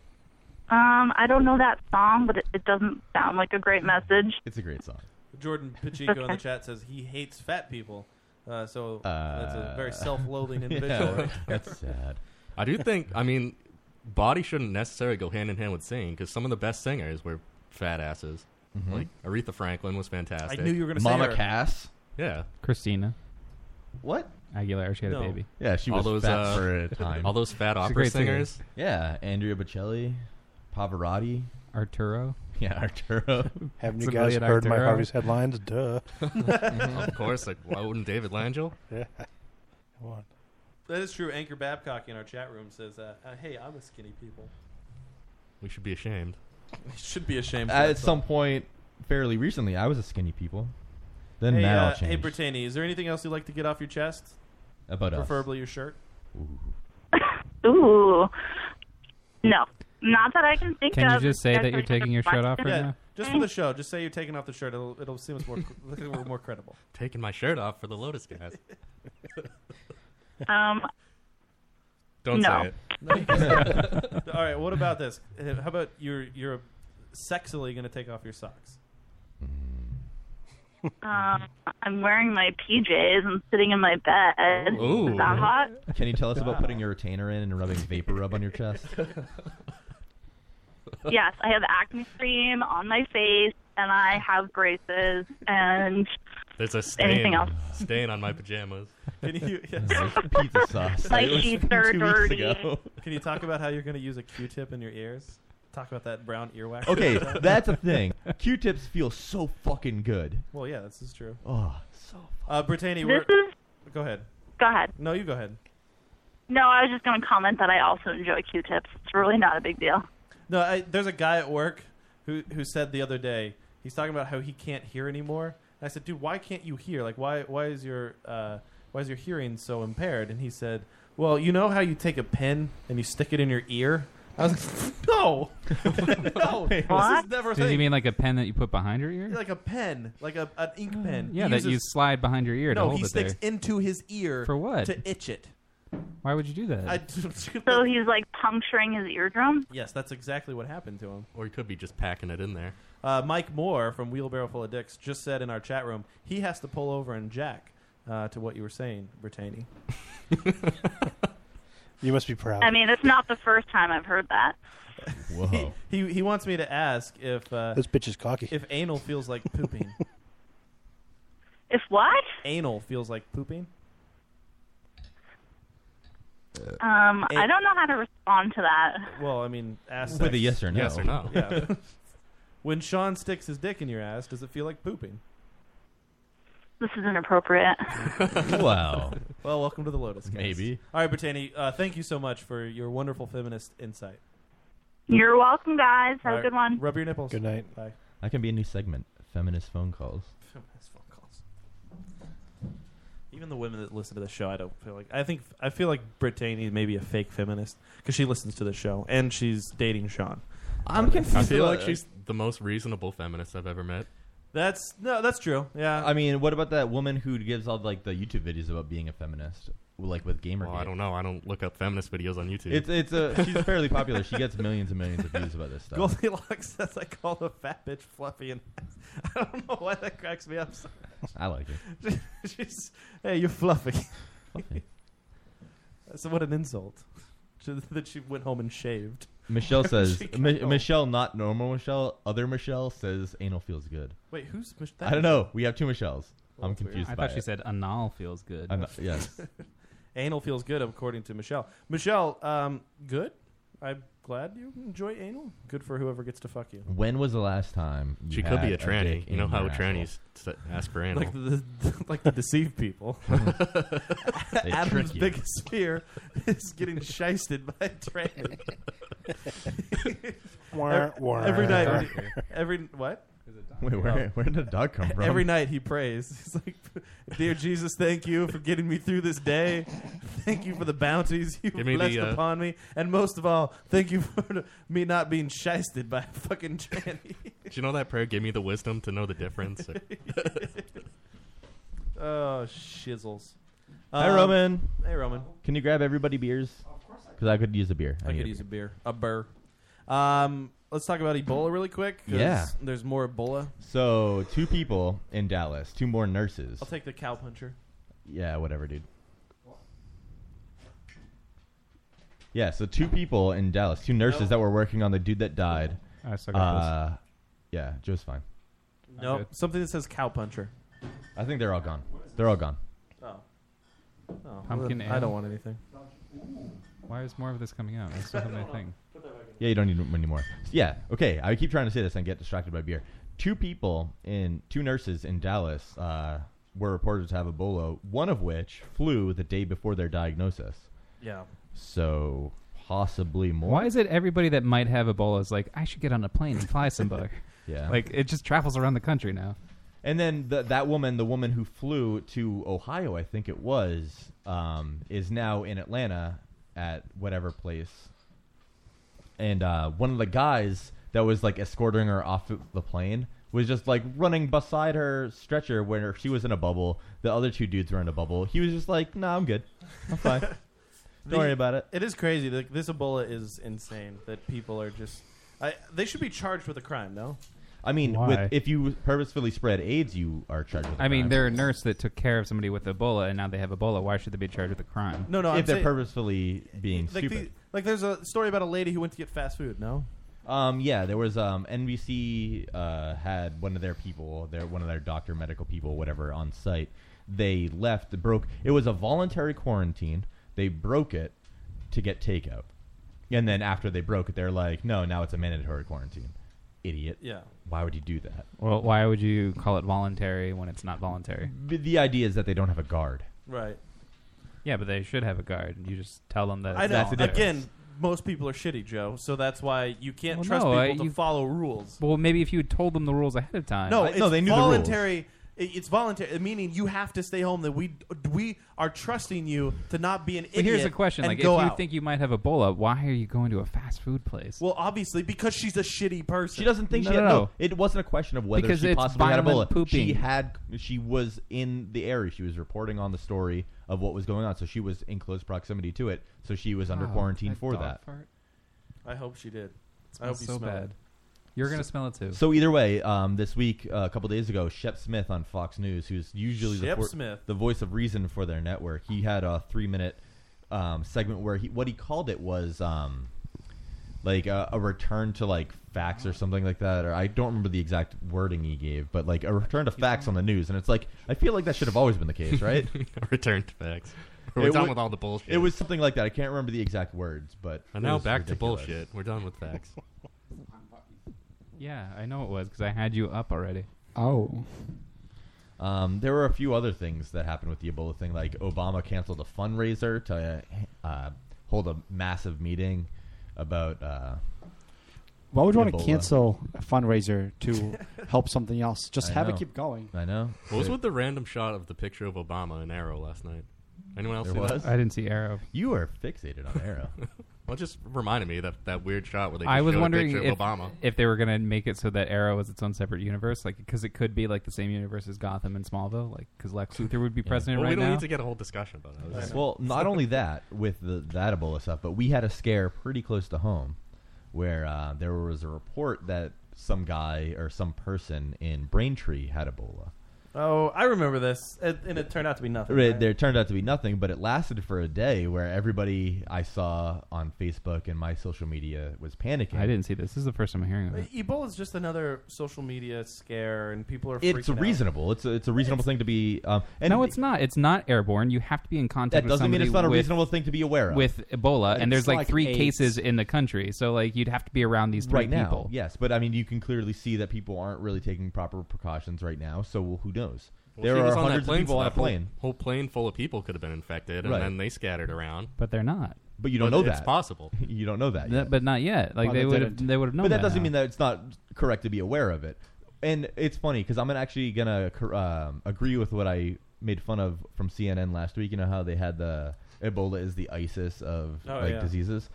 [SPEAKER 18] Um, I don't know that song, but it, it doesn't sound like a great message.
[SPEAKER 9] It's a great song.
[SPEAKER 7] Jordan Pacheco in
[SPEAKER 18] Okay.
[SPEAKER 7] the chat says he hates fat people. Uh, so
[SPEAKER 9] Uh,
[SPEAKER 7] that's a very self-loathing individual. right there.
[SPEAKER 11] I do think. I mean, body shouldn't necessarily go hand in hand with singing because some of the best singers were fat asses.
[SPEAKER 18] Mm-hmm.
[SPEAKER 9] Mhm.
[SPEAKER 11] Like Aretha Franklin was fantastic.
[SPEAKER 7] I knew you were gonna say her.
[SPEAKER 11] Yeah.
[SPEAKER 8] Christina.
[SPEAKER 9] What?
[SPEAKER 8] Aguilera, she had
[SPEAKER 11] No.
[SPEAKER 8] a baby.
[SPEAKER 9] Yeah, she
[SPEAKER 11] All
[SPEAKER 9] was
[SPEAKER 11] those,
[SPEAKER 9] fat
[SPEAKER 11] uh,
[SPEAKER 9] for a time.
[SPEAKER 11] all those fat
[SPEAKER 9] She's a
[SPEAKER 11] opera
[SPEAKER 9] great singer.
[SPEAKER 11] singers.
[SPEAKER 9] Yeah, Andrea Bocelli, Pavarotti,
[SPEAKER 8] uh, Arturo.
[SPEAKER 9] Yeah, Arturo.
[SPEAKER 12] Haven't you guys heard my Harvey's headlines? Duh.
[SPEAKER 18] Mm-hmm.
[SPEAKER 11] of course, like why wouldn't David Langell?
[SPEAKER 12] Yeah.
[SPEAKER 7] That is true. Anchor Babcock in our chat room says, uh, uh, "Hey, I'm a skinny people.
[SPEAKER 11] We should be ashamed.
[SPEAKER 7] We should be ashamed." for that
[SPEAKER 9] At some
[SPEAKER 7] song.
[SPEAKER 9] point, fairly recently, I was a skinny people. Then
[SPEAKER 7] hey,
[SPEAKER 9] that
[SPEAKER 7] uh,
[SPEAKER 9] all changed.
[SPEAKER 7] hey, Brittany, is there anything else you'd like to get off your chest?
[SPEAKER 9] About us.
[SPEAKER 7] preferably your shirt.
[SPEAKER 18] Ooh, no, not that I can think
[SPEAKER 8] Can
[SPEAKER 18] of.
[SPEAKER 8] you just say
[SPEAKER 18] That's
[SPEAKER 8] that you're
[SPEAKER 18] a good
[SPEAKER 8] taking your shirt off
[SPEAKER 18] question.
[SPEAKER 8] right now?
[SPEAKER 7] Just for the show, just say you're taking off the shirt. It'll, it'll seem as more we're more credible.
[SPEAKER 11] Taking my shirt off for the Lotus guys.
[SPEAKER 18] Um,
[SPEAKER 11] Don't
[SPEAKER 18] No.
[SPEAKER 11] say it.
[SPEAKER 7] No, you can't. All right. What about this? Uh, How about you're you're sexily going to take off your socks?
[SPEAKER 18] Um, I'm wearing my PJs and sitting in my bed. Is that hot?
[SPEAKER 9] Can you tell us about putting your retainer in and rubbing vapor rub on your chest?
[SPEAKER 18] yes, I have acne cream on my face, and I have braces, and
[SPEAKER 11] There's a stain.
[SPEAKER 18] Anything else?
[SPEAKER 11] Stain on my pajamas.
[SPEAKER 7] Can you?
[SPEAKER 9] Pizza sauce.
[SPEAKER 18] My It was sheets are two weeks dirty. ago.
[SPEAKER 7] Can you talk about how you're going to use a Q-tip in your ears? Talk about that brown earwax.
[SPEAKER 9] Okay, that's a thing. Q-tips feel so fucking good.
[SPEAKER 7] Well, yeah, this is true.
[SPEAKER 9] Oh,
[SPEAKER 7] uh, Brittany,
[SPEAKER 18] This
[SPEAKER 7] we're, go ahead.
[SPEAKER 18] go ahead.
[SPEAKER 7] No, you go ahead.
[SPEAKER 18] No, I was just going to comment that I also enjoy Q-tips. It's really not a big deal.
[SPEAKER 7] No, I, there's a guy at work who who said the other day he's talking about how he can't hear anymore. And I said, dude, why can't you hear? Like, why why is your uh, why is your hearing so impaired? And he said, well, you know how you take a pen and you stick it in your ear. I was like, no, no, this is never a
[SPEAKER 8] Does
[SPEAKER 7] thing.
[SPEAKER 8] you mean like a pen that you put behind your ear?
[SPEAKER 7] like a pen, like a an ink pen.
[SPEAKER 8] Yeah,
[SPEAKER 7] He
[SPEAKER 8] that
[SPEAKER 7] uses-
[SPEAKER 8] you slide behind your ear to
[SPEAKER 7] No,
[SPEAKER 8] hold
[SPEAKER 7] he
[SPEAKER 8] it
[SPEAKER 7] sticks
[SPEAKER 8] there.
[SPEAKER 7] into his ear
[SPEAKER 8] For what?
[SPEAKER 7] To itch it.
[SPEAKER 8] Why would you do that?
[SPEAKER 7] I,
[SPEAKER 18] So he's like puncturing his eardrum.
[SPEAKER 7] yes, that's exactly what happened to him.
[SPEAKER 11] Or he could be just packing it in there.
[SPEAKER 7] Uh, Mike Moore from Wheelbarrow Full of Dicks just said in our chat room he has to pull over and jack uh, to what you were saying, Brittany.
[SPEAKER 12] You must be proud.
[SPEAKER 18] I mean, it's not the first time I've heard that.
[SPEAKER 7] He, he he wants me to ask if uh,
[SPEAKER 12] This bitch is cocky.
[SPEAKER 7] If anal feels like pooping.
[SPEAKER 18] If what?
[SPEAKER 7] anal feels like pooping.
[SPEAKER 18] Um,
[SPEAKER 7] Hey.
[SPEAKER 18] I don't know how to respond to that.
[SPEAKER 7] Well, I mean, ass.
[SPEAKER 9] With a yes
[SPEAKER 7] sex.
[SPEAKER 9] or no. Yes or no.
[SPEAKER 7] Yeah. when Sean sticks his dick in your ass, does it feel like pooping?
[SPEAKER 18] This is inappropriate.
[SPEAKER 9] Wow.
[SPEAKER 7] Well, welcome to the Lotus. Cast.
[SPEAKER 9] Maybe.
[SPEAKER 7] All right, Brittany. Uh, thank you so much for your wonderful feminist insight.
[SPEAKER 18] You're welcome, guys. Have
[SPEAKER 7] All
[SPEAKER 18] a
[SPEAKER 7] right,
[SPEAKER 18] good one.
[SPEAKER 7] Rub your nipples. Good night. Bye.
[SPEAKER 9] That can be a new segment. Feminist phone calls.
[SPEAKER 7] Feminist phone calls. Even the women that listen to the show, I don't feel like. I think I feel like Brittany may be a fake feminist because she listens to the show and she's dating Sean.
[SPEAKER 11] I feel like she's the most reasonable feminist I've ever met.
[SPEAKER 7] That's no, that's true. Yeah.
[SPEAKER 9] I mean, what about that woman who gives all like the YouTube videos about being a feminist, like with gamer?
[SPEAKER 11] Well, I don't know. I don't look up feminist videos on YouTube.
[SPEAKER 9] It's it's a she's fairly popular. She gets millions and millions of views about this stuff.
[SPEAKER 7] Goldilocks says I call the fat bitch fluffy and I don't know why that cracks me up. so much.
[SPEAKER 9] I like
[SPEAKER 7] it. She's hey, you're fluffy. so what an insult to, that she went home and shaved.
[SPEAKER 9] Michelle says
[SPEAKER 7] She got
[SPEAKER 9] Mi-
[SPEAKER 7] home.
[SPEAKER 9] Michelle, not normal Michelle. Other Michelle says anal feels good.
[SPEAKER 7] Wait, who's Mich- that
[SPEAKER 9] I don't
[SPEAKER 7] Michelle?
[SPEAKER 9] know. We have two Michelles.
[SPEAKER 7] Well,
[SPEAKER 9] I'm
[SPEAKER 7] that's weird.
[SPEAKER 9] confused.
[SPEAKER 8] I
[SPEAKER 9] by
[SPEAKER 8] thought she
[SPEAKER 9] it.
[SPEAKER 8] said anal feels good.
[SPEAKER 9] Ana- yes.
[SPEAKER 7] Anal feels good according to Michelle. Michelle, um, good. I'm glad you enjoy anal. Good for whoever gets to fuck you.
[SPEAKER 9] When was the last time you
[SPEAKER 11] She could be
[SPEAKER 9] had
[SPEAKER 11] a tranny.
[SPEAKER 9] dick
[SPEAKER 11] You know
[SPEAKER 9] in
[SPEAKER 11] how
[SPEAKER 9] your asshole?
[SPEAKER 11] trannies s- ask for anal.
[SPEAKER 7] Like the, like the deceived people.
[SPEAKER 11] They
[SPEAKER 7] Adam's
[SPEAKER 11] trick you.
[SPEAKER 7] biggest fear is getting shysted by a tranny.
[SPEAKER 12] Wah,
[SPEAKER 7] every,
[SPEAKER 12] wah.
[SPEAKER 7] every night, when he- every what?
[SPEAKER 9] Wait, where- where did the dog come from?
[SPEAKER 7] Every night he prays. He's like, "Dear Jesus, thank you for getting me through this day. Thank you for the bounties you
[SPEAKER 11] Give me
[SPEAKER 7] blessed
[SPEAKER 11] the, uh,
[SPEAKER 7] upon me, and most of all, thank you for me not being shysted by a fucking tranny."
[SPEAKER 11] Do you know that prayer gave me the wisdom to know the difference?
[SPEAKER 7] oh shizzles!
[SPEAKER 9] Hi,
[SPEAKER 7] Um,
[SPEAKER 9] Roman.
[SPEAKER 7] Hey, Roman.
[SPEAKER 9] Can you grab everybody beers? Of course. Because I could use a beer.
[SPEAKER 7] I
[SPEAKER 9] need
[SPEAKER 7] could use a beer. A burr. Um, let's talk about Ebola really quick. 'cause
[SPEAKER 9] Yeah.
[SPEAKER 7] There's more Ebola.
[SPEAKER 9] So two people in Dallas, two more nurses.
[SPEAKER 7] I'll take the cow puncher.
[SPEAKER 9] Yeah, whatever, dude. Yeah, so two people in Dallas, two nurses that were working on the dude that died.
[SPEAKER 8] I still got this.
[SPEAKER 9] uh, Yeah, Joe's fine.
[SPEAKER 7] No, something that says cow puncher.
[SPEAKER 9] I think they're all gone. They're all gone.
[SPEAKER 7] Oh. Oh,
[SPEAKER 8] Pumpkin
[SPEAKER 7] I
[SPEAKER 8] ale?
[SPEAKER 7] don't want anything.
[SPEAKER 8] Why is more of this coming out? I still have my thing.
[SPEAKER 9] Yeah, you don't need them anymore. Yeah, okay. I keep trying to say this and get distracted by beer. Two people in two nurses in Dallas uh, were reported to have Ebola. One of which flew the day before their diagnosis.
[SPEAKER 7] Yeah.
[SPEAKER 9] So possibly more.
[SPEAKER 8] Why is it everybody that might have Ebola is like, I should get on a plane and fly somewhere?
[SPEAKER 9] Yeah.
[SPEAKER 8] Like, it just travels around the country now.
[SPEAKER 9] And then the, that woman, the woman who flew to Ohio, I think it was, um, is now in Atlanta at whatever place. And uh, one of the guys that was like escorting her off of the plane was just like running beside her stretcher where she was in a bubble. The other two dudes were in a bubble. He was just like, "No, nah, I'm good. I'm fine. Don't worry about it."
[SPEAKER 7] It is crazy. Like, this Ebola is insane that people are just. I, they should be charged with a crime, no?
[SPEAKER 9] I mean,
[SPEAKER 8] Why?
[SPEAKER 9] with, if you purposefully spread AIDS, you are charged with. a
[SPEAKER 8] I mean,
[SPEAKER 9] crime.
[SPEAKER 8] they're a nurse that took care of somebody with Ebola, and now they have Ebola. Why should they be charged with a crime?
[SPEAKER 7] No, no,
[SPEAKER 9] if
[SPEAKER 7] I'm
[SPEAKER 9] they're
[SPEAKER 7] saying-
[SPEAKER 9] purposefully being
[SPEAKER 7] Like,
[SPEAKER 9] stupid.
[SPEAKER 7] the, like, there's a story about a lady who went to get fast food, no?
[SPEAKER 9] Um, yeah, there was um, NBC uh, had one of their people, their one of their doctor, medical people, whatever, on site. They left, broke. It was a voluntary quarantine. They broke it to get takeout, and then after they broke it, they're like, "No, now it's a mandatory quarantine." Idiot.
[SPEAKER 7] Yeah.
[SPEAKER 9] Why would you do that?
[SPEAKER 8] Well, why would you call it voluntary when it's not voluntary?
[SPEAKER 9] But the idea is that they don't have a guard.
[SPEAKER 7] Right.
[SPEAKER 8] Yeah, but they should have a guard. You just tell them that.
[SPEAKER 7] I
[SPEAKER 8] it's
[SPEAKER 7] know.
[SPEAKER 8] voluntary.
[SPEAKER 7] Again, most people are shitty, Joe, so that's why you can't
[SPEAKER 8] Well,
[SPEAKER 7] trust
[SPEAKER 8] no, I-
[SPEAKER 7] people to
[SPEAKER 8] you-
[SPEAKER 7] follow rules.
[SPEAKER 8] Well, maybe if you had told them the rules ahead of time.
[SPEAKER 7] No, it's voluntary. i- It's voluntary, meaning you have to stay home. That we we are trusting you to not be an idiot.
[SPEAKER 8] But here's the question:
[SPEAKER 7] and
[SPEAKER 8] Like, if you
[SPEAKER 7] go out.
[SPEAKER 8] think you might have Ebola, why are you going to a fast food place?
[SPEAKER 7] well, obviously, because she's a shitty person.
[SPEAKER 9] She doesn't think
[SPEAKER 8] No,
[SPEAKER 9] she
[SPEAKER 8] no,
[SPEAKER 9] had,
[SPEAKER 8] no.
[SPEAKER 9] It wasn't a question of whether
[SPEAKER 8] Because
[SPEAKER 9] she
[SPEAKER 8] it's
[SPEAKER 9] possibly had
[SPEAKER 8] violent
[SPEAKER 9] Ebola. She
[SPEAKER 8] pooping.
[SPEAKER 9] had. She was in the area. She was reporting on the story of what was going on, so she was in close proximity to it. So she was under
[SPEAKER 8] Wow,
[SPEAKER 9] quarantine
[SPEAKER 8] that
[SPEAKER 9] for
[SPEAKER 8] dog
[SPEAKER 9] that.
[SPEAKER 8] fart.
[SPEAKER 7] I hope she did. I hope
[SPEAKER 8] smells
[SPEAKER 7] you
[SPEAKER 8] so
[SPEAKER 7] smell
[SPEAKER 8] bad.
[SPEAKER 7] it.
[SPEAKER 8] You're gonna smell it too.
[SPEAKER 9] So either way, um, this week, uh, a couple days ago, Shep Smith on Fox News, who's usually the,
[SPEAKER 7] Shep Smith.
[SPEAKER 9] the voice of reason for their network, he had a three-minute um, segment where he what he called it was um, like a, a return to like facts or something like that, or I don't remember the exact wording he gave, but like a return to facts on the news, and it's like I feel like that should have always been the case, right?
[SPEAKER 11] Return to facts. We're done with all the bullshit.
[SPEAKER 9] It was something like that. I can't remember the exact words, but
[SPEAKER 11] And now
[SPEAKER 9] it was
[SPEAKER 11] back
[SPEAKER 9] ridiculous.
[SPEAKER 11] to bullshit. We're done with facts.
[SPEAKER 8] yeah, I know it was because I had you up already.
[SPEAKER 9] Oh. Um, there were a few other things that happened with the Ebola thing, like Obama canceled a fundraiser to uh, uh, hold a massive meeting about. Uh,
[SPEAKER 19] Why would you want
[SPEAKER 9] Ebola.
[SPEAKER 19] to cancel a fundraiser to help something else? Just
[SPEAKER 9] I
[SPEAKER 19] have
[SPEAKER 9] know.
[SPEAKER 19] it keep going.
[SPEAKER 9] I know.
[SPEAKER 11] What was
[SPEAKER 9] It-
[SPEAKER 11] with the random shot of the picture of Obama and Arrow last night? Anyone else
[SPEAKER 9] There
[SPEAKER 11] see
[SPEAKER 9] was?
[SPEAKER 11] that?
[SPEAKER 8] I didn't see Arrow.
[SPEAKER 9] You are fixated on Arrow.
[SPEAKER 11] well, it just reminded me that that weird shot where they just
[SPEAKER 8] I was
[SPEAKER 11] showed a
[SPEAKER 8] wondering
[SPEAKER 11] picture
[SPEAKER 8] if,
[SPEAKER 11] of Obama.
[SPEAKER 8] if they were gonna make it so that Arrow was its own separate universe, like because it could be like the same universe as Gotham and Smallville, like because Lex Luthor would be president
[SPEAKER 11] well,
[SPEAKER 8] right
[SPEAKER 11] we don't
[SPEAKER 8] now.
[SPEAKER 11] need to get a whole discussion about that.
[SPEAKER 9] well, not only that with the, that Ebola stuff, but we had a scare pretty close to home, where uh, there was a report that some guy or some person in Braintree had Ebola.
[SPEAKER 7] Oh, I remember this, and and it turned out to be nothing.
[SPEAKER 9] Right, There turned out to be nothing, but it lasted for a day where everybody I saw on Facebook and my social media was panicking.
[SPEAKER 8] I didn't see this. This is the first time I'm hearing of it.
[SPEAKER 7] Ebola is E, just another social media scare, and people are.
[SPEAKER 9] It's
[SPEAKER 7] freaking out.
[SPEAKER 9] reasonable. It's a, it's a reasonable thing to be. Um, and
[SPEAKER 8] no, it's not. It's not airborne. You have to be in
[SPEAKER 9] That
[SPEAKER 8] contact. with
[SPEAKER 9] doesn't mean
[SPEAKER 8] somebody
[SPEAKER 9] it's not a
[SPEAKER 8] with-
[SPEAKER 9] reasonable thing to be aware of.
[SPEAKER 8] with Ebola. and
[SPEAKER 9] It's
[SPEAKER 8] there's like,
[SPEAKER 9] like
[SPEAKER 8] three
[SPEAKER 9] AIDS.
[SPEAKER 8] cases in the country, so like you'd have to be around these three
[SPEAKER 9] right now.
[SPEAKER 8] people.
[SPEAKER 9] Yes, but I mean, you can clearly see that people aren't really taking proper precautions right now. So well, who knows?
[SPEAKER 11] Well,
[SPEAKER 9] there
[SPEAKER 11] she
[SPEAKER 9] are
[SPEAKER 11] was on that
[SPEAKER 9] hundreds of
[SPEAKER 11] plane,
[SPEAKER 9] people
[SPEAKER 11] so
[SPEAKER 9] on a
[SPEAKER 11] that whole-
[SPEAKER 9] plane.
[SPEAKER 11] Whole, plane full of people could have been infected, and
[SPEAKER 9] Right.
[SPEAKER 11] then they scattered around.
[SPEAKER 8] But they're not.
[SPEAKER 9] But you don't know that.
[SPEAKER 11] It's possible.
[SPEAKER 9] you don't know that.
[SPEAKER 8] Th-
[SPEAKER 9] yet.
[SPEAKER 8] but not yet. Like, they would've-
[SPEAKER 9] didn't.
[SPEAKER 8] they would've known
[SPEAKER 9] But that,
[SPEAKER 8] that
[SPEAKER 9] doesn't
[SPEAKER 8] now.
[SPEAKER 9] mean that it's not correct to be aware of it. And it's funny because I'm actually gonna cor- um, agree with what I made fun of from CNN last week. You know how they had the Ebola is the ISIS of
[SPEAKER 12] Oh,
[SPEAKER 9] like
[SPEAKER 12] yeah.
[SPEAKER 9] diseases.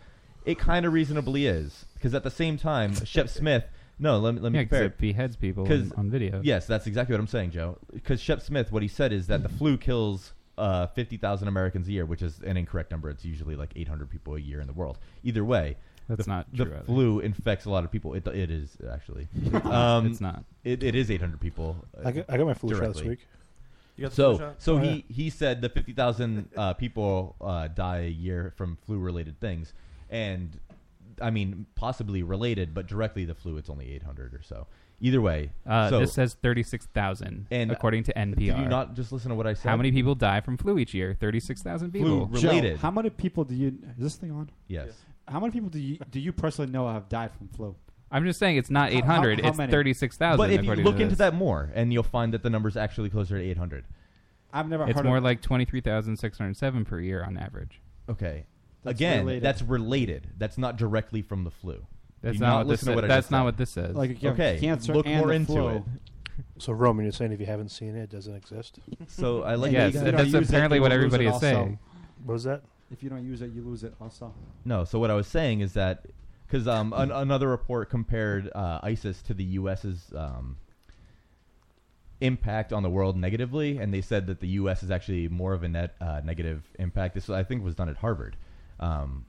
[SPEAKER 9] It kind of reasonably is because at the same time, Shep Smith. No, let me let me
[SPEAKER 8] Yeah, 'cause
[SPEAKER 9] fair.
[SPEAKER 8] it beheads people on-
[SPEAKER 9] 'Cause-
[SPEAKER 8] on video.
[SPEAKER 9] Yes, that's exactly what I'm saying, Joe. Because Shep Smith, what he said is that the flu kills uh, 50,000 Americans a year, which is an incorrect number. It's usually like 800 people a year in the world. Either way,
[SPEAKER 8] That's
[SPEAKER 9] the,
[SPEAKER 8] not
[SPEAKER 9] the
[SPEAKER 8] true either.
[SPEAKER 9] flu infects a lot of people. It, it is actually. Um,
[SPEAKER 8] It's not.
[SPEAKER 9] It, it is 800 people. uh,
[SPEAKER 12] I got- I got my flu shot this
[SPEAKER 9] directly.
[SPEAKER 12] week. You got the
[SPEAKER 9] so
[SPEAKER 12] flu shot?
[SPEAKER 9] so
[SPEAKER 12] Oh,
[SPEAKER 9] he
[SPEAKER 12] yeah.
[SPEAKER 9] he said the 50,000 uh, people uh, die a year from flu related things. And I mean, possibly related, but directly the flu, it's only 800 or so. Either way,
[SPEAKER 8] Uh,
[SPEAKER 9] so,
[SPEAKER 8] this says thirty-six thousand,
[SPEAKER 9] And
[SPEAKER 8] according to NPR.
[SPEAKER 9] did you not just listen to what I said?
[SPEAKER 8] How many people die from flu each year? Thirty-six thousand people.
[SPEAKER 19] Joe, how many people do you? Is this thing on?
[SPEAKER 9] Yes.
[SPEAKER 19] How many people do you do you personally know have died from flu?
[SPEAKER 8] I'm just saying it's not
[SPEAKER 19] How- how-
[SPEAKER 8] 800.
[SPEAKER 19] how
[SPEAKER 8] it's
[SPEAKER 19] many?
[SPEAKER 8] 36,000.
[SPEAKER 9] But if you
[SPEAKER 8] according
[SPEAKER 9] look
[SPEAKER 8] to
[SPEAKER 9] into
[SPEAKER 8] this.
[SPEAKER 9] that more, and you'll find that the number's actually closer to 800.
[SPEAKER 19] I've never
[SPEAKER 8] it's
[SPEAKER 19] heard
[SPEAKER 8] more
[SPEAKER 19] of
[SPEAKER 8] like 23,607 per year on average.
[SPEAKER 9] Okay.
[SPEAKER 19] That's
[SPEAKER 9] Again,
[SPEAKER 19] related.
[SPEAKER 9] that's related. That's not directly from the flu.
[SPEAKER 8] That's
[SPEAKER 9] Do
[SPEAKER 8] not what this
[SPEAKER 9] listen to
[SPEAKER 8] sa-
[SPEAKER 9] I
[SPEAKER 8] that's
[SPEAKER 9] just
[SPEAKER 8] not
[SPEAKER 9] said.
[SPEAKER 8] what this says. Like,
[SPEAKER 19] you have
[SPEAKER 9] okay,
[SPEAKER 19] cancer
[SPEAKER 9] look
[SPEAKER 19] and
[SPEAKER 9] more
[SPEAKER 19] the
[SPEAKER 9] into
[SPEAKER 19] flu.
[SPEAKER 9] it.
[SPEAKER 12] So Roman, you're saying if you haven't seen it, it doesn't exist.
[SPEAKER 9] So I like
[SPEAKER 8] Yes,
[SPEAKER 9] that you-
[SPEAKER 8] that's
[SPEAKER 9] you don't use
[SPEAKER 8] apparently
[SPEAKER 9] it,
[SPEAKER 8] what
[SPEAKER 9] you'll lose
[SPEAKER 8] everybody
[SPEAKER 9] it
[SPEAKER 8] is
[SPEAKER 9] also.
[SPEAKER 8] saying.
[SPEAKER 12] What was that?
[SPEAKER 19] If you don't use it, you lose it also.
[SPEAKER 9] No. So what I was saying is that because um, an, another report compared uh, ISIS to the U.S.'s um, impact on the world negatively, and they said that the U.S. is actually more of a net uh, negative impact. This I think was done at Harvard. Um,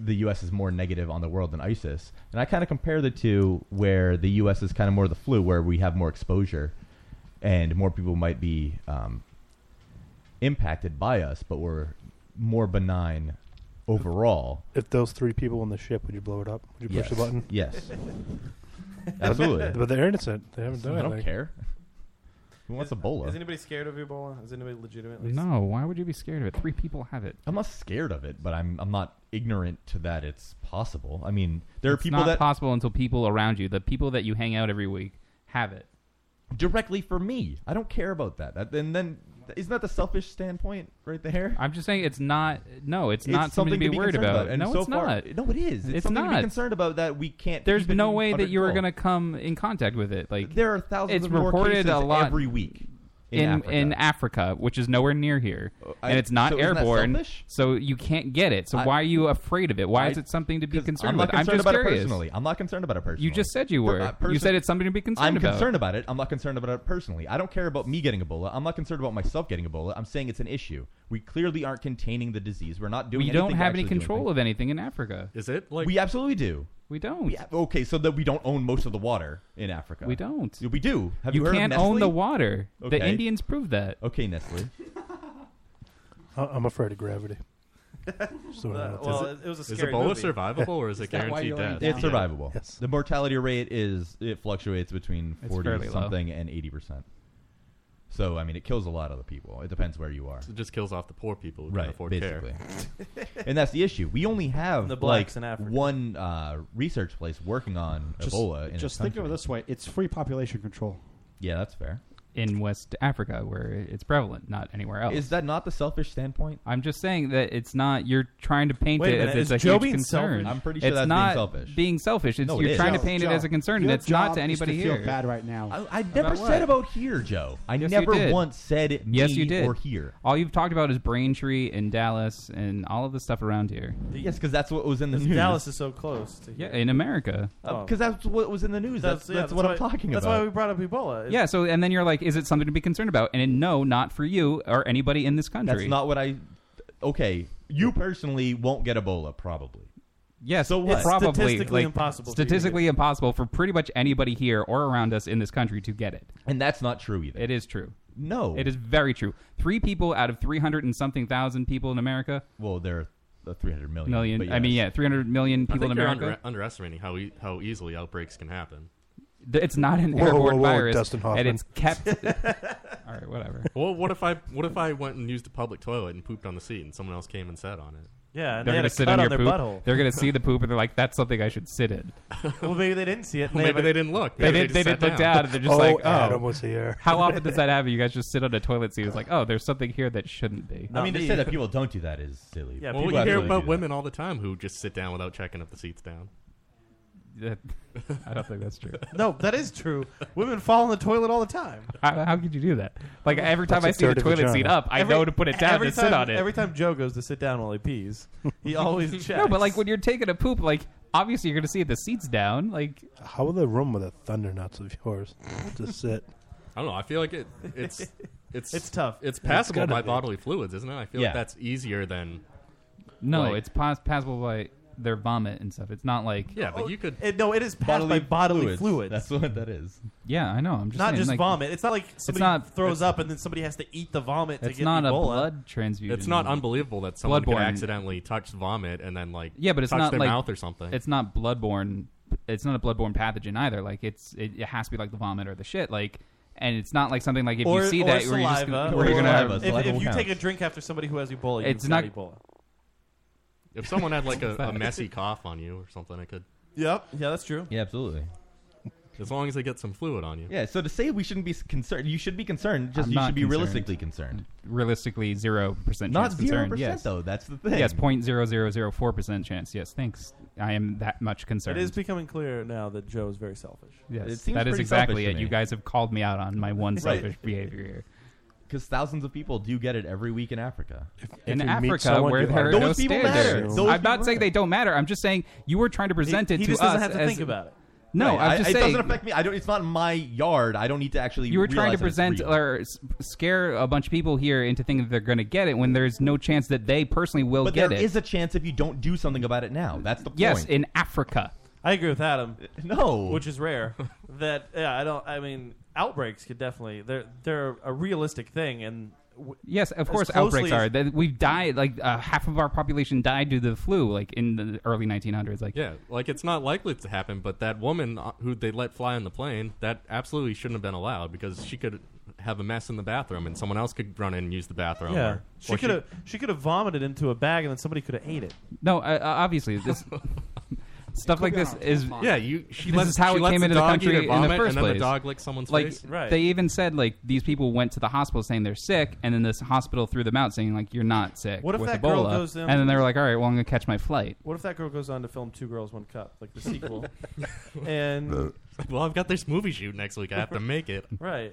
[SPEAKER 9] the U.S. is more negative on the world than ISIS, and I kind of compare the two, where the U.S. is kind of more the flu, where we have more exposure, and more people might be um, impacted by us, but we're more benign overall.
[SPEAKER 12] If those three people in the ship, would you blow it up? Would you push the
[SPEAKER 9] Yes.
[SPEAKER 12] button?
[SPEAKER 9] Yes.
[SPEAKER 12] But-
[SPEAKER 9] Absolutely.
[SPEAKER 12] But they're innocent. They haven't done
[SPEAKER 9] I don't
[SPEAKER 12] anything.
[SPEAKER 9] care. Who wants Ebola?
[SPEAKER 7] Is anybody scared of Ebola? Is anybody legitimately?
[SPEAKER 8] No, why would you be scared of it? Three people have it.
[SPEAKER 9] I'm not scared of it, but I'm I'm not ignorant to that it's possible. I mean, there
[SPEAKER 8] It's
[SPEAKER 9] are people
[SPEAKER 8] not
[SPEAKER 9] that
[SPEAKER 8] possible until people around you, the people that you hang out every week, have it.
[SPEAKER 9] directly for me. I don't care about that. That- And then isn't that the selfish standpoint right there?
[SPEAKER 8] I'm just saying it's not. No, it's,
[SPEAKER 9] It's
[SPEAKER 8] not something to be, worried
[SPEAKER 9] concerned
[SPEAKER 8] about.
[SPEAKER 9] And
[SPEAKER 8] no,
[SPEAKER 9] so
[SPEAKER 8] it's
[SPEAKER 9] far-
[SPEAKER 8] not.
[SPEAKER 9] No, it is. It's,
[SPEAKER 8] It's
[SPEAKER 9] something to be
[SPEAKER 8] not.
[SPEAKER 9] concerned about that we can't.
[SPEAKER 8] There's
[SPEAKER 9] keep it
[SPEAKER 8] no way
[SPEAKER 9] under
[SPEAKER 8] that you were
[SPEAKER 9] control.
[SPEAKER 8] going to come in contact with it. Like
[SPEAKER 9] There are thousands
[SPEAKER 8] It's
[SPEAKER 9] of more
[SPEAKER 8] reported
[SPEAKER 9] cases
[SPEAKER 8] a lot
[SPEAKER 9] every week in
[SPEAKER 8] in
[SPEAKER 9] Africa. Oh,
[SPEAKER 8] in Africa, which is nowhere near here,
[SPEAKER 9] I-
[SPEAKER 8] and it's not
[SPEAKER 9] so isn't that
[SPEAKER 8] airborne.
[SPEAKER 9] selfish?
[SPEAKER 8] So you can't get it. So
[SPEAKER 9] I-
[SPEAKER 8] why are you afraid of it? Why is
[SPEAKER 9] I-
[SPEAKER 8] it something to be
[SPEAKER 9] 'cause
[SPEAKER 8] concerned
[SPEAKER 9] I'm not
[SPEAKER 8] with? I'm
[SPEAKER 9] concerned
[SPEAKER 8] just
[SPEAKER 9] about it
[SPEAKER 8] curious.
[SPEAKER 9] personally. I'm not concerned about it personally.
[SPEAKER 8] You just said you
[SPEAKER 9] Per-
[SPEAKER 8] were.
[SPEAKER 9] uh,
[SPEAKER 8] you
[SPEAKER 9] person-
[SPEAKER 8] said it's something to be concerned
[SPEAKER 9] I'm
[SPEAKER 8] about.
[SPEAKER 9] concerned about it. I'm not concerned about it personally. I don't care about me getting Ebola. I'm not concerned about myself getting Ebola. I'm saying it's an issue. We clearly aren't containing the disease. We're not doing.
[SPEAKER 8] We don't
[SPEAKER 9] anything to
[SPEAKER 8] have any
[SPEAKER 9] actually do
[SPEAKER 8] control of anything in Africa.
[SPEAKER 11] Is it like
[SPEAKER 9] we absolutely do.
[SPEAKER 8] We don't.
[SPEAKER 9] okay, so that we don't own most of the water in Africa.
[SPEAKER 8] We don't.
[SPEAKER 9] Yeah, We do. Have
[SPEAKER 8] You
[SPEAKER 9] you, heard of
[SPEAKER 8] can't
[SPEAKER 9] Nestle?
[SPEAKER 8] own the water. The
[SPEAKER 9] Okay.
[SPEAKER 8] Indians proved that.
[SPEAKER 9] Okay, Nestle.
[SPEAKER 12] I- I'm afraid of gravity. So
[SPEAKER 7] Uh,
[SPEAKER 12] that's-
[SPEAKER 7] well,
[SPEAKER 12] is
[SPEAKER 7] it- it was a
[SPEAKER 11] Is
[SPEAKER 7] scary
[SPEAKER 11] Ebola
[SPEAKER 7] movie.
[SPEAKER 11] survivable or is it guaranteed death?
[SPEAKER 9] It's survivable. The mortality rate is it fluctuates between
[SPEAKER 8] It's fairly
[SPEAKER 9] forty
[SPEAKER 8] low.
[SPEAKER 9] something and eighty percent. So I mean, it kills a lot of the people. It depends where you are.
[SPEAKER 11] It just kills off the poor people who
[SPEAKER 9] Right,
[SPEAKER 11] can afford
[SPEAKER 9] basically.
[SPEAKER 11] care.
[SPEAKER 9] and that's the issue. We only have
[SPEAKER 7] The
[SPEAKER 9] like
[SPEAKER 7] blacks
[SPEAKER 9] one uh, research place working on
[SPEAKER 19] Just,
[SPEAKER 9] Ebola. In this
[SPEAKER 19] just think
[SPEAKER 9] country.
[SPEAKER 19] of it this way: it's free population control.
[SPEAKER 9] Yeah, that's fair.
[SPEAKER 8] In West Africa, where it's prevalent, not anywhere else.
[SPEAKER 9] Is that not the selfish standpoint?
[SPEAKER 8] I'm just saying that it's not. You're trying to paint
[SPEAKER 9] Wait a
[SPEAKER 8] it
[SPEAKER 9] minute,
[SPEAKER 8] as
[SPEAKER 9] is
[SPEAKER 8] it's a
[SPEAKER 9] Joe
[SPEAKER 8] huge
[SPEAKER 9] being
[SPEAKER 8] concern.
[SPEAKER 9] selfish? I'm pretty sure
[SPEAKER 8] it's
[SPEAKER 9] that's being
[SPEAKER 8] not
[SPEAKER 9] selfish.
[SPEAKER 8] Being selfish. It's,
[SPEAKER 9] No, it
[SPEAKER 8] you're
[SPEAKER 9] is.
[SPEAKER 8] trying
[SPEAKER 9] Joe,
[SPEAKER 8] to paint it
[SPEAKER 9] Joe,
[SPEAKER 8] as a concern, and
[SPEAKER 9] your
[SPEAKER 8] it's not
[SPEAKER 9] job
[SPEAKER 8] to
[SPEAKER 9] is
[SPEAKER 8] anybody
[SPEAKER 9] to
[SPEAKER 8] here.
[SPEAKER 9] feel bad
[SPEAKER 19] right now.
[SPEAKER 9] I, I never
[SPEAKER 8] About what?
[SPEAKER 9] said about here, Joe. I
[SPEAKER 8] Yes, you
[SPEAKER 9] never
[SPEAKER 8] did.
[SPEAKER 9] once said me
[SPEAKER 8] yes, you did.
[SPEAKER 9] or here.
[SPEAKER 8] All you've talked about is Braintree and Dallas and all of the stuff around here.
[SPEAKER 9] Yes, because that's what was in the
[SPEAKER 7] Because
[SPEAKER 9] news.
[SPEAKER 7] Dallas is so close. To
[SPEAKER 8] Yeah, in America.
[SPEAKER 9] because Uh, that's what was in the news. That's, that's,
[SPEAKER 7] Oh. yeah,
[SPEAKER 9] what
[SPEAKER 7] why,
[SPEAKER 9] I'm talking
[SPEAKER 7] that's
[SPEAKER 9] about.
[SPEAKER 7] why we brought up Ebola. It's-
[SPEAKER 8] Yeah, so and then you're like, is it something to be concerned about? And then, no, not for you or anybody in this country.
[SPEAKER 9] That's not what I. Okay, you personally won't get Ebola, probably.
[SPEAKER 8] Yes,
[SPEAKER 7] So what? It's
[SPEAKER 8] probably
[SPEAKER 7] statistically
[SPEAKER 8] like,
[SPEAKER 7] impossible for you to
[SPEAKER 8] Statistically impossible for pretty much anybody here or around us in this country to get it.
[SPEAKER 9] And that's not true either.
[SPEAKER 8] It is true.
[SPEAKER 9] No,
[SPEAKER 8] it is very true. Three people out of three hundred and something thousand people in America.
[SPEAKER 9] Well, there are three hundred million.
[SPEAKER 8] Million.
[SPEAKER 11] but
[SPEAKER 8] I mean,
[SPEAKER 11] yes.
[SPEAKER 8] yeah, three hundred million
[SPEAKER 11] I
[SPEAKER 8] people
[SPEAKER 11] think
[SPEAKER 8] in
[SPEAKER 11] you're
[SPEAKER 8] America.
[SPEAKER 11] under- underestimating how e- how easily outbreaks can happen.
[SPEAKER 8] Th- It's not an
[SPEAKER 11] Whoa, whoa,
[SPEAKER 8] airborne
[SPEAKER 11] whoa,
[SPEAKER 8] virus,
[SPEAKER 11] Dustin Hoffman.
[SPEAKER 8] and it's kept. All right, whatever.
[SPEAKER 11] Well, what if I what if I went and used the public toilet and pooped on the seat and someone else came and sat on it?
[SPEAKER 7] Yeah, and
[SPEAKER 8] they're
[SPEAKER 7] they had
[SPEAKER 8] gonna
[SPEAKER 7] a
[SPEAKER 8] sit
[SPEAKER 7] cut
[SPEAKER 8] on
[SPEAKER 7] on
[SPEAKER 8] your
[SPEAKER 7] their
[SPEAKER 8] poop.
[SPEAKER 7] butthole.
[SPEAKER 8] They're gonna see the poop, and they're like, "That's something I should sit in."
[SPEAKER 7] well, maybe they didn't see it.
[SPEAKER 11] Maybe
[SPEAKER 7] have a-
[SPEAKER 11] they didn't look.
[SPEAKER 8] They did. They did look down, and they're just
[SPEAKER 10] Oh,
[SPEAKER 8] like, "Oh,
[SPEAKER 10] Adam was here.
[SPEAKER 8] How often does that happen? You guys just sit on a toilet seat. It's like, "Oh, there's something here that shouldn't be."
[SPEAKER 9] I mean, to say that people don't do that is silly.
[SPEAKER 11] Yeah, well, you hear about women all the time who just sit down without checking if the seat's down.
[SPEAKER 8] I don't think that's true.
[SPEAKER 7] No, that is true. Women fall in the toilet all the time.
[SPEAKER 8] How, how could you do that? Like every time I see the toilet seat up, I
[SPEAKER 7] Every-
[SPEAKER 8] know to put it down
[SPEAKER 7] every
[SPEAKER 8] to
[SPEAKER 7] time,
[SPEAKER 8] sit on it.
[SPEAKER 7] Every time Joe goes to sit down while he pees, he always checks.
[SPEAKER 8] No, but like when you're taking a poop, like obviously you're gonna see if the seat's down. Like
[SPEAKER 12] How will the room with the thunder nuts of yours to sit?
[SPEAKER 11] I don't know. I feel like it. It's it's
[SPEAKER 7] It's tough. It's
[SPEAKER 11] It's passable
[SPEAKER 7] gotta
[SPEAKER 11] by
[SPEAKER 7] be.
[SPEAKER 11] bodily fluids, isn't it? I feel
[SPEAKER 8] Yeah.
[SPEAKER 11] like that's easier than.
[SPEAKER 8] no,
[SPEAKER 11] like-
[SPEAKER 8] it's pos- passable by their vomit and stuff. It's not like
[SPEAKER 11] Yeah, but you could.
[SPEAKER 7] It, no, it is passed by bodily fluids.
[SPEAKER 9] That's what that is.
[SPEAKER 8] Yeah, I know. I'm just
[SPEAKER 7] not
[SPEAKER 8] saying,
[SPEAKER 7] just
[SPEAKER 8] like,
[SPEAKER 7] vomit. It's not like somebody
[SPEAKER 8] not-
[SPEAKER 7] throws up and then somebody has to eat the vomit to
[SPEAKER 8] It's
[SPEAKER 7] get
[SPEAKER 8] not a
[SPEAKER 7] Ebola.
[SPEAKER 8] blood transfusion.
[SPEAKER 11] It's not unbelievable that someone could
[SPEAKER 8] Bloodborne.
[SPEAKER 11] accidentally touch vomit and then like
[SPEAKER 8] Yeah, but it's
[SPEAKER 11] touch
[SPEAKER 8] not
[SPEAKER 11] their
[SPEAKER 8] like
[SPEAKER 11] mouth or something.
[SPEAKER 8] It's not bloodborne. It's not a bloodborne pathogen either. Like it's it, it has to be like the vomit or the shit. Like and it's not like something like if
[SPEAKER 7] or,
[SPEAKER 8] you see
[SPEAKER 7] or
[SPEAKER 8] that where
[SPEAKER 7] saliva,
[SPEAKER 8] you're just gonna,
[SPEAKER 7] or
[SPEAKER 8] where you're gonna have-
[SPEAKER 7] if- if, you take a drink after somebody who has Ebola,
[SPEAKER 8] It's
[SPEAKER 7] you've
[SPEAKER 8] not-
[SPEAKER 7] got Ebola.
[SPEAKER 11] if someone had like a, a messy cough on you or something, I could.
[SPEAKER 7] Yep. Yeah, that's true.
[SPEAKER 9] Yeah, absolutely.
[SPEAKER 11] As long as they get some fluid on you.
[SPEAKER 9] Yeah, so to say we shouldn't be s- concerned, you should be concerned. Just
[SPEAKER 8] I'm
[SPEAKER 9] you
[SPEAKER 8] not
[SPEAKER 9] should be
[SPEAKER 8] concerned.
[SPEAKER 9] realistically concerned.
[SPEAKER 8] realistically zero percent
[SPEAKER 9] Not
[SPEAKER 8] chance concerned.
[SPEAKER 9] 0%,
[SPEAKER 8] yes.
[SPEAKER 9] though, that's the thing.
[SPEAKER 8] Yes, point zero zero zero four percent chance. Yes, thanks. I am that much concerned.
[SPEAKER 7] It is becoming clear now that Joe is very selfish.
[SPEAKER 8] Yes, that is exactly it. You guys have called me out on my one selfish behavior here.
[SPEAKER 9] Because thousands of people do get it every week in Africa.
[SPEAKER 8] in Africa where there are
[SPEAKER 9] those
[SPEAKER 8] no
[SPEAKER 9] people matter.
[SPEAKER 8] standards.
[SPEAKER 9] Those
[SPEAKER 8] I'm
[SPEAKER 9] people
[SPEAKER 8] not saying they don't matter. I'm just saying you were trying to present
[SPEAKER 9] He-
[SPEAKER 8] it
[SPEAKER 9] he
[SPEAKER 8] to
[SPEAKER 9] just
[SPEAKER 8] us.
[SPEAKER 9] doesn't have to
[SPEAKER 8] as-
[SPEAKER 9] think about it.
[SPEAKER 8] No,
[SPEAKER 9] Right, I-
[SPEAKER 8] I'm just
[SPEAKER 9] it
[SPEAKER 8] saying
[SPEAKER 9] doesn't affect me. I don't. It's not my yard. I don't need to actually.
[SPEAKER 8] You were trying to
[SPEAKER 9] realize that
[SPEAKER 8] present
[SPEAKER 9] it's real.
[SPEAKER 8] or s- scare a bunch of people here into thinking that they're going to get it when there's no chance that they personally will
[SPEAKER 9] but
[SPEAKER 8] oh, get
[SPEAKER 9] there
[SPEAKER 8] it.
[SPEAKER 9] is a chance if you don't do something about it now. That's the point.
[SPEAKER 8] yes, in Africa.
[SPEAKER 7] I agree with Adam.
[SPEAKER 9] No.
[SPEAKER 7] which is rare. that yeah, I don't. I mean, outbreaks could definitely they're they're a realistic thing, and w-
[SPEAKER 8] Yes, of
[SPEAKER 7] as
[SPEAKER 8] course,
[SPEAKER 7] closely
[SPEAKER 8] outbreaks are.
[SPEAKER 7] as-
[SPEAKER 8] That We've died like uh, half of our population died due to the flu, like in the early 1900s. Like,
[SPEAKER 11] Yeah, like it's not likely to happen, but that woman uh, who they let fly on the plane, that absolutely shouldn't have been allowed because she could have a mess in the bathroom and someone else could run in and use the bathroom.
[SPEAKER 7] yeah.
[SPEAKER 11] or-
[SPEAKER 7] she
[SPEAKER 11] or
[SPEAKER 7] could have she could have vomited into a bag, and then somebody could have ate it.
[SPEAKER 8] no, uh, uh, obviously this stuff like this is
[SPEAKER 11] Yeah, you- she
[SPEAKER 8] this
[SPEAKER 11] lets-
[SPEAKER 8] is how
[SPEAKER 11] she
[SPEAKER 8] it
[SPEAKER 11] lets
[SPEAKER 8] came
[SPEAKER 11] the
[SPEAKER 8] into the
[SPEAKER 11] dog eat
[SPEAKER 8] country
[SPEAKER 11] her
[SPEAKER 8] in
[SPEAKER 11] vomit,
[SPEAKER 8] the
[SPEAKER 11] and
[SPEAKER 8] first
[SPEAKER 11] then the
[SPEAKER 8] place.
[SPEAKER 11] dog licks someone's
[SPEAKER 8] like,
[SPEAKER 11] face. Right.
[SPEAKER 8] They even said like these people went to the hospital saying they're sick, and then this hospital threw them out saying like you're not sick
[SPEAKER 7] What if
[SPEAKER 8] with
[SPEAKER 7] that
[SPEAKER 8] Ebola,
[SPEAKER 7] girl goes down-
[SPEAKER 8] and then they were like, all right, well I'm gonna catch my flight.
[SPEAKER 7] What if that girl goes on to film Two Girls One Cup, like the sequel? and
[SPEAKER 11] Well, I've got this movie shoot next week. I have to make it.
[SPEAKER 7] right,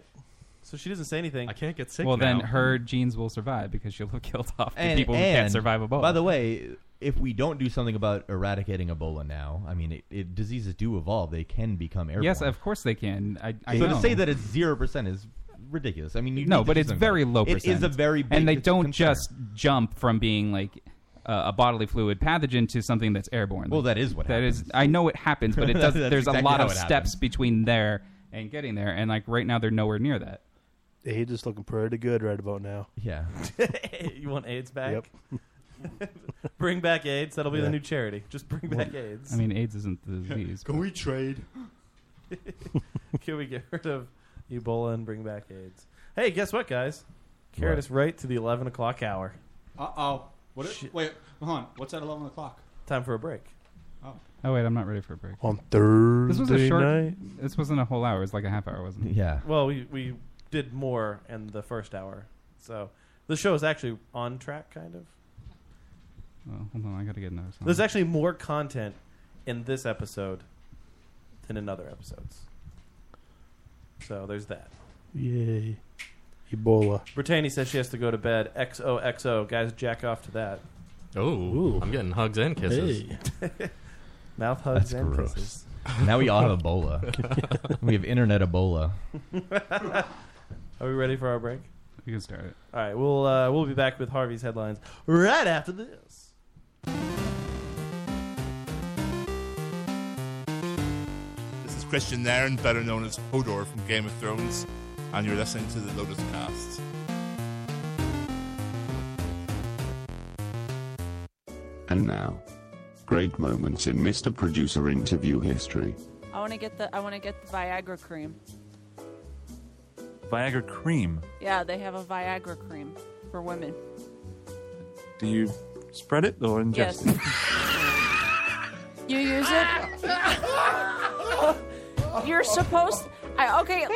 [SPEAKER 7] so she doesn't say anything. I
[SPEAKER 11] can't get sick.
[SPEAKER 8] well, then her genes will survive because she'll have killed off the
[SPEAKER 9] And-
[SPEAKER 8] people who can't
[SPEAKER 9] and,
[SPEAKER 8] survive Ebola.
[SPEAKER 9] By the way, if we don't do something about eradicating Ebola now, I mean, it, it, diseases do evolve. They can become airborne.
[SPEAKER 8] yes, of course they can. I, I
[SPEAKER 9] so
[SPEAKER 8] know.
[SPEAKER 9] to say that it's zero percent is ridiculous. I mean, you
[SPEAKER 8] no,
[SPEAKER 9] need to
[SPEAKER 8] but
[SPEAKER 9] do
[SPEAKER 8] it's
[SPEAKER 9] something
[SPEAKER 8] very
[SPEAKER 9] about it.
[SPEAKER 8] low
[SPEAKER 9] It
[SPEAKER 8] percent.
[SPEAKER 9] is a very big
[SPEAKER 8] and they
[SPEAKER 9] con-
[SPEAKER 8] don't
[SPEAKER 9] concern.
[SPEAKER 8] just jump from being like uh, a bodily fluid pathogen to something that's airborne.
[SPEAKER 9] Well, that is what
[SPEAKER 8] That is. I know it happens, but it does.
[SPEAKER 9] That's
[SPEAKER 8] there's
[SPEAKER 9] exactly
[SPEAKER 8] a lot
[SPEAKER 9] how
[SPEAKER 8] of
[SPEAKER 9] it
[SPEAKER 8] steps
[SPEAKER 9] happens.
[SPEAKER 8] between there and getting there, and like right now they're nowhere near that.
[SPEAKER 12] AIDS is looking pretty good right about now.
[SPEAKER 9] Yeah.
[SPEAKER 7] you want AIDS back? bring back AIDS. That'll be
[SPEAKER 12] Yeah.
[SPEAKER 7] the new charity. Just bring back AIDS.
[SPEAKER 8] I mean, AIDS isn't the disease. but-
[SPEAKER 7] trade? Can we get rid of Ebola and bring back AIDS? Hey, guess what, guys? Carried
[SPEAKER 8] What?
[SPEAKER 7] us right to the 11 o'clock hour.
[SPEAKER 20] Uh oh. What? It, wait, hold on. What's at eleven o'clock?
[SPEAKER 7] Time for a break.
[SPEAKER 8] Oh wait, I'm not ready for a break.
[SPEAKER 12] On Thursday
[SPEAKER 8] this was a short.
[SPEAKER 12] night?
[SPEAKER 8] This wasn't a whole hour. It was like a half hour, wasn't it?
[SPEAKER 9] Yeah.
[SPEAKER 7] Well, we, we did more in the first hour. So the show is actually on track, kind of.
[SPEAKER 8] Oh, hold on, I got to get another song.
[SPEAKER 7] There's actually more content in this episode than in other episodes. So there's that.
[SPEAKER 12] Yay. Ebola.
[SPEAKER 7] Brittany says she has to go to bed. XOXO. Guys, jack off to that.
[SPEAKER 11] Oh, I'm getting hugs and kisses.
[SPEAKER 7] Mouth hugs
[SPEAKER 9] That's
[SPEAKER 7] and
[SPEAKER 9] gross.
[SPEAKER 7] kisses.
[SPEAKER 9] now we all have Ebola. we have internet Ebola.
[SPEAKER 7] Are we ready for our break?
[SPEAKER 8] You can start it.
[SPEAKER 7] All right, we'll uh, we'll be back with Harvey's headlines right after this.
[SPEAKER 14] Christian Nairn, better known as Hodor from Game of Thrones, and you're listening to the Lotus Cast.
[SPEAKER 21] And now, great moments in Mr. Producer interview history.
[SPEAKER 18] I want to get the I want to get the Viagra cream.
[SPEAKER 22] Viagra cream.
[SPEAKER 18] Yeah, they have a Viagra cream for women.
[SPEAKER 22] Do you spread it or ingest
[SPEAKER 18] Yes.
[SPEAKER 22] it?
[SPEAKER 18] You use it. You're supposed. I okay.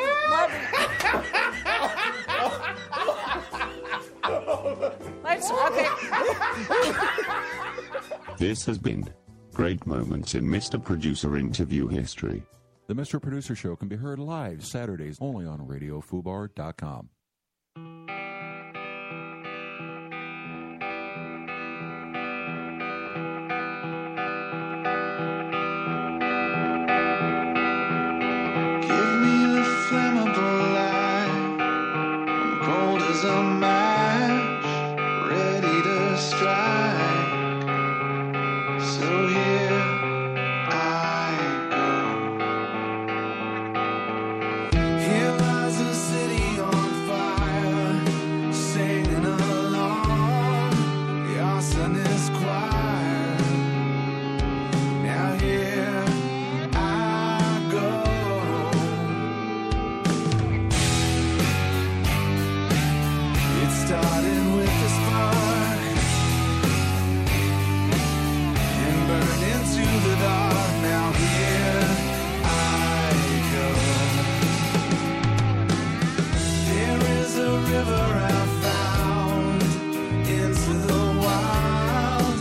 [SPEAKER 18] Let, let's okay.
[SPEAKER 21] This has been great moments in Mr. Producer interview history.
[SPEAKER 23] The Mr. Producer Show can be heard live Saturdays only on RadioFubar.com.
[SPEAKER 15] Give me a flammable light. I'm cold as a match, ready to strike. So here I go. Here lies a city on fire, singing along. The arsonist choir. Now here I go. It started with a spark and burned into the dark. Now here I go. There is a river I found into the wild.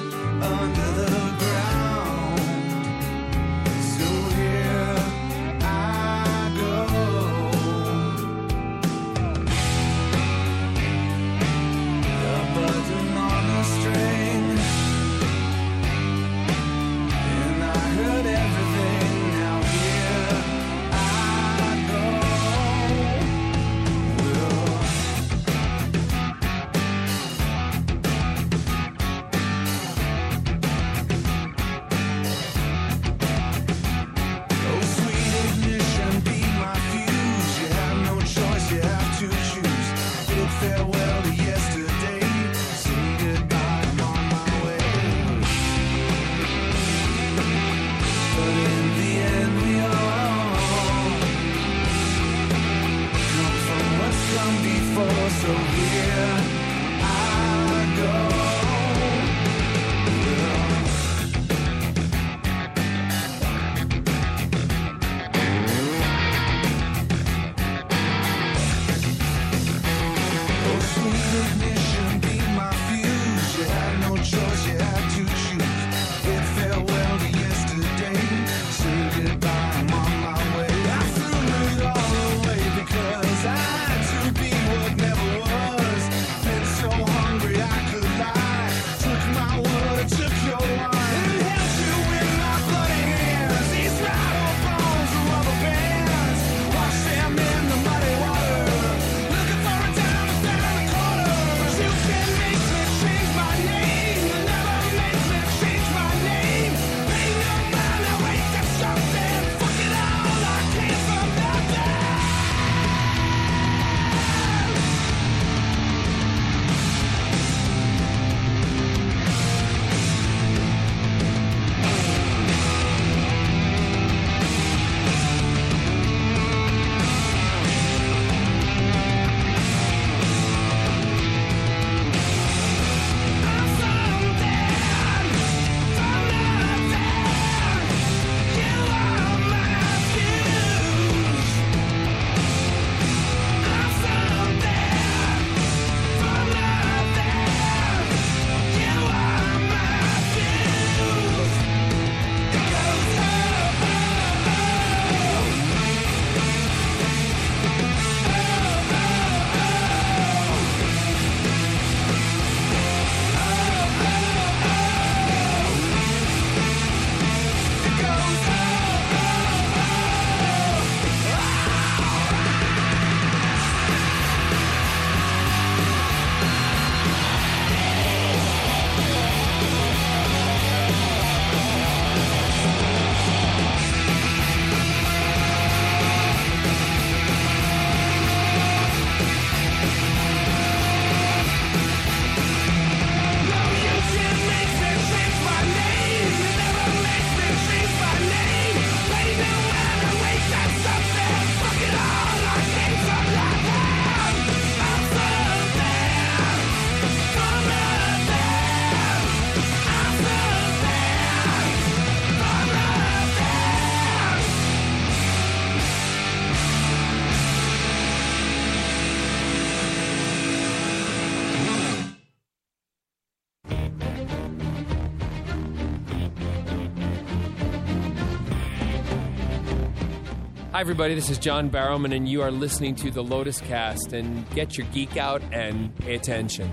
[SPEAKER 1] Hi, everybody. This is John Barrowman, and you are listening to the Lotus Cast. And get your geek out and pay attention.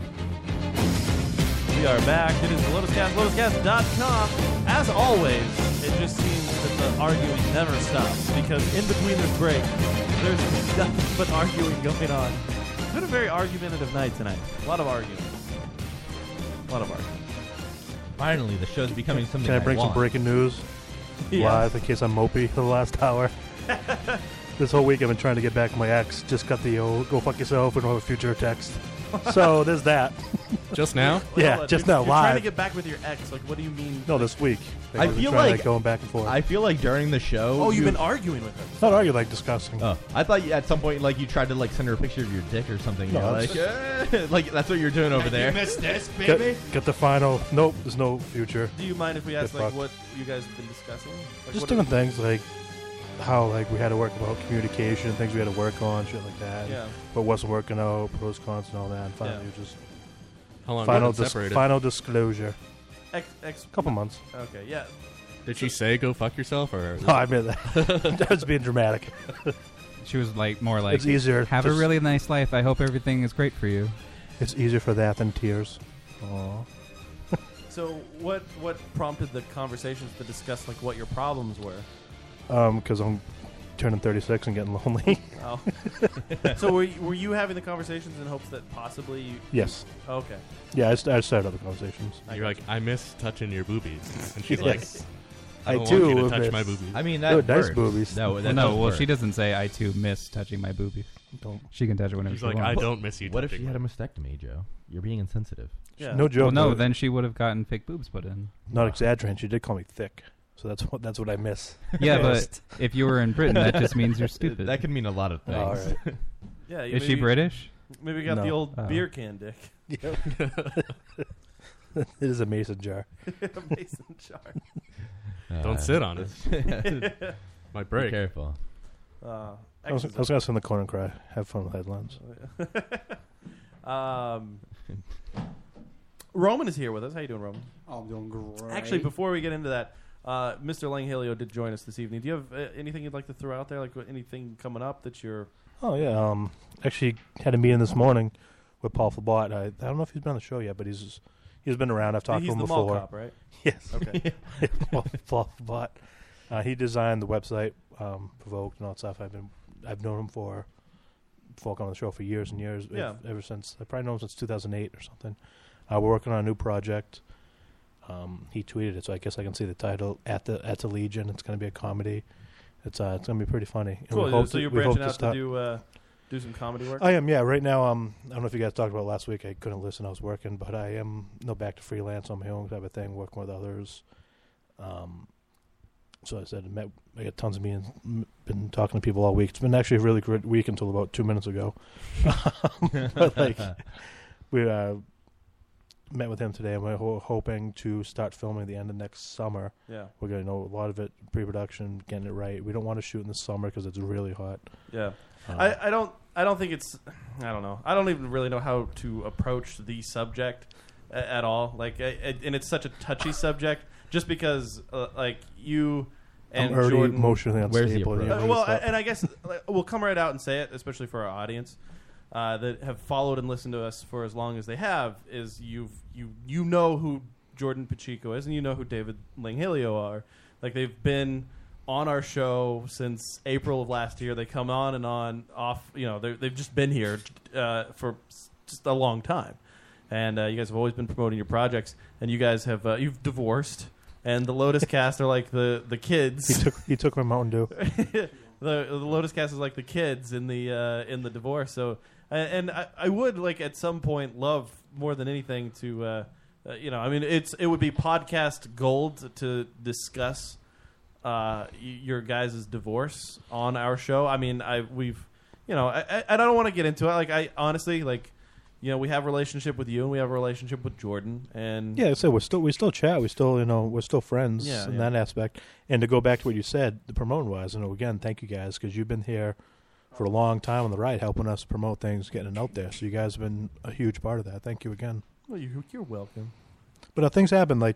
[SPEAKER 7] We are back. It is the LotusCast, lotuscast.com. As always, it just seems that the arguing never stops because in between this break, there's nothing but arguing going on. It's been a very argumentative night tonight. A lot of arguing. A lot of arguing.
[SPEAKER 9] Finally, the show's becoming something.
[SPEAKER 10] Can I
[SPEAKER 9] that
[SPEAKER 10] bring some
[SPEAKER 9] want.
[SPEAKER 10] breaking news
[SPEAKER 7] Yes.
[SPEAKER 10] live in case I'm mopey for the last hour? this whole week I've been trying to get back at my ex. Just got the old "go fuck yourself" and don't have a future text. so there's that.
[SPEAKER 11] Just now?
[SPEAKER 10] yeah,
[SPEAKER 7] Hold on,
[SPEAKER 10] just
[SPEAKER 7] you're,
[SPEAKER 10] now
[SPEAKER 7] You're trying to
[SPEAKER 10] live.
[SPEAKER 7] get back with your ex. Like, what do you mean?
[SPEAKER 10] no, this week.
[SPEAKER 9] I
[SPEAKER 10] We've been
[SPEAKER 9] feel
[SPEAKER 10] trying,
[SPEAKER 9] like-
[SPEAKER 10] going back and forth.
[SPEAKER 9] I feel like during the show.
[SPEAKER 7] Oh, you've
[SPEAKER 9] you-
[SPEAKER 7] been arguing with her.
[SPEAKER 10] not argue like discussing.
[SPEAKER 9] Oh, I thought you, at some point like you tried to like send her a picture of your dick or something.
[SPEAKER 10] No,
[SPEAKER 9] You're like,
[SPEAKER 10] it's-
[SPEAKER 9] "Eh," like that's what you're doing over there.
[SPEAKER 10] Get, get the final. Nope, there's no future.
[SPEAKER 7] Do you mind if we ask
[SPEAKER 10] Get
[SPEAKER 7] like
[SPEAKER 10] fucked.
[SPEAKER 7] what you guys have been discussing? Like,
[SPEAKER 10] just
[SPEAKER 7] what
[SPEAKER 10] different things like how like we had to work about communication, things we had to work on, shit like that.
[SPEAKER 7] Yeah.
[SPEAKER 10] What wasn't working out, pros cons, and all that. And finally,
[SPEAKER 7] Yeah.
[SPEAKER 10] it was just
[SPEAKER 11] How long have you
[SPEAKER 10] final
[SPEAKER 11] been
[SPEAKER 10] dis-
[SPEAKER 11] separated?
[SPEAKER 10] final disclosure.
[SPEAKER 7] Ex, ex,
[SPEAKER 10] Couple months.
[SPEAKER 7] Okay, yeah.
[SPEAKER 11] Did she say go fuck yourself or?
[SPEAKER 10] No, I meant that. I was being dramatic.
[SPEAKER 8] She was like more like
[SPEAKER 10] It's easier
[SPEAKER 8] Have a
[SPEAKER 10] just-
[SPEAKER 8] really nice life. I hope everything is great for you.
[SPEAKER 10] It's easier for that than tears. Aww.
[SPEAKER 7] So what what prompted the conversations to discuss like what your problems were?
[SPEAKER 10] Um, because I'm turning 36 and getting lonely.
[SPEAKER 7] Oh. so were you, were you having the conversations in hopes that possibly you?
[SPEAKER 10] yes.
[SPEAKER 7] Okay.
[SPEAKER 10] Yeah, I, st- I started other conversations.
[SPEAKER 11] You're like, I miss touching your boobies, and she's
[SPEAKER 10] Yes.
[SPEAKER 11] like, I,
[SPEAKER 10] I
[SPEAKER 11] don't
[SPEAKER 10] do
[SPEAKER 11] want you to touch
[SPEAKER 10] miss-
[SPEAKER 11] my boobies.
[SPEAKER 9] I mean,
[SPEAKER 10] No,
[SPEAKER 9] that
[SPEAKER 10] nice
[SPEAKER 9] works.
[SPEAKER 10] boobies.
[SPEAKER 9] That,
[SPEAKER 8] Well,
[SPEAKER 9] that
[SPEAKER 8] no,
[SPEAKER 9] does
[SPEAKER 8] well, she
[SPEAKER 9] work.
[SPEAKER 8] doesn't say I too miss touching my boobies.
[SPEAKER 10] Don't.
[SPEAKER 8] She can touch it whenever
[SPEAKER 11] She's
[SPEAKER 8] she
[SPEAKER 11] like,
[SPEAKER 8] wants.
[SPEAKER 11] I don't miss you.
[SPEAKER 9] What if
[SPEAKER 11] touching
[SPEAKER 9] she had a mastectomy, Joe? You're being insensitive.
[SPEAKER 7] Yeah.
[SPEAKER 10] No joke.
[SPEAKER 8] Well, no,
[SPEAKER 10] though.
[SPEAKER 8] then she would have gotten fake boobs put in.
[SPEAKER 10] Not exaggerating. She did call me thick, so that's what that's what I miss.
[SPEAKER 8] Yeah, but if you were in Britain, that just means you're stupid.
[SPEAKER 9] That could mean a lot of things.
[SPEAKER 10] All right.
[SPEAKER 7] Yeah. you
[SPEAKER 8] Is she
[SPEAKER 7] maybe-
[SPEAKER 8] British?
[SPEAKER 7] Maybe you got the
[SPEAKER 10] No. Uh-huh.
[SPEAKER 7] old
[SPEAKER 8] Oh.
[SPEAKER 7] beer can dick.
[SPEAKER 10] it is a mason jar.
[SPEAKER 7] Mason jar.
[SPEAKER 11] Don't sit on
[SPEAKER 9] it.
[SPEAKER 11] My break.
[SPEAKER 9] Be careful.
[SPEAKER 7] Uh,
[SPEAKER 10] I was, I was gonna sit in the corner and cry. Have fun with headlines.
[SPEAKER 7] um, Roman is here with us. How you doing, Roman?
[SPEAKER 20] Oh, I'm doing great.
[SPEAKER 7] Actually, before we get into that, uh, Mr. Langhalio did join us this evening. Do you have uh, anything you'd like to throw out there? Like what- anything coming up that you're?
[SPEAKER 10] Oh yeah. Um, actually had a meeting this morning with Paul Fabot. I, I don't know if he's been on the show yet, but he's he's been around. I've talked
[SPEAKER 7] He's
[SPEAKER 10] to him
[SPEAKER 7] the mall
[SPEAKER 10] before.
[SPEAKER 7] cop, right?
[SPEAKER 10] Yes.
[SPEAKER 7] Okay.
[SPEAKER 10] Yeah, Paul, Paul Fabot. Uh, he designed the website, um, provoked and all that stuff. I've been I've known him for folk on the show for years and years.
[SPEAKER 7] Yeah.
[SPEAKER 10] ev- Ever since I probably known him since 2008 or something. Uh, we're working on a new project. Um, he tweeted it, so I guess I can see the title at the at the Legion. It's going to be a comedy. It's uh, it's going to be pretty funny. And we
[SPEAKER 7] Cool.
[SPEAKER 10] hope
[SPEAKER 7] so
[SPEAKER 10] to-
[SPEAKER 7] you're
[SPEAKER 10] we hope
[SPEAKER 7] branching out to
[SPEAKER 10] start-
[SPEAKER 7] do uh, do some comedy work.
[SPEAKER 10] I am, yeah. Right now, um, I don't know if you guys talked about last week. I couldn't listen; I was working, but I am no back to freelance on my own type of thing, working with others. Um, so I said, I met, I got tons of meetings, m- been talking to people all week. It's been actually a really great week until about two minutes ago. but like, we uh, met with him today, and we're ho- hoping to start filming the end of next summer.
[SPEAKER 7] Yeah.
[SPEAKER 10] we're gonna know a lot of it pre-production, getting it right. We don't want to shoot in the summer because it's really hot.
[SPEAKER 7] Yeah.
[SPEAKER 10] Um,
[SPEAKER 7] I, I don't I don't think it's I don't know I don't even really know how to approach the subject a- at all like I, I- and it's such a touchy subject just because uh, like you and
[SPEAKER 10] I'm already
[SPEAKER 7] Jordan
[SPEAKER 10] emotionally
[SPEAKER 9] Where's the
[SPEAKER 10] unstable. you
[SPEAKER 9] approach?
[SPEAKER 10] know,
[SPEAKER 7] Uh, well,
[SPEAKER 10] it's not-
[SPEAKER 7] I- and I guess like, we'll come right out and say it, especially for our audience uh, that have followed and listened to us for as long as they have. Is you've you you know who Jordan Pacheco is, and you know who David Langhilio are. Like they've been on our show since April of last year. They come on and on off. You know they're- they've just been here uh, for s- just a long time. And uh, you guys have always been promoting your projects, and you guys have uh, you've divorced, and the Lotus Cast are like the the kids.
[SPEAKER 10] He took he took my Mountain Dew.
[SPEAKER 7] the, the Lotus Cast is like the kids in the uh, in the divorce. So, a- and I, I would like at some point love more than anything to, uh, uh, you know, I mean, it's it would be podcast gold to discuss uh, y- your guys' divorce on our show. I mean, I we've, you know, I, I, I don't want to get into it. Like, I honestly like. You know, we have a relationship with you, and we have a relationship with Jordan, and
[SPEAKER 10] Yeah, so we're still we still chat. We still you know we're still friends
[SPEAKER 7] Yeah,
[SPEAKER 10] in
[SPEAKER 7] yeah.
[SPEAKER 10] that aspect. And to go back to what you said, the promoting wise, you know, again, thank you guys because you've been here for a long time on the ride, helping us promote things, getting it out there. So you guys have been a huge part of that. Thank you again.
[SPEAKER 7] Well, you, you're welcome.
[SPEAKER 10] But uh, things happen. Like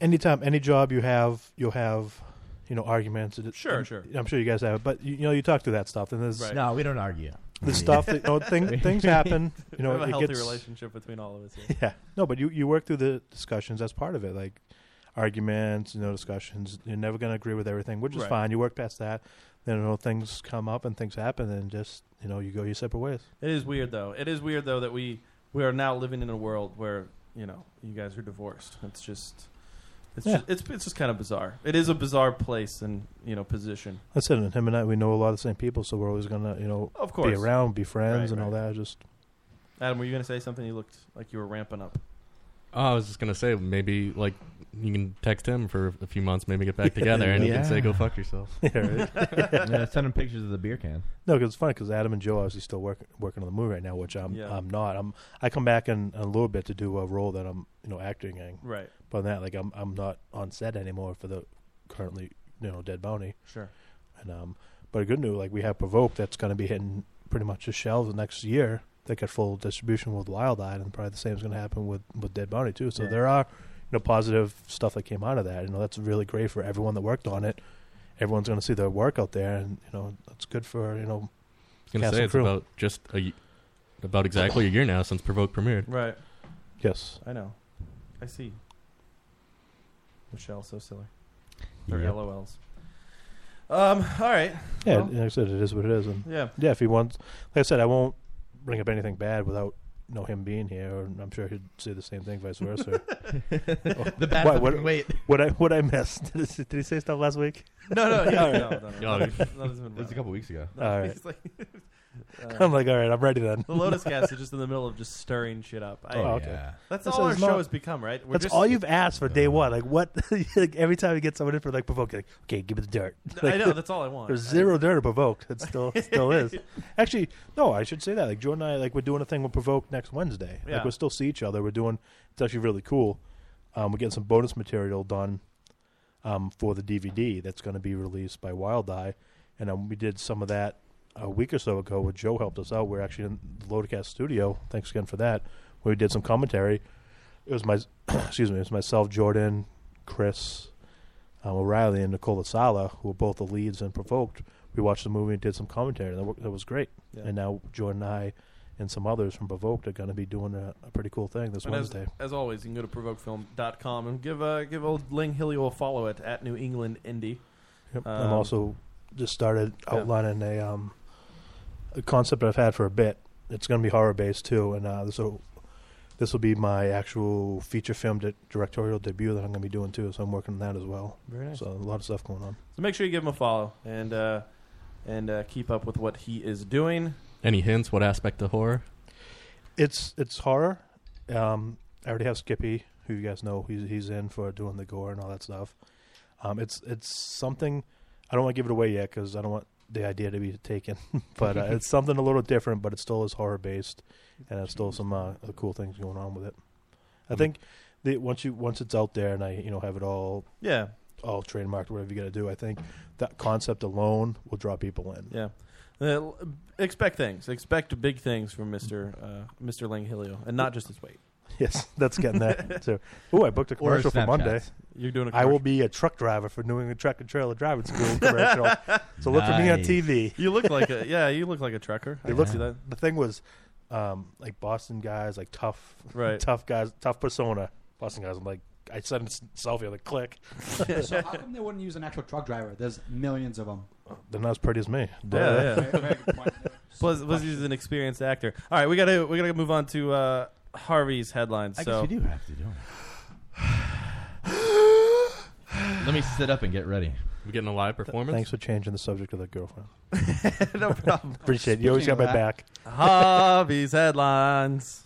[SPEAKER 10] anytime, any job you have, you'll have you know, arguments. It-
[SPEAKER 7] Sure,
[SPEAKER 10] I'm-
[SPEAKER 7] sure.
[SPEAKER 10] I'm sure you guys have it, but you, you know, you talk through that stuff, and there's
[SPEAKER 7] Right.
[SPEAKER 2] No, we don't argue.
[SPEAKER 10] The stuff that you know, thing, things happen. You know,
[SPEAKER 7] we have a
[SPEAKER 10] it
[SPEAKER 7] healthy
[SPEAKER 10] gets-
[SPEAKER 7] relationship between all of us. Here.
[SPEAKER 10] Yeah, no, but you you work through the discussions. That's part of it, like arguments, you know, discussions. You're never going to agree with everything, which is
[SPEAKER 7] Right.
[SPEAKER 10] fine. You work past that. Then you know, things come up and things happen, and just you know, you go your separate ways.
[SPEAKER 7] It is weird though. It is weird though that we we are now living in a world where you know you guys are divorced. It's just it's
[SPEAKER 10] Yeah.
[SPEAKER 7] just, it's it's just kind of bizarre. It is a bizarre place and you know position.
[SPEAKER 10] That's it. And him and I, we know a lot of the same people, so we're always going to you know,
[SPEAKER 7] Of
[SPEAKER 10] be
[SPEAKER 7] course.
[SPEAKER 10] around, be friends,
[SPEAKER 7] Right,
[SPEAKER 10] and all that. Just
[SPEAKER 7] Adam, were you going to say something? You looked like you were ramping up.
[SPEAKER 11] Oh, I was just gonna say maybe like you can text him for a few months, maybe get back together, and you can say go fuck yourself.
[SPEAKER 9] yeah, send him pictures of the beer can.
[SPEAKER 10] No, because it's funny because Adam and Joe obviously still work, working on the movie right now, which I'm
[SPEAKER 7] Yeah.
[SPEAKER 10] I'm not. I'm I come back in, a little bit to do a role that I'm you know acting in.
[SPEAKER 7] Right.
[SPEAKER 10] But other than that like I'm I'm not on set anymore for the currently you know Dead Bounty.
[SPEAKER 7] Sure.
[SPEAKER 10] And um, but a good news like we have Provoke that's going to be hitting pretty much the shelves next year. They got full distribution with Wild Eye, and probably the same is going to happen with with Dead Bounty too. So
[SPEAKER 7] Yeah.
[SPEAKER 10] there are you know positive stuff that came out of that. You know that's really great for everyone that worked on it. Everyone's going to see their work out there, and you know that's good for you know.
[SPEAKER 11] I was gonna
[SPEAKER 10] cast
[SPEAKER 11] say
[SPEAKER 10] and
[SPEAKER 11] it's
[SPEAKER 10] crew.
[SPEAKER 11] about just a y- about exactly a year now since Provoke premiered.
[SPEAKER 7] Right.
[SPEAKER 10] Yes.
[SPEAKER 7] I know. I see. Michelle, so silly. Her
[SPEAKER 10] Yep.
[SPEAKER 7] LOLs. Um. All right.
[SPEAKER 10] Yeah,
[SPEAKER 7] Well,
[SPEAKER 10] like I said, it is what it is. And
[SPEAKER 7] Yeah.
[SPEAKER 10] yeah. If he wants, like I said, I won't bring up anything bad without you know him being here, or I'm sure he'd say the same thing, vice versa.
[SPEAKER 2] The bad
[SPEAKER 10] What-
[SPEAKER 2] stuff
[SPEAKER 10] what-
[SPEAKER 2] can wait.
[SPEAKER 10] What I what I missed? Did he, did he say stuff last week?
[SPEAKER 7] No, no, yeah,
[SPEAKER 10] All right.
[SPEAKER 7] no, no, no. No,
[SPEAKER 9] it
[SPEAKER 7] nothing's been
[SPEAKER 9] was a
[SPEAKER 7] wrong.
[SPEAKER 9] couple weeks ago.
[SPEAKER 7] No,
[SPEAKER 10] All right.
[SPEAKER 7] he's like- Uh,
[SPEAKER 10] I'm like, all right, I'm ready then.
[SPEAKER 7] The Lotus Cast is just in the middle of just stirring shit up. I,
[SPEAKER 10] Oh, okay. Yeah.
[SPEAKER 7] That's
[SPEAKER 10] This
[SPEAKER 7] all our
[SPEAKER 10] is
[SPEAKER 7] show
[SPEAKER 10] not-
[SPEAKER 7] has become, right? We're
[SPEAKER 10] That's
[SPEAKER 7] just,
[SPEAKER 10] all you've asked for day one. Like what? like every time you get someone in for like provoke, you're like okay, give me the dirt.
[SPEAKER 7] I
[SPEAKER 10] Like,
[SPEAKER 7] know, that's all I want.
[SPEAKER 10] There's
[SPEAKER 7] I-
[SPEAKER 10] zero dirt to provoke. It still it still is. Actually, no, I should say that. Like Joe and I, like we're doing a thing with provoke next Wednesday.
[SPEAKER 7] Yeah.
[SPEAKER 10] Like we'll still see each other. We're doing. It's actually really cool. Um, we're getting some bonus material done um, for the DVD that's going to be released by Wild Eye, and um, we did some of that a week or so ago. Where Joe helped us out. We're actually in the Loadcast studio. Thanks again for that. Where we did some commentary. It was my excuse me. It was myself, Jordan, Chris, um, O'Reilly, and Nicola Sala, who were both the leads in Provoked. We watched the movie and did some commentary. That, wa- that was great.
[SPEAKER 7] Yeah.
[SPEAKER 10] And now Jordan and I and some others from Provoked are going to be doing a, a pretty cool thing this
[SPEAKER 7] And as,
[SPEAKER 10] Wednesday.
[SPEAKER 7] as always, you can go to provokefilm.com and give uh, give old Ling Hilly a follow at, at New England Indie.
[SPEAKER 10] Yep.
[SPEAKER 7] Um,
[SPEAKER 10] I'm also just started
[SPEAKER 7] yeah.
[SPEAKER 10] outlining a um a concept I've had for a bit. It's going to be horror based too, and uh, this will this will be my actual feature film di- directorial debut that I'm going to be doing too. So I'm working on that as well.
[SPEAKER 7] Very nice.
[SPEAKER 10] So a lot of stuff going on.
[SPEAKER 7] So make sure you give him a follow and uh, and uh, keep up with what he is doing.
[SPEAKER 11] Any hints? What aspect of horror?
[SPEAKER 10] It's it's horror. Um, I already have Skippy, who you guys know. He's he's in for doing the gore and all that stuff. Um, it's it's something. I don't want to give it away yet because I don't want the idea to be taken. but uh, it's something a little different. But it still is horror based, and there's still some uh, other cool things going on with it. I think the once you once it's out there and I you know have it all
[SPEAKER 7] Yeah.
[SPEAKER 10] all trademarked whatever you got to do. I think that concept alone will draw people in.
[SPEAKER 7] Yeah. Uh, l- expect things. Expect big things from Mister uh, Mister Ling Hilio, and not just his weight.
[SPEAKER 10] Yes, that's getting that too. Oh, I booked a
[SPEAKER 7] Or
[SPEAKER 10] commercial for
[SPEAKER 7] Snapchats.
[SPEAKER 10] Monday.
[SPEAKER 7] You're doing a
[SPEAKER 10] I will be a truck driver for New England Truck and Trailer Driving School commercial. so look for me on TV.
[SPEAKER 7] You look like a yeah. You look like a trucker. I
[SPEAKER 10] It
[SPEAKER 7] can
[SPEAKER 10] looks
[SPEAKER 7] see that.
[SPEAKER 10] The thing was, um, like Boston guys, like tough,
[SPEAKER 7] Right.
[SPEAKER 10] tough guys, tough persona. Boston guys. I'm like, I sent a s- selfie. I'm like, click.
[SPEAKER 20] so how come they wouldn't use an actual truck driver? There's millions of them.
[SPEAKER 10] They're not as pretty as me.
[SPEAKER 20] Very-
[SPEAKER 7] Yeah,
[SPEAKER 20] very good
[SPEAKER 7] yeah.
[SPEAKER 20] point.
[SPEAKER 7] Plus, plus he's an experienced actor. All right, we gotta we gotta move on to uh, Harvey's headlines.
[SPEAKER 9] I
[SPEAKER 7] so
[SPEAKER 9] guess we do have to do Let me sit up and get ready.
[SPEAKER 11] We getting a live performance?
[SPEAKER 10] Thanks for changing the subject of the girlfriend.
[SPEAKER 7] no problem.
[SPEAKER 10] Appreciate it. You always got my back.
[SPEAKER 7] Harvey's headlines.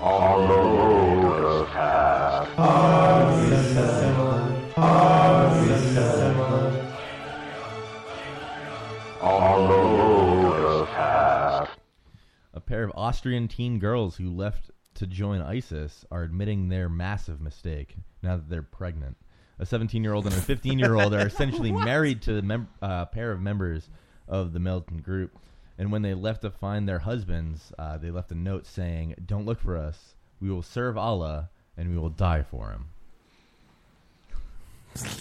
[SPEAKER 3] On the road cast. On the road cast.
[SPEAKER 9] A pair of Austrian teen girls who left to join ISIS are admitting their massive mistake now that they're pregnant. A 17 year old and a 15 year old are essentially married to a mem- uh, pair of members of the militant group. And when they left to find their husbands, uh, they left a note saying, Don't look for us. We will serve Allah and we will die for him.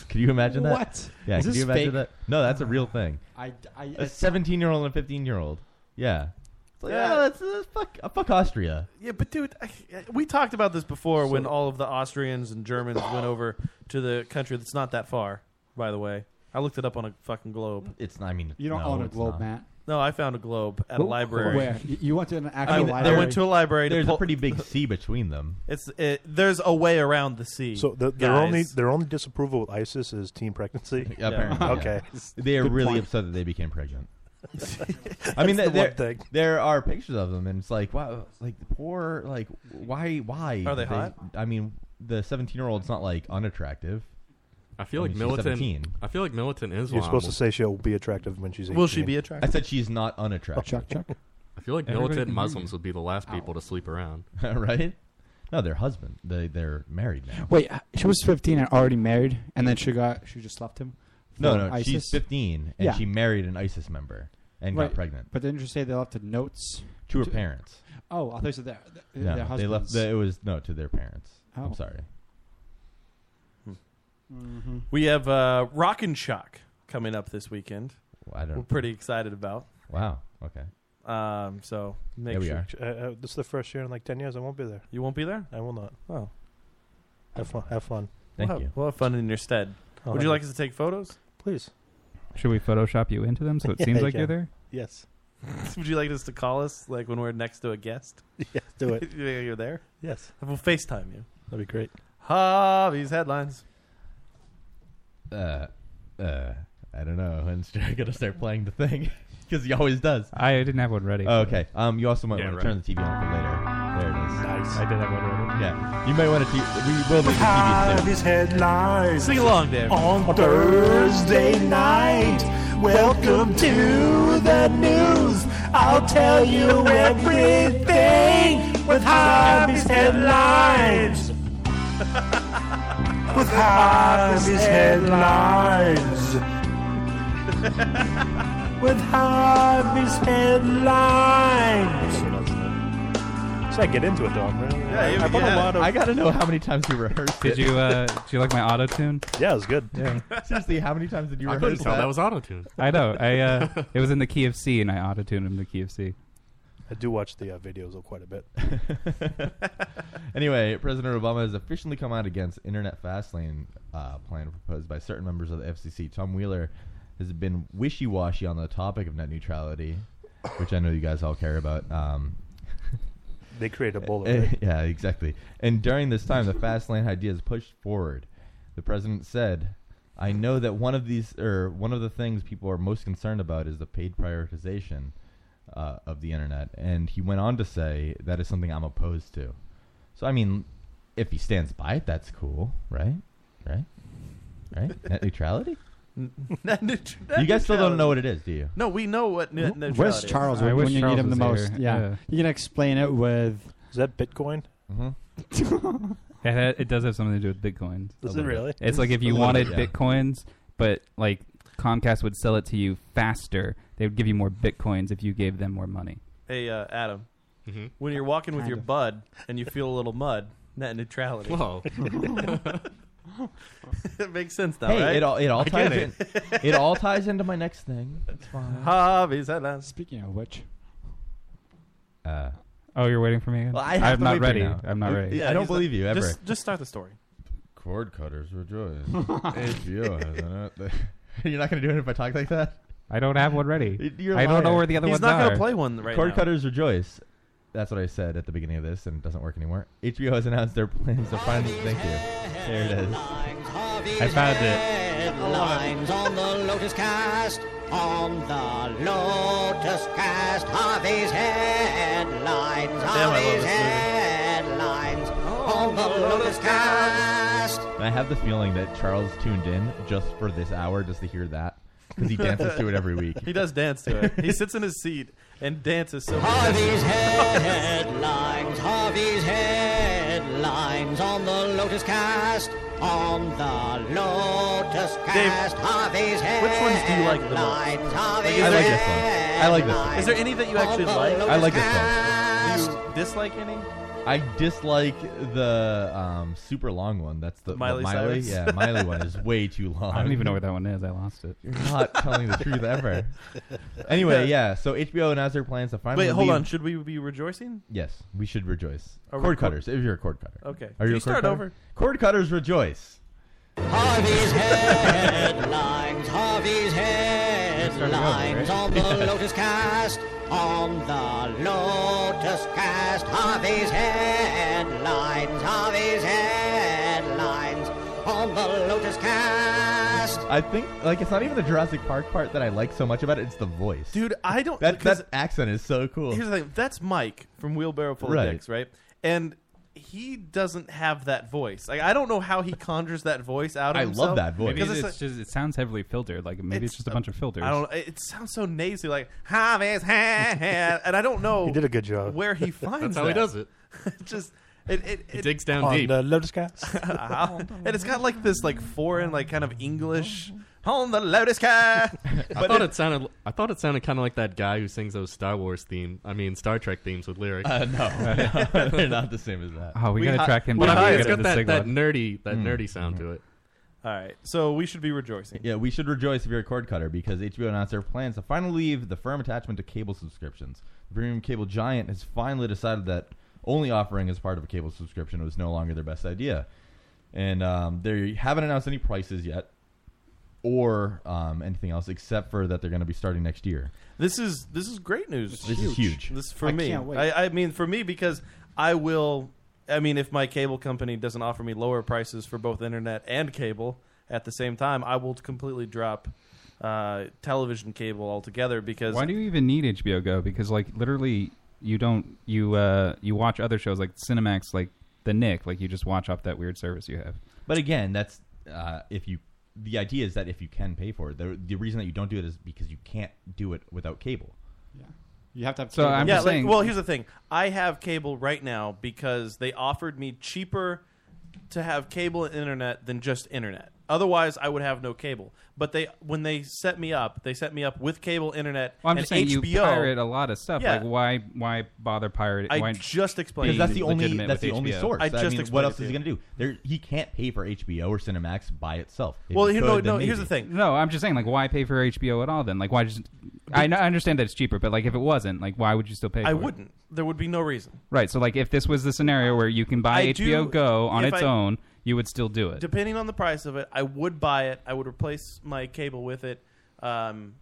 [SPEAKER 9] Can you imagine that?
[SPEAKER 2] What?
[SPEAKER 9] Yeah,
[SPEAKER 2] Is
[SPEAKER 9] can
[SPEAKER 2] this
[SPEAKER 9] you imagine
[SPEAKER 2] fake?
[SPEAKER 9] that? No, that's a real thing.
[SPEAKER 2] I- I-
[SPEAKER 9] a 17 year old and a 15 year old. Yeah. It's like, oh, that's, that's fuck, uh, fuck Austria.
[SPEAKER 7] Yeah, but dude, I, I- we talked about this before when all of the Austrians and Germans went over to the country that's not that far. By the way, I looked it up on a fucking globe.
[SPEAKER 9] It's not. I mean,
[SPEAKER 19] You don't no, own a it's globe, not. Matt.
[SPEAKER 7] No, I found a globe at a
[SPEAKER 19] Wh-
[SPEAKER 7] library.
[SPEAKER 19] where? You- you went to an actual
[SPEAKER 7] I mean,
[SPEAKER 19] library?
[SPEAKER 7] I went to a library. to
[SPEAKER 9] There's
[SPEAKER 7] pull-
[SPEAKER 9] a pretty big sea between them.
[SPEAKER 7] It's it, there's a way around the sea.
[SPEAKER 10] So the, their
[SPEAKER 7] guys.
[SPEAKER 10] only their only disapproval with ISIS is teen pregnancy.
[SPEAKER 9] Yeah, apparently, yeah.
[SPEAKER 10] okay.
[SPEAKER 9] They are
[SPEAKER 10] Good
[SPEAKER 9] really
[SPEAKER 10] point.
[SPEAKER 9] upset that they became pregnant. I mean,
[SPEAKER 10] That's the
[SPEAKER 9] there,
[SPEAKER 10] one thing.
[SPEAKER 9] there are pictures of them, and it's like, wow, like the poor, like why, why
[SPEAKER 11] Are they
[SPEAKER 9] did
[SPEAKER 11] hot?
[SPEAKER 9] I mean, the seventeen-year-old's not like unattractive.
[SPEAKER 11] I feel like
[SPEAKER 9] mean, she's
[SPEAKER 11] militant.
[SPEAKER 9] 17.
[SPEAKER 11] I feel like militant Islam.
[SPEAKER 10] You're supposed to say she'll be attractive when she's 18.
[SPEAKER 9] I said she's not unattractive.
[SPEAKER 19] Chuck, Chuck.
[SPEAKER 11] I feel like
[SPEAKER 9] Everybody
[SPEAKER 11] militant
[SPEAKER 9] can hear you.
[SPEAKER 11] Muslims would be the last people to sleep around.
[SPEAKER 9] right? No, their husband. They they're married now.
[SPEAKER 19] Wait, she was 15 and already married, and then she got she just left him.
[SPEAKER 9] No,
[SPEAKER 19] for
[SPEAKER 9] no, she's
[SPEAKER 19] ISIS?
[SPEAKER 9] fifteen, and
[SPEAKER 19] Yeah.
[SPEAKER 9] she married an ISIS member and
[SPEAKER 19] Right.
[SPEAKER 9] got pregnant
[SPEAKER 19] But didn't you say they left the notes
[SPEAKER 9] to her parents.
[SPEAKER 19] Oh, I thought you said that. th-
[SPEAKER 9] No,
[SPEAKER 19] their
[SPEAKER 9] they left.
[SPEAKER 19] husbands.
[SPEAKER 9] The, it was no to their parents.
[SPEAKER 19] Oh.
[SPEAKER 9] I'm sorry.
[SPEAKER 7] We have uh, Rock and Shock coming up this weekend.
[SPEAKER 9] I don't.
[SPEAKER 7] We're pretty excited about.
[SPEAKER 9] Wow. Okay.
[SPEAKER 7] Um. So make
[SPEAKER 9] There we
[SPEAKER 7] sure
[SPEAKER 9] are.
[SPEAKER 10] Uh, uh, this is the first year in like ten years. I won't be there.
[SPEAKER 7] you won't be there.
[SPEAKER 10] I will not.
[SPEAKER 7] Oh,
[SPEAKER 10] have fun. Have fun.
[SPEAKER 9] Thank
[SPEAKER 7] we'll have,
[SPEAKER 9] you.
[SPEAKER 7] We'll have fun in your stead.
[SPEAKER 10] Oh,
[SPEAKER 7] Would you
[SPEAKER 10] I-
[SPEAKER 7] like us to take photos?
[SPEAKER 10] Please.
[SPEAKER 8] Should we Photoshop you into them so it
[SPEAKER 7] Yeah,
[SPEAKER 8] seems
[SPEAKER 7] you
[SPEAKER 8] like you're
[SPEAKER 7] can.
[SPEAKER 8] there?
[SPEAKER 10] Yes.
[SPEAKER 7] Would you like us to call us like when we're next to a guest?
[SPEAKER 10] Yes, do it.
[SPEAKER 7] Yeah, you're there.
[SPEAKER 10] Yes.
[SPEAKER 7] We'll FaceTime you.
[SPEAKER 10] That'd be great.
[SPEAKER 7] Hobbies headlines.
[SPEAKER 9] Uh, uh, I don't know. When's Jerry gonna start playing the thing? Because he always does.
[SPEAKER 8] I didn't have one ready.
[SPEAKER 9] Oh, okay. Um, you also might
[SPEAKER 8] Yeah,
[SPEAKER 9] want
[SPEAKER 8] right.
[SPEAKER 9] to turn the TV on for later. There it is.
[SPEAKER 10] Nice.
[SPEAKER 8] I did have one ready.
[SPEAKER 9] Yeah. You might want to. Te- we will make a TV soon.
[SPEAKER 24] Hobbies headlines.
[SPEAKER 7] Sing along, Dave.
[SPEAKER 24] On Thursday night. Welcome to the news. I'll tell you everything with Hobbies headlines. with Hobbies headlines. with Hobbies headlines.
[SPEAKER 10] So I get into it, dog. Man.
[SPEAKER 24] Yeah, you
[SPEAKER 10] I, I put
[SPEAKER 24] get
[SPEAKER 10] a lot
[SPEAKER 9] it.
[SPEAKER 10] of.
[SPEAKER 9] I gotta know how many times you rehearsed
[SPEAKER 8] Did
[SPEAKER 9] it.
[SPEAKER 8] you uh, did you like my auto tune?
[SPEAKER 10] Yeah, it was good.
[SPEAKER 8] Yeah.
[SPEAKER 9] Seriously, how many times did you
[SPEAKER 11] I
[SPEAKER 9] rehearse
[SPEAKER 11] couldn't tell
[SPEAKER 9] that?
[SPEAKER 11] that was autotune.
[SPEAKER 8] I know. I uh, it was in the key of C, and I auto tuned him to the key of C.
[SPEAKER 10] I do watch the uh, videos of quite a bit.
[SPEAKER 9] Anyway, President Obama has officially come out against internet fastlane uh, plan proposed by certain members of the FCC. Tom Wheeler has been wishy-washy on the topic of net neutrality, which I know you guys all care about. Um,
[SPEAKER 10] They create a bullet.
[SPEAKER 9] Eh,
[SPEAKER 10] right?
[SPEAKER 9] yeah, exactly. And during this time, the fast lane idea is pushed forward. The president said, "I know that one of these, or one of the things people are most concerned about, is the paid prioritization uh, of the internet." And he went on to say, "That is something I'm opposed to." So, I mean, if he stands by it, that's cool, right? Right? Right? net neutrality.
[SPEAKER 7] Net neut- net
[SPEAKER 9] you guys still
[SPEAKER 7] neutrality.
[SPEAKER 9] don't know what it is, do you?
[SPEAKER 7] No, we know what net neutrality
[SPEAKER 19] Where's
[SPEAKER 7] is.
[SPEAKER 19] Charles
[SPEAKER 8] I
[SPEAKER 19] when
[SPEAKER 8] wish
[SPEAKER 19] you
[SPEAKER 8] Charles
[SPEAKER 19] need him the
[SPEAKER 8] was
[SPEAKER 19] most?
[SPEAKER 8] here.
[SPEAKER 19] Yeah.
[SPEAKER 8] Yeah.
[SPEAKER 19] you can explain it with.
[SPEAKER 10] Is that Bitcoin?
[SPEAKER 9] Mm-hmm.
[SPEAKER 8] It, ha- it does have something to do with bitcoins.
[SPEAKER 10] Does it really?
[SPEAKER 8] It's like if
[SPEAKER 9] A
[SPEAKER 8] you
[SPEAKER 9] little
[SPEAKER 8] wanted
[SPEAKER 9] bit, yeah.
[SPEAKER 8] bitcoins, but like Comcast would sell it to you faster. They would give you more bitcoins if you gave them more money.
[SPEAKER 7] Hey, uh, Adam.
[SPEAKER 11] Mhm.
[SPEAKER 7] When you're walking with
[SPEAKER 19] Kind
[SPEAKER 7] your
[SPEAKER 19] of.
[SPEAKER 7] bud and you feel a little mud, net neutrality.
[SPEAKER 11] Whoa.
[SPEAKER 7] it makes sense now,
[SPEAKER 9] Hey,
[SPEAKER 7] right?
[SPEAKER 9] it all it all
[SPEAKER 7] I
[SPEAKER 9] ties
[SPEAKER 7] get it.
[SPEAKER 9] in. It all ties into my next thing. It's fine.
[SPEAKER 7] Hobbies headlines.
[SPEAKER 19] Speaking of which,
[SPEAKER 9] Uh,
[SPEAKER 8] Oh, you're waiting for me? again?
[SPEAKER 9] Well, I have
[SPEAKER 8] I'm
[SPEAKER 9] to
[SPEAKER 8] not
[SPEAKER 9] wait for
[SPEAKER 8] ready.
[SPEAKER 9] now.
[SPEAKER 8] I'm not
[SPEAKER 9] You-
[SPEAKER 8] ready.
[SPEAKER 9] Yeah, I don't
[SPEAKER 7] he's
[SPEAKER 9] believe
[SPEAKER 7] like-
[SPEAKER 9] you, ever.
[SPEAKER 7] Just, just start the story.
[SPEAKER 9] Cord cutters rejoice. HBO has an out there. You're not going to do it if I talk like that?
[SPEAKER 8] I don't have one ready.
[SPEAKER 9] You're a
[SPEAKER 8] I don't know
[SPEAKER 9] liar.
[SPEAKER 8] where the other
[SPEAKER 7] He's
[SPEAKER 8] ones
[SPEAKER 7] not
[SPEAKER 8] are.
[SPEAKER 7] gonna play one right
[SPEAKER 9] Cord
[SPEAKER 7] now.
[SPEAKER 9] cutters rejoice. That's what I said at the beginning of this, and it doesn't work anymore. HBO has announced their plans to find. Thank you. There it is.
[SPEAKER 8] I found it.
[SPEAKER 4] Headlines on the Lotus Cast. On the Lotus Cast. Harvey's headlines. Harvey's headlines. On the Lotus Cast.
[SPEAKER 9] And I have the feeling that Charles tuned in just for this hour just to hear that because he dances to it every week.
[SPEAKER 7] He does dance to it. He sits in his seat and dances so
[SPEAKER 4] Harvey's headlines. Harvey's headlines. On the Lotus Cast. On the Lotus Cast. Harvey's
[SPEAKER 7] Which
[SPEAKER 4] headlines.
[SPEAKER 7] ones do you like the most?
[SPEAKER 4] Harvey's
[SPEAKER 9] I like
[SPEAKER 4] headlines.
[SPEAKER 9] this one. I like this one.
[SPEAKER 7] Is there any that you actually like?
[SPEAKER 9] I like this one.
[SPEAKER 4] Cast.
[SPEAKER 7] Do you dislike any?
[SPEAKER 9] I dislike the um, super long one. That's the
[SPEAKER 7] Miley
[SPEAKER 9] what, Miley?
[SPEAKER 7] Cyrus?
[SPEAKER 9] Yeah, Miley one is way too long.
[SPEAKER 8] I don't even know where that one is. I lost it.
[SPEAKER 9] You're not telling the truth ever. Anyway, yeah. So HBO announced their plans to finally.
[SPEAKER 7] Wait, hold
[SPEAKER 9] leave-
[SPEAKER 7] on. Should we be rejoicing?
[SPEAKER 9] Yes, we should rejoice.
[SPEAKER 7] Are we
[SPEAKER 9] cord
[SPEAKER 7] cor-
[SPEAKER 9] cutters, if you're a cord cutter.
[SPEAKER 7] Okay.
[SPEAKER 9] Are
[SPEAKER 7] Can
[SPEAKER 9] you,
[SPEAKER 7] you
[SPEAKER 9] a cord
[SPEAKER 7] start
[SPEAKER 9] cutter?
[SPEAKER 7] over?
[SPEAKER 9] Cord cutters rejoice.
[SPEAKER 4] Harvey's headlines, Harvey's headlines on the Lotus Cast, on the Lotus Cast. Harvey's headlines, Harvey's headlines on the Lotus Cast.
[SPEAKER 9] I think like it's not even the Jurassic Park part that I like so much about it. It's the voice,
[SPEAKER 7] dude. I don't
[SPEAKER 9] that
[SPEAKER 7] because-
[SPEAKER 9] that accent is so cool.
[SPEAKER 7] Here's the thing. That's Mike from Wheelbarrow Full
[SPEAKER 9] Right.
[SPEAKER 7] of Dicks, right? And he doesn't have that voice. Like I don't know how he conjures that voice out. Of himself.
[SPEAKER 8] Maybe
[SPEAKER 7] Because
[SPEAKER 8] it's,
[SPEAKER 7] like-
[SPEAKER 8] just it sounds heavily filtered. Like maybe it's, just a bunch of filters.
[SPEAKER 7] I don't. It sounds so nasally, like Harvey's hand, and I don't know.
[SPEAKER 8] He did a good job.
[SPEAKER 7] Where he finds
[SPEAKER 11] That's how he
[SPEAKER 7] that.
[SPEAKER 11] does it.
[SPEAKER 7] Just it, it,
[SPEAKER 11] He
[SPEAKER 7] it-
[SPEAKER 11] digs down On deep. the
[SPEAKER 10] Lotus Cast,
[SPEAKER 7] and it's got like this like foreign like kind of English on the Lotus Cast.
[SPEAKER 11] I thought it, sounded. I thought it sounded kind of like that guy who sings those Star Wars theme. I mean, Star Trek themes with lyrics.
[SPEAKER 9] Uh, no. They're not the same as that. Oh, we gotta
[SPEAKER 11] hi-
[SPEAKER 9] track him
[SPEAKER 11] we
[SPEAKER 9] down.
[SPEAKER 11] hi-
[SPEAKER 9] We
[SPEAKER 11] It's
[SPEAKER 9] gotta
[SPEAKER 11] got that,
[SPEAKER 9] get the
[SPEAKER 11] that
[SPEAKER 9] signal.
[SPEAKER 11] nerdy, that
[SPEAKER 9] Mm.
[SPEAKER 11] nerdy sound to it.
[SPEAKER 7] All right, so we should be rejoicing.
[SPEAKER 9] Yeah, we should rejoice if you're a cord cutter because HBO announced their plans to finally leave the firm attachment to cable subscriptions. The premium cable giant has finally decided that only offering as part of a cable subscription was no longer their best idea, and um, they haven't announced any prices yet or um, anything else except for that they're going to be starting next year.
[SPEAKER 7] This is this is great news.
[SPEAKER 9] This is huge.
[SPEAKER 7] This for
[SPEAKER 9] I
[SPEAKER 7] me.
[SPEAKER 9] can't wait.
[SPEAKER 7] I, I mean, for me because I will. I mean, if my cable company doesn't offer me lower prices for both internet and cable at the same time, I will completely drop uh, television cable altogether because
[SPEAKER 8] Why do you even need HBO Go? Because like literally, you don't you uh you watch other shows like Cinemax, like The Nick, like you just watch off that weird service you have.
[SPEAKER 9] But again, that's uh, if you. The idea is that if you can pay for it, the, the reason that you don't do it is because you can't do it without cable. Yeah,
[SPEAKER 19] you have to have.
[SPEAKER 8] So I'm
[SPEAKER 7] yeah,
[SPEAKER 8] just
[SPEAKER 7] like,
[SPEAKER 8] saying-
[SPEAKER 7] well, here's the thing. I have cable right now because they offered me cheaper to have cable and internet than just internet. Otherwise, I would have no cable. But they, when they set me up, they set me up with cable, internet,
[SPEAKER 8] Well, I'm
[SPEAKER 7] and
[SPEAKER 8] just saying
[SPEAKER 7] HBO.
[SPEAKER 8] you pirate a lot of stuff.
[SPEAKER 7] Yeah.
[SPEAKER 8] Like why why bother pirate?
[SPEAKER 7] I
[SPEAKER 8] why
[SPEAKER 7] just explained
[SPEAKER 8] be
[SPEAKER 9] Because that's the only
[SPEAKER 8] legitimate
[SPEAKER 9] that's
[SPEAKER 8] with
[SPEAKER 9] the only
[SPEAKER 8] HBO?
[SPEAKER 9] source.
[SPEAKER 7] I
[SPEAKER 9] I,
[SPEAKER 7] just
[SPEAKER 9] mean,
[SPEAKER 7] explained
[SPEAKER 9] what
[SPEAKER 7] it
[SPEAKER 9] else
[SPEAKER 7] to
[SPEAKER 9] is he
[SPEAKER 7] you.
[SPEAKER 9] going to do? There, he can't pay for HBO or Cinemax by itself. If
[SPEAKER 7] Well,
[SPEAKER 9] he
[SPEAKER 7] here- no,
[SPEAKER 9] could, then
[SPEAKER 7] no, here's
[SPEAKER 9] maybe.
[SPEAKER 7] the thing.
[SPEAKER 8] No, I'm just saying like why pay for HBO at all? Then like why just I, know- I understand that it's cheaper, but like if it wasn't, like why would you still pay? For
[SPEAKER 7] I
[SPEAKER 8] it?
[SPEAKER 7] wouldn't. There would be no reason.
[SPEAKER 8] Right. So like if this was the scenario where you can buy
[SPEAKER 7] I
[SPEAKER 8] HBO
[SPEAKER 7] do-
[SPEAKER 8] Go on
[SPEAKER 7] if
[SPEAKER 8] its
[SPEAKER 7] I-
[SPEAKER 8] own, you would still do it.
[SPEAKER 7] Depending on the price of it, I would buy it. I would replace my cable with it, um,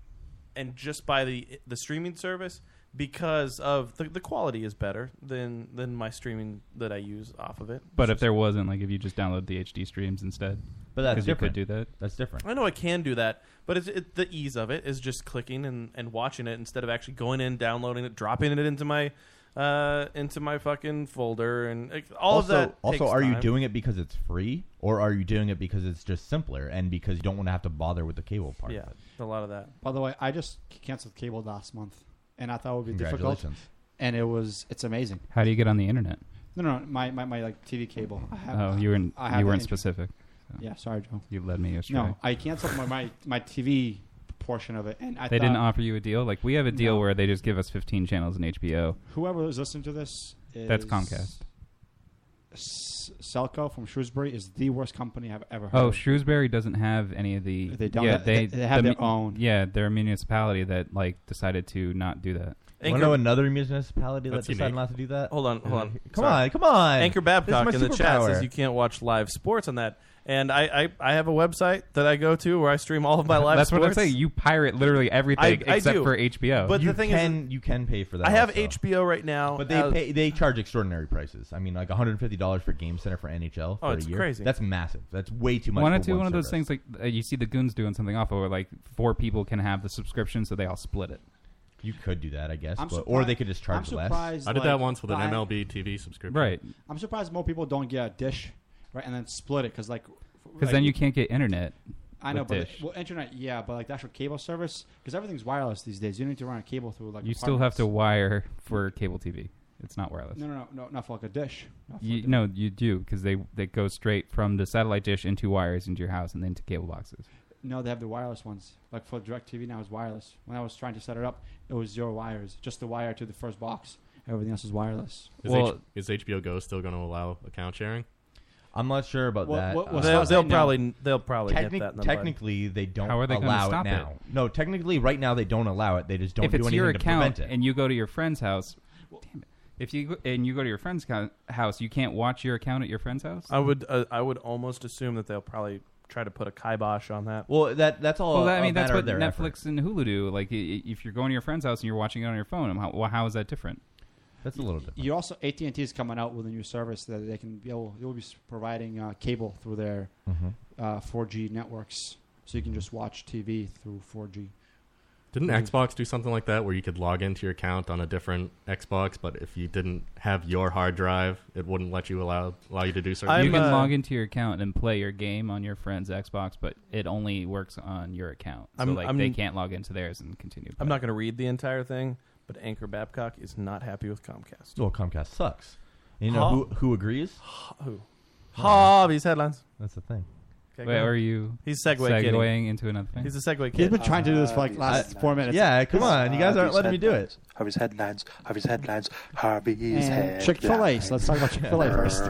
[SPEAKER 7] and just buy the the streaming service because of the, the quality is better than than my streaming that I use off of it.
[SPEAKER 8] But if there wasn't, like if you just download the HD streams instead,
[SPEAKER 9] But that's
[SPEAKER 8] 'Cause
[SPEAKER 9] different.
[SPEAKER 8] You could do that.
[SPEAKER 9] That's different.
[SPEAKER 7] I know I can do that, but it's, it, the ease of it is just clicking and, and watching it instead of actually going in, downloading it, dropping it into my uh, into my fucking folder, and like, all
[SPEAKER 9] also,
[SPEAKER 7] of that.
[SPEAKER 9] Also,
[SPEAKER 7] takes
[SPEAKER 9] are you
[SPEAKER 7] time.
[SPEAKER 9] doing it because it's free, or are you doing it because it's just simpler and because you don't want to have to bother with the cable part?
[SPEAKER 7] Yeah, a lot of that.
[SPEAKER 19] By the way, I just canceled cable last month, and I thought it would be difficult,
[SPEAKER 8] Congratulations.
[SPEAKER 19] and it was. It's amazing.
[SPEAKER 8] How do you get on the internet?
[SPEAKER 19] No, no, no, my, my, my like TV cable. I have,
[SPEAKER 8] Oh, you weren't
[SPEAKER 19] I have
[SPEAKER 8] you
[SPEAKER 19] the
[SPEAKER 8] weren't
[SPEAKER 19] internet.
[SPEAKER 8] specific.
[SPEAKER 19] Yeah, sorry, Joe.
[SPEAKER 8] You led me astray.
[SPEAKER 19] No, I canceled my, my, my TV portion of it, and I
[SPEAKER 8] they
[SPEAKER 19] thought,
[SPEAKER 8] didn't offer you a deal. Like we have a deal
[SPEAKER 19] No.
[SPEAKER 8] where they just give us 15 channels in HBO.
[SPEAKER 19] Whoever is listening to this, is
[SPEAKER 8] That's Comcast.
[SPEAKER 19] S- Selco from Shrewsbury is the worst company I've ever heard.
[SPEAKER 8] Oh,
[SPEAKER 19] of.
[SPEAKER 8] Shrewsbury doesn't have any of the.
[SPEAKER 19] They don't
[SPEAKER 8] Yeah,
[SPEAKER 19] have- they- they have
[SPEAKER 8] the
[SPEAKER 19] their
[SPEAKER 8] mu-
[SPEAKER 19] own.
[SPEAKER 8] Yeah, they're a municipality that like decided to not do that.
[SPEAKER 9] Wanna know another municipality that
[SPEAKER 7] That's
[SPEAKER 9] decided
[SPEAKER 7] unique.
[SPEAKER 9] not to do that?
[SPEAKER 7] Hold on, hold on.
[SPEAKER 9] Come
[SPEAKER 7] Sorry.
[SPEAKER 9] on, come on.
[SPEAKER 7] Anchor
[SPEAKER 9] This
[SPEAKER 7] Babcock in
[SPEAKER 9] is
[SPEAKER 7] the
[SPEAKER 9] my
[SPEAKER 7] chat
[SPEAKER 9] superpower.
[SPEAKER 7] says you can't watch live sports on that. And I, I, I have a website that I go to where I stream all of my live
[SPEAKER 8] That's
[SPEAKER 7] sports.
[SPEAKER 8] what I'm saying. You pirate literally everything
[SPEAKER 7] I- I
[SPEAKER 8] except
[SPEAKER 7] do.
[SPEAKER 8] for HBO.
[SPEAKER 7] But
[SPEAKER 9] you
[SPEAKER 7] the thing is
[SPEAKER 9] can,
[SPEAKER 7] that-
[SPEAKER 9] you can pay for that.
[SPEAKER 7] I have
[SPEAKER 9] also.
[SPEAKER 7] HBO right now.
[SPEAKER 9] But they
[SPEAKER 7] as-
[SPEAKER 9] pay, they charge extraordinary prices. I mean, like one hundred fifty dollars for Game Center for NHL. for
[SPEAKER 7] Oh, it's
[SPEAKER 9] a year.
[SPEAKER 7] crazy.
[SPEAKER 9] That's massive. That's way too much.
[SPEAKER 8] Why
[SPEAKER 9] for
[SPEAKER 8] not do
[SPEAKER 9] one
[SPEAKER 8] one of those
[SPEAKER 9] service.
[SPEAKER 8] things like uh, you see the goons doing something awful where like four people can have the subscription so they all split it.
[SPEAKER 9] You could do that, I guess,
[SPEAKER 19] I'm
[SPEAKER 9] but, or
[SPEAKER 19] surprised-
[SPEAKER 9] they could just charge
[SPEAKER 19] I'm
[SPEAKER 9] less.
[SPEAKER 19] surprised,
[SPEAKER 11] I did
[SPEAKER 19] like,
[SPEAKER 11] that once with an
[SPEAKER 19] I-
[SPEAKER 11] MLB TV subscription.
[SPEAKER 8] Right.
[SPEAKER 19] I'm surprised more people don't get a dish, right, and then split it because like
[SPEAKER 8] Because then you can't get internet.
[SPEAKER 19] I know,
[SPEAKER 8] with
[SPEAKER 19] but
[SPEAKER 8] Dish.
[SPEAKER 19] well, internet, yeah, but like the actual cable service because everything's wireless these days. You don't need to run a cable through like
[SPEAKER 8] you still have to wire for cable TV. It's not wireless.
[SPEAKER 19] apartments. No, no, no, no, not for like a dish. Not for
[SPEAKER 8] You, no, you do because they they go straight from the satellite dish into wires into your house and then to cable boxes.
[SPEAKER 19] No, they have the wireless ones. Like for DirecTV now, it's wireless. When I was trying to set it up, it was zero wires, just the wire to the first box. Everything else is wireless.
[SPEAKER 11] Is,
[SPEAKER 19] Well-
[SPEAKER 11] H- is HBO Go still going to allow account sharing?
[SPEAKER 9] I'm not sure about
[SPEAKER 11] Well,
[SPEAKER 9] that. Uh,
[SPEAKER 11] what- what's They'll- happening they'll now- probably- they'll probably get that in the
[SPEAKER 9] technically,
[SPEAKER 11] bud.
[SPEAKER 9] they don't
[SPEAKER 11] How are they gonna
[SPEAKER 9] allow
[SPEAKER 11] stop
[SPEAKER 9] it now. No, technically, right now they don't allow it. They just don't
[SPEAKER 8] if
[SPEAKER 9] do
[SPEAKER 8] it's
[SPEAKER 9] anything
[SPEAKER 8] your
[SPEAKER 9] to
[SPEAKER 8] account
[SPEAKER 9] prevent it.
[SPEAKER 8] and you go to your friend's house, damn it. If you go, and you go to your friend's co- house, you can't watch your account at your friend's house.
[SPEAKER 7] I would uh, I would almost assume that they'll probably try to put a kibosh on that.
[SPEAKER 9] Well, that that's
[SPEAKER 8] well, that- I mean, that's what Netflix and Hulu do. Like, i- i- if you're going to your friend's house and you're watching it on your phone, how, well, how is that different?
[SPEAKER 9] That's a little different.
[SPEAKER 19] You also AT and T is coming out with a new service that they can be able. They will be s- providing uh, cable through their
[SPEAKER 8] Mm-hmm.
[SPEAKER 9] Mhm.
[SPEAKER 19] uh, 4G networks, so you can just watch TV through 4G.
[SPEAKER 11] Didn't
[SPEAKER 19] Mhm.
[SPEAKER 11] Xbox do something like that where you could log into your account on a different Xbox, but if you didn't have your hard drive, it wouldn't let you allow allow you to do certain?
[SPEAKER 8] you
[SPEAKER 11] things?
[SPEAKER 8] can log into your account and play your game on your friend's Xbox, but it only works on your account. So
[SPEAKER 7] I'm-
[SPEAKER 8] like
[SPEAKER 7] I'm-
[SPEAKER 8] they can't log into theirs and continue.
[SPEAKER 7] I'm not going to read the entire thing, but Anchor Babcock is not happy with Comcast.
[SPEAKER 9] Well, Comcast sucks. You know who who agrees?
[SPEAKER 7] Who? Harvey's headlines.
[SPEAKER 9] That's the thing.
[SPEAKER 7] Okay,
[SPEAKER 8] Wait,
[SPEAKER 7] go ahead.
[SPEAKER 8] are you
[SPEAKER 7] He's segue
[SPEAKER 8] segueing
[SPEAKER 7] kidding.
[SPEAKER 8] into another thing?
[SPEAKER 7] He's a segue kid. Uh,
[SPEAKER 19] He's been trying to do this for like last four minutes.
[SPEAKER 9] Yeah, come on. You guys aren't letting me do it.
[SPEAKER 25] Harvey's headlines. Harvey's headlines. Harvey's
[SPEAKER 19] And
[SPEAKER 25] headlines.
[SPEAKER 19] Chick Fil A. So let's talk about Chick Fil A first.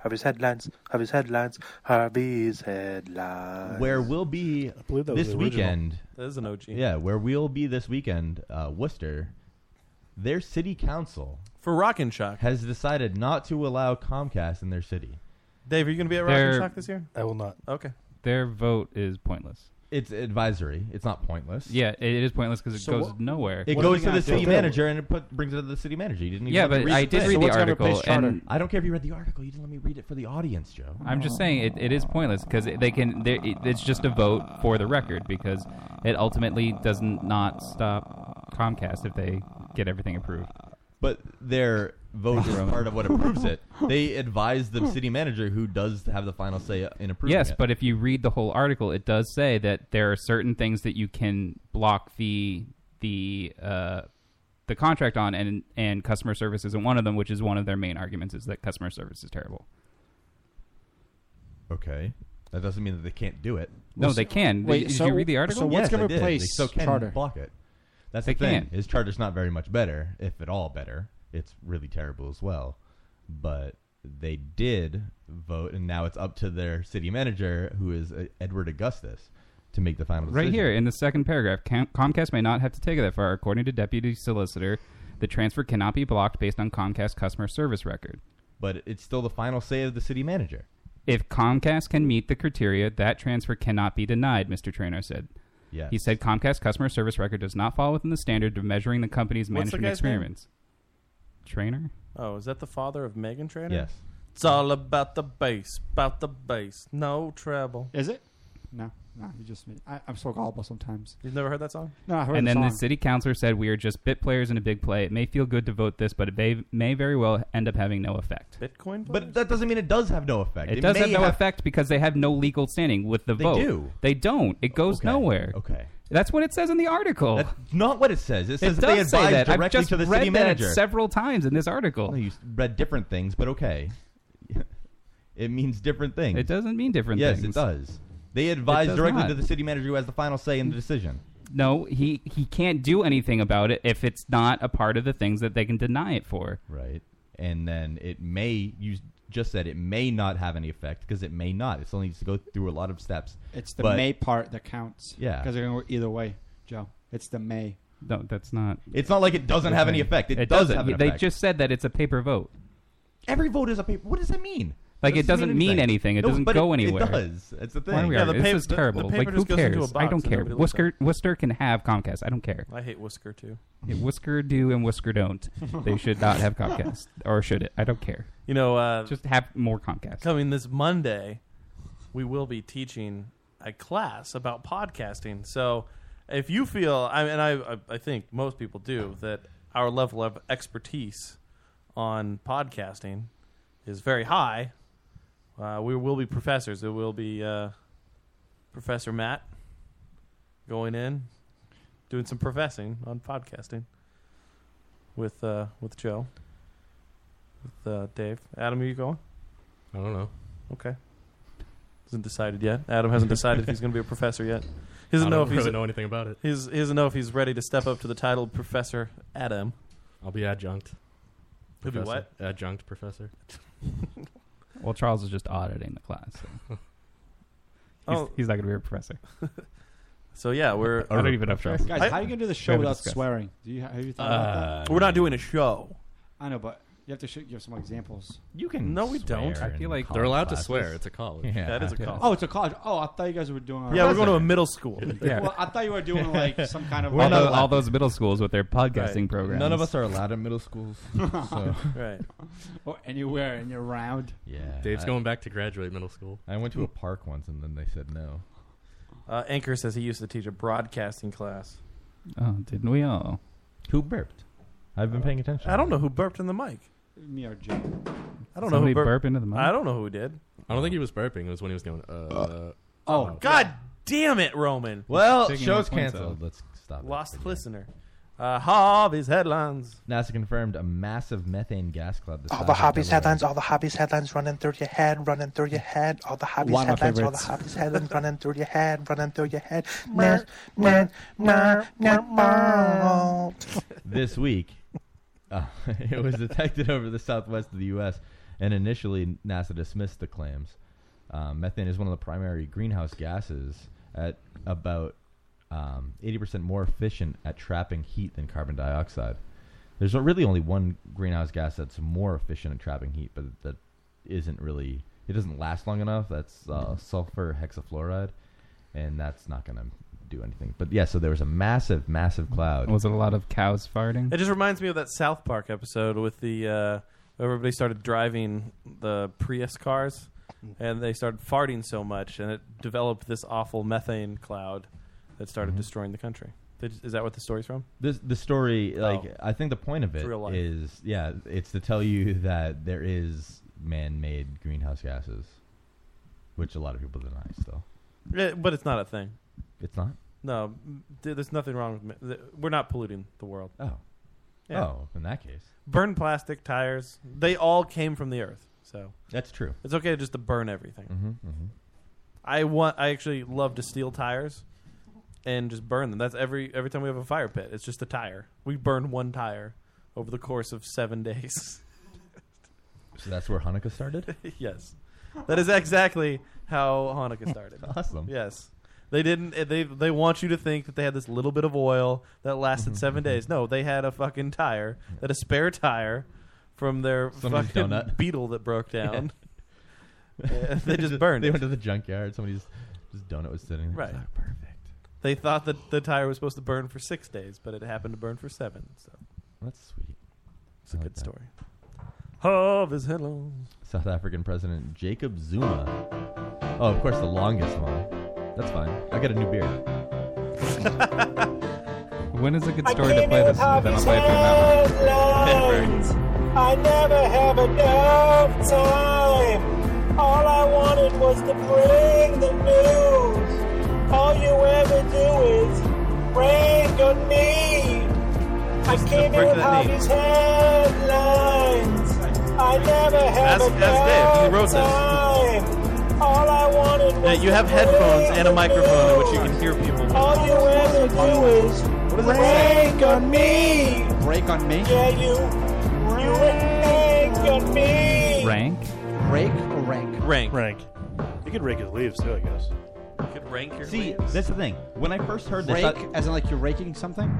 [SPEAKER 25] Harvey's headlines. Harvey's headlines. Harvey's headlines.
[SPEAKER 9] Where we'll be
[SPEAKER 25] believe that was
[SPEAKER 9] this
[SPEAKER 25] the original.
[SPEAKER 9] weekend.
[SPEAKER 7] That is an OG.
[SPEAKER 9] Yeah, where we'll be this weekend, uh, Worcester, their city council
[SPEAKER 7] for Rock and Shock
[SPEAKER 9] has decided not to allow Comcast in their city.
[SPEAKER 7] Dave, are you going to be at Rock and Shock this year?
[SPEAKER 10] I will not.
[SPEAKER 7] Okay.
[SPEAKER 8] Their vote is pointless.
[SPEAKER 9] It's advisory. It's not pointless.
[SPEAKER 8] Yeah, it is pointless because it
[SPEAKER 9] So
[SPEAKER 8] goes
[SPEAKER 9] what-
[SPEAKER 8] nowhere.
[SPEAKER 9] It goes to the city manager and it put, brings it to the city manager. You didn't. Even
[SPEAKER 8] Yeah,
[SPEAKER 9] have to
[SPEAKER 8] but I
[SPEAKER 9] the thing.
[SPEAKER 8] did read So the what's gonna article, replace charter? and-
[SPEAKER 9] I don't care if you read the article. You didn't let me read it for the audience, Joe.
[SPEAKER 8] I'm just saying it, it is pointless because they can. they- It, it's just a vote for the record because it ultimately does not stop Comcast if they get everything approved.
[SPEAKER 9] But their vote
[SPEAKER 8] Thank you,
[SPEAKER 9] is
[SPEAKER 8] Roman.
[SPEAKER 9] part of what approves it. They advise the city manager, who does have the final say in approving
[SPEAKER 8] Yes,
[SPEAKER 9] it.
[SPEAKER 8] but if you read the whole article, it does say that there are certain things that you can block the the uh, the contract on, and and customer service isn't one of them, which is one of their main arguments is that customer service is terrible.
[SPEAKER 9] Okay. That doesn't mean that they can't do it.
[SPEAKER 8] No, Well, they so- can. wait, Did you so- read the article? so
[SPEAKER 9] Yes,
[SPEAKER 8] what's gonna
[SPEAKER 9] they did. They
[SPEAKER 8] replace
[SPEAKER 9] still can
[SPEAKER 8] Charter?
[SPEAKER 9] block it. That's
[SPEAKER 8] They
[SPEAKER 9] the thing.
[SPEAKER 8] can't.
[SPEAKER 9] Is Charter's not very much better, if at all better. It's really terrible as well. But they did vote, and now it's up to their city manager, who is uh, Edward Augustus, to make the final
[SPEAKER 8] Right
[SPEAKER 9] decision.
[SPEAKER 8] here in the second paragraph, Com- Comcast may not have to take it that far. According to Deputy Solicitor, the transfer cannot be blocked based on Comcast customer service record.
[SPEAKER 9] But it's still the final say of the city manager.
[SPEAKER 8] If Comcast can meet the criteria, that transfer cannot be denied, Mr. Trainer said.
[SPEAKER 9] Yes.
[SPEAKER 8] He said Comcast customer service record does not fall within the standard of measuring the company's
[SPEAKER 7] What's the
[SPEAKER 8] management
[SPEAKER 7] guy's name?
[SPEAKER 8] experiments. Trainer?
[SPEAKER 7] Oh, is that the father of Megan Trainor?
[SPEAKER 9] Yes.
[SPEAKER 7] It's all about the bass, about the bass. No treble.
[SPEAKER 19] Is it? No, no. You just I, I'm so gullible sometimes.
[SPEAKER 7] You've never heard that song?
[SPEAKER 19] No, I heard
[SPEAKER 8] and
[SPEAKER 19] the
[SPEAKER 8] then
[SPEAKER 19] song.
[SPEAKER 8] the city councilor said, We are just bit players in a big play. It may feel good to vote this, but it may, may very well end up having no effect.
[SPEAKER 7] Bitcoin.
[SPEAKER 9] But that doesn't mean it does have no effect.
[SPEAKER 8] It, does
[SPEAKER 9] may
[SPEAKER 8] have no
[SPEAKER 9] have
[SPEAKER 8] effect because they have no legal standing with the
[SPEAKER 9] They
[SPEAKER 8] vote.
[SPEAKER 9] do.
[SPEAKER 8] They don't. It goes nowhere.
[SPEAKER 9] Okay.
[SPEAKER 8] That's what it says in the article.
[SPEAKER 9] That's not what it says. It says
[SPEAKER 8] it
[SPEAKER 9] that they
[SPEAKER 8] does say
[SPEAKER 9] advise
[SPEAKER 8] that. I've
[SPEAKER 9] directly
[SPEAKER 8] just
[SPEAKER 9] to the
[SPEAKER 8] read
[SPEAKER 9] city
[SPEAKER 8] that
[SPEAKER 9] manager.
[SPEAKER 8] several times in this article.
[SPEAKER 9] No, you s- read different things, but okay. it means different things. It
[SPEAKER 8] doesn't mean different
[SPEAKER 9] Yes, it
[SPEAKER 8] things.
[SPEAKER 9] does. They advise
[SPEAKER 8] does
[SPEAKER 9] directly
[SPEAKER 8] not.
[SPEAKER 9] to the city manager who has the final say in the decision.
[SPEAKER 8] No, he, he can't do anything about it if it's not a part of the things that they can deny it for.
[SPEAKER 9] Right. And then it may, you s- just said it may not have any effect because it may not. It still needs to go through a lot of steps.
[SPEAKER 19] It's the
[SPEAKER 9] But-
[SPEAKER 19] May part that counts.
[SPEAKER 9] Yeah.
[SPEAKER 19] because they're going to go either way, Joe. It's the May.
[SPEAKER 8] No, that's not.
[SPEAKER 9] It's not like it doesn't have any effect. It, does have an
[SPEAKER 8] They
[SPEAKER 9] effect.
[SPEAKER 8] just said that it's a paper vote.
[SPEAKER 9] Every vote is a paper. What does that mean?
[SPEAKER 8] Like,
[SPEAKER 9] That
[SPEAKER 8] it doesn't mean anything. It
[SPEAKER 9] No,
[SPEAKER 8] doesn't
[SPEAKER 9] but
[SPEAKER 8] go
[SPEAKER 9] it-
[SPEAKER 8] anywhere.
[SPEAKER 9] It does. That's the thing.
[SPEAKER 8] Why are we
[SPEAKER 7] Yeah, the
[SPEAKER 8] arguing?
[SPEAKER 7] paper-
[SPEAKER 8] this is
[SPEAKER 7] the- the
[SPEAKER 8] terrible.
[SPEAKER 7] paper
[SPEAKER 8] like, who
[SPEAKER 7] just goes into a
[SPEAKER 8] cares? I
[SPEAKER 7] box
[SPEAKER 8] don't
[SPEAKER 7] and
[SPEAKER 8] care.
[SPEAKER 7] nobody looks at
[SPEAKER 8] Worcester, Worcester can have Comcast. I don't care.
[SPEAKER 7] I hate Whisker too.
[SPEAKER 8] Yeah, Whisker do and Whisker don't. They should not have Comcast, or should it? I don't care.
[SPEAKER 7] You know, uh,
[SPEAKER 8] just have more Comcast.
[SPEAKER 7] Coming this Monday, we will be teaching a class about podcasting. So if you feel, I mean, I, I- I think most people do, that our level of expertise on podcasting is very high, uh, we will be professors. There will be uh, Professor Matt going in, doing some professing on podcasting with uh, with Joe, with uh, Dave. Adam, are you going?
[SPEAKER 11] I don't know.
[SPEAKER 7] Okay. Hasn't decided yet. Adam hasn't decided if he's going to be a professor yet. He doesn't
[SPEAKER 11] I
[SPEAKER 7] know
[SPEAKER 11] don't
[SPEAKER 7] if he's
[SPEAKER 11] really know anything about it.
[SPEAKER 7] He's, he doesn't know if he's ready to step up to the title of Professor Adam.
[SPEAKER 11] I'll be adjunct.
[SPEAKER 7] You'll be
[SPEAKER 11] Professor-
[SPEAKER 7] what?
[SPEAKER 11] Adjunct professor.
[SPEAKER 8] Well, Charles is just auditing the class. So. He's,
[SPEAKER 7] Oh.
[SPEAKER 8] he's not going to be a professor.
[SPEAKER 7] So yeah, we're.
[SPEAKER 8] I don't even know if Charles.
[SPEAKER 19] Guys, how are you gonna do the show without swearing? Do you have you thought
[SPEAKER 8] Uh,
[SPEAKER 19] about that?
[SPEAKER 7] We're not doing a show.
[SPEAKER 19] I know, but you have to sh- give some examples.
[SPEAKER 7] You can No, we swear don't. in I feel like-
[SPEAKER 11] they're allowed to
[SPEAKER 7] classes.
[SPEAKER 11] swear. It's a college.
[SPEAKER 7] Yeah. That is a college.
[SPEAKER 19] Oh, it's a college. Oh, I thought you guys were doing.
[SPEAKER 7] Yeah, we're going to a middle school.
[SPEAKER 19] Well, I thought you were doing like some kind of.
[SPEAKER 8] all, tho- all those middle schools with their podcasting
[SPEAKER 19] Right.
[SPEAKER 8] programs.
[SPEAKER 9] None of us are allowed at middle schools. so.
[SPEAKER 19] Or anywhere in your round.
[SPEAKER 9] Yeah.
[SPEAKER 11] Dave's
[SPEAKER 9] I-
[SPEAKER 11] going back to graduate middle school.
[SPEAKER 9] I went to a park once and then they said no.
[SPEAKER 7] Uh, Anchor says he used to teach a broadcasting class.
[SPEAKER 8] Oh, didn't we all?
[SPEAKER 9] Who burped? I've been paying attention.
[SPEAKER 7] I don't know who burped in the mic.
[SPEAKER 19] Me or Jim.
[SPEAKER 7] I
[SPEAKER 8] Somebody
[SPEAKER 7] don't know who burped
[SPEAKER 8] burp into the mic?
[SPEAKER 7] I don't know who did.
[SPEAKER 11] I don't think he was burping. It was when he was going. Uh,
[SPEAKER 7] Oh God damn it, Roman!
[SPEAKER 9] Well, Taking show's the points canceled. out. Let's stop it
[SPEAKER 7] Lost listener. Uh, Harvey's headlines.
[SPEAKER 9] NASA confirmed a massive methane gas cloud.
[SPEAKER 5] All the hobbies headlines, all the hobbies headlines running through your head, running through your head. All the hobbies
[SPEAKER 9] One of my
[SPEAKER 5] headlines, all the
[SPEAKER 9] favorites.
[SPEAKER 5] hobbies headlines running through your head, running through your head. Nah, nah, nah, nah, nah.
[SPEAKER 9] this week, uh, it was detected over the southwest of the U.S., and initially NASA dismissed the claims. Um, methane is one of the primary greenhouse gases at about um, 80% more efficient at trapping heat than carbon dioxide. There's really only one greenhouse gas that's more efficient at trapping heat, but that isn't really, it doesn't last long enough. That's uh, sulfur hexafluoride, and that's not going to do anything. But yeah, so there was a massive, massive cloud.
[SPEAKER 8] Was it a lot of cows farting?
[SPEAKER 7] It just reminds me of that South Park episode with the uh, everybody started driving the Prius cars, and they started farting so much, and it developed this awful methane cloud that started destroying the country. Did- Is that what the story's from?
[SPEAKER 9] This the story, like I think the point of
[SPEAKER 7] Oh. It's
[SPEAKER 9] it
[SPEAKER 7] real life.
[SPEAKER 9] is, yeah, it's to tell you that there is man-made greenhouse gases, which a lot of people deny still.
[SPEAKER 7] Eh, but it's not a thing.
[SPEAKER 9] It's not.
[SPEAKER 7] No, m- th- there's nothing wrong with. Me- th- we're not polluting the world.
[SPEAKER 9] Oh,
[SPEAKER 7] Yeah.
[SPEAKER 9] Oh, in that case,
[SPEAKER 7] burn plastic tires. They all came from the earth, so
[SPEAKER 9] That's true.
[SPEAKER 7] It's okay just to burn everything.
[SPEAKER 9] Mhm,
[SPEAKER 8] Mm-hmm.
[SPEAKER 9] mhm.
[SPEAKER 7] I want. I actually love to steal tires and just burn them. That's every every time we have a fire pit. It's just a tire. We burn one tire over the course of seven days.
[SPEAKER 9] so that's where Hanukkah started.
[SPEAKER 7] yes, that is exactly how Hanukkah started.
[SPEAKER 9] Awesome.
[SPEAKER 7] Yes. They didn't. eh, They they want you to think that they had this little bit of oil that
[SPEAKER 9] Mm-hmm,
[SPEAKER 7] lasted seven days. No, they had a fucking tire, that a spare tire from their
[SPEAKER 9] Somebody's
[SPEAKER 7] fucking
[SPEAKER 9] donut.
[SPEAKER 7] beetle that broke down. Eh, they just burned.
[SPEAKER 9] They
[SPEAKER 7] it.
[SPEAKER 9] went to the junkyard. Somebody's just donut was sitting there.
[SPEAKER 7] Right.
[SPEAKER 9] It's like,
[SPEAKER 7] They thought that the tire was supposed to burn for six days, but it happened to burn for seven. So
[SPEAKER 9] That's sweet.
[SPEAKER 7] It's a good story. Of his headlines.
[SPEAKER 9] South African President Jacob Zuma. Oh, of course, the longest one. That's fine. I got a new beer.
[SPEAKER 8] when is a good story to play this? Then I'll play it for an hour.
[SPEAKER 6] I never have enough time. All I wanted was to bring the news. All you ever do is bring on me. I came in
[SPEAKER 7] break
[SPEAKER 6] with
[SPEAKER 7] that name.
[SPEAKER 6] Harvey's headlines. I never have
[SPEAKER 7] Ask- ask Dave. He
[SPEAKER 6] enough
[SPEAKER 7] wrote this.
[SPEAKER 6] time. All I wanted was
[SPEAKER 7] Yeah, you have
[SPEAKER 6] to bring
[SPEAKER 7] headphones and a
[SPEAKER 6] the
[SPEAKER 7] microphone in
[SPEAKER 6] news.
[SPEAKER 7] which you can hear people.
[SPEAKER 6] All you ever do is break on me.
[SPEAKER 19] Break on me.
[SPEAKER 6] Yeah, you break on me.
[SPEAKER 8] Rank?
[SPEAKER 19] Rake or rank?
[SPEAKER 7] Rank.
[SPEAKER 10] Rank. You could rake his leaves too, I guess.
[SPEAKER 7] You could rank your
[SPEAKER 9] See, that's the thing. When I first heard this,
[SPEAKER 19] Rake,
[SPEAKER 9] I-
[SPEAKER 19] as in like you're raking something.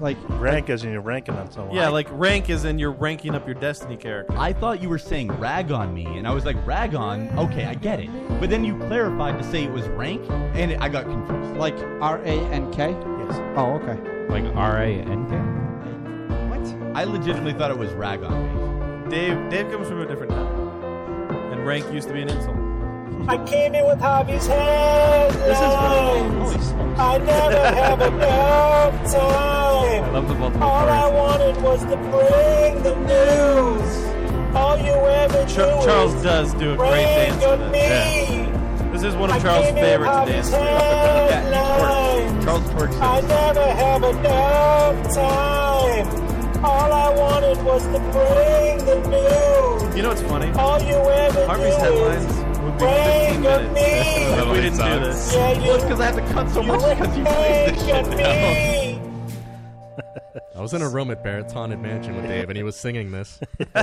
[SPEAKER 19] Like
[SPEAKER 10] rank as in you're ranking on someone.
[SPEAKER 7] Yeah, like rank is in you're ranking up your destiny character.
[SPEAKER 9] I thought you were saying rag on me, and I was like, rag on? Okay, I get it. But then you clarified to say it was rank, and I got confused.
[SPEAKER 19] Like R A N K? Yes. Oh, okay.
[SPEAKER 8] Like R A N K.
[SPEAKER 9] I legitimately thought it was rag on me.
[SPEAKER 7] Dave Dave comes from a different time, and rank used to be an insult.
[SPEAKER 6] I came in with Harvey's headlines. I never have enough time.
[SPEAKER 8] I love the multiple
[SPEAKER 6] All I
[SPEAKER 8] choruses.
[SPEAKER 6] wanted was to bring the news. All you ever
[SPEAKER 7] Ch-
[SPEAKER 6] do
[SPEAKER 7] Charles
[SPEAKER 6] is
[SPEAKER 7] does do a great
[SPEAKER 6] rank
[SPEAKER 7] dance to
[SPEAKER 6] on
[SPEAKER 7] this.
[SPEAKER 6] me.
[SPEAKER 7] This is one of
[SPEAKER 6] I
[SPEAKER 7] Charles'
[SPEAKER 6] came in
[SPEAKER 7] favorite to
[SPEAKER 6] Harvey's
[SPEAKER 7] dance to.
[SPEAKER 6] headlines. I never have enough time. All I wanted was to bring the news.
[SPEAKER 7] You know what's funny?
[SPEAKER 6] All you ever
[SPEAKER 7] Harvey's
[SPEAKER 6] do is
[SPEAKER 7] headlines. When would be 15 minutes if we didn't do this.
[SPEAKER 9] Well, it's because I have to cut so much because you played this shit now.
[SPEAKER 11] I was in a room at Barrett's Haunted Mansion with Dave, and he was singing this.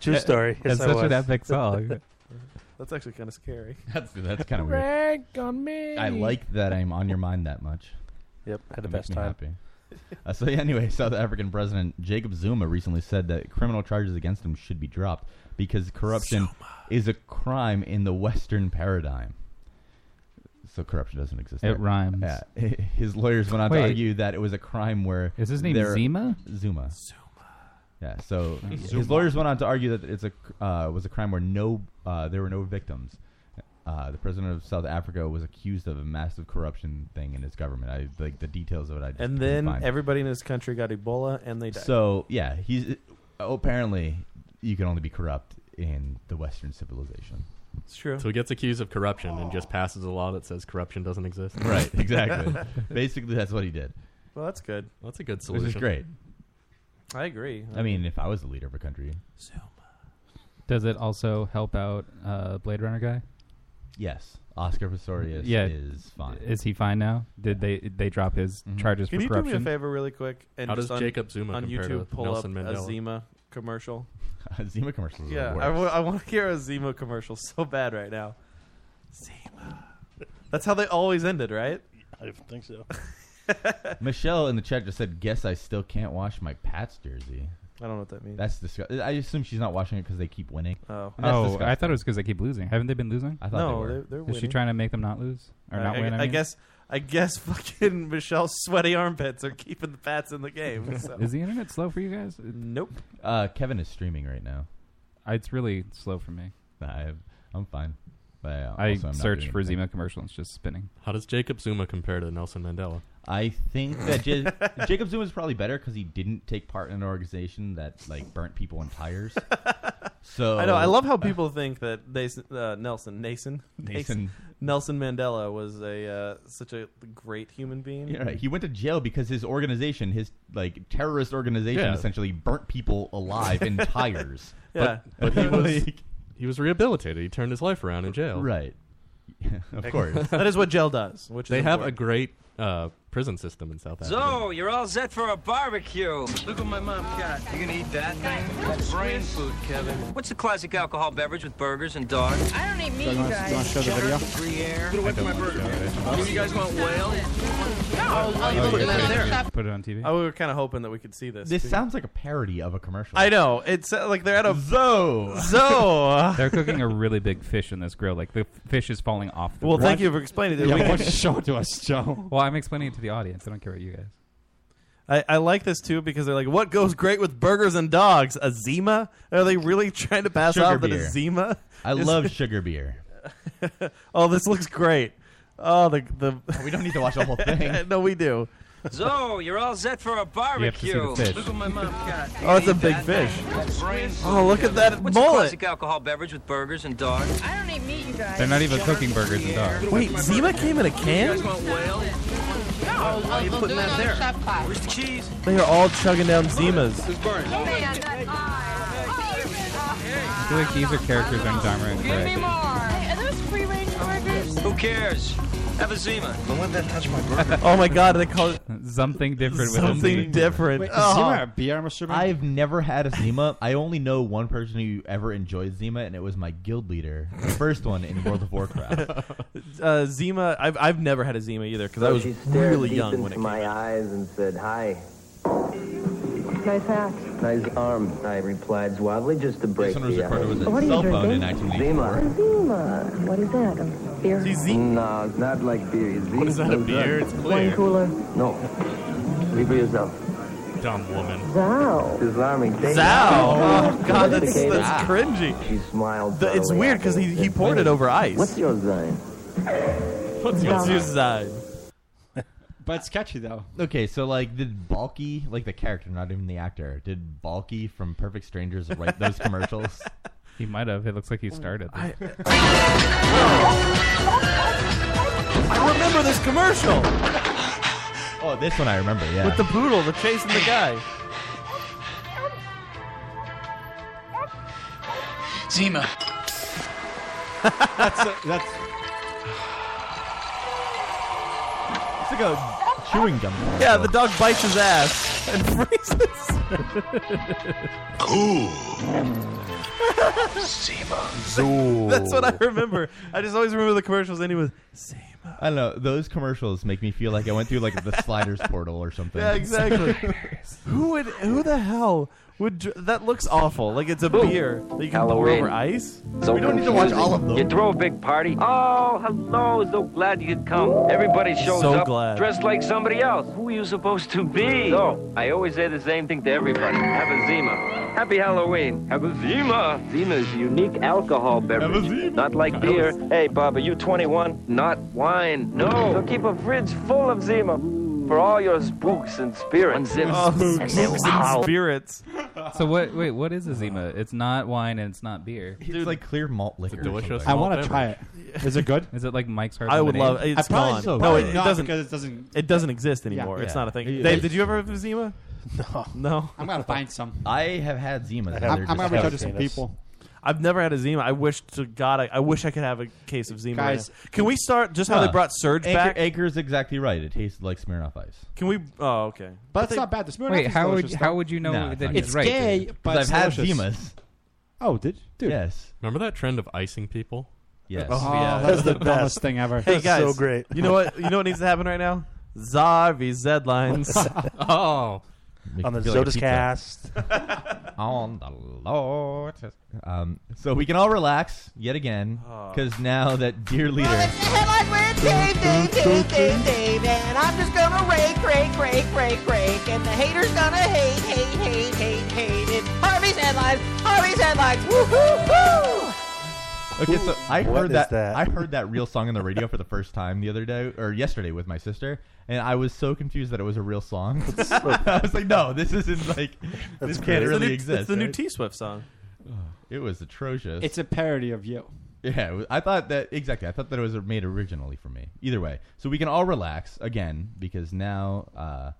[SPEAKER 10] True story.
[SPEAKER 8] That's
[SPEAKER 10] Yes, I
[SPEAKER 8] such an
[SPEAKER 10] was.
[SPEAKER 8] epic song.
[SPEAKER 7] That's actually kind of scary.
[SPEAKER 9] That's that's kind of weird.
[SPEAKER 7] Rank on me.
[SPEAKER 9] I like that I'm on your mind that much.
[SPEAKER 10] Yep, had the
[SPEAKER 9] That makes
[SPEAKER 10] best
[SPEAKER 9] me
[SPEAKER 10] time.
[SPEAKER 9] happy. Uh, so yeah, anyway, South African President Jacob Zuma recently said that criminal charges against him should be dropped because corruption is a crime in the Western paradigm. So corruption doesn't exist.
[SPEAKER 8] It
[SPEAKER 9] there.
[SPEAKER 8] rhymes.
[SPEAKER 9] Yeah. His lawyers went on
[SPEAKER 8] Wait.
[SPEAKER 9] to argue that it was a crime where
[SPEAKER 8] Is his name
[SPEAKER 9] there-
[SPEAKER 8] Zima?
[SPEAKER 9] Zuma. Zuma. Yeah. So
[SPEAKER 8] Zuma.
[SPEAKER 9] his lawyers went on to argue that it's a cr- uh, was a crime where no uh, there were no victims. Uh, the president of South Africa was accused of a massive corruption thing in his government. I like the details of it. I just
[SPEAKER 7] And
[SPEAKER 9] couldn't
[SPEAKER 7] then
[SPEAKER 9] find.
[SPEAKER 7] everybody in this country got Ebola, and they died.
[SPEAKER 9] So yeah, he's oh, apparently you can only be corrupt in the Western civilization.
[SPEAKER 7] It's true.
[SPEAKER 11] So he gets accused of corruption and just passes a law that says corruption doesn't exist.
[SPEAKER 9] Right, exactly. Basically, that's what he did.
[SPEAKER 7] Well, that's good.
[SPEAKER 11] That's a good
[SPEAKER 9] Which
[SPEAKER 11] solution.
[SPEAKER 9] is great.
[SPEAKER 7] I agree.
[SPEAKER 9] I mean, if I was the leader of a country,
[SPEAKER 8] Does it also help out uh, Blade Runner guy?
[SPEAKER 9] yes, Oscar Pistorius
[SPEAKER 8] yeah,
[SPEAKER 9] is fine. Mm-hmm.
[SPEAKER 8] Is he fine now? Did they they drop his charges
[SPEAKER 7] Can
[SPEAKER 8] for
[SPEAKER 7] you
[SPEAKER 8] corruption?
[SPEAKER 7] do me a favor, really quick? And
[SPEAKER 11] How
[SPEAKER 7] just
[SPEAKER 11] does
[SPEAKER 7] on,
[SPEAKER 11] Jacob Zuma
[SPEAKER 7] on
[SPEAKER 11] compare
[SPEAKER 7] YouTube
[SPEAKER 11] to
[SPEAKER 7] pull
[SPEAKER 11] Nelson
[SPEAKER 7] up
[SPEAKER 11] Mandela?
[SPEAKER 7] a Zima commercial?
[SPEAKER 9] Zima commercials. are
[SPEAKER 7] Yeah,
[SPEAKER 9] the
[SPEAKER 7] I
[SPEAKER 9] worst.
[SPEAKER 7] want to hear a Zima commercial so bad right now. Zima. That's how they always ended, right?
[SPEAKER 10] I don't think so.
[SPEAKER 9] Michelle in the chat just said, "Guess I still can't wash my Pats jersey."
[SPEAKER 7] I don't know what that means.
[SPEAKER 9] That's disgusting. I assume she's not washing it because they keep winning.
[SPEAKER 7] Oh,
[SPEAKER 9] And that's
[SPEAKER 8] oh,
[SPEAKER 9] disgusting.
[SPEAKER 8] I thought it was because they keep losing. Haven't they been losing?
[SPEAKER 9] I thought
[SPEAKER 7] No, they were. they're- they're
[SPEAKER 8] Is she
[SPEAKER 7] winning.
[SPEAKER 8] trying to make them not lose or
[SPEAKER 7] I-
[SPEAKER 8] not
[SPEAKER 7] Uh, I,
[SPEAKER 8] win? I,
[SPEAKER 7] I
[SPEAKER 8] mean?
[SPEAKER 7] guess. I guess fucking Michelle's sweaty armpits are keeping the Pats in the game. So.
[SPEAKER 8] Is the internet slow for you guys? Uh,
[SPEAKER 7] Nope.
[SPEAKER 9] Uh, Kevin is streaming right now.
[SPEAKER 8] It's really slow for me.
[SPEAKER 9] I, I'm fine. But uh,
[SPEAKER 8] I
[SPEAKER 9] also I'm not
[SPEAKER 8] searched
[SPEAKER 9] doing
[SPEAKER 8] for
[SPEAKER 9] anything.
[SPEAKER 8] Zima commercial and it's just spinning.
[SPEAKER 11] How does Jacob Zuma compare to Nelson Mandela?
[SPEAKER 9] I think that Ja- Jacob Zuma is probably better because he didn't take part in an organization that like burnt people in tires. So
[SPEAKER 7] I know. I love how people think that Nason, uh, Nelson, Nason,
[SPEAKER 9] Nason.
[SPEAKER 7] Nelson Mandela was a uh, such a great human being.
[SPEAKER 9] Yeah, right. He went to jail because his organization, his like terrorist organization,
[SPEAKER 11] Yeah.
[SPEAKER 9] essentially burnt people alive in tires.
[SPEAKER 11] But, but he was
[SPEAKER 9] Like,
[SPEAKER 11] he was rehabilitated. He turned his life around in jail.
[SPEAKER 9] right. of course.
[SPEAKER 7] that is what jail does. Which
[SPEAKER 11] they
[SPEAKER 7] is
[SPEAKER 11] have
[SPEAKER 7] important.
[SPEAKER 11] a great uh, prison system in South Africa.
[SPEAKER 13] So, you're all set for a barbecue. Look what my mom got. You gonna eat that thing? That's brain food, Kevin. What's the classic alcohol beverage with burgers and dogs?
[SPEAKER 26] I don't eat meat,
[SPEAKER 13] you wanna- guys. you wanna show the Cheddar, video? Gruyere. Get away from my burger. Do you guys want whale? No, oh, you're putting that there.
[SPEAKER 8] Put it on TV.
[SPEAKER 7] I, we were kind of hoping that we could see this.
[SPEAKER 9] This
[SPEAKER 7] too.
[SPEAKER 9] sounds like a parody of a commercial.
[SPEAKER 7] I know. It's uh, like they're at a
[SPEAKER 9] Zo.
[SPEAKER 7] Zo.
[SPEAKER 8] They're cooking a really big fish in this grill. Like the f- fish is falling off. the
[SPEAKER 7] Well,
[SPEAKER 8] grill.
[SPEAKER 7] thank you for explaining it.
[SPEAKER 8] Yeah,
[SPEAKER 7] We
[SPEAKER 8] why
[SPEAKER 7] can-
[SPEAKER 8] don't you
[SPEAKER 13] show it to us, Joe?
[SPEAKER 8] Well, I'm explaining it to the audience. I don't care about you guys.
[SPEAKER 7] I, I like this too because they're like, what goes great with burgers and dogs? A Zima? Are they really trying to pass
[SPEAKER 9] Sugar
[SPEAKER 7] off that
[SPEAKER 9] beer.
[SPEAKER 7] a Zima?
[SPEAKER 9] I
[SPEAKER 7] is-
[SPEAKER 9] love sugar beer.
[SPEAKER 7] oh, this looks great. Oh, the the.
[SPEAKER 9] We don't need to watch the whole thing.
[SPEAKER 7] no, we do.
[SPEAKER 13] So, you're all set for a barbecue.
[SPEAKER 7] fish.
[SPEAKER 13] Look what my mom got. You
[SPEAKER 7] Oh, it's
[SPEAKER 13] gonna
[SPEAKER 7] a
[SPEAKER 13] eat
[SPEAKER 7] big
[SPEAKER 13] that
[SPEAKER 7] fish.
[SPEAKER 13] thing? That's brain
[SPEAKER 7] Oh,
[SPEAKER 13] food,
[SPEAKER 7] look
[SPEAKER 13] Kevin.
[SPEAKER 7] at that
[SPEAKER 13] What's the
[SPEAKER 7] mullet.
[SPEAKER 13] classic alcohol beverage with burgers and dogs?
[SPEAKER 26] I don't eat meat, you guys.
[SPEAKER 8] They're not even cooking burgers and dogs.
[SPEAKER 7] Wait, Zima came in a can?
[SPEAKER 13] No, why are you putting that there? Where's the cheese?
[SPEAKER 7] They are all chugging down Zimas.
[SPEAKER 26] Oh,
[SPEAKER 8] I feel like these are characters on Dharma and
[SPEAKER 13] Give me
[SPEAKER 8] Greg.
[SPEAKER 13] more.
[SPEAKER 26] Are those free range burgers?
[SPEAKER 13] Who cares? Have a Zima. Don't let that touch my
[SPEAKER 7] Oh my god, they call it
[SPEAKER 8] something different. with
[SPEAKER 7] something different.
[SPEAKER 13] Wait, is
[SPEAKER 7] Oh.
[SPEAKER 13] Zima a beer, I'm assuming?
[SPEAKER 9] I've never had a Zima. I only know one person who ever enjoyed Zima, and it was my guild leader, the first one in World of Warcraft.
[SPEAKER 7] uh, Zima, I've, I've never had a Zima either because I was really young when it came.
[SPEAKER 14] my eyes and said, "Hi." Nice hat. Nice arm. I replied suavely, just to break
[SPEAKER 9] one was
[SPEAKER 14] the
[SPEAKER 9] recorded
[SPEAKER 14] ice.
[SPEAKER 9] with a What are you cell phone in drinking?
[SPEAKER 14] Zima.
[SPEAKER 15] Zima. What is that? A beer?
[SPEAKER 14] No, it's not like beer. It's What
[SPEAKER 11] is that, a beer? It's
[SPEAKER 15] Wine cooler.
[SPEAKER 14] No. Leave for yourself.
[SPEAKER 11] Dumb woman.
[SPEAKER 15] Zao.
[SPEAKER 14] Disarming.
[SPEAKER 7] Zao.
[SPEAKER 14] Thank
[SPEAKER 7] Oh,
[SPEAKER 14] you.
[SPEAKER 7] God, that's,
[SPEAKER 14] Sophisticated.
[SPEAKER 7] that's cringy.
[SPEAKER 14] She smiled.
[SPEAKER 7] The- it's
[SPEAKER 14] subtly
[SPEAKER 7] weird because he, he poured it over ice.
[SPEAKER 14] What's your sign?
[SPEAKER 7] What's your design?
[SPEAKER 13] But it's catchy though.
[SPEAKER 9] okay, so like, did Balky, like the character, not even the actor, did Balky from Perfect Strangers write those commercials?
[SPEAKER 8] He might have. It looks like he started. I,
[SPEAKER 7] I remember this commercial
[SPEAKER 9] Oh, this one I remember. Yeah.
[SPEAKER 7] with the poodle, the chasing the guy.
[SPEAKER 16] Zima.
[SPEAKER 9] that's that's. It's like a chewing gum.
[SPEAKER 7] Yeah, the dog bites his ass and freezes.
[SPEAKER 3] Cool. Seba.
[SPEAKER 9] Zool.
[SPEAKER 7] That's what I remember. I just always remember the commercials. And he was,
[SPEAKER 9] I don't know. Those commercials make me feel like I went through like the sliders portal or something.
[SPEAKER 7] yeah, exactly. who would? Who the hell would? dr- That looks awful. Like it's a beer that you can
[SPEAKER 13] Halloween.
[SPEAKER 7] pour over ice.
[SPEAKER 13] So
[SPEAKER 7] we don't need to watch
[SPEAKER 13] confusing.
[SPEAKER 7] all of them.
[SPEAKER 13] You throw a big party. Oh, hello. So glad you could come. Everybody shows
[SPEAKER 7] So
[SPEAKER 13] up
[SPEAKER 7] glad.
[SPEAKER 13] dressed like somebody else. Who are you supposed to be? So, I always say the same thing to everybody. Have a Zima. Happy Halloween. Have a Zima. Zima is a unique alcohol beverage. Not like beer. Hey, Baba, you 21? Not wine. No. So keep a fridge full of Zima for all your spooks and spirits. Unzip. And then wow.
[SPEAKER 7] spirits.
[SPEAKER 8] So what? Wait, what is a Zima? It's not wine and it's not beer.
[SPEAKER 9] It's like clear malt liquor.
[SPEAKER 8] or something.
[SPEAKER 19] I want to try it. Is it good?
[SPEAKER 8] Is it like Mike's Hard
[SPEAKER 7] I would
[SPEAKER 8] Lemonade?
[SPEAKER 7] love. It's gone. No,
[SPEAKER 19] Probably
[SPEAKER 7] it, it
[SPEAKER 19] not,
[SPEAKER 7] doesn't.
[SPEAKER 19] because it doesn't-
[SPEAKER 7] It doesn't exist
[SPEAKER 19] Yeah.
[SPEAKER 7] anymore. It's
[SPEAKER 19] Yeah.
[SPEAKER 7] not a thing.
[SPEAKER 19] Yeah.
[SPEAKER 7] Dave, did you ever have Zima? No. No.
[SPEAKER 19] I'm gonna find some.
[SPEAKER 9] I have had Zima.
[SPEAKER 19] I'm, I'm gonna reach out to some people.
[SPEAKER 7] I've never had a Zima. I wish to God, I, I wish I could have a case of Zima. right
[SPEAKER 9] Guys.
[SPEAKER 7] now. can we start just how
[SPEAKER 9] Huh.
[SPEAKER 7] they brought Surge
[SPEAKER 9] Anchor-
[SPEAKER 7] back?
[SPEAKER 9] Anchor's exactly right. It tastes like Smirnoff Ice.
[SPEAKER 7] Can we? Oh, okay.
[SPEAKER 19] But it's not bad. The Smirnoff
[SPEAKER 8] Wait,
[SPEAKER 19] is
[SPEAKER 8] how would-
[SPEAKER 19] delicious,
[SPEAKER 8] how
[SPEAKER 19] though.
[SPEAKER 8] would you know that
[SPEAKER 19] it's
[SPEAKER 8] he's right?
[SPEAKER 19] gay,
[SPEAKER 8] Because
[SPEAKER 19] but
[SPEAKER 9] I've
[SPEAKER 19] it's
[SPEAKER 9] had
[SPEAKER 19] delicious.
[SPEAKER 9] Zimas.
[SPEAKER 19] Oh, did dude?
[SPEAKER 9] Yes.
[SPEAKER 11] Remember that trend of icing people?
[SPEAKER 9] Yes.
[SPEAKER 19] Oh, that's the dumbest thing ever.
[SPEAKER 7] Hey
[SPEAKER 19] That's
[SPEAKER 7] guys,
[SPEAKER 19] so great.
[SPEAKER 7] You know what? You know what needs to happen right now? Zarvy Zed lines.
[SPEAKER 11] oh,
[SPEAKER 9] Make me feel like a pizza. on the Lord. Um, so we can all relax yet again
[SPEAKER 10] Oh.
[SPEAKER 9] because now that dear leader.
[SPEAKER 26] Headline with Dave, Dave, Dave, Dave, Dave, and I'm just gonna rake, rake, rake, rake, rake, and the haters gonna hate, hate, hate, hate, hate it. Harvey's headlines, Harvey's headlines, woo-hoo-hoo!
[SPEAKER 9] Okay, so I
[SPEAKER 10] What
[SPEAKER 9] heard
[SPEAKER 10] is
[SPEAKER 9] that,
[SPEAKER 10] that?
[SPEAKER 9] I heard that real song on the radio for the first time the other day or yesterday with my sister, and I was so confused that it was a real song. I was like, "No, this isn't like this can't really
[SPEAKER 7] it's the new,
[SPEAKER 9] exist."
[SPEAKER 7] It's the new
[SPEAKER 9] right?
[SPEAKER 7] T Swift song.
[SPEAKER 9] It was atrocious.
[SPEAKER 19] It's a parody of you.
[SPEAKER 9] Yeah, it was- I thought that exactly. I thought that it was made originally for me. Either way, so we can all relax again because now uh,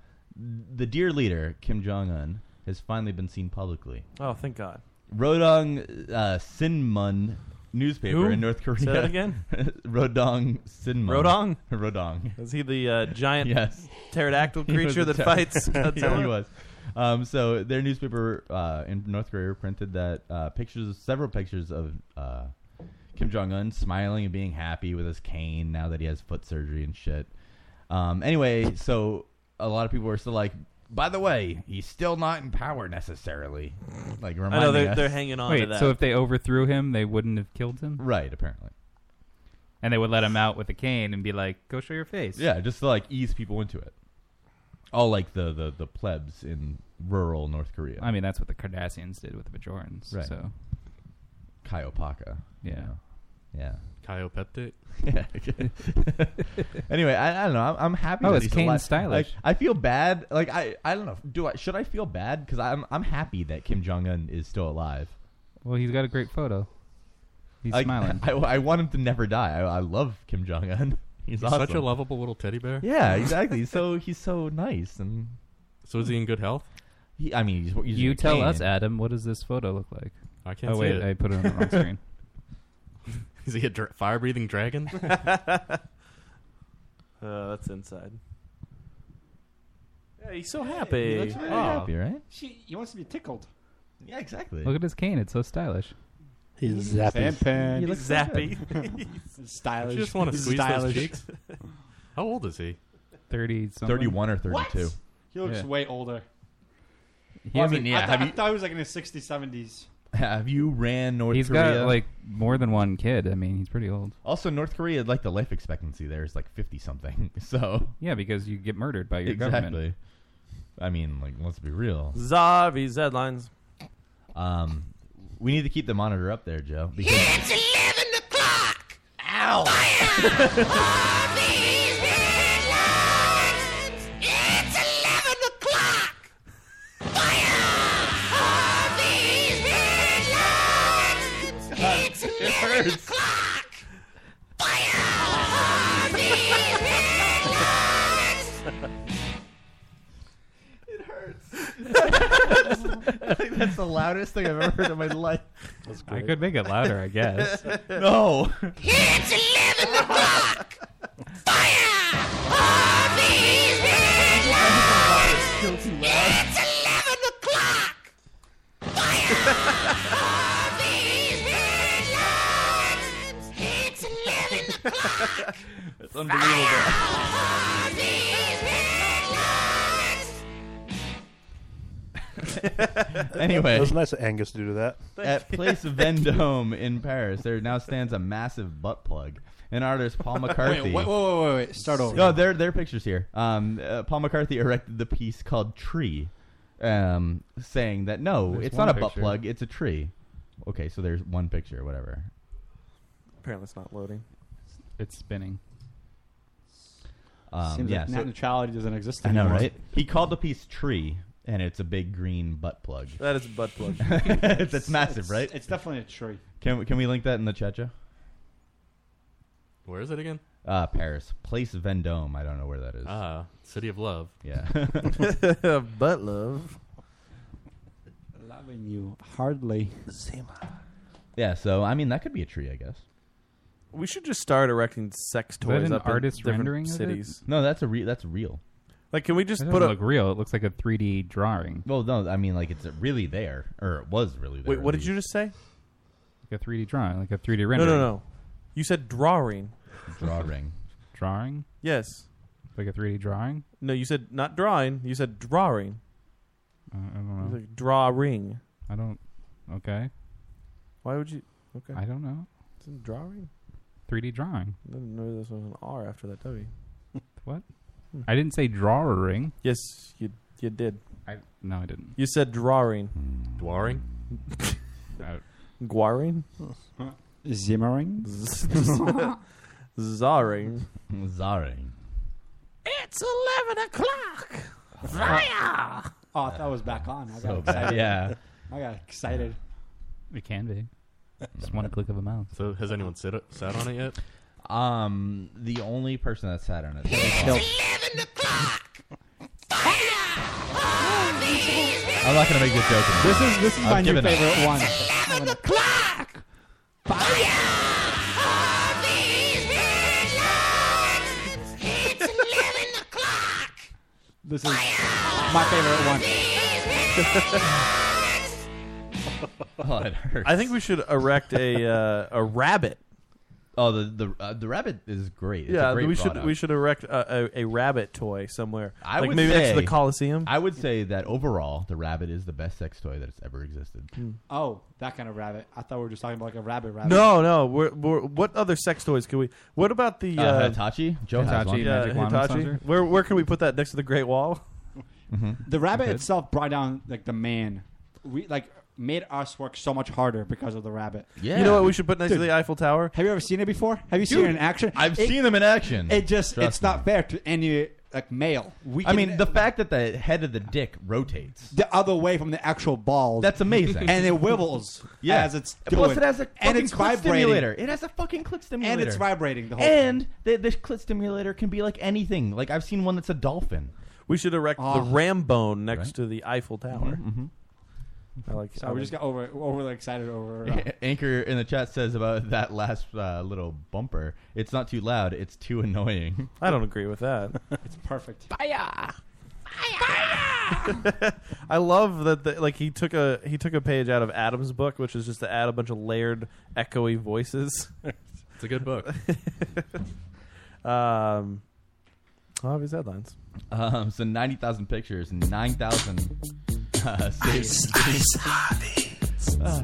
[SPEAKER 9] the dear leader Kim Jong Un has finally been seen publicly.
[SPEAKER 7] Oh, thank God.
[SPEAKER 9] Rodong uh, Sinmun newspaper
[SPEAKER 7] Who?
[SPEAKER 9] in North Korea.
[SPEAKER 7] Say that again?
[SPEAKER 9] Rodong Sinmun.
[SPEAKER 7] Rodong?
[SPEAKER 9] Rodong.
[SPEAKER 7] Is he the uh, giant
[SPEAKER 9] Yes.
[SPEAKER 7] pterodactyl
[SPEAKER 9] He was
[SPEAKER 7] creature
[SPEAKER 9] a
[SPEAKER 7] that
[SPEAKER 9] ter-
[SPEAKER 7] fights? Godzilla?
[SPEAKER 9] yeah, he was. Um, so their newspaper uh, in North Korea printed that uh, pictures, several pictures of uh, Kim Jong Un smiling and being happy with his cane now that he has foot surgery and shit. Um, anyway, so a lot of people are still like, by the way, he's still not in power necessarily. Like, reminding
[SPEAKER 7] Oh,
[SPEAKER 9] us.
[SPEAKER 8] Wait, so if they overthrew him, they wouldn't have killed him?
[SPEAKER 9] Right, apparently.
[SPEAKER 8] And they would let him out with a cane and be like, "Go show your face."
[SPEAKER 9] Yeah, just to like ease people into it. All like the the, the plebs in rural North Korea.
[SPEAKER 8] I mean, that's what the Kardashians did with the Bajorans.
[SPEAKER 9] Right.
[SPEAKER 8] So
[SPEAKER 9] Kaiopaka.
[SPEAKER 8] Yeah.
[SPEAKER 9] Yeah.
[SPEAKER 11] Chiropeptic.
[SPEAKER 9] Yeah. anyway, I, I don't know. I'm, I'm happy.
[SPEAKER 8] Oh,
[SPEAKER 9] that
[SPEAKER 8] it's
[SPEAKER 9] he's
[SPEAKER 8] Kane
[SPEAKER 9] alive.
[SPEAKER 8] stylish.
[SPEAKER 9] Like, I feel bad. Like I, I don't know. Do I should I feel bad? Because I'm I'm happy that Kim Jong Un is still alive.
[SPEAKER 8] well, he's got a great photo. He's
[SPEAKER 9] Like,
[SPEAKER 8] smiling.
[SPEAKER 9] I, I want him to never die. I, I love Kim Jong Un. He's,
[SPEAKER 11] He's such
[SPEAKER 9] awesome.
[SPEAKER 11] a lovable little teddy bear.
[SPEAKER 9] Yeah, exactly. He's so he's so nice and.
[SPEAKER 11] So is he in good health?
[SPEAKER 9] He, I mean, he's, he's
[SPEAKER 8] you
[SPEAKER 9] a
[SPEAKER 8] tell
[SPEAKER 9] cane.
[SPEAKER 8] us, Adam. What does this photo look like?
[SPEAKER 11] I can't
[SPEAKER 8] Oh
[SPEAKER 11] see
[SPEAKER 8] wait,
[SPEAKER 11] it.
[SPEAKER 8] I put it on the wrong screen.
[SPEAKER 11] Is he a dra- fire-breathing dragon?
[SPEAKER 7] Uh, that's inside. Yeah, he's so happy.
[SPEAKER 8] he looks
[SPEAKER 7] oh.
[SPEAKER 8] really happy, right?
[SPEAKER 19] She, he wants to be tickled.
[SPEAKER 9] Yeah, exactly.
[SPEAKER 8] Look at his cane. It's so stylish.
[SPEAKER 10] He's zappy.
[SPEAKER 19] Pimpin'.
[SPEAKER 10] He
[SPEAKER 19] He
[SPEAKER 10] looks
[SPEAKER 19] looks
[SPEAKER 7] Zappy.
[SPEAKER 19] stylish.
[SPEAKER 11] I just want to squeeze
[SPEAKER 19] stylish.
[SPEAKER 11] those cheeks. How old is he?
[SPEAKER 8] Thirty. something.
[SPEAKER 9] 31 or 32.
[SPEAKER 19] He looks
[SPEAKER 9] Yeah.
[SPEAKER 19] way older.
[SPEAKER 9] He- I mean, yeah,
[SPEAKER 19] I,
[SPEAKER 9] have
[SPEAKER 19] I
[SPEAKER 9] you-
[SPEAKER 19] thought he was like in his 60s, 70s.
[SPEAKER 9] Have you ran North
[SPEAKER 8] He's
[SPEAKER 9] Korea?
[SPEAKER 8] got like more than one kid. I mean, he's pretty old.
[SPEAKER 9] also North Korea, like the life expectancy there is like fifty something. So
[SPEAKER 8] yeah, because you get murdered by your
[SPEAKER 9] exactly.
[SPEAKER 8] government.
[SPEAKER 9] I mean, like let's be real.
[SPEAKER 7] Zarvy's headlines.
[SPEAKER 9] Um, we need to keep the monitor up there, Joe. Because
[SPEAKER 26] It's 11 o'clock!
[SPEAKER 9] Ow!
[SPEAKER 26] Harvey's headlines! It's 11 o'clock! Fire! Harvey's headlines! It's 11 o'clock! Fire! Harvey's headlines!
[SPEAKER 9] That's, I think that's the loudest thing I've ever heard in my life.
[SPEAKER 8] I could make it louder, I guess.
[SPEAKER 9] no.
[SPEAKER 4] It's 11 o'clock! Fire! Harvey's headlines! It's 11 o'clock! Fire! Harvey's headlines! It's 11 o'clock!
[SPEAKER 7] It's unbelievable.
[SPEAKER 9] Anyway.
[SPEAKER 10] it was nice of Angus to do that.
[SPEAKER 9] At Place Vendome in Paris, there now stands a massive butt plug. An artist, Paul McCarthy.
[SPEAKER 19] Wait, wait, wait, wait, wait. Start over.
[SPEAKER 9] No, there, there are pictures here. Um, uh, Paul McCarthy erected the piece called Tree, um, saying that no,
[SPEAKER 27] There's
[SPEAKER 9] it's not a
[SPEAKER 27] one
[SPEAKER 9] butt
[SPEAKER 27] picture.
[SPEAKER 9] plug, it's a tree. Okay, so there's one picture, whatever.
[SPEAKER 7] Apparently, it's not loading.
[SPEAKER 8] It's spinning.
[SPEAKER 9] Um,
[SPEAKER 19] Seems
[SPEAKER 9] yeah,
[SPEAKER 19] like
[SPEAKER 9] so-
[SPEAKER 19] net neutrality doesn't exist
[SPEAKER 9] I know,
[SPEAKER 19] anymore.
[SPEAKER 9] right? He called the piece Tree, and it's a big green butt plug.
[SPEAKER 7] That is a butt plug.
[SPEAKER 9] That's massive, right?
[SPEAKER 19] It's definitely a tree.
[SPEAKER 9] Can we, can we link that in the chat, Joe?
[SPEAKER 11] Where is it again?
[SPEAKER 9] Uh, Paris, Place Vendôme. I don't know where that is.
[SPEAKER 11] Ah, City of Love.
[SPEAKER 9] Yeah.
[SPEAKER 7] Butt love.
[SPEAKER 19] Loving you hardly.
[SPEAKER 9] yeah. So I mean, that could be a tree, I guess.
[SPEAKER 7] We should just start erecting sex toys up in different cities.
[SPEAKER 9] No, that's a re- that's real.
[SPEAKER 7] Like, can we just
[SPEAKER 8] It
[SPEAKER 7] put
[SPEAKER 8] doesn't
[SPEAKER 7] up?
[SPEAKER 8] look real. It looks like a 3D drawing.
[SPEAKER 9] Well, no, I mean like it's really there, or it was really there.
[SPEAKER 7] Wait, what did you just say?
[SPEAKER 8] Like a 3D drawing, like a 3D
[SPEAKER 7] No,
[SPEAKER 8] rendering.
[SPEAKER 7] no, no. You said drawing.
[SPEAKER 9] Drawing.
[SPEAKER 8] drawing?
[SPEAKER 7] Yes.
[SPEAKER 8] Like a 3D drawing?
[SPEAKER 7] No, you said not drawing. You said drawing.
[SPEAKER 8] Uh, I don't know.
[SPEAKER 7] Like drawing.
[SPEAKER 8] I don't. Okay.
[SPEAKER 7] Why would you? Okay.
[SPEAKER 8] I don't know.
[SPEAKER 7] Isn't drawing?
[SPEAKER 8] 3D drawing.
[SPEAKER 7] I didn't know this was an R after that W.
[SPEAKER 8] What? I didn't say drawing.
[SPEAKER 7] Hmm. Yes, you you did.
[SPEAKER 8] I no, I didn't.
[SPEAKER 7] You said drawing.
[SPEAKER 11] Dwarring?
[SPEAKER 7] Guaring?
[SPEAKER 19] Zimmering?
[SPEAKER 7] Zaring.
[SPEAKER 9] Zaring.
[SPEAKER 4] It's 11 o'clock!
[SPEAKER 19] Fire! Oh, I thought it was back on. I got
[SPEAKER 8] So bad,
[SPEAKER 19] excited.
[SPEAKER 8] yeah.
[SPEAKER 19] I got excited.
[SPEAKER 8] It can be. Just one click of a mouse.
[SPEAKER 11] So has anyone sit sat on it yet?
[SPEAKER 9] Um, the only person that sat on it. I'm not gonna make this joke. anymore.
[SPEAKER 19] This is this is
[SPEAKER 9] I've
[SPEAKER 19] my new
[SPEAKER 9] given up.
[SPEAKER 19] favorite one.
[SPEAKER 4] It's 11 o'clock!
[SPEAKER 19] This is my favorite one.
[SPEAKER 9] Oh, it hurts.
[SPEAKER 7] I think we should erect a uh, a rabbit.
[SPEAKER 9] Oh, the the uh, the rabbit is great. It's
[SPEAKER 7] yeah,
[SPEAKER 9] a great
[SPEAKER 7] we should
[SPEAKER 9] product.
[SPEAKER 7] we should erect a, a, a rabbit toy somewhere.
[SPEAKER 9] I
[SPEAKER 7] like
[SPEAKER 9] would
[SPEAKER 7] maybe
[SPEAKER 9] say,
[SPEAKER 7] next to the Coliseum.
[SPEAKER 9] I would say that overall, the rabbit is the best sex toy that has ever existed.
[SPEAKER 7] Hmm.
[SPEAKER 19] Oh, that kind of rabbit. I thought we were just talking about like a rabbit rabbit.
[SPEAKER 7] No, no. We're, we're, what other sex toys can we? What about the
[SPEAKER 9] Uh,
[SPEAKER 7] uh,
[SPEAKER 9] Hitachi? Joe has Hitachi, one.
[SPEAKER 7] Yeah,
[SPEAKER 9] Magic Wand
[SPEAKER 7] Hitachi.
[SPEAKER 9] Massager.
[SPEAKER 7] Where where can we put that next to the Great Wall?
[SPEAKER 9] Mm-hmm.
[SPEAKER 19] The rabbit
[SPEAKER 7] Okay.
[SPEAKER 19] itself brought down like the man. We like made us work so much harder because of the rabbit.
[SPEAKER 7] Yeah. You know what we should put next to the Eiffel Tower?
[SPEAKER 19] Have you ever seen it before? Have you seen
[SPEAKER 9] Dude,
[SPEAKER 19] it in action?
[SPEAKER 9] I've
[SPEAKER 19] It-
[SPEAKER 9] seen them in action.
[SPEAKER 19] It just
[SPEAKER 9] Trust
[SPEAKER 19] it's not fair to any like male. We
[SPEAKER 9] I
[SPEAKER 19] can-
[SPEAKER 9] mean, the fact that the head of the dick rotates.
[SPEAKER 19] the other way from the actual ball.
[SPEAKER 9] That's amazing.
[SPEAKER 19] and it wibbles
[SPEAKER 9] Yeah.
[SPEAKER 19] as it's doing.
[SPEAKER 9] Plus, it has a
[SPEAKER 19] and
[SPEAKER 9] fucking
[SPEAKER 19] it's
[SPEAKER 9] click
[SPEAKER 19] vibrating.
[SPEAKER 9] stimulator. It has a fucking click stimulator.
[SPEAKER 19] And it's vibrating the whole
[SPEAKER 9] And the, this clit stimulator can be like anything. Like I've seen one that's a dolphin.
[SPEAKER 7] We should erect
[SPEAKER 9] Oh.
[SPEAKER 19] Ah.
[SPEAKER 7] the Rambone next
[SPEAKER 9] Right. Mm-hmm,
[SPEAKER 7] to the Eiffel Tower. I like. I
[SPEAKER 19] So we
[SPEAKER 7] like-
[SPEAKER 19] just got over overly excited over. uh,
[SPEAKER 9] Anchor in the chat says about that last uh, little bumper. It's not too loud. It's too annoying.
[SPEAKER 7] I don't agree with that.
[SPEAKER 19] it's perfect.
[SPEAKER 7] I love that. The, like he took a he took a page out of Adam's book, which is just to add a bunch of layered, echoey voices.
[SPEAKER 11] It's a good book.
[SPEAKER 7] um, obvious headlines.
[SPEAKER 9] Um, so ninety thousand pictures, and nine thousand. Uh, saves. Uh,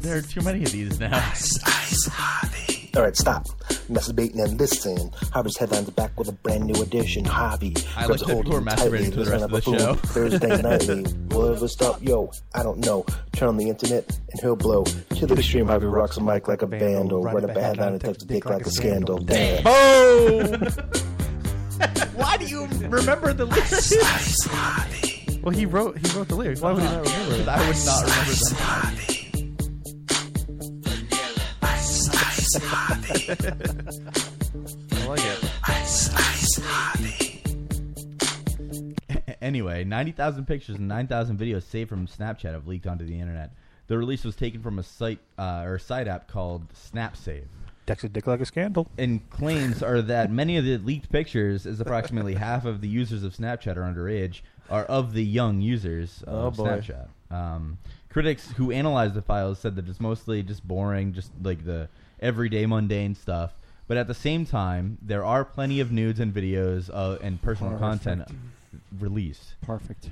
[SPEAKER 9] there are too many of these now.
[SPEAKER 12] All right, stop masturbating and listen. Harvey's headlines are back with a brand new edition. Harvey,
[SPEAKER 9] I
[SPEAKER 12] grabs
[SPEAKER 9] like
[SPEAKER 12] a
[SPEAKER 9] that
[SPEAKER 12] hold of
[SPEAKER 9] people are
[SPEAKER 12] you tightly,
[SPEAKER 9] masturbating to the
[SPEAKER 12] listen
[SPEAKER 9] rest
[SPEAKER 12] up
[SPEAKER 9] of
[SPEAKER 12] a
[SPEAKER 9] the
[SPEAKER 12] fool.
[SPEAKER 9] show.
[SPEAKER 12] Thursday nightly, will it ever stop? Yo, I don't know. Turn on the internet and he'll blow to the extreme. Harvey rocks a mic like a band, or run up a headline and touch a dick like a scandal. Damn.
[SPEAKER 7] Oh!
[SPEAKER 9] Why do you remember the lyrics?
[SPEAKER 7] well, he wrote he wrote the lyrics. Why would he not remember? it?
[SPEAKER 9] Uh-huh. I would not remember them.
[SPEAKER 7] I like it.
[SPEAKER 9] Anyway, 90,000 pictures and 9,000 videos saved from Snapchat have leaked onto the internet. The release was taken from a site uh, or a site app called SnapSave.
[SPEAKER 10] Dex a dick like a scandal.
[SPEAKER 9] And claims are that many of the leaked pictures, as approximately half of the users of Snapchat are underage, are of the young users
[SPEAKER 10] Oh,
[SPEAKER 9] of
[SPEAKER 10] boy.
[SPEAKER 9] Snapchat. Um, critics who analyzed the files said that it's mostly just boring, just like the everyday mundane stuff. But at the same time, there are plenty of nudes and videos uh, and personal content released.
[SPEAKER 19] Perfect.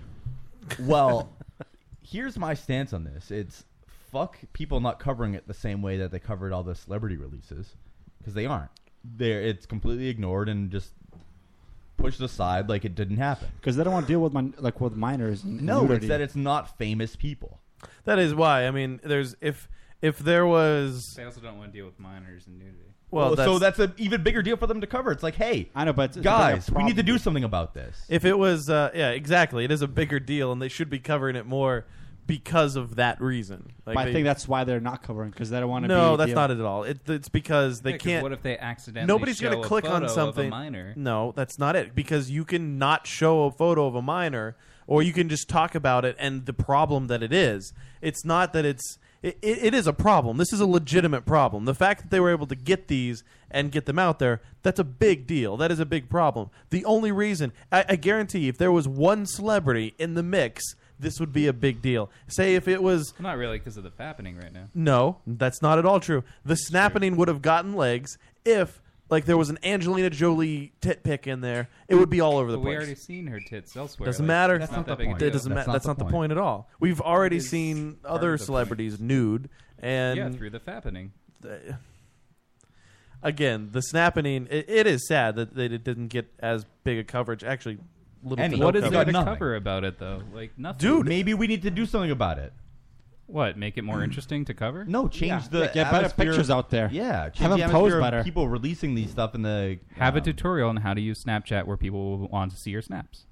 [SPEAKER 9] Well, here's my stance on this. It's fuck people not covering it the same way that they covered all the celebrity releases because they aren't. They're, it's completely ignored and just pushed aside like it didn't happen.
[SPEAKER 19] Because they don't want to deal with my, like with minors. and
[SPEAKER 9] No, it's
[SPEAKER 19] nudity.
[SPEAKER 9] that it's not famous people.
[SPEAKER 7] That is why. I mean, there's if if there was
[SPEAKER 8] They also don't want to deal with minors and nudity.
[SPEAKER 7] well, that's,
[SPEAKER 9] so that's an even bigger deal for them to cover. It's like, hey,
[SPEAKER 19] I know, but it's a
[SPEAKER 9] guys,
[SPEAKER 19] bigger
[SPEAKER 9] we need to
[SPEAKER 19] problem.
[SPEAKER 9] do something about this.
[SPEAKER 7] if it was uh, yeah exactly it is a bigger deal and they should be covering it more because of that reason. Like
[SPEAKER 19] But I
[SPEAKER 7] they-
[SPEAKER 19] think that's why they're not covering because they don't want to.
[SPEAKER 7] no,
[SPEAKER 19] be
[SPEAKER 7] that's
[SPEAKER 19] the-
[SPEAKER 7] not it at all. It, it's because they
[SPEAKER 8] Yeah, 'cause
[SPEAKER 7] can't.
[SPEAKER 8] what if they accidentally
[SPEAKER 7] Nobody's
[SPEAKER 8] show
[SPEAKER 7] gonna
[SPEAKER 8] a
[SPEAKER 7] click
[SPEAKER 8] photo
[SPEAKER 7] on
[SPEAKER 8] of a
[SPEAKER 7] something.
[SPEAKER 8] minor?
[SPEAKER 7] No, that's not it. Because you can not show a photo of a minor, or you can just talk about it and the problem that it is. It's not that it's. It, it, it is a problem. This is a legitimate problem. The fact that they were able to get these and get them out there, that's a big deal. That is a big problem. The only reason, I, I guarantee, if there was one celebrity in the mix, this would be a big deal. Say if it was
[SPEAKER 8] Not really because of the happening right now.
[SPEAKER 7] no, that's not at all true. The snapping would have gotten legs if, like, there was an Angelina Jolie tit pick in there. It would be all over the
[SPEAKER 8] But
[SPEAKER 7] place.
[SPEAKER 8] we already seen her tits elsewhere.
[SPEAKER 7] doesn't
[SPEAKER 8] Like,
[SPEAKER 7] matter.
[SPEAKER 8] That's not, that big a deal.
[SPEAKER 7] It doesn't matter. That's not the point at all. We've already seen other celebrities nude, and
[SPEAKER 8] yeah, through the fappening.
[SPEAKER 7] again, the snapping. It, it is sad that that it didn't get as big a coverage. Actually, little. to no
[SPEAKER 8] what is
[SPEAKER 7] coverage.
[SPEAKER 8] there to cover about it though? Like nothing.
[SPEAKER 7] Dude, Mm.
[SPEAKER 9] maybe we need to do something about it.
[SPEAKER 8] What? Make it more interesting to cover?
[SPEAKER 9] No, change the atmosphere- Yeah, change the atmosphere of People releasing these stuff in the
[SPEAKER 8] Have a tutorial on how to use Snapchat where people will want to see your snaps.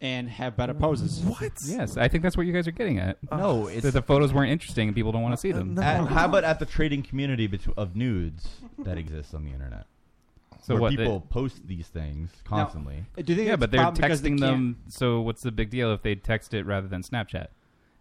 [SPEAKER 19] and have better poses.
[SPEAKER 7] What? Ah.
[SPEAKER 8] Yes, I think that's what you guys are getting at.
[SPEAKER 9] No, it's-
[SPEAKER 8] that the photos weren't interesting and people don't want to see
[SPEAKER 7] Uh,
[SPEAKER 8] them.
[SPEAKER 9] At- how about at the trading community betw of nudes that exists on the internet?
[SPEAKER 8] So
[SPEAKER 9] Where
[SPEAKER 8] what,
[SPEAKER 9] people post these things constantly.
[SPEAKER 19] do you
[SPEAKER 8] yeah,
[SPEAKER 19] think that's
[SPEAKER 8] but
[SPEAKER 19] a
[SPEAKER 8] they're
[SPEAKER 19] problem because they
[SPEAKER 8] texting them. So what's the big deal if they text it rather than Snapchat?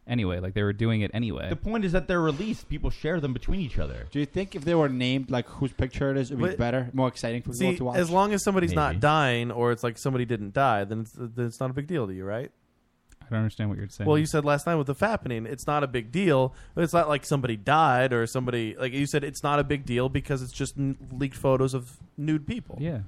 [SPEAKER 8] Anyway, like they were doing it anyway.
[SPEAKER 9] the point is that they're released. People share them between each other.
[SPEAKER 19] Do you think if they were named like whose picture it is, it would be
[SPEAKER 7] But-
[SPEAKER 19] better, more exciting for people
[SPEAKER 7] See,
[SPEAKER 19] to watch?
[SPEAKER 7] as long as somebody's
[SPEAKER 9] Maybe.
[SPEAKER 7] not dying, or it's like somebody didn't die, then it's, then it's not a big deal to you, right?
[SPEAKER 8] I don't understand what you're saying.
[SPEAKER 7] Well, you said last night with the fappening, it's not a big deal. But it's not like somebody died or somebody like you said it's not a big deal because it's just n- leaked photos of nude people.
[SPEAKER 8] Yeah,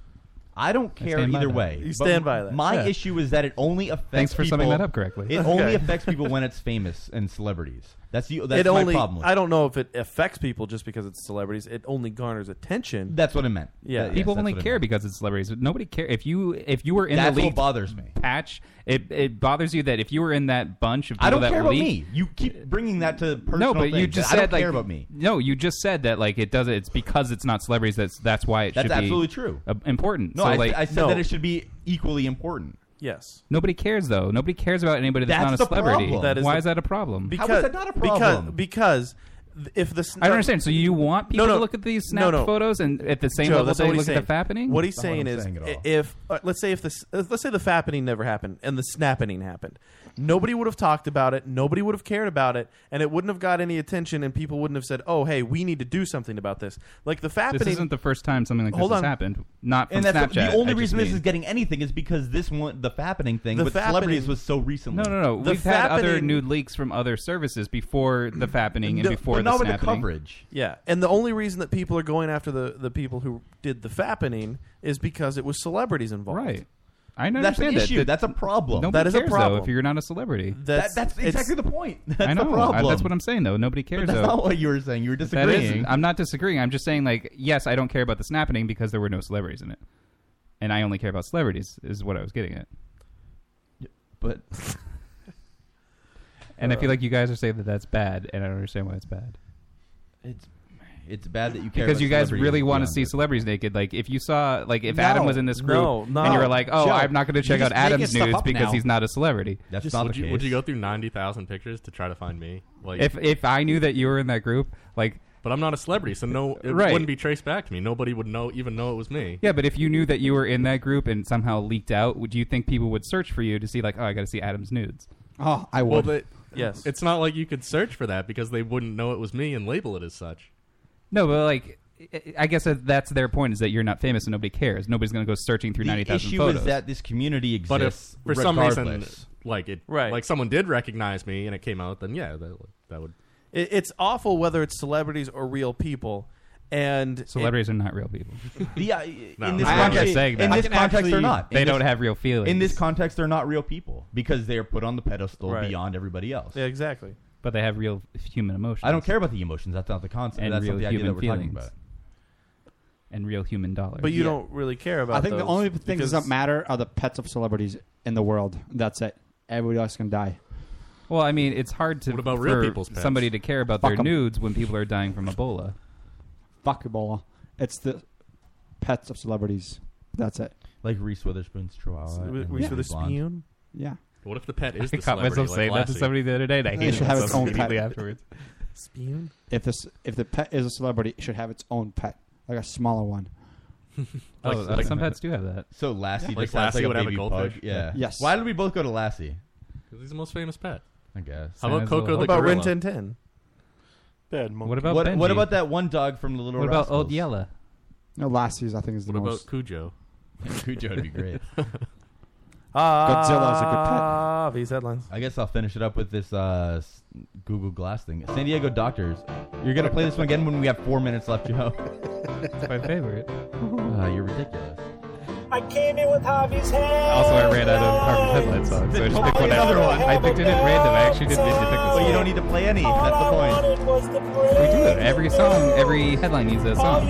[SPEAKER 9] I don't
[SPEAKER 7] I
[SPEAKER 9] care
[SPEAKER 7] stand by
[SPEAKER 9] either
[SPEAKER 7] that.
[SPEAKER 9] way.
[SPEAKER 7] You
[SPEAKER 9] But
[SPEAKER 7] stand by that.
[SPEAKER 9] My
[SPEAKER 7] Yeah.
[SPEAKER 9] issue is that it only affects.
[SPEAKER 8] Thanks for summing
[SPEAKER 9] people-
[SPEAKER 8] that up correctly.
[SPEAKER 9] It
[SPEAKER 8] Okay.
[SPEAKER 9] only affects people when it's famous and celebrities. That's the that's
[SPEAKER 7] it
[SPEAKER 9] my
[SPEAKER 7] only,
[SPEAKER 9] problem. With
[SPEAKER 7] I don't know if it affects people just because it's celebrities. It only garners attention.
[SPEAKER 9] That's what I meant.
[SPEAKER 7] Yeah,
[SPEAKER 8] people only care because it's celebrities. but Nobody care if you if you were in
[SPEAKER 9] That's
[SPEAKER 8] the
[SPEAKER 9] what
[SPEAKER 8] leaked
[SPEAKER 9] bothers me.
[SPEAKER 8] Patch it it bothers you that if you were in that bunch of people
[SPEAKER 9] I don't
[SPEAKER 8] that
[SPEAKER 9] care about
[SPEAKER 8] leaked-
[SPEAKER 9] me. You keep bringing that to personal.
[SPEAKER 8] No, but you
[SPEAKER 9] things.
[SPEAKER 8] just
[SPEAKER 9] I
[SPEAKER 8] said
[SPEAKER 9] don't
[SPEAKER 8] like
[SPEAKER 9] care about me.
[SPEAKER 8] No, you just said that like it does It's because it's not celebrities. That's that's why it
[SPEAKER 9] That's
[SPEAKER 8] should be
[SPEAKER 9] absolutely true.
[SPEAKER 8] uh, important.
[SPEAKER 9] No,
[SPEAKER 8] so,
[SPEAKER 9] I,
[SPEAKER 8] like,
[SPEAKER 9] I said that it should be equally important.
[SPEAKER 7] Yes.
[SPEAKER 8] Nobody cares though. Nobody cares about anybody that's,
[SPEAKER 9] That's
[SPEAKER 8] not
[SPEAKER 9] the
[SPEAKER 8] a celebrity.
[SPEAKER 9] problem. That is
[SPEAKER 8] why
[SPEAKER 9] the-
[SPEAKER 8] is that a problem?
[SPEAKER 7] Because, Because, because th- if the
[SPEAKER 8] I don't understand. So you want people
[SPEAKER 7] no, no.
[SPEAKER 8] to look at these
[SPEAKER 7] No,
[SPEAKER 8] snap
[SPEAKER 7] no.
[SPEAKER 8] photos and at the same
[SPEAKER 7] Joe,
[SPEAKER 8] level
[SPEAKER 7] that's
[SPEAKER 8] they
[SPEAKER 7] not
[SPEAKER 8] look
[SPEAKER 7] what he's
[SPEAKER 8] at the fappening?
[SPEAKER 7] What he's saying
[SPEAKER 8] is.
[SPEAKER 7] is, i- if uh, let's say if the s- uh, let's say the fappening never happened and the snapping happened, nobody would have talked about it, nobody would have cared about it, and it wouldn't have got any attention, and people wouldn't have said, "Oh, hey, we need to do something about this." Like the fappening.
[SPEAKER 8] This isn't the first time something like
[SPEAKER 7] Hold
[SPEAKER 8] this
[SPEAKER 7] on.
[SPEAKER 8] has happened. Not from
[SPEAKER 9] and that's
[SPEAKER 8] Snapchat.
[SPEAKER 9] the
[SPEAKER 8] I
[SPEAKER 9] only
[SPEAKER 8] just
[SPEAKER 9] reason
[SPEAKER 8] mean-
[SPEAKER 9] this is getting anything is because this one, the fapping thing
[SPEAKER 8] The
[SPEAKER 9] with celebrities
[SPEAKER 8] fappening-
[SPEAKER 9] was so recently.
[SPEAKER 8] No, no, no. We've had other nude leaks from other services before the fappening and
[SPEAKER 7] No,
[SPEAKER 8] before
[SPEAKER 7] but
[SPEAKER 8] the
[SPEAKER 7] not with the
[SPEAKER 8] snapping.
[SPEAKER 9] coverage.
[SPEAKER 7] Yeah, and the only reason that people are going after the, the people who did the fappening is because it was celebrities involved. Right.
[SPEAKER 8] I don't understand that. that. Nobody
[SPEAKER 7] That is a
[SPEAKER 8] cares,
[SPEAKER 7] problem.
[SPEAKER 8] Though, if you're not a celebrity,
[SPEAKER 7] That's- That- that's it's- exactly
[SPEAKER 9] the point.
[SPEAKER 8] I know.
[SPEAKER 9] the
[SPEAKER 8] I- that's
[SPEAKER 9] problem.
[SPEAKER 8] what I'm saying, though. Nobody cares.
[SPEAKER 9] that's
[SPEAKER 8] though.
[SPEAKER 9] not what you were saying. You were
[SPEAKER 8] That is-
[SPEAKER 9] disagreeing.
[SPEAKER 8] I'm not disagreeing. I'm just saying, like, yes, I don't care about the snapping because there were no celebrities in it, and I only care about celebrities. Is what I was getting at.
[SPEAKER 9] But. Uh,
[SPEAKER 8] And I feel like you guys are saying that that's bad, and I don't understand why it's bad.
[SPEAKER 9] It's it's bad that you care
[SPEAKER 8] because
[SPEAKER 9] about
[SPEAKER 8] you guys
[SPEAKER 9] celebrities
[SPEAKER 8] really want to
[SPEAKER 9] beyond
[SPEAKER 8] see celebrities naked. Like if you saw, like if
[SPEAKER 9] No,
[SPEAKER 8] Adam was in this group
[SPEAKER 9] no,
[SPEAKER 8] and you
[SPEAKER 9] no.
[SPEAKER 8] were like, oh,
[SPEAKER 9] Joe,
[SPEAKER 8] I'm not going to
[SPEAKER 9] you're
[SPEAKER 8] check out
[SPEAKER 9] just making
[SPEAKER 8] Adam's
[SPEAKER 9] stuff
[SPEAKER 8] nudes
[SPEAKER 9] up
[SPEAKER 8] because
[SPEAKER 9] now.
[SPEAKER 8] he's not a celebrity.
[SPEAKER 9] That's
[SPEAKER 11] Just- would you, Would you go through ninety thousand pictures to try to find me? Like
[SPEAKER 8] if if I knew that you were in that group, like Uh,
[SPEAKER 11] But I'm not a celebrity, so no, it
[SPEAKER 8] Right.
[SPEAKER 11] wouldn't be traced back to me. Nobody would know, even know it was me.
[SPEAKER 8] Yeah, but if you knew that you were in that group and somehow leaked out, would you think people would search for you to see like, oh, I got to see Adam's nudes?
[SPEAKER 9] Oh,
[SPEAKER 19] Oh,
[SPEAKER 11] Well, but yes, it's not like you could search for that because they wouldn't know it was me and label it as such.
[SPEAKER 8] no, but like, I- I guess that- that's their point is that you're not famous and nobody cares. Nobody's going to go searching through
[SPEAKER 9] The
[SPEAKER 8] ninety thousand
[SPEAKER 9] issue
[SPEAKER 8] photos.
[SPEAKER 9] is that this community exists.
[SPEAKER 11] But if for some reason,
[SPEAKER 9] regardless.
[SPEAKER 11] like it,
[SPEAKER 7] Right.
[SPEAKER 11] like someone did recognize me and it came out, then yeah, that, that would.
[SPEAKER 7] It, it's awful whether it's celebrities or real people. And it-
[SPEAKER 8] Celebrities are not real people.
[SPEAKER 9] Yeah, uh,
[SPEAKER 7] No.
[SPEAKER 9] in this
[SPEAKER 7] I am
[SPEAKER 9] context,
[SPEAKER 7] just saying
[SPEAKER 9] in
[SPEAKER 7] that.
[SPEAKER 9] this
[SPEAKER 7] I can
[SPEAKER 9] context
[SPEAKER 7] actually-
[SPEAKER 9] they're not.
[SPEAKER 8] They
[SPEAKER 9] In
[SPEAKER 8] don't
[SPEAKER 9] this-
[SPEAKER 8] have real feelings.
[SPEAKER 9] In this context, they're not real people because they're put on the pedestal
[SPEAKER 8] Right.
[SPEAKER 9] beyond everybody else.
[SPEAKER 7] Yeah, exactly.
[SPEAKER 8] But they have real human emotions.
[SPEAKER 9] I don't care about the emotions. That's not the concept.
[SPEAKER 8] And
[SPEAKER 9] That's
[SPEAKER 8] real
[SPEAKER 9] not the idea
[SPEAKER 8] human
[SPEAKER 9] that we're talking
[SPEAKER 8] feelings.
[SPEAKER 9] about.
[SPEAKER 8] and real human dollars.
[SPEAKER 7] But you don't really care about
[SPEAKER 19] I think the
[SPEAKER 7] those
[SPEAKER 19] only things
[SPEAKER 7] because-
[SPEAKER 19] that matter are the pets of celebrities in the world. That's it. Everybody else can die.
[SPEAKER 8] Well, I mean, it's hard to
[SPEAKER 19] What about
[SPEAKER 8] for
[SPEAKER 19] real people's pets?
[SPEAKER 8] somebody to care about
[SPEAKER 19] Fuck
[SPEAKER 8] their
[SPEAKER 19] 'em.
[SPEAKER 8] nudes when people are dying from Ebola.
[SPEAKER 19] Fuck Ebola. It's the pets of celebrities. That's it.
[SPEAKER 9] Like Reese Witherspoon's Chihuahua.
[SPEAKER 19] Reese
[SPEAKER 9] and
[SPEAKER 19] Witherspoon?
[SPEAKER 9] Legally Blonde.
[SPEAKER 19] Yeah.
[SPEAKER 11] What if the pet is
[SPEAKER 8] I
[SPEAKER 11] the
[SPEAKER 8] caught
[SPEAKER 11] celebrity?
[SPEAKER 8] myself
[SPEAKER 11] like
[SPEAKER 8] saying that to
[SPEAKER 11] Lassie?
[SPEAKER 8] somebody the other day, and I
[SPEAKER 19] it
[SPEAKER 8] hated
[SPEAKER 19] should have its
[SPEAKER 8] myself
[SPEAKER 19] own pet
[SPEAKER 8] immediately afterwards.
[SPEAKER 7] Spoon.
[SPEAKER 19] If this, if the pet is a celebrity, it should have its own pet, like a smaller one.
[SPEAKER 8] Oh, uh, some pets do have that.
[SPEAKER 9] So Lassie
[SPEAKER 11] Like
[SPEAKER 9] just acts
[SPEAKER 11] Lassie
[SPEAKER 9] like
[SPEAKER 11] would
[SPEAKER 9] a
[SPEAKER 11] have a
[SPEAKER 9] baby
[SPEAKER 11] goldfish?
[SPEAKER 9] pug. Yeah.
[SPEAKER 19] Yes.
[SPEAKER 9] Why did we both go to Lassie?
[SPEAKER 11] Because he's the most famous pet.
[SPEAKER 9] I guess.
[SPEAKER 11] How about Coco the
[SPEAKER 7] about
[SPEAKER 11] gorilla?
[SPEAKER 7] Rin Tin Tin?
[SPEAKER 10] Bad monkey.
[SPEAKER 8] What about
[SPEAKER 9] what,
[SPEAKER 8] Benji?
[SPEAKER 9] what about that one dog from the Little
[SPEAKER 8] What about
[SPEAKER 9] Rascals?
[SPEAKER 8] Old Yella?
[SPEAKER 19] No, Lassie's I think is the
[SPEAKER 11] What
[SPEAKER 19] most.
[SPEAKER 11] about Cujo?
[SPEAKER 9] Cujo would be great.
[SPEAKER 7] Godzilla's a good pet. Ah, these headlines.
[SPEAKER 9] I guess I'll finish it up with this uh, s- Google Glass thing. San Diego doctors. You're gonna play this one again when we have four minutes left, Joe.
[SPEAKER 8] It's my favorite.
[SPEAKER 9] Uh, you're ridiculous.
[SPEAKER 6] I came in with Harvey's head.
[SPEAKER 8] Also, I ran out of Harvey Headlight songs, so I just picked one
[SPEAKER 9] another
[SPEAKER 8] out.
[SPEAKER 9] one.
[SPEAKER 8] I picked it at random. I actually didn't mean to pick this
[SPEAKER 9] But you
[SPEAKER 8] one.
[SPEAKER 9] don't need to play any. That's the point.
[SPEAKER 8] We do. Every song, every headline needs a song.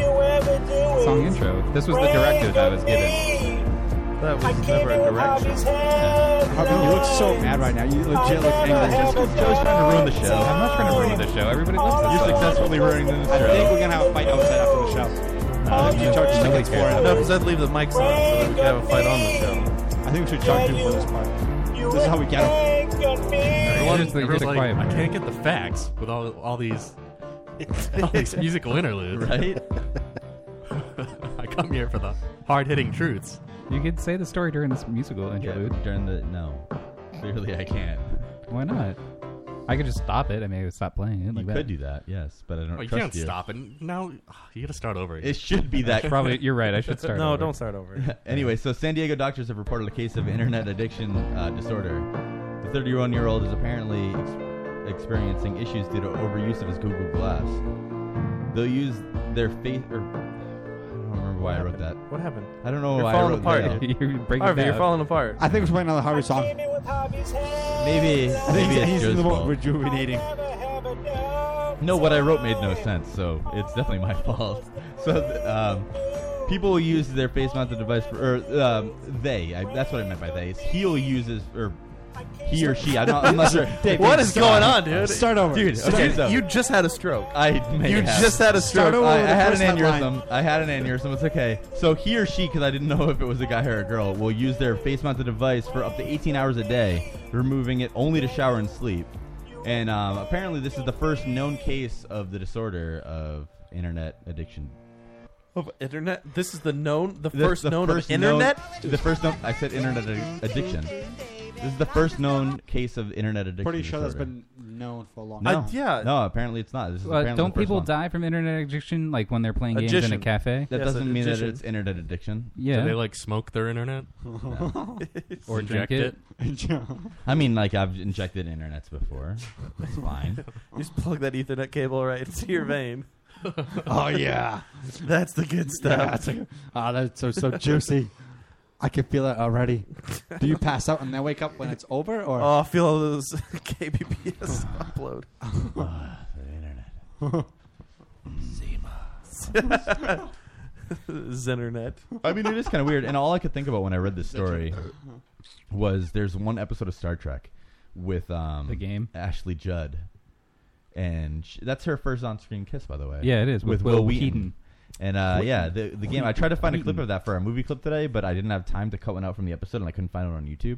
[SPEAKER 8] Song intro. This was the directive I was given.
[SPEAKER 7] That was never a direction.
[SPEAKER 19] Harvey, you look so mad right now. You legit look angry.
[SPEAKER 9] Just because Joe's trying to ruin the show. I'm not trying to ruin
[SPEAKER 8] The show. Everybody loves this.
[SPEAKER 9] You're
[SPEAKER 8] song.
[SPEAKER 9] successfully ruining the show.
[SPEAKER 19] I think we're gonna have a fight outside after the show.
[SPEAKER 7] No,
[SPEAKER 19] you charge tickets for it.
[SPEAKER 7] No, because I'd leave the mics on so that we could have a fight on the show.
[SPEAKER 19] I think we should charge you for this part. This is how we get them.
[SPEAKER 11] Everyone's,
[SPEAKER 8] you're
[SPEAKER 11] everyone's
[SPEAKER 8] the
[SPEAKER 11] like,
[SPEAKER 8] quiet
[SPEAKER 11] I
[SPEAKER 8] one.
[SPEAKER 11] can't get the facts with all all these all these musical interludes,
[SPEAKER 9] Right?
[SPEAKER 11] I come here for the hard hitting truths.
[SPEAKER 8] You could say the story during this musical interlude.
[SPEAKER 9] during the no, clearly I can't.
[SPEAKER 8] Why not? I could just stop it. I mean, I would stop playing it. Like
[SPEAKER 9] You
[SPEAKER 8] that.
[SPEAKER 9] could do that, yes, but I don't
[SPEAKER 11] Oh, you
[SPEAKER 9] trust
[SPEAKER 11] can't
[SPEAKER 9] you.
[SPEAKER 11] stop and now ah, you got to start over. Again.
[SPEAKER 9] It should be that.
[SPEAKER 8] Probably- you're right, I should start
[SPEAKER 7] No, over. don't start over.
[SPEAKER 9] anyway, so San Diego doctors have reported a case of internet addiction uh, disorder. The 31 year old is apparently ex- experiencing issues due to overuse of his Google Glass. They'll use their face. Or, I don't remember why I wrote that.
[SPEAKER 7] What happened?
[SPEAKER 9] I don't know
[SPEAKER 7] You're
[SPEAKER 9] why I
[SPEAKER 7] falling
[SPEAKER 9] wrote
[SPEAKER 7] apart.
[SPEAKER 9] that.
[SPEAKER 8] You're breaking
[SPEAKER 7] Harvey, you're falling apart.
[SPEAKER 19] I think we're playing another Harvey song.
[SPEAKER 9] Maybe,
[SPEAKER 19] I think
[SPEAKER 9] maybe
[SPEAKER 19] he's,
[SPEAKER 9] it's
[SPEAKER 19] he's
[SPEAKER 9] Joe's
[SPEAKER 19] the most
[SPEAKER 9] fault.
[SPEAKER 19] rejuvenating.
[SPEAKER 9] No, what I wrote made no sense, so it's definitely my fault. So, th- um, people will use their face-mounted device for, or um, they. I, that's what I meant by they. It's He'll uses or he or she. I'm not. I'm not sure. Dave,
[SPEAKER 7] what
[SPEAKER 9] Dave,
[SPEAKER 7] is
[SPEAKER 9] stop.
[SPEAKER 7] going on, dude?
[SPEAKER 9] dude. Okay,
[SPEAKER 7] you,
[SPEAKER 9] so
[SPEAKER 7] you just had a stroke.
[SPEAKER 9] I may
[SPEAKER 7] You
[SPEAKER 9] have.
[SPEAKER 7] just had a stroke.
[SPEAKER 9] I, I had an aneurysm. I had an aneurysm. It's okay. So he or she, because I didn't know if it was a guy or a girl, will use their face-mounted device for up to 18 hours a day, removing it only to shower and sleep. And um, apparently, this is the first known case of the disorder of internet addiction.
[SPEAKER 7] Of internet. This is the known, the
[SPEAKER 9] This is
[SPEAKER 7] first
[SPEAKER 9] the
[SPEAKER 7] known
[SPEAKER 9] first
[SPEAKER 7] of internet.
[SPEAKER 9] known- the first known. I said internet addi- addiction. This is the first known case of internet addiction.
[SPEAKER 19] Pretty sure that's
[SPEAKER 9] disorder.
[SPEAKER 19] been known for a long
[SPEAKER 9] No,
[SPEAKER 7] Uh,
[SPEAKER 19] time.
[SPEAKER 9] No, apparently it's not. This is
[SPEAKER 8] Uh,
[SPEAKER 9] apparently
[SPEAKER 8] don't
[SPEAKER 9] the first
[SPEAKER 8] people
[SPEAKER 9] one.
[SPEAKER 8] die from internet addiction, like when they're playing games in a
[SPEAKER 9] Addiction.
[SPEAKER 8] cafe?
[SPEAKER 9] That
[SPEAKER 11] Yes,
[SPEAKER 9] doesn't mean that
[SPEAKER 11] addiction.
[SPEAKER 9] it's internet addiction.
[SPEAKER 8] Yeah.
[SPEAKER 11] Do they like smoke their internet
[SPEAKER 8] Or drink
[SPEAKER 11] inject
[SPEAKER 8] it.
[SPEAKER 11] it?
[SPEAKER 9] I mean, like I've injected internets before. It's fine.
[SPEAKER 7] You just plug that Ethernet cable right into your vein.
[SPEAKER 19] Oh yeah,
[SPEAKER 7] that's the good
[SPEAKER 19] Yeah,
[SPEAKER 7] stuff.
[SPEAKER 19] that's a- Ah, that's so so juicy. I can feel it already. Do you pass out and then wake up when it's over, or
[SPEAKER 7] Oh, I feel all those KBPS upload.
[SPEAKER 19] Ah,
[SPEAKER 7] Zima. Zinternet.
[SPEAKER 9] I mean, it is kind of weird. And all I could think about when I read this story was there's one episode of Star Trek with um, the game Ashley Judd, and sh that's her first on-screen kiss, by the way.
[SPEAKER 8] Yeah, it is,
[SPEAKER 9] with,
[SPEAKER 8] with
[SPEAKER 9] Will
[SPEAKER 8] Will
[SPEAKER 9] Wheaton.
[SPEAKER 8] Wheaton.
[SPEAKER 9] And uh,
[SPEAKER 8] Wheaton.
[SPEAKER 9] yeah, the the game. I tried to find a clip
[SPEAKER 8] Wheaton.
[SPEAKER 9] of that for our movie clip today, but I didn't have time to cut one out from the episode, and I couldn't find it on YouTube.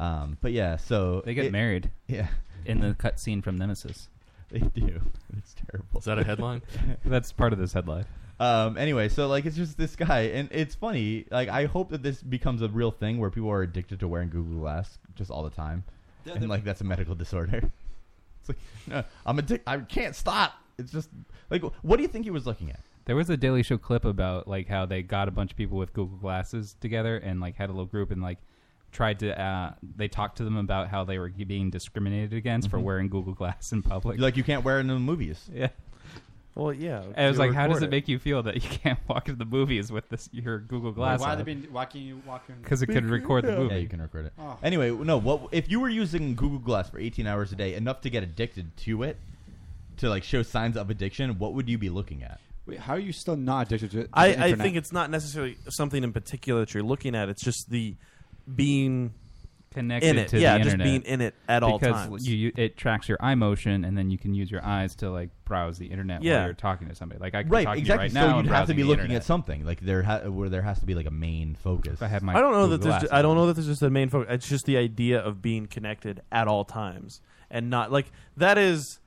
[SPEAKER 9] Um, but yeah, so
[SPEAKER 8] They get
[SPEAKER 9] it-
[SPEAKER 8] married.
[SPEAKER 9] Yeah.
[SPEAKER 8] In the cutscene from Nemesis.
[SPEAKER 9] They do. It's terrible.
[SPEAKER 11] Is that a headline?
[SPEAKER 8] That's part of this headline.
[SPEAKER 9] Um, anyway, so like it's just this guy, and it's funny. Like I hope that this becomes a real thing where people are addicted to wearing Google Glass just all the time,
[SPEAKER 27] Yeah,
[SPEAKER 9] and
[SPEAKER 27] that-
[SPEAKER 9] like that's a medical disorder. It's like no, I'm addicted. I can't stop. It's just like what do you think he was looking at?
[SPEAKER 8] There was a Daily Show clip about like how they got a bunch of people with Google glasses together and like had a little group and like tried to uh, they talked to them about how they were being discriminated against for
[SPEAKER 9] Mhm.
[SPEAKER 8] wearing Google Glass in public.
[SPEAKER 9] Like you can't wear it in the movies.
[SPEAKER 8] Yeah.
[SPEAKER 7] Well, yeah.
[SPEAKER 8] And it was
[SPEAKER 9] you
[SPEAKER 8] like, how does
[SPEAKER 9] record
[SPEAKER 8] it,
[SPEAKER 9] it.
[SPEAKER 8] make you feel that you can't walk into the movies with this your Google Glass?
[SPEAKER 19] why
[SPEAKER 8] on?
[SPEAKER 19] they been why can't you walk in?
[SPEAKER 8] Because it could record the movie.
[SPEAKER 9] Yeah, you can record it.
[SPEAKER 19] Oh.
[SPEAKER 9] Anyway, no. What if you were using Google Glass for 18 hours a day, enough to get addicted to it, to like show signs of addiction? What would you be looking at?
[SPEAKER 19] Wait, how are you still not addicted to? to the
[SPEAKER 7] I, I
[SPEAKER 19] internet?
[SPEAKER 7] think it's not necessarily something in particular that you're looking at. It's just the being
[SPEAKER 8] connected
[SPEAKER 7] in it.
[SPEAKER 8] to
[SPEAKER 7] yeah,
[SPEAKER 8] the
[SPEAKER 7] just
[SPEAKER 8] internet.
[SPEAKER 7] being in it at all
[SPEAKER 8] because
[SPEAKER 7] times.
[SPEAKER 8] You, you, it tracks your eye motion, and then you can use your eyes to like browse the internet
[SPEAKER 7] Yeah.
[SPEAKER 8] while you're talking to somebody. Like I could
[SPEAKER 9] Right,
[SPEAKER 8] talk
[SPEAKER 9] exactly.
[SPEAKER 8] to you right now.
[SPEAKER 9] so
[SPEAKER 8] and
[SPEAKER 9] you'd have to
[SPEAKER 8] browsing
[SPEAKER 9] be
[SPEAKER 8] the
[SPEAKER 9] looking
[SPEAKER 8] internet.
[SPEAKER 9] at something like there ha- where there has to be like a main focus. I
[SPEAKER 8] have
[SPEAKER 7] I don't know that there's. I don't know that there's just the main focus. It's just the idea of being connected at all times and not like that is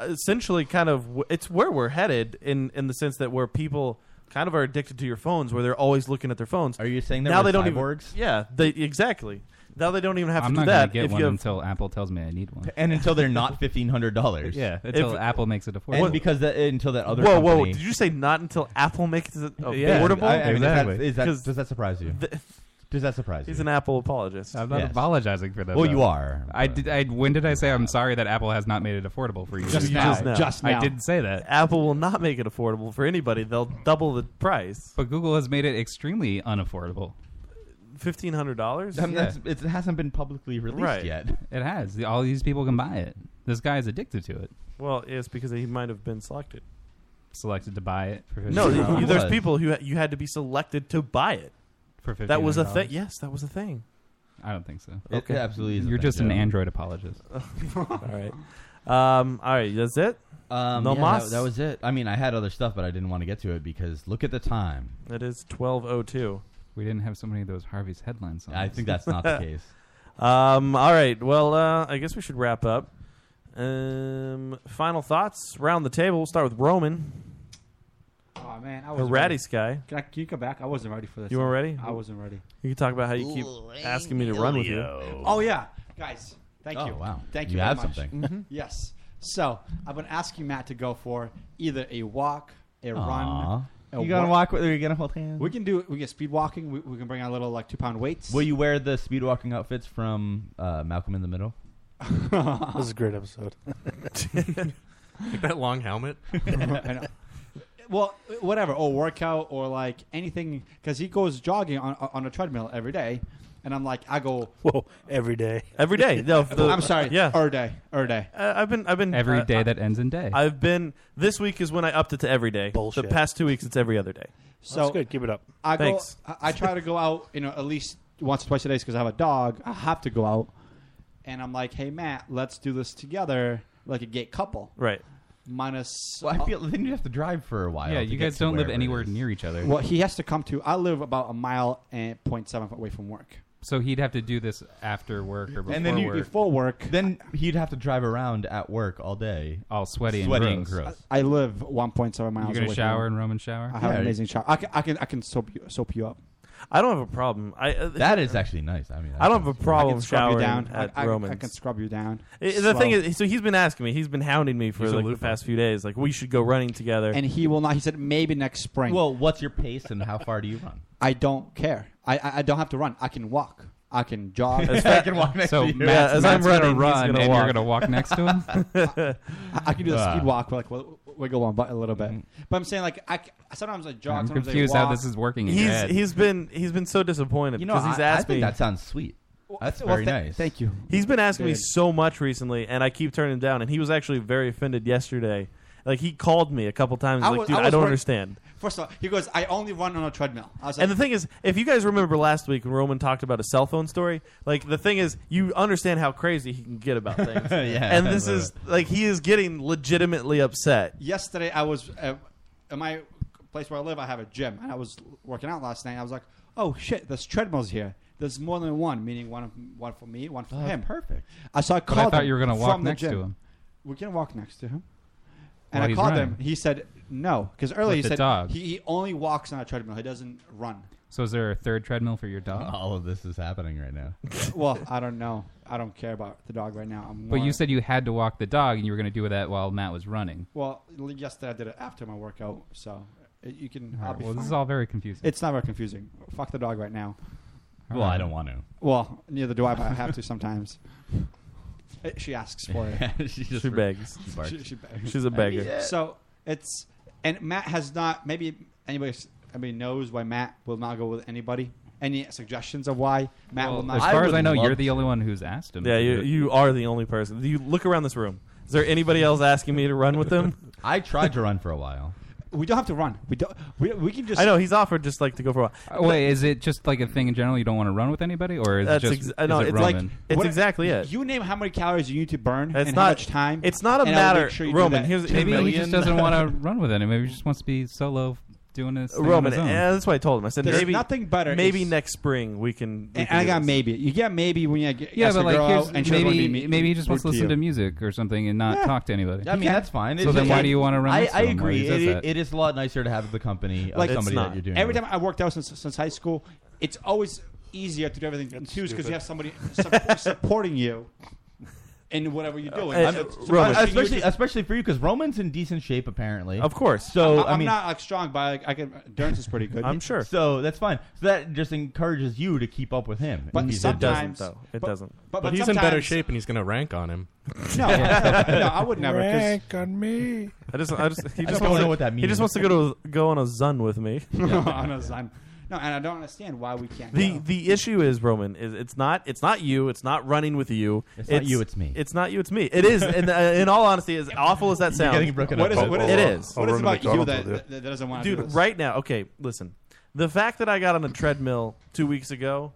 [SPEAKER 7] essentially kind of wh- it's where we're headed in in the sense that where people kind of are addicted to your phones, where they're always looking at their phones. Are
[SPEAKER 9] you saying that
[SPEAKER 7] now
[SPEAKER 9] we're
[SPEAKER 7] they don't even?
[SPEAKER 9] cyborgs?
[SPEAKER 7] Yeah, they exactly. Now they don't even have
[SPEAKER 8] I'm
[SPEAKER 7] to
[SPEAKER 8] not
[SPEAKER 7] do that.
[SPEAKER 8] gonna
[SPEAKER 7] if
[SPEAKER 8] get one
[SPEAKER 7] you have,
[SPEAKER 8] until Apple tells me I need one,
[SPEAKER 9] and until they're not fifteen hundred dollars.
[SPEAKER 8] Yeah, until Apple makes it affordable.
[SPEAKER 9] And because that, until that other
[SPEAKER 7] whoa, whoa!
[SPEAKER 9] company-
[SPEAKER 7] Did you say not until Apple makes it affordable?
[SPEAKER 9] Yeah, I- I mean, is that- Exactly. is that- does that surprise you? Does that surprise
[SPEAKER 7] He's an Apple apologist.
[SPEAKER 8] I'm not
[SPEAKER 9] Yes.
[SPEAKER 8] apologizing for that.
[SPEAKER 9] Well,
[SPEAKER 8] though.
[SPEAKER 9] you are,
[SPEAKER 8] I did. I, when did I say I'm sorry that Apple has not made it affordable for you?
[SPEAKER 7] Just
[SPEAKER 8] You
[SPEAKER 7] now.
[SPEAKER 8] just- I didn't say that.
[SPEAKER 7] Apple will not make it affordable for anybody. They'll double the price.
[SPEAKER 8] But Google has made it extremely unaffordable.
[SPEAKER 7] Fifteen hundred dollars.
[SPEAKER 9] I mean, that's, it hasn't been publicly released yet.
[SPEAKER 8] It has. All these people can buy it. This guy is addicted to it.
[SPEAKER 7] Well, it's because he might have been selected.
[SPEAKER 8] Selected to buy it for
[SPEAKER 7] No,
[SPEAKER 8] $15.
[SPEAKER 7] you- there's people who ha- you had to be selected to buy it
[SPEAKER 8] For
[SPEAKER 7] That was a thing.
[SPEAKER 8] $15.
[SPEAKER 7] Yes, that was a thing.
[SPEAKER 8] I don't think so.
[SPEAKER 7] It- Okay. it absolutely is a
[SPEAKER 8] You're
[SPEAKER 7] thing,
[SPEAKER 8] just an
[SPEAKER 7] yeah.
[SPEAKER 8] Android apologist.
[SPEAKER 7] all right. Um, all right. That's it.
[SPEAKER 9] Um,
[SPEAKER 7] no
[SPEAKER 9] yeah,
[SPEAKER 7] mas.
[SPEAKER 9] That, that was it. I mean, I had other stuff, but I didn't want to get to it because look at the time.
[SPEAKER 7] That is twelve oh two.
[SPEAKER 8] We didn't have so many of those Harvey's headlines. On
[SPEAKER 9] I
[SPEAKER 8] this.
[SPEAKER 9] think that's not the case.
[SPEAKER 7] Um, all right. Well, uh, I guess we should wrap up. Um, final thoughts round the table. We'll start with Roman.
[SPEAKER 19] Oh man, I
[SPEAKER 7] A
[SPEAKER 19] was
[SPEAKER 7] ratty sky.
[SPEAKER 19] Can, I, can you come back? I wasn't ready for this.
[SPEAKER 7] You weren't ready?
[SPEAKER 19] I wasn't ready.
[SPEAKER 7] You can talk about how you keep asking me to run with you.
[SPEAKER 19] Oh yeah, guys. Thank
[SPEAKER 9] Oh,
[SPEAKER 19] you.
[SPEAKER 9] wow.
[SPEAKER 19] Thank
[SPEAKER 9] You
[SPEAKER 19] you. very
[SPEAKER 9] have
[SPEAKER 19] much. Mm-hmm.
[SPEAKER 9] something.
[SPEAKER 19] yes. So I've been asking Matt to go for either a walk, a
[SPEAKER 9] Aw.
[SPEAKER 19] run. a
[SPEAKER 9] You gonna
[SPEAKER 19] wa-
[SPEAKER 9] walk with? Are you gonna hold hands?
[SPEAKER 19] We can do. We get speed walking. We, we can bring our little like two pound weights.
[SPEAKER 9] Will you wear the speedwalking outfits from uh, Malcolm in the Middle?
[SPEAKER 10] This is a great episode.
[SPEAKER 11] Like that long helmet.
[SPEAKER 19] I know. Well, whatever, or workout, or like anything, because he goes jogging on on a treadmill every day, and I'm like, I go
[SPEAKER 10] whoa every day,
[SPEAKER 7] Every day. No, the-
[SPEAKER 19] I'm sorry,
[SPEAKER 7] yeah.
[SPEAKER 19] yeah, every day, every day.
[SPEAKER 7] Uh, I've been, I've been
[SPEAKER 8] Every
[SPEAKER 7] uh,
[SPEAKER 8] day
[SPEAKER 7] I-
[SPEAKER 8] that ends in day.
[SPEAKER 7] I've been. This week is when I upped it to every day. The past two weeks, it's every other day.
[SPEAKER 19] So I
[SPEAKER 7] I Thanks.
[SPEAKER 19] go. I, I try to go out, you know, at least once or twice a day because I have a dog. I have to go out, and I'm like, hey Matt, let's do this together, like a gay couple.
[SPEAKER 7] Right.
[SPEAKER 19] Minus.
[SPEAKER 9] Well, I feel then you have to drive for a while.
[SPEAKER 8] Yeah,
[SPEAKER 9] to
[SPEAKER 8] you
[SPEAKER 9] get
[SPEAKER 8] guys
[SPEAKER 9] to
[SPEAKER 8] don't live
[SPEAKER 9] wherever it
[SPEAKER 8] anywhere
[SPEAKER 9] is.
[SPEAKER 8] near each other.
[SPEAKER 19] Well, he has to come to. I live about a mile and point seven away from work.
[SPEAKER 8] So he'd have to do this after work or before
[SPEAKER 9] and then you
[SPEAKER 8] work.
[SPEAKER 19] before work,
[SPEAKER 9] then he'd have to drive around at work all day,
[SPEAKER 8] all sweaty and
[SPEAKER 9] sweaty and
[SPEAKER 8] gross.
[SPEAKER 9] gross.
[SPEAKER 19] I live 1.7 miles.
[SPEAKER 8] gonna
[SPEAKER 19] away
[SPEAKER 8] shower
[SPEAKER 19] from
[SPEAKER 8] in Roman shower?
[SPEAKER 19] I have
[SPEAKER 8] Yeah.
[SPEAKER 19] an amazing shower. I can, I can, I can soap you, soap you up.
[SPEAKER 7] I don't have a problem. I uh,
[SPEAKER 9] That is actually nice. I mean,
[SPEAKER 7] I don't have a
[SPEAKER 19] I
[SPEAKER 7] problem
[SPEAKER 19] can scrub you
[SPEAKER 7] showering
[SPEAKER 19] down. I-
[SPEAKER 7] at
[SPEAKER 19] I,
[SPEAKER 7] Romans.
[SPEAKER 19] I can scrub you down.
[SPEAKER 7] I- the
[SPEAKER 19] Slow.
[SPEAKER 7] thing is, so he's been asking me. He's been hounding me for
[SPEAKER 19] He's a
[SPEAKER 7] like the past few days. Like we should go running together.
[SPEAKER 19] and he will not. He said maybe next spring.
[SPEAKER 9] Well, what's your pace and how far do you run?
[SPEAKER 19] I don't care. I, I, I don't have to run. I can walk. I can jog.
[SPEAKER 9] As I can walk next So to you. Matt's-
[SPEAKER 19] as
[SPEAKER 9] Matt's gonna run and you're gonna walk
[SPEAKER 8] next to him?
[SPEAKER 19] I, I can do the
[SPEAKER 8] Ah.
[SPEAKER 19] speed walk, like w- w- wiggle one butt a little bit.
[SPEAKER 9] Mm-hmm.
[SPEAKER 19] But I'm saying, like, I c- sometimes I jog.
[SPEAKER 8] I'm
[SPEAKER 19] sometimes I
[SPEAKER 8] confused how
[SPEAKER 19] walk.
[SPEAKER 8] this is working in your
[SPEAKER 7] He's
[SPEAKER 8] head.
[SPEAKER 7] he's been he's been so disappointed
[SPEAKER 19] You know,
[SPEAKER 7] because he's
[SPEAKER 19] I- I
[SPEAKER 7] asked
[SPEAKER 19] think
[SPEAKER 7] me.
[SPEAKER 19] that
[SPEAKER 9] sounds sweet. That's
[SPEAKER 19] well, very th- nice. thank you.
[SPEAKER 7] He's been asking me
[SPEAKER 19] Good.
[SPEAKER 7] so much recently, and I keep turning him down. And he was actually very offended yesterday. Like he called me a couple times. like,
[SPEAKER 19] was-
[SPEAKER 7] dude, I,
[SPEAKER 19] was
[SPEAKER 7] don't
[SPEAKER 19] work-
[SPEAKER 7] understand.
[SPEAKER 19] First of all, he goes, I only run on a treadmill. I was like,
[SPEAKER 7] And the thing is, if you guys remember last week when Roman talked about a cell phone story, like the thing is, you understand how crazy he can get about things.
[SPEAKER 19] Yeah,
[SPEAKER 7] and
[SPEAKER 19] I
[SPEAKER 7] this
[SPEAKER 19] love
[SPEAKER 7] is like he is getting legitimately upset.
[SPEAKER 19] yesterday I was uh, at my place where I live. I have a gym, and I was working out last night. I was like, "Oh shit, there's treadmills here. There's more than one, meaning one of, one for me, one for
[SPEAKER 9] Oh,
[SPEAKER 19] him."
[SPEAKER 9] perfect.
[SPEAKER 19] I so I
[SPEAKER 8] But I
[SPEAKER 19] called.
[SPEAKER 8] thought
[SPEAKER 19] him
[SPEAKER 8] you were gonna
[SPEAKER 19] from
[SPEAKER 8] walk
[SPEAKER 19] the
[SPEAKER 8] next to
[SPEAKER 19] gym.
[SPEAKER 8] him.
[SPEAKER 19] we can walk next to him. And
[SPEAKER 8] While
[SPEAKER 19] I
[SPEAKER 8] he's
[SPEAKER 19] called
[SPEAKER 8] running.
[SPEAKER 19] him. He said no because earlier
[SPEAKER 8] With
[SPEAKER 19] he
[SPEAKER 8] the
[SPEAKER 19] said
[SPEAKER 8] dog.
[SPEAKER 19] He, he only walks on a treadmill. He doesn't run.
[SPEAKER 8] So is there a third treadmill for your dog?
[SPEAKER 9] All of this is happening right now.
[SPEAKER 19] well, I don't know. I don't care about the dog right now. I'm
[SPEAKER 8] But
[SPEAKER 19] more-
[SPEAKER 8] you said you had to walk the dog, and you were going to do that while Matt was running.
[SPEAKER 19] Well, l- yesterday I did it after my workout, so uh, you can.
[SPEAKER 8] All
[SPEAKER 19] I'll
[SPEAKER 8] right,
[SPEAKER 19] be
[SPEAKER 8] well, this
[SPEAKER 19] fine.
[SPEAKER 8] is all very confusing.
[SPEAKER 19] It's not very confusing. Fuck the dog right now.
[SPEAKER 9] Well, I don't want to.
[SPEAKER 19] Well, neither do I, but I have to sometimes. Uh, She asks for it.
[SPEAKER 7] She just She begs.
[SPEAKER 9] She barks.
[SPEAKER 19] She, she begs.
[SPEAKER 7] She's a beggar.
[SPEAKER 19] Yeah. So it's and Matt has not. Maybe anybody s- anybody knows why Matt will not go with anybody. Any suggestions of why Matt will not?
[SPEAKER 8] as far as I know, you're the only one who's asked him.
[SPEAKER 7] Yeah,
[SPEAKER 8] to
[SPEAKER 7] you,
[SPEAKER 8] do it.
[SPEAKER 7] you are the only person. You look around this room. Is there anybody else asking me to run with them?
[SPEAKER 9] I tried to run for a while.
[SPEAKER 19] We don't have to run. We don't. We, we can just.
[SPEAKER 7] I know he's offered just like to go for a
[SPEAKER 8] Uh,
[SPEAKER 7] while.
[SPEAKER 8] Wait, is it just like a thing in general? You don't want to run with anybody, or is
[SPEAKER 7] That's
[SPEAKER 8] it just
[SPEAKER 7] ex- I know,
[SPEAKER 8] is it
[SPEAKER 7] it's like-
[SPEAKER 8] Roman?
[SPEAKER 7] it's exactly it.
[SPEAKER 19] You name how many calories you need to burn
[SPEAKER 7] It's
[SPEAKER 19] and
[SPEAKER 7] not-
[SPEAKER 19] how much time.
[SPEAKER 7] it's not a
[SPEAKER 19] and I'll make
[SPEAKER 7] matter-
[SPEAKER 19] sure you do
[SPEAKER 7] Roman,
[SPEAKER 19] that.
[SPEAKER 7] here's-
[SPEAKER 8] Maybe he
[SPEAKER 7] million.
[SPEAKER 8] just doesn't want to run with any. Maybe he just wants to be solo doing his thing On
[SPEAKER 7] Roman,
[SPEAKER 8] his own.
[SPEAKER 7] yeah, that's what I told him. I said
[SPEAKER 19] There's
[SPEAKER 7] maybe
[SPEAKER 19] nothing better
[SPEAKER 7] Maybe
[SPEAKER 19] is-
[SPEAKER 7] next spring we can. We
[SPEAKER 19] And
[SPEAKER 7] can
[SPEAKER 19] I
[SPEAKER 7] do
[SPEAKER 19] got
[SPEAKER 7] this.
[SPEAKER 19] maybe. You get maybe when you get
[SPEAKER 8] Yeah,
[SPEAKER 19] ask
[SPEAKER 8] but
[SPEAKER 19] a
[SPEAKER 8] like,
[SPEAKER 19] girl
[SPEAKER 8] here's,
[SPEAKER 19] and she doesn't wanna
[SPEAKER 8] maybe
[SPEAKER 19] be me-
[SPEAKER 8] maybe he just wants to
[SPEAKER 19] rude
[SPEAKER 8] listen
[SPEAKER 19] you.
[SPEAKER 8] to music or something and not talk to anybody.
[SPEAKER 9] I mean, that's fine.
[SPEAKER 8] So
[SPEAKER 9] It-
[SPEAKER 8] then, why
[SPEAKER 9] it-
[SPEAKER 8] do you want to run?
[SPEAKER 9] I,
[SPEAKER 8] with
[SPEAKER 9] I
[SPEAKER 8] someone where he
[SPEAKER 9] agree.
[SPEAKER 8] does
[SPEAKER 9] It-
[SPEAKER 8] that?
[SPEAKER 9] it is a lot nicer to have the company of
[SPEAKER 19] Like
[SPEAKER 9] somebody that you're doing.
[SPEAKER 19] Every
[SPEAKER 9] with.
[SPEAKER 19] time I worked out since, since high school, it's always easier to do everything in twos
[SPEAKER 10] stupid.
[SPEAKER 19] because you have somebody sup- supporting you in whatever you're
[SPEAKER 7] Uh,
[SPEAKER 19] doing.
[SPEAKER 9] I'm-
[SPEAKER 19] So-
[SPEAKER 9] I'm-
[SPEAKER 19] so pushing you
[SPEAKER 9] especially,
[SPEAKER 19] to-
[SPEAKER 9] especially for you, because Roman's in decent shape apparently.
[SPEAKER 19] Of
[SPEAKER 7] course.
[SPEAKER 9] So
[SPEAKER 19] I'm,
[SPEAKER 9] I
[SPEAKER 19] I'm
[SPEAKER 9] mean,
[SPEAKER 19] not like strong, but I, I can. Endurance is pretty good.
[SPEAKER 9] So that's fine. So that just encourages you to keep up with him.
[SPEAKER 19] But
[SPEAKER 9] And he's-
[SPEAKER 19] sometimes-
[SPEAKER 7] It
[SPEAKER 19] but-
[SPEAKER 7] doesn't.
[SPEAKER 19] But,
[SPEAKER 11] But
[SPEAKER 19] but
[SPEAKER 11] he's in better
[SPEAKER 19] sometimes-
[SPEAKER 11] shape and he's going to rank on him.
[SPEAKER 19] No, no, I would never. 'cause-
[SPEAKER 10] Rank on me.
[SPEAKER 7] I just, I just, he
[SPEAKER 19] I
[SPEAKER 7] just
[SPEAKER 19] don't
[SPEAKER 7] wants
[SPEAKER 19] know
[SPEAKER 7] to-
[SPEAKER 19] what that
[SPEAKER 7] He just
[SPEAKER 19] means.
[SPEAKER 7] wants to go to go on a zun with me.
[SPEAKER 19] on a Zime. No, and I don't understand why we can't.
[SPEAKER 7] The
[SPEAKER 19] go.
[SPEAKER 7] the issue is Roman is it's not it's not you it's not running with you
[SPEAKER 9] It's not you, it's me.
[SPEAKER 7] it's not you it's me it is and uh, in all honesty as awful as
[SPEAKER 9] You're
[SPEAKER 7] that sounds
[SPEAKER 9] getting broken
[SPEAKER 19] What up is- by. what is- Oh,
[SPEAKER 7] it is
[SPEAKER 19] what is I'll run about you McDonald's that- with you. that- that doesn't wanna do
[SPEAKER 7] dude
[SPEAKER 19] this?
[SPEAKER 7] right now okay listen the fact that I got on a treadmill two weeks ago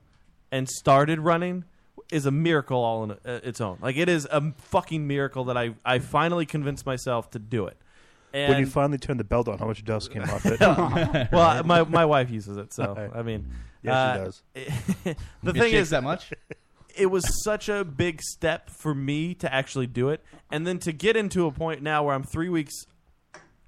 [SPEAKER 7] and started running is a miracle all on uh, its own like it is a fucking miracle that I I finally convinced myself to do it and
[SPEAKER 10] when you finally turned the belt on, how much dust came off it?
[SPEAKER 7] well, my my wife uses it, so
[SPEAKER 10] Right.
[SPEAKER 7] I mean,
[SPEAKER 10] Yeah, she
[SPEAKER 7] uh,
[SPEAKER 10] does.
[SPEAKER 7] the
[SPEAKER 10] It
[SPEAKER 7] thing
[SPEAKER 10] shakes
[SPEAKER 7] is
[SPEAKER 10] that much?
[SPEAKER 7] It was such a big step for me to actually do it, and then to get into a point now where I'm three weeks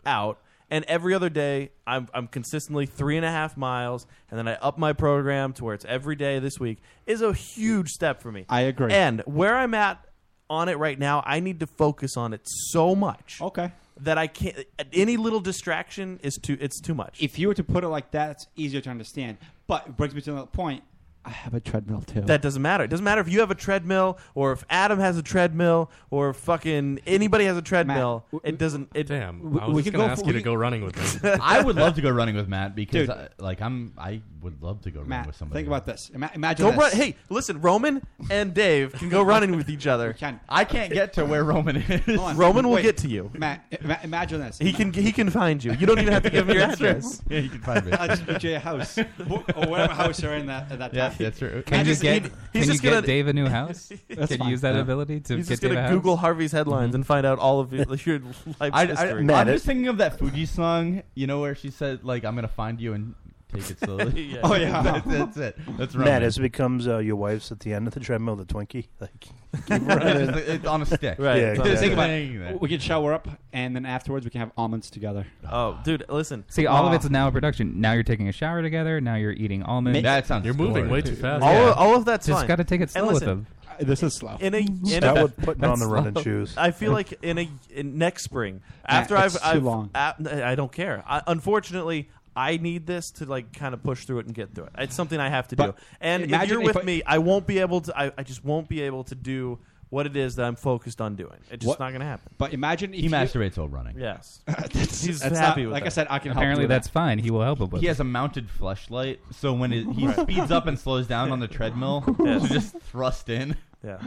[SPEAKER 7] out, and every other day I'm I'm consistently three and a half miles, and then I up my program to where it's every day this week is a huge step for me.
[SPEAKER 19] I agree.
[SPEAKER 7] And where I'm at on it right now, I need to focus on it so much.
[SPEAKER 19] Okay.
[SPEAKER 7] That I can't. Any little distraction is too. It's too much.
[SPEAKER 19] if you were to put it like that, it's easier to understand. But it brings me to another point. I have a treadmill too.
[SPEAKER 7] That doesn't matter. It doesn't matter if you have a treadmill or if Adam has a treadmill or if fucking anybody has a treadmill. it doesn't. It,
[SPEAKER 11] Damn, I was just going to ask you to go running with him.
[SPEAKER 9] I would love to go running with Matt because,
[SPEAKER 7] Dude.
[SPEAKER 9] I, like, I'm I would love to go running
[SPEAKER 19] Matt,
[SPEAKER 9] with somebody.
[SPEAKER 19] think about this. Ima- imagine
[SPEAKER 7] Go
[SPEAKER 19] this.
[SPEAKER 7] run. Hey, listen, Roman and Dave can go running with each other.
[SPEAKER 19] Can.
[SPEAKER 9] I can't get to where Roman is.
[SPEAKER 19] Hold on.
[SPEAKER 7] Roman will
[SPEAKER 19] Wait.
[SPEAKER 7] get to you.
[SPEAKER 19] Matt, ima- imagine this.
[SPEAKER 7] He can. He can find you. You don't even have to give him your
[SPEAKER 19] That's true.
[SPEAKER 7] address.
[SPEAKER 9] Yeah, you can find me.
[SPEAKER 19] I'll just put you a house or or whatever house you're in that at that
[SPEAKER 9] Yeah,
[SPEAKER 19] time.
[SPEAKER 9] that's true.
[SPEAKER 8] Can you
[SPEAKER 7] just-
[SPEAKER 8] get
[SPEAKER 7] he-
[SPEAKER 8] can
[SPEAKER 7] he's
[SPEAKER 8] you
[SPEAKER 7] just
[SPEAKER 8] get
[SPEAKER 7] gonna-
[SPEAKER 8] Dave a new house?
[SPEAKER 7] That's
[SPEAKER 8] can
[SPEAKER 7] fine.
[SPEAKER 8] you use that
[SPEAKER 7] Yeah.
[SPEAKER 8] ability to
[SPEAKER 7] He's
[SPEAKER 8] get
[SPEAKER 7] just
[SPEAKER 8] Dave a
[SPEAKER 7] gonna
[SPEAKER 8] house? Mm-hmm.
[SPEAKER 7] Google Harvey's headlines and find out all of your, your life's
[SPEAKER 9] I, I,
[SPEAKER 7] history.
[SPEAKER 9] am just thinking of that Fuji song, you know, where she said, like, I'm going to find you and take it slowly.
[SPEAKER 7] Yeah.
[SPEAKER 10] Oh, yeah.
[SPEAKER 9] that's, that's it. That's Roman.
[SPEAKER 10] Matt, as it becomes uh, your wife's at the end of the treadmill, the Twinkie. Like, keep running.
[SPEAKER 9] It's- it's on a stick.
[SPEAKER 10] Yeah, exactly.
[SPEAKER 19] Think about
[SPEAKER 9] Saying that.
[SPEAKER 19] it. We can shower up, and then afterwards we can have almonds together.
[SPEAKER 7] Oh, dude, listen.
[SPEAKER 8] See, all of
[SPEAKER 19] Ah.
[SPEAKER 8] it's now a production. Now you're taking a shower together. Now you're eating almonds.
[SPEAKER 19] Make- That sounds
[SPEAKER 11] You're moving way too fast.
[SPEAKER 7] All, of, all of that's
[SPEAKER 8] Just
[SPEAKER 7] fine.
[SPEAKER 8] gotta take it
[SPEAKER 7] And
[SPEAKER 8] slow with
[SPEAKER 7] listen,
[SPEAKER 8] them.
[SPEAKER 19] Uh, This is slow.
[SPEAKER 7] in a in
[SPEAKER 10] Start
[SPEAKER 7] a,
[SPEAKER 10] with putting on the
[SPEAKER 7] That's
[SPEAKER 10] running
[SPEAKER 7] slow.
[SPEAKER 10] shoes.
[SPEAKER 7] I feel like in a in next spring after
[SPEAKER 19] Matt,
[SPEAKER 7] I've,
[SPEAKER 19] it's too
[SPEAKER 7] I've
[SPEAKER 19] long.
[SPEAKER 7] I, I don't care. I, unfortunately, I need this to like kind of push through it and get through it. It's something I have to
[SPEAKER 19] But
[SPEAKER 7] do. And if
[SPEAKER 19] imagine
[SPEAKER 7] you're
[SPEAKER 19] if
[SPEAKER 7] with
[SPEAKER 19] I-
[SPEAKER 7] me, I won't be able to. I, I just won't be able to do what it is that I'm focused on doing. It's just
[SPEAKER 19] What-
[SPEAKER 7] not going to happen.
[SPEAKER 19] But imagine if
[SPEAKER 9] He
[SPEAKER 19] you-
[SPEAKER 9] masturbates while running.
[SPEAKER 7] Yes,
[SPEAKER 19] That's-
[SPEAKER 7] he's
[SPEAKER 19] that's
[SPEAKER 7] happy
[SPEAKER 19] not-
[SPEAKER 7] with
[SPEAKER 19] like I
[SPEAKER 7] that.
[SPEAKER 19] said, I can help
[SPEAKER 8] Apparently
[SPEAKER 19] you with
[SPEAKER 8] that's
[SPEAKER 19] that.
[SPEAKER 8] fine. He will help him with.
[SPEAKER 9] He
[SPEAKER 8] it.
[SPEAKER 9] has a mounted flashlight, so when it, he speeds up and slows down on the treadmill,
[SPEAKER 7] Yes.
[SPEAKER 9] you just thrust in.
[SPEAKER 7] Yeah,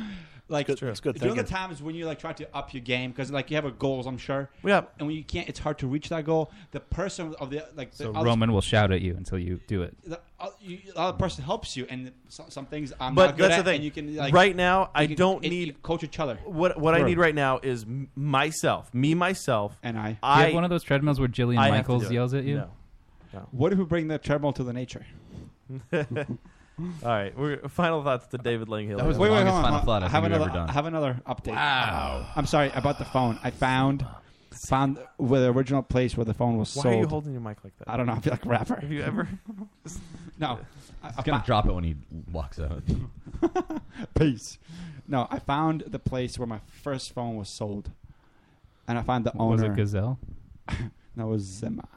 [SPEAKER 19] Like
[SPEAKER 10] It's good- it's good
[SPEAKER 19] during the
[SPEAKER 10] thinking.
[SPEAKER 19] times when you like try to up your game because like you have a goals, I'm sure.
[SPEAKER 7] Yeah.
[SPEAKER 19] And when you can't, it's hard to reach that goal. The person of the like the
[SPEAKER 8] So
[SPEAKER 19] other-
[SPEAKER 8] Roman will shout at you until you do it.
[SPEAKER 19] the, uh, you, the other person helps you, and some, some things I'm
[SPEAKER 7] But
[SPEAKER 19] not good
[SPEAKER 7] that's
[SPEAKER 19] at,
[SPEAKER 7] the thing.
[SPEAKER 19] and you can like
[SPEAKER 7] Right now, I
[SPEAKER 19] you can-
[SPEAKER 7] don't
[SPEAKER 19] it-
[SPEAKER 7] need-
[SPEAKER 19] you coach each other.
[SPEAKER 7] what what I
[SPEAKER 19] Right.
[SPEAKER 7] need right now is m- myself, me myself,
[SPEAKER 19] And I.
[SPEAKER 8] Do you
[SPEAKER 7] I
[SPEAKER 8] have one of those treadmills where Jillian
[SPEAKER 7] I have to
[SPEAKER 8] Michaels
[SPEAKER 7] do it.
[SPEAKER 8] yells at you?
[SPEAKER 7] No.
[SPEAKER 19] What if we bring the treadmill to the nature?
[SPEAKER 7] All right, we're, final thoughts to David Langhill.
[SPEAKER 19] wait, wait, hold on, hold on. I have another, I have another update.
[SPEAKER 7] Wow.
[SPEAKER 19] I'm sorry about the phone. I found found where the original place where the phone was
[SPEAKER 7] Why
[SPEAKER 19] sold.
[SPEAKER 7] are you holding your mic like that?
[SPEAKER 19] I don't know. I feel like a rapper.
[SPEAKER 7] Have you ever?
[SPEAKER 19] no.
[SPEAKER 9] He's gonna drop it when he walks out.
[SPEAKER 19] Peace. No, I found the place where my first phone was sold, and I found the
[SPEAKER 8] Was
[SPEAKER 19] owner.
[SPEAKER 8] it Gazelle?
[SPEAKER 19] no, it was Zima.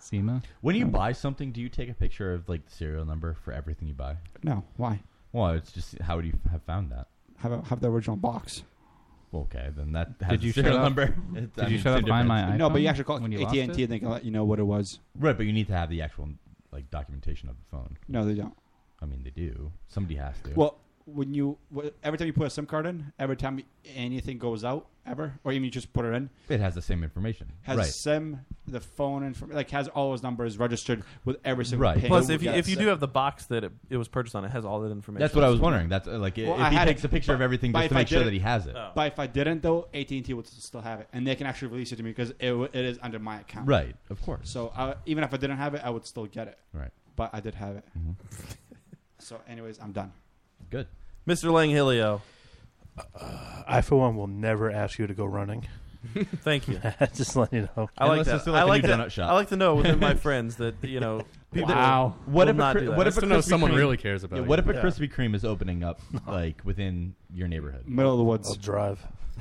[SPEAKER 8] Sema.
[SPEAKER 9] When you buy something, do you take a picture of like the serial number for everything you buy?
[SPEAKER 19] No, why?
[SPEAKER 9] Well, it's just how would you have found that?
[SPEAKER 19] Have a, have the original box.
[SPEAKER 9] Okay, then that has
[SPEAKER 19] Did
[SPEAKER 9] the
[SPEAKER 19] you
[SPEAKER 9] serial
[SPEAKER 19] shut up-
[SPEAKER 9] number.
[SPEAKER 19] Did you shut up Find My No, but you iPhone actually call when you lost AT&T it? and they can let you know what it was.
[SPEAKER 9] Right, but you need to have the actual like documentation of the phone.
[SPEAKER 19] No, they don't.
[SPEAKER 9] I mean, they do. Somebody has to.
[SPEAKER 19] Well, when you wh- every time you put a SIM card in, every time anything goes out ever, or even you just put it in,
[SPEAKER 9] it has the same information.
[SPEAKER 19] has
[SPEAKER 9] right.
[SPEAKER 19] SIM, the phone, and like has all his numbers registered with every single pin.
[SPEAKER 7] Plus, if you,
[SPEAKER 19] Yes.
[SPEAKER 7] if you do have the box that it, it was purchased on, it has all that information.
[SPEAKER 9] That's what I was wondering. That's uh, like i-
[SPEAKER 19] Well,
[SPEAKER 9] if
[SPEAKER 19] I
[SPEAKER 9] he
[SPEAKER 19] had
[SPEAKER 9] takes
[SPEAKER 19] it,
[SPEAKER 9] a picture of
[SPEAKER 19] but-
[SPEAKER 9] everything
[SPEAKER 19] but
[SPEAKER 9] just
[SPEAKER 19] if
[SPEAKER 9] to
[SPEAKER 19] I
[SPEAKER 9] make sure
[SPEAKER 19] didn't-
[SPEAKER 9] that he has it.
[SPEAKER 7] Oh.
[SPEAKER 19] But if I didn't, though, AT and T would still have it, and they can actually release it to me because it, w- it is under my account.
[SPEAKER 9] Right, of course.
[SPEAKER 19] So I, even if I didn't have it, I would still get it.
[SPEAKER 9] Right. Mm-hmm.
[SPEAKER 19] But I did have it. so, anyways, I'm done.
[SPEAKER 9] Good.
[SPEAKER 7] Mr. Langhilio.
[SPEAKER 10] I, for one, will never ask you to go running.
[SPEAKER 7] Thank you.
[SPEAKER 10] Just letting you know.
[SPEAKER 7] I like that. I like that. I like to know within my friends that you know. People
[SPEAKER 9] What
[SPEAKER 7] will
[SPEAKER 9] if a
[SPEAKER 7] not
[SPEAKER 9] cri-
[SPEAKER 7] do that.
[SPEAKER 9] what if a Krispy Kreme- yeah, What if a
[SPEAKER 7] Yeah.
[SPEAKER 9] Krispy Kreme is opening up like within your neighborhood,
[SPEAKER 19] middle of the woods?
[SPEAKER 10] I'll drive.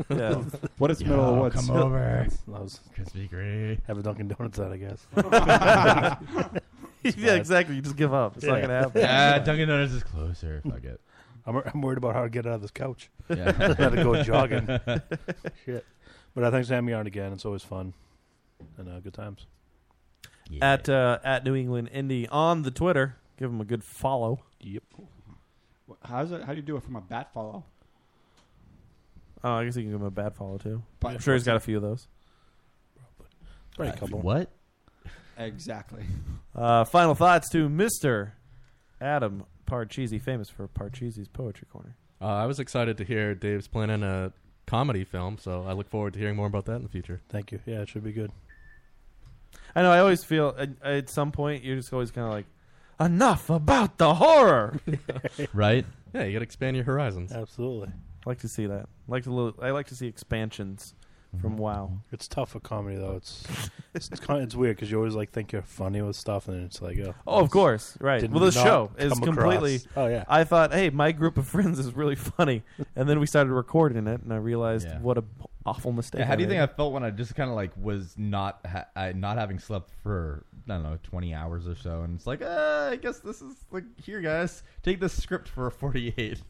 [SPEAKER 7] Yeah.
[SPEAKER 19] What is
[SPEAKER 9] Yo,
[SPEAKER 19] middle of the woods?
[SPEAKER 9] Come over.
[SPEAKER 10] Loves
[SPEAKER 9] Krispy Kreme.
[SPEAKER 10] Have a Dunkin' Donuts out, I guess.
[SPEAKER 7] yeah, exactly. You just give up. It's not
[SPEAKER 10] Yeah.
[SPEAKER 7] going to happen.
[SPEAKER 9] Yeah, Dunkin' Donuts is closer. Fuck it.
[SPEAKER 10] I'm, wor- I'm worried about how to get out of this couch.
[SPEAKER 9] Yeah.
[SPEAKER 10] how to go jogging. Shit. But I thanks for having me on again. It's always fun and uh, good times.
[SPEAKER 7] At uh, at New England Indie on the Twitter, give them a good follow.
[SPEAKER 10] Yep.
[SPEAKER 19] How's it? How do you do it from a bat follow?
[SPEAKER 7] Oh, I guess you can give him a bad follow too.
[SPEAKER 19] But-
[SPEAKER 7] I'm sure he's got a few of those.
[SPEAKER 10] Probably a
[SPEAKER 7] Uh,
[SPEAKER 10] couple.
[SPEAKER 9] What?
[SPEAKER 19] Exactly.
[SPEAKER 7] Uh, final thoughts to Mister Adam Parcheesi, famous for Parcheesi's Poetry Corner.
[SPEAKER 11] Uh, I was excited to hear Dave's planning a comedy film, so I look forward to hearing more about that in the future.
[SPEAKER 10] Thank you. Yeah, it should be good.
[SPEAKER 7] I know. I always feel at, at some point you're just always kind of like, enough about the horror,
[SPEAKER 9] right?
[SPEAKER 11] Yeah, you got to expand your horizons.
[SPEAKER 10] Absolutely.
[SPEAKER 7] Like to see that. Like to. Lo- I like to see expansions from WoW.
[SPEAKER 10] It's tough for comedy though. It's it's kind of, it's weird because you always like think you're funny with stuff, and then it's like, oh,
[SPEAKER 7] Oh, of course, right.
[SPEAKER 10] did
[SPEAKER 7] Well, the
[SPEAKER 10] not
[SPEAKER 7] show is
[SPEAKER 10] come
[SPEAKER 7] completely.
[SPEAKER 10] across. Oh yeah.
[SPEAKER 7] I thought, hey, my group of friends is really funny, and then we started recording it, and I realized what a p- awful mistake.
[SPEAKER 9] Yeah, how do you
[SPEAKER 7] I made.
[SPEAKER 9] think I felt when I just kind of like was not ha- I, not having slept for I don't know twenty hours or so, and it's like uh, I guess this is like here, guys, take this script for a forty-eight.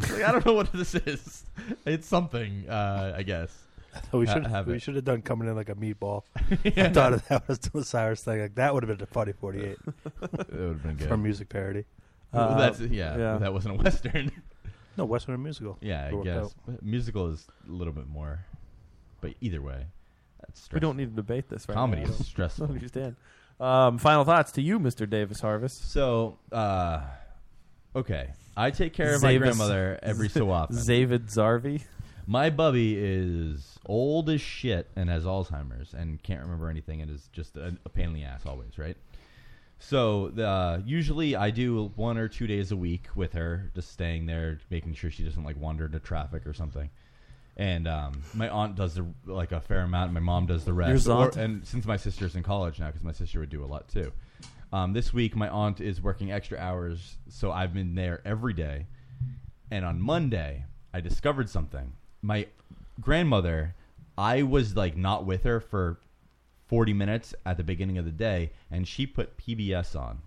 [SPEAKER 9] It's like I don't know what this is. It's something, uh, I guess.
[SPEAKER 10] we
[SPEAKER 9] Ha-
[SPEAKER 10] should
[SPEAKER 9] have
[SPEAKER 10] we
[SPEAKER 9] it.
[SPEAKER 10] should have done coming in like a meatball. I thought of that was the Cyrus thing. Like that would have been a funny forty eight.
[SPEAKER 9] It would have been good.
[SPEAKER 10] for a music parody.
[SPEAKER 7] Uh,
[SPEAKER 9] Well, that's yeah, That wasn't a western.
[SPEAKER 10] No, western and musical.
[SPEAKER 9] Yeah,
[SPEAKER 10] It
[SPEAKER 9] I
[SPEAKER 10] worked
[SPEAKER 9] guess
[SPEAKER 10] out.
[SPEAKER 9] But musical is a little bit more. But either way, that's
[SPEAKER 7] We
[SPEAKER 9] stressful.
[SPEAKER 7] don't need to debate this right
[SPEAKER 9] Comedy
[SPEAKER 7] now.
[SPEAKER 9] is stressful.
[SPEAKER 7] I don't understand. Um, final thoughts to you, Mr. Davis Harvest.
[SPEAKER 9] So, uh, okay. I take care of my
[SPEAKER 7] Zavis-
[SPEAKER 9] grandmother every so often.
[SPEAKER 7] Zavid Zarvi.
[SPEAKER 9] My bubby is old as shit and has Alzheimer's and can't remember anything and is just a, a pain in the ass always, right? So the, usually I do one or two days a week with her, just staying there, making sure she doesn't like wander into traffic or something. And um, my aunt does the, like a fair amount, and my mom does the rest.
[SPEAKER 7] Your
[SPEAKER 9] Or-
[SPEAKER 7] aunt?
[SPEAKER 9] and since my sister's in college now, because my sister would do a lot too. Um, this week, my aunt is working extra hours, so I've been there every day. And on Monday, I discovered something. My grandmother, I was like not with her for 40 minutes at the beginning of the day, and she put PBS on.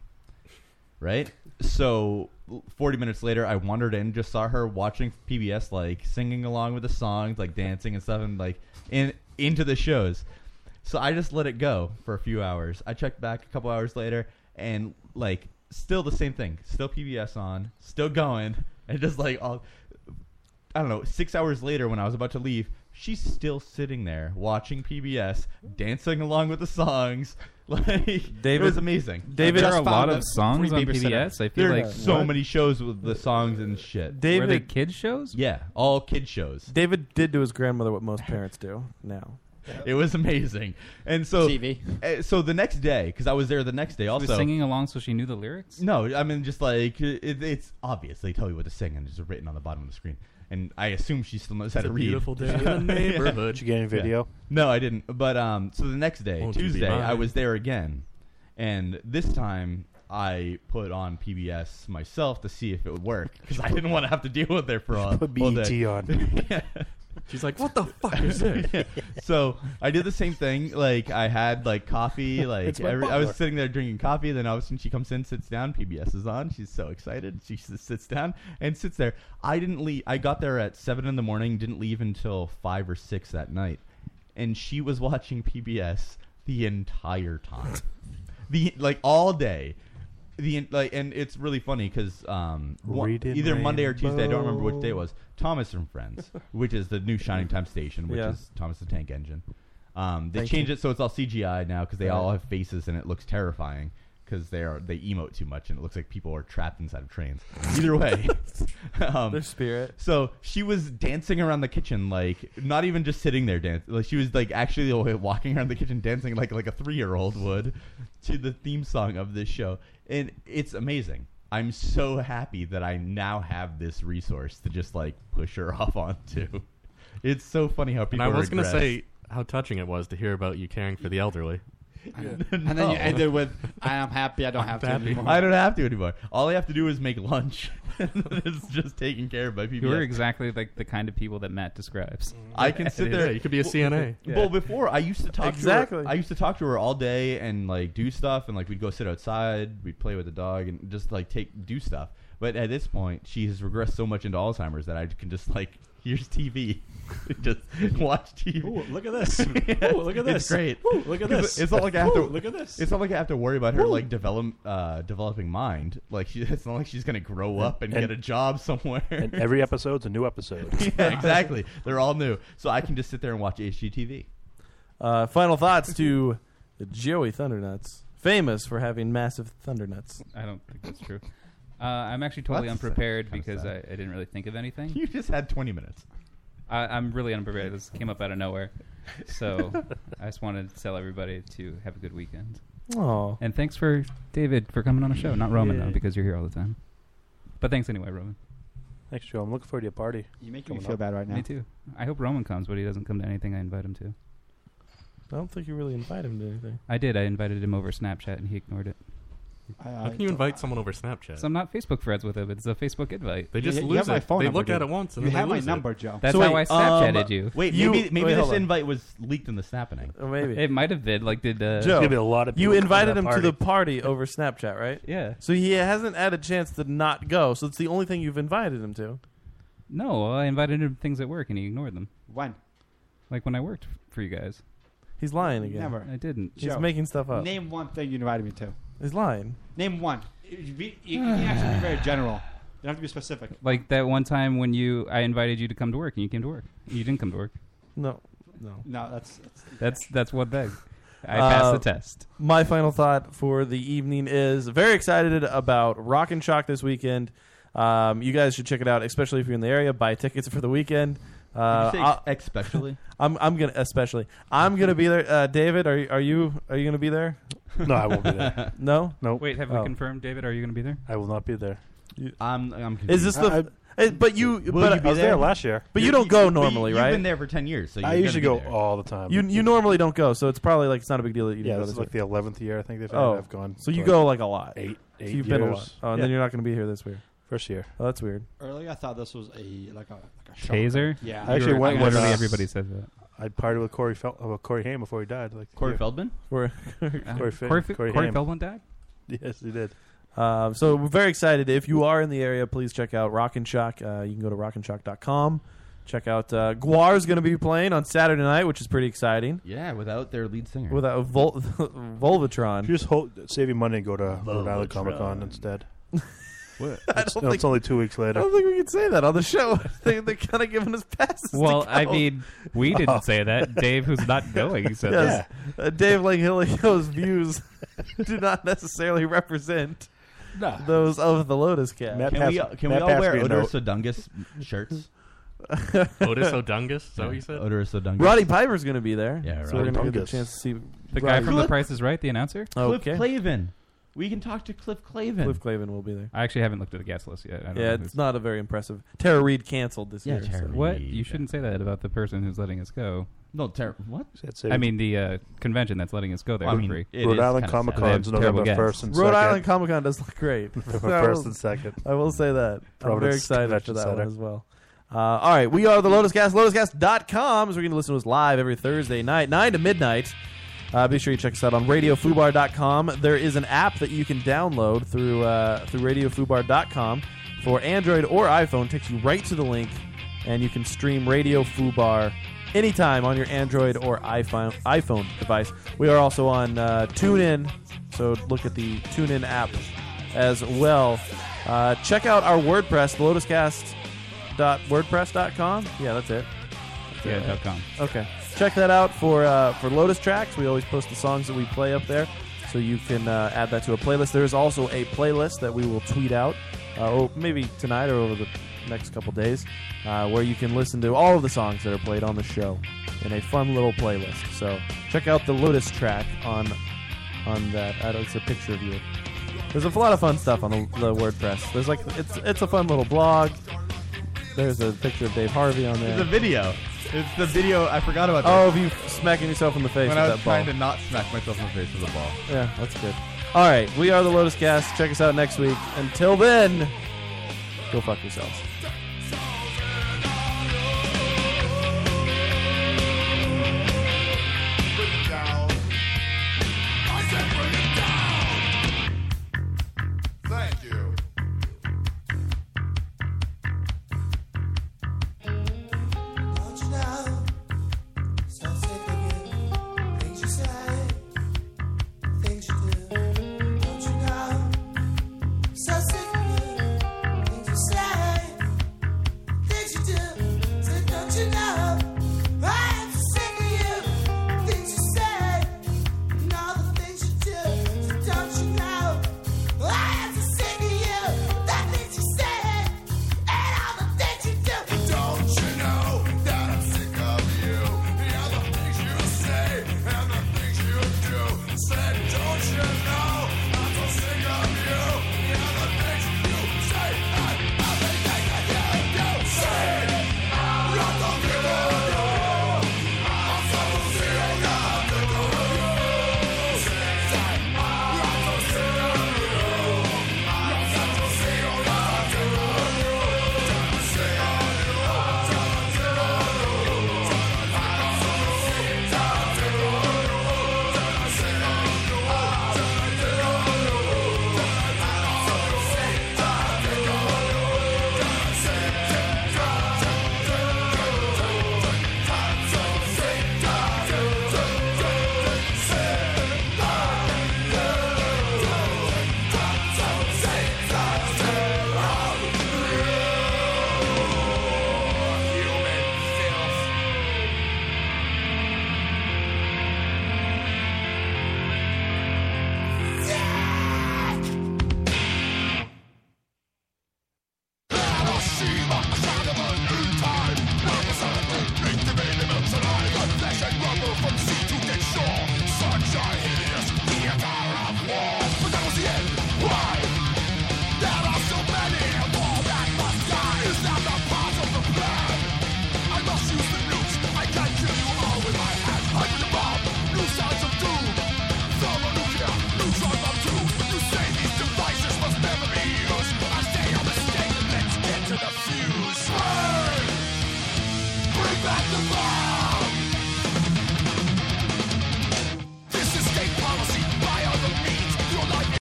[SPEAKER 9] Right? So 40 minutes later, I wandered in, just saw her watching PBS, like singing along with the songs, like dancing and stuff, and like in, into the shows. So I just let it go for a few hours. I checked back a couple hours later, and like still the same thing, still PBS on, still going, and just like all. I don't know. Six hours later, when I was about to leave, she's still sitting there watching PBS, dancing along with the songs. Like David, it was amazing.
[SPEAKER 8] David- There are a lot of songs on PBS? I feel
[SPEAKER 9] there are
[SPEAKER 8] like-
[SPEAKER 9] so
[SPEAKER 8] What?
[SPEAKER 9] many shows with the songs and shit.
[SPEAKER 7] David- they
[SPEAKER 8] kids shows?
[SPEAKER 9] Yeah, all kid shows.
[SPEAKER 7] David did to his grandmother what most parents do now.
[SPEAKER 9] It was amazing. And so,
[SPEAKER 8] TV.
[SPEAKER 9] eh, so the next day, because I was there the next day
[SPEAKER 8] She was
[SPEAKER 9] also.
[SPEAKER 8] singing along so she knew the lyrics?
[SPEAKER 9] No, I mean just like it, it's obvious. They tell you what to sing, and it's written on the bottom of the screen. And I assume she still knows how
[SPEAKER 10] It's
[SPEAKER 9] to
[SPEAKER 10] a
[SPEAKER 9] read.
[SPEAKER 10] beautiful day in the
[SPEAKER 9] Yeah.
[SPEAKER 10] neighborhood. Did you get any video?
[SPEAKER 9] No, I didn't. But um, so the next day,
[SPEAKER 10] Won't you be
[SPEAKER 9] Tuesday,
[SPEAKER 10] mine?
[SPEAKER 9] I was there again, and this time I put on PBS myself to see if it would work because I didn't want to have to deal with their fraud.
[SPEAKER 10] Put
[SPEAKER 9] all
[SPEAKER 10] BET
[SPEAKER 9] day.
[SPEAKER 10] on.
[SPEAKER 9] She's like, "What
[SPEAKER 10] the fuck is this?"
[SPEAKER 9] Yeah. So I did the same thing. Like I had like coffee. Like
[SPEAKER 10] It's my
[SPEAKER 9] every, I was
[SPEAKER 10] butler.
[SPEAKER 9] sitting there drinking coffee. Then all of a sudden she comes in, sits down. PBS is on. She's so excited. She s- sits down and sits there. I didn't leave. I got there at seven in the morning. Didn't leave until five or six that night. And she was watching PBS the entire time. the like all day. The en- like and it's really funny because um, one-
[SPEAKER 10] Reading
[SPEAKER 9] either Monday or Tuesday. I don't remember which day it
[SPEAKER 10] Rainbow.
[SPEAKER 9] was. Thomas and Friends, which is the new Shining Time station, which
[SPEAKER 10] Yeah.
[SPEAKER 9] is Thomas the Tank Engine. Um, they
[SPEAKER 10] Thank
[SPEAKER 9] changed
[SPEAKER 10] you.
[SPEAKER 9] it so it's all CGI now because they
[SPEAKER 10] Right.
[SPEAKER 9] all have faces and it looks terrifying because they are they emote too much and it looks like people are trapped inside of trains. Either way, um,
[SPEAKER 7] Their spirit.
[SPEAKER 9] So she was dancing around the kitchen like not even just sitting there dancing. Like she was like actually walking around the kitchen dancing like like a three year old would to the theme song of this show, and it's amazing. I'm so happy that I now have this resource to just like push her off onto. It's so funny how
[SPEAKER 11] And
[SPEAKER 9] people.
[SPEAKER 11] I was
[SPEAKER 9] going
[SPEAKER 11] gonna say how touching it was to hear about you caring for the elderly.
[SPEAKER 19] And then you ended with, "I am happy I don't have to anymore."
[SPEAKER 9] I don't have to anymore. All I have to do is make lunch. it's just taken care of by people.
[SPEAKER 8] You are exactly like the kind of people that Matt describes.
[SPEAKER 9] Mm-hmm. I can sit there. Well, Well, before I used to talk To
[SPEAKER 8] Exactly.
[SPEAKER 9] her, I used to talk to her all day and like do stuff and like we'd go sit outside, we'd play with the dog and just like take do stuff. But at this point, she has regressed so much into Alzheimer's that I can just like here's TV, just watch TV.
[SPEAKER 10] Ooh, look at this. Ooh, look at
[SPEAKER 9] It's
[SPEAKER 10] this.
[SPEAKER 9] great.
[SPEAKER 10] Oough, look at
[SPEAKER 9] 'Cause
[SPEAKER 10] this.
[SPEAKER 9] It's not like I have to
[SPEAKER 10] Ooh, look at this.
[SPEAKER 9] It's not like I have to worry about her
[SPEAKER 10] Ooh.
[SPEAKER 9] like develop uh, developing mind. Like she, it's not like she's gonna grow up and,
[SPEAKER 10] And-
[SPEAKER 9] get a job somewhere.
[SPEAKER 10] And every episode's a new episode.
[SPEAKER 9] yeah, exactly. They're all new, so I can just sit there and watch HGTV.
[SPEAKER 7] Uh, final thoughts to Joey Thundernuts, famous for having massive thundernuts.
[SPEAKER 8] I don't think that's true. Uh, I'm actually totally
[SPEAKER 7] That's
[SPEAKER 8] unprepared
[SPEAKER 7] kinda
[SPEAKER 8] because I, I
[SPEAKER 7] sad.
[SPEAKER 8] didn't really think of anything.
[SPEAKER 9] You just had 20 minutes.
[SPEAKER 8] I, I'm really unprepared. This came up out of nowhere. So I just wanted to tell everybody to have a good weekend.
[SPEAKER 7] Oh.
[SPEAKER 8] And thanks for David for coming on the show. Not Roman,
[SPEAKER 10] Yeah.
[SPEAKER 8] though, because you're here all the time. But thanks anyway, Roman.
[SPEAKER 10] Thanks, Joe. I'm looking forward to your party.
[SPEAKER 19] You making me feel bad right now.
[SPEAKER 8] Me too. I hope Roman comes, but he doesn't come to anything I invite him to.
[SPEAKER 7] I don't think you really invite him to anything.
[SPEAKER 8] I did. I invited him over Snapchat and he ignored it.
[SPEAKER 11] How
[SPEAKER 8] Uh,
[SPEAKER 11] can you invite someone over Snapchat?
[SPEAKER 8] So I'm not Facebook friends with him. It's a Facebook invite.
[SPEAKER 11] They just You- you lose have my it. phone They number, look at dude. it once and You then they have my lose it. number, Joe.
[SPEAKER 8] That's
[SPEAKER 11] So
[SPEAKER 8] how
[SPEAKER 11] wait,
[SPEAKER 8] I Snapchatted
[SPEAKER 11] um,
[SPEAKER 8] you.
[SPEAKER 9] Wait,
[SPEAKER 11] You-
[SPEAKER 9] maybe, maybe
[SPEAKER 11] wait,
[SPEAKER 9] this
[SPEAKER 11] hold on.
[SPEAKER 9] invite was leaked in the snapping.
[SPEAKER 7] maybe
[SPEAKER 8] it might have been. Like, did uh,
[SPEAKER 7] Joe, you invited him to the party over Snapchat, right?
[SPEAKER 8] Yeah.
[SPEAKER 7] So he hasn't had a chance to not go. So it's the only thing you've invited him to.
[SPEAKER 8] No, I invited him to things at work and he ignored them.
[SPEAKER 19] When?
[SPEAKER 8] Like when I worked for you guys.
[SPEAKER 7] He's lying again.
[SPEAKER 19] Never.
[SPEAKER 8] I didn't.
[SPEAKER 7] He's making stuff up.
[SPEAKER 19] Name one thing you invited me to.
[SPEAKER 7] He's lying.
[SPEAKER 19] Name one. You be- you can actually be very general. You don't have to be specific.
[SPEAKER 8] Like that one time when you, I invited you to come to work and you came to work. You didn't come to work.
[SPEAKER 7] No. No.
[SPEAKER 19] No, that's. that's
[SPEAKER 8] That's that's one thing. I
[SPEAKER 7] Uh,
[SPEAKER 8] passed the test.
[SPEAKER 7] My final thought for the evening is very excited about Rock and Shock this weekend. Um, you guys should check it out, especially if you're in the area. Buy tickets for the weekend. Uh,
[SPEAKER 9] Did you say
[SPEAKER 7] I'll-
[SPEAKER 9] especially?
[SPEAKER 7] I'm I'm gonna especially. I'm gonna be there. Uh, David, are you- are you are you gonna be there?
[SPEAKER 10] No, I won't be there.
[SPEAKER 7] no,
[SPEAKER 10] Nope.
[SPEAKER 8] Wait, have we
[SPEAKER 7] Oh.
[SPEAKER 8] confirmed, David? Are you going to be there?
[SPEAKER 10] I will not be there.
[SPEAKER 9] I'm, I'm
[SPEAKER 7] Is this the? eh, but you,
[SPEAKER 10] Will
[SPEAKER 7] but
[SPEAKER 10] you be I was there there? last year.
[SPEAKER 7] But you
[SPEAKER 10] You-
[SPEAKER 7] don't
[SPEAKER 10] you-
[SPEAKER 7] go
[SPEAKER 10] but you-
[SPEAKER 7] normally,
[SPEAKER 10] you've
[SPEAKER 7] right?
[SPEAKER 10] been there for 10 years, so I you're usually gonna be go there. all the time.
[SPEAKER 7] You you normally don't go, so it's probably like it's not a big deal that you
[SPEAKER 10] Yeah,
[SPEAKER 7] didn't go
[SPEAKER 10] this is
[SPEAKER 7] year.
[SPEAKER 10] like the 11th year I think they've had
[SPEAKER 7] Oh,
[SPEAKER 10] I've gone
[SPEAKER 7] So you
[SPEAKER 10] like
[SPEAKER 7] go like a lot.
[SPEAKER 10] eight-
[SPEAKER 7] So
[SPEAKER 10] eight
[SPEAKER 7] you've been a lot.
[SPEAKER 10] years.
[SPEAKER 7] Oh, and
[SPEAKER 10] Yeah.
[SPEAKER 7] then you're not going to be here this year.
[SPEAKER 10] First year.
[SPEAKER 7] Oh, that's weird.
[SPEAKER 19] Earlier, I thought this was a like a, like a shocker.
[SPEAKER 8] Taser?
[SPEAKER 19] Yeah,
[SPEAKER 10] I actually
[SPEAKER 8] You're-
[SPEAKER 10] went with
[SPEAKER 8] literally
[SPEAKER 10] uh,
[SPEAKER 8] everybody says that.
[SPEAKER 10] I partied with Corey Fel- uh, Corey Haim before he died. Like
[SPEAKER 9] Corey Feldman?
[SPEAKER 7] Corey,
[SPEAKER 10] uh, Corey, Fe-
[SPEAKER 8] Uh, Corey Fe- Corey
[SPEAKER 10] Haim.
[SPEAKER 8] Feldman died?
[SPEAKER 10] Yes, he did.
[SPEAKER 7] Um, so we're very excited. If you are in the area, please check out Rock and Shock. Uh, you can go to rockandshock.com. Check out uh, Guar is going to be playing on Saturday night, which is pretty exciting.
[SPEAKER 9] Yeah, without their lead singer.
[SPEAKER 7] Without Vol- Volvatron,
[SPEAKER 10] just hold, save your money and go to Rhode Island Comic Con instead.
[SPEAKER 9] What?
[SPEAKER 10] It's, no, it's only two weeks
[SPEAKER 7] I
[SPEAKER 10] later.
[SPEAKER 7] don't think we can say that on the show. they, they're kind of giving us passes. to
[SPEAKER 8] Well, I
[SPEAKER 7] go.
[SPEAKER 8] mean, we
[SPEAKER 10] Oh.
[SPEAKER 8] didn't say that. Dave, who's not going, said
[SPEAKER 7] Yes. Uh, Dave Langhilio's views do not necessarily represent those of the Lotus Cast.
[SPEAKER 9] Can we, can we all wear Odor Sodungus shirts?
[SPEAKER 11] Otis Odungus? Is that what you said?
[SPEAKER 9] Odorous Odungus.
[SPEAKER 7] Roddy Piper's going to be there.
[SPEAKER 9] Yeah,
[SPEAKER 7] so we're
[SPEAKER 9] Roddy
[SPEAKER 7] going to get
[SPEAKER 9] Piper.
[SPEAKER 7] a chance to see Oh,
[SPEAKER 8] The guy from The Price is Right, the announcer.
[SPEAKER 9] Cliff
[SPEAKER 7] Okay.
[SPEAKER 9] Clavin. We can talk to Cliff Clavin.
[SPEAKER 7] Cliff Clavin will be there.
[SPEAKER 8] I actually haven't looked at the guest list yet. I don't know
[SPEAKER 7] Yeah,
[SPEAKER 8] who's-
[SPEAKER 7] it's not a very impressive. Tara Reid canceled this
[SPEAKER 8] Yeah,
[SPEAKER 7] year.
[SPEAKER 8] Tara
[SPEAKER 7] so-
[SPEAKER 8] What? You shouldn't say that about the person who's letting us go.
[SPEAKER 9] No, Tara. What?
[SPEAKER 8] I mean, the uh, convention that's letting us go there
[SPEAKER 10] Well, I
[SPEAKER 8] for
[SPEAKER 10] mean,
[SPEAKER 8] free.
[SPEAKER 10] it Rhode is Island kinda Comic sad. Con's
[SPEAKER 8] They have terrible
[SPEAKER 10] November
[SPEAKER 8] guests.
[SPEAKER 10] 1st and
[SPEAKER 7] Rhode Island Comic Con does look great.
[SPEAKER 10] November
[SPEAKER 7] I will-
[SPEAKER 10] 1st and 2nd.
[SPEAKER 7] I will say that. I'm very
[SPEAKER 10] Providence
[SPEAKER 7] excited for
[SPEAKER 10] Convention
[SPEAKER 7] that
[SPEAKER 10] Center.
[SPEAKER 7] one as well. Uh, all right, we are the Lotus Cast. LotusCast.com is where you can listen to us live every Thursday night, 9 to midnight. Uh, be sure you check us out on RadioFubar.com. There is an app that you can download through uh, through RadioFubar.com for Android or iPhone. takes you right to the link, and you can stream Radio Fubar anytime on your Android or iPhone iPhone device. We are also on uh, TuneIn, so look at the TuneIn app as well. Uh, check out our WordPress, lotuscast.wordpress.com. Yeah, that's it. That's
[SPEAKER 8] Yeah,
[SPEAKER 7] it,
[SPEAKER 8] dot
[SPEAKER 7] right?
[SPEAKER 8] com.
[SPEAKER 7] Okay, check that out for uh, for Lotus tracks. We always post the songs that we play up there, so you can uh, add that to a playlist. There is also a playlist that we will tweet out, uh, or maybe tonight or over the next couple days, uh, where you can listen to all of the songs that are played on the show in a fun little playlist. So check out the Lotus track on on that. I don't, it's a picture of you. There's a lot of fun stuff on the, the WordPress. There's like it's it's a fun little blog. There's a picture of Dave Harvey on there.
[SPEAKER 9] It's a video. It's the video. I forgot about that.
[SPEAKER 7] Oh, of you smacking yourself in the face
[SPEAKER 9] When
[SPEAKER 7] with
[SPEAKER 9] I was
[SPEAKER 7] that ball.
[SPEAKER 9] trying to not smack myself in the face with a ball.
[SPEAKER 7] Yeah, that's good. All right, we are the Lotus Cast. Check us out next week. Until then, go fuck yourselves.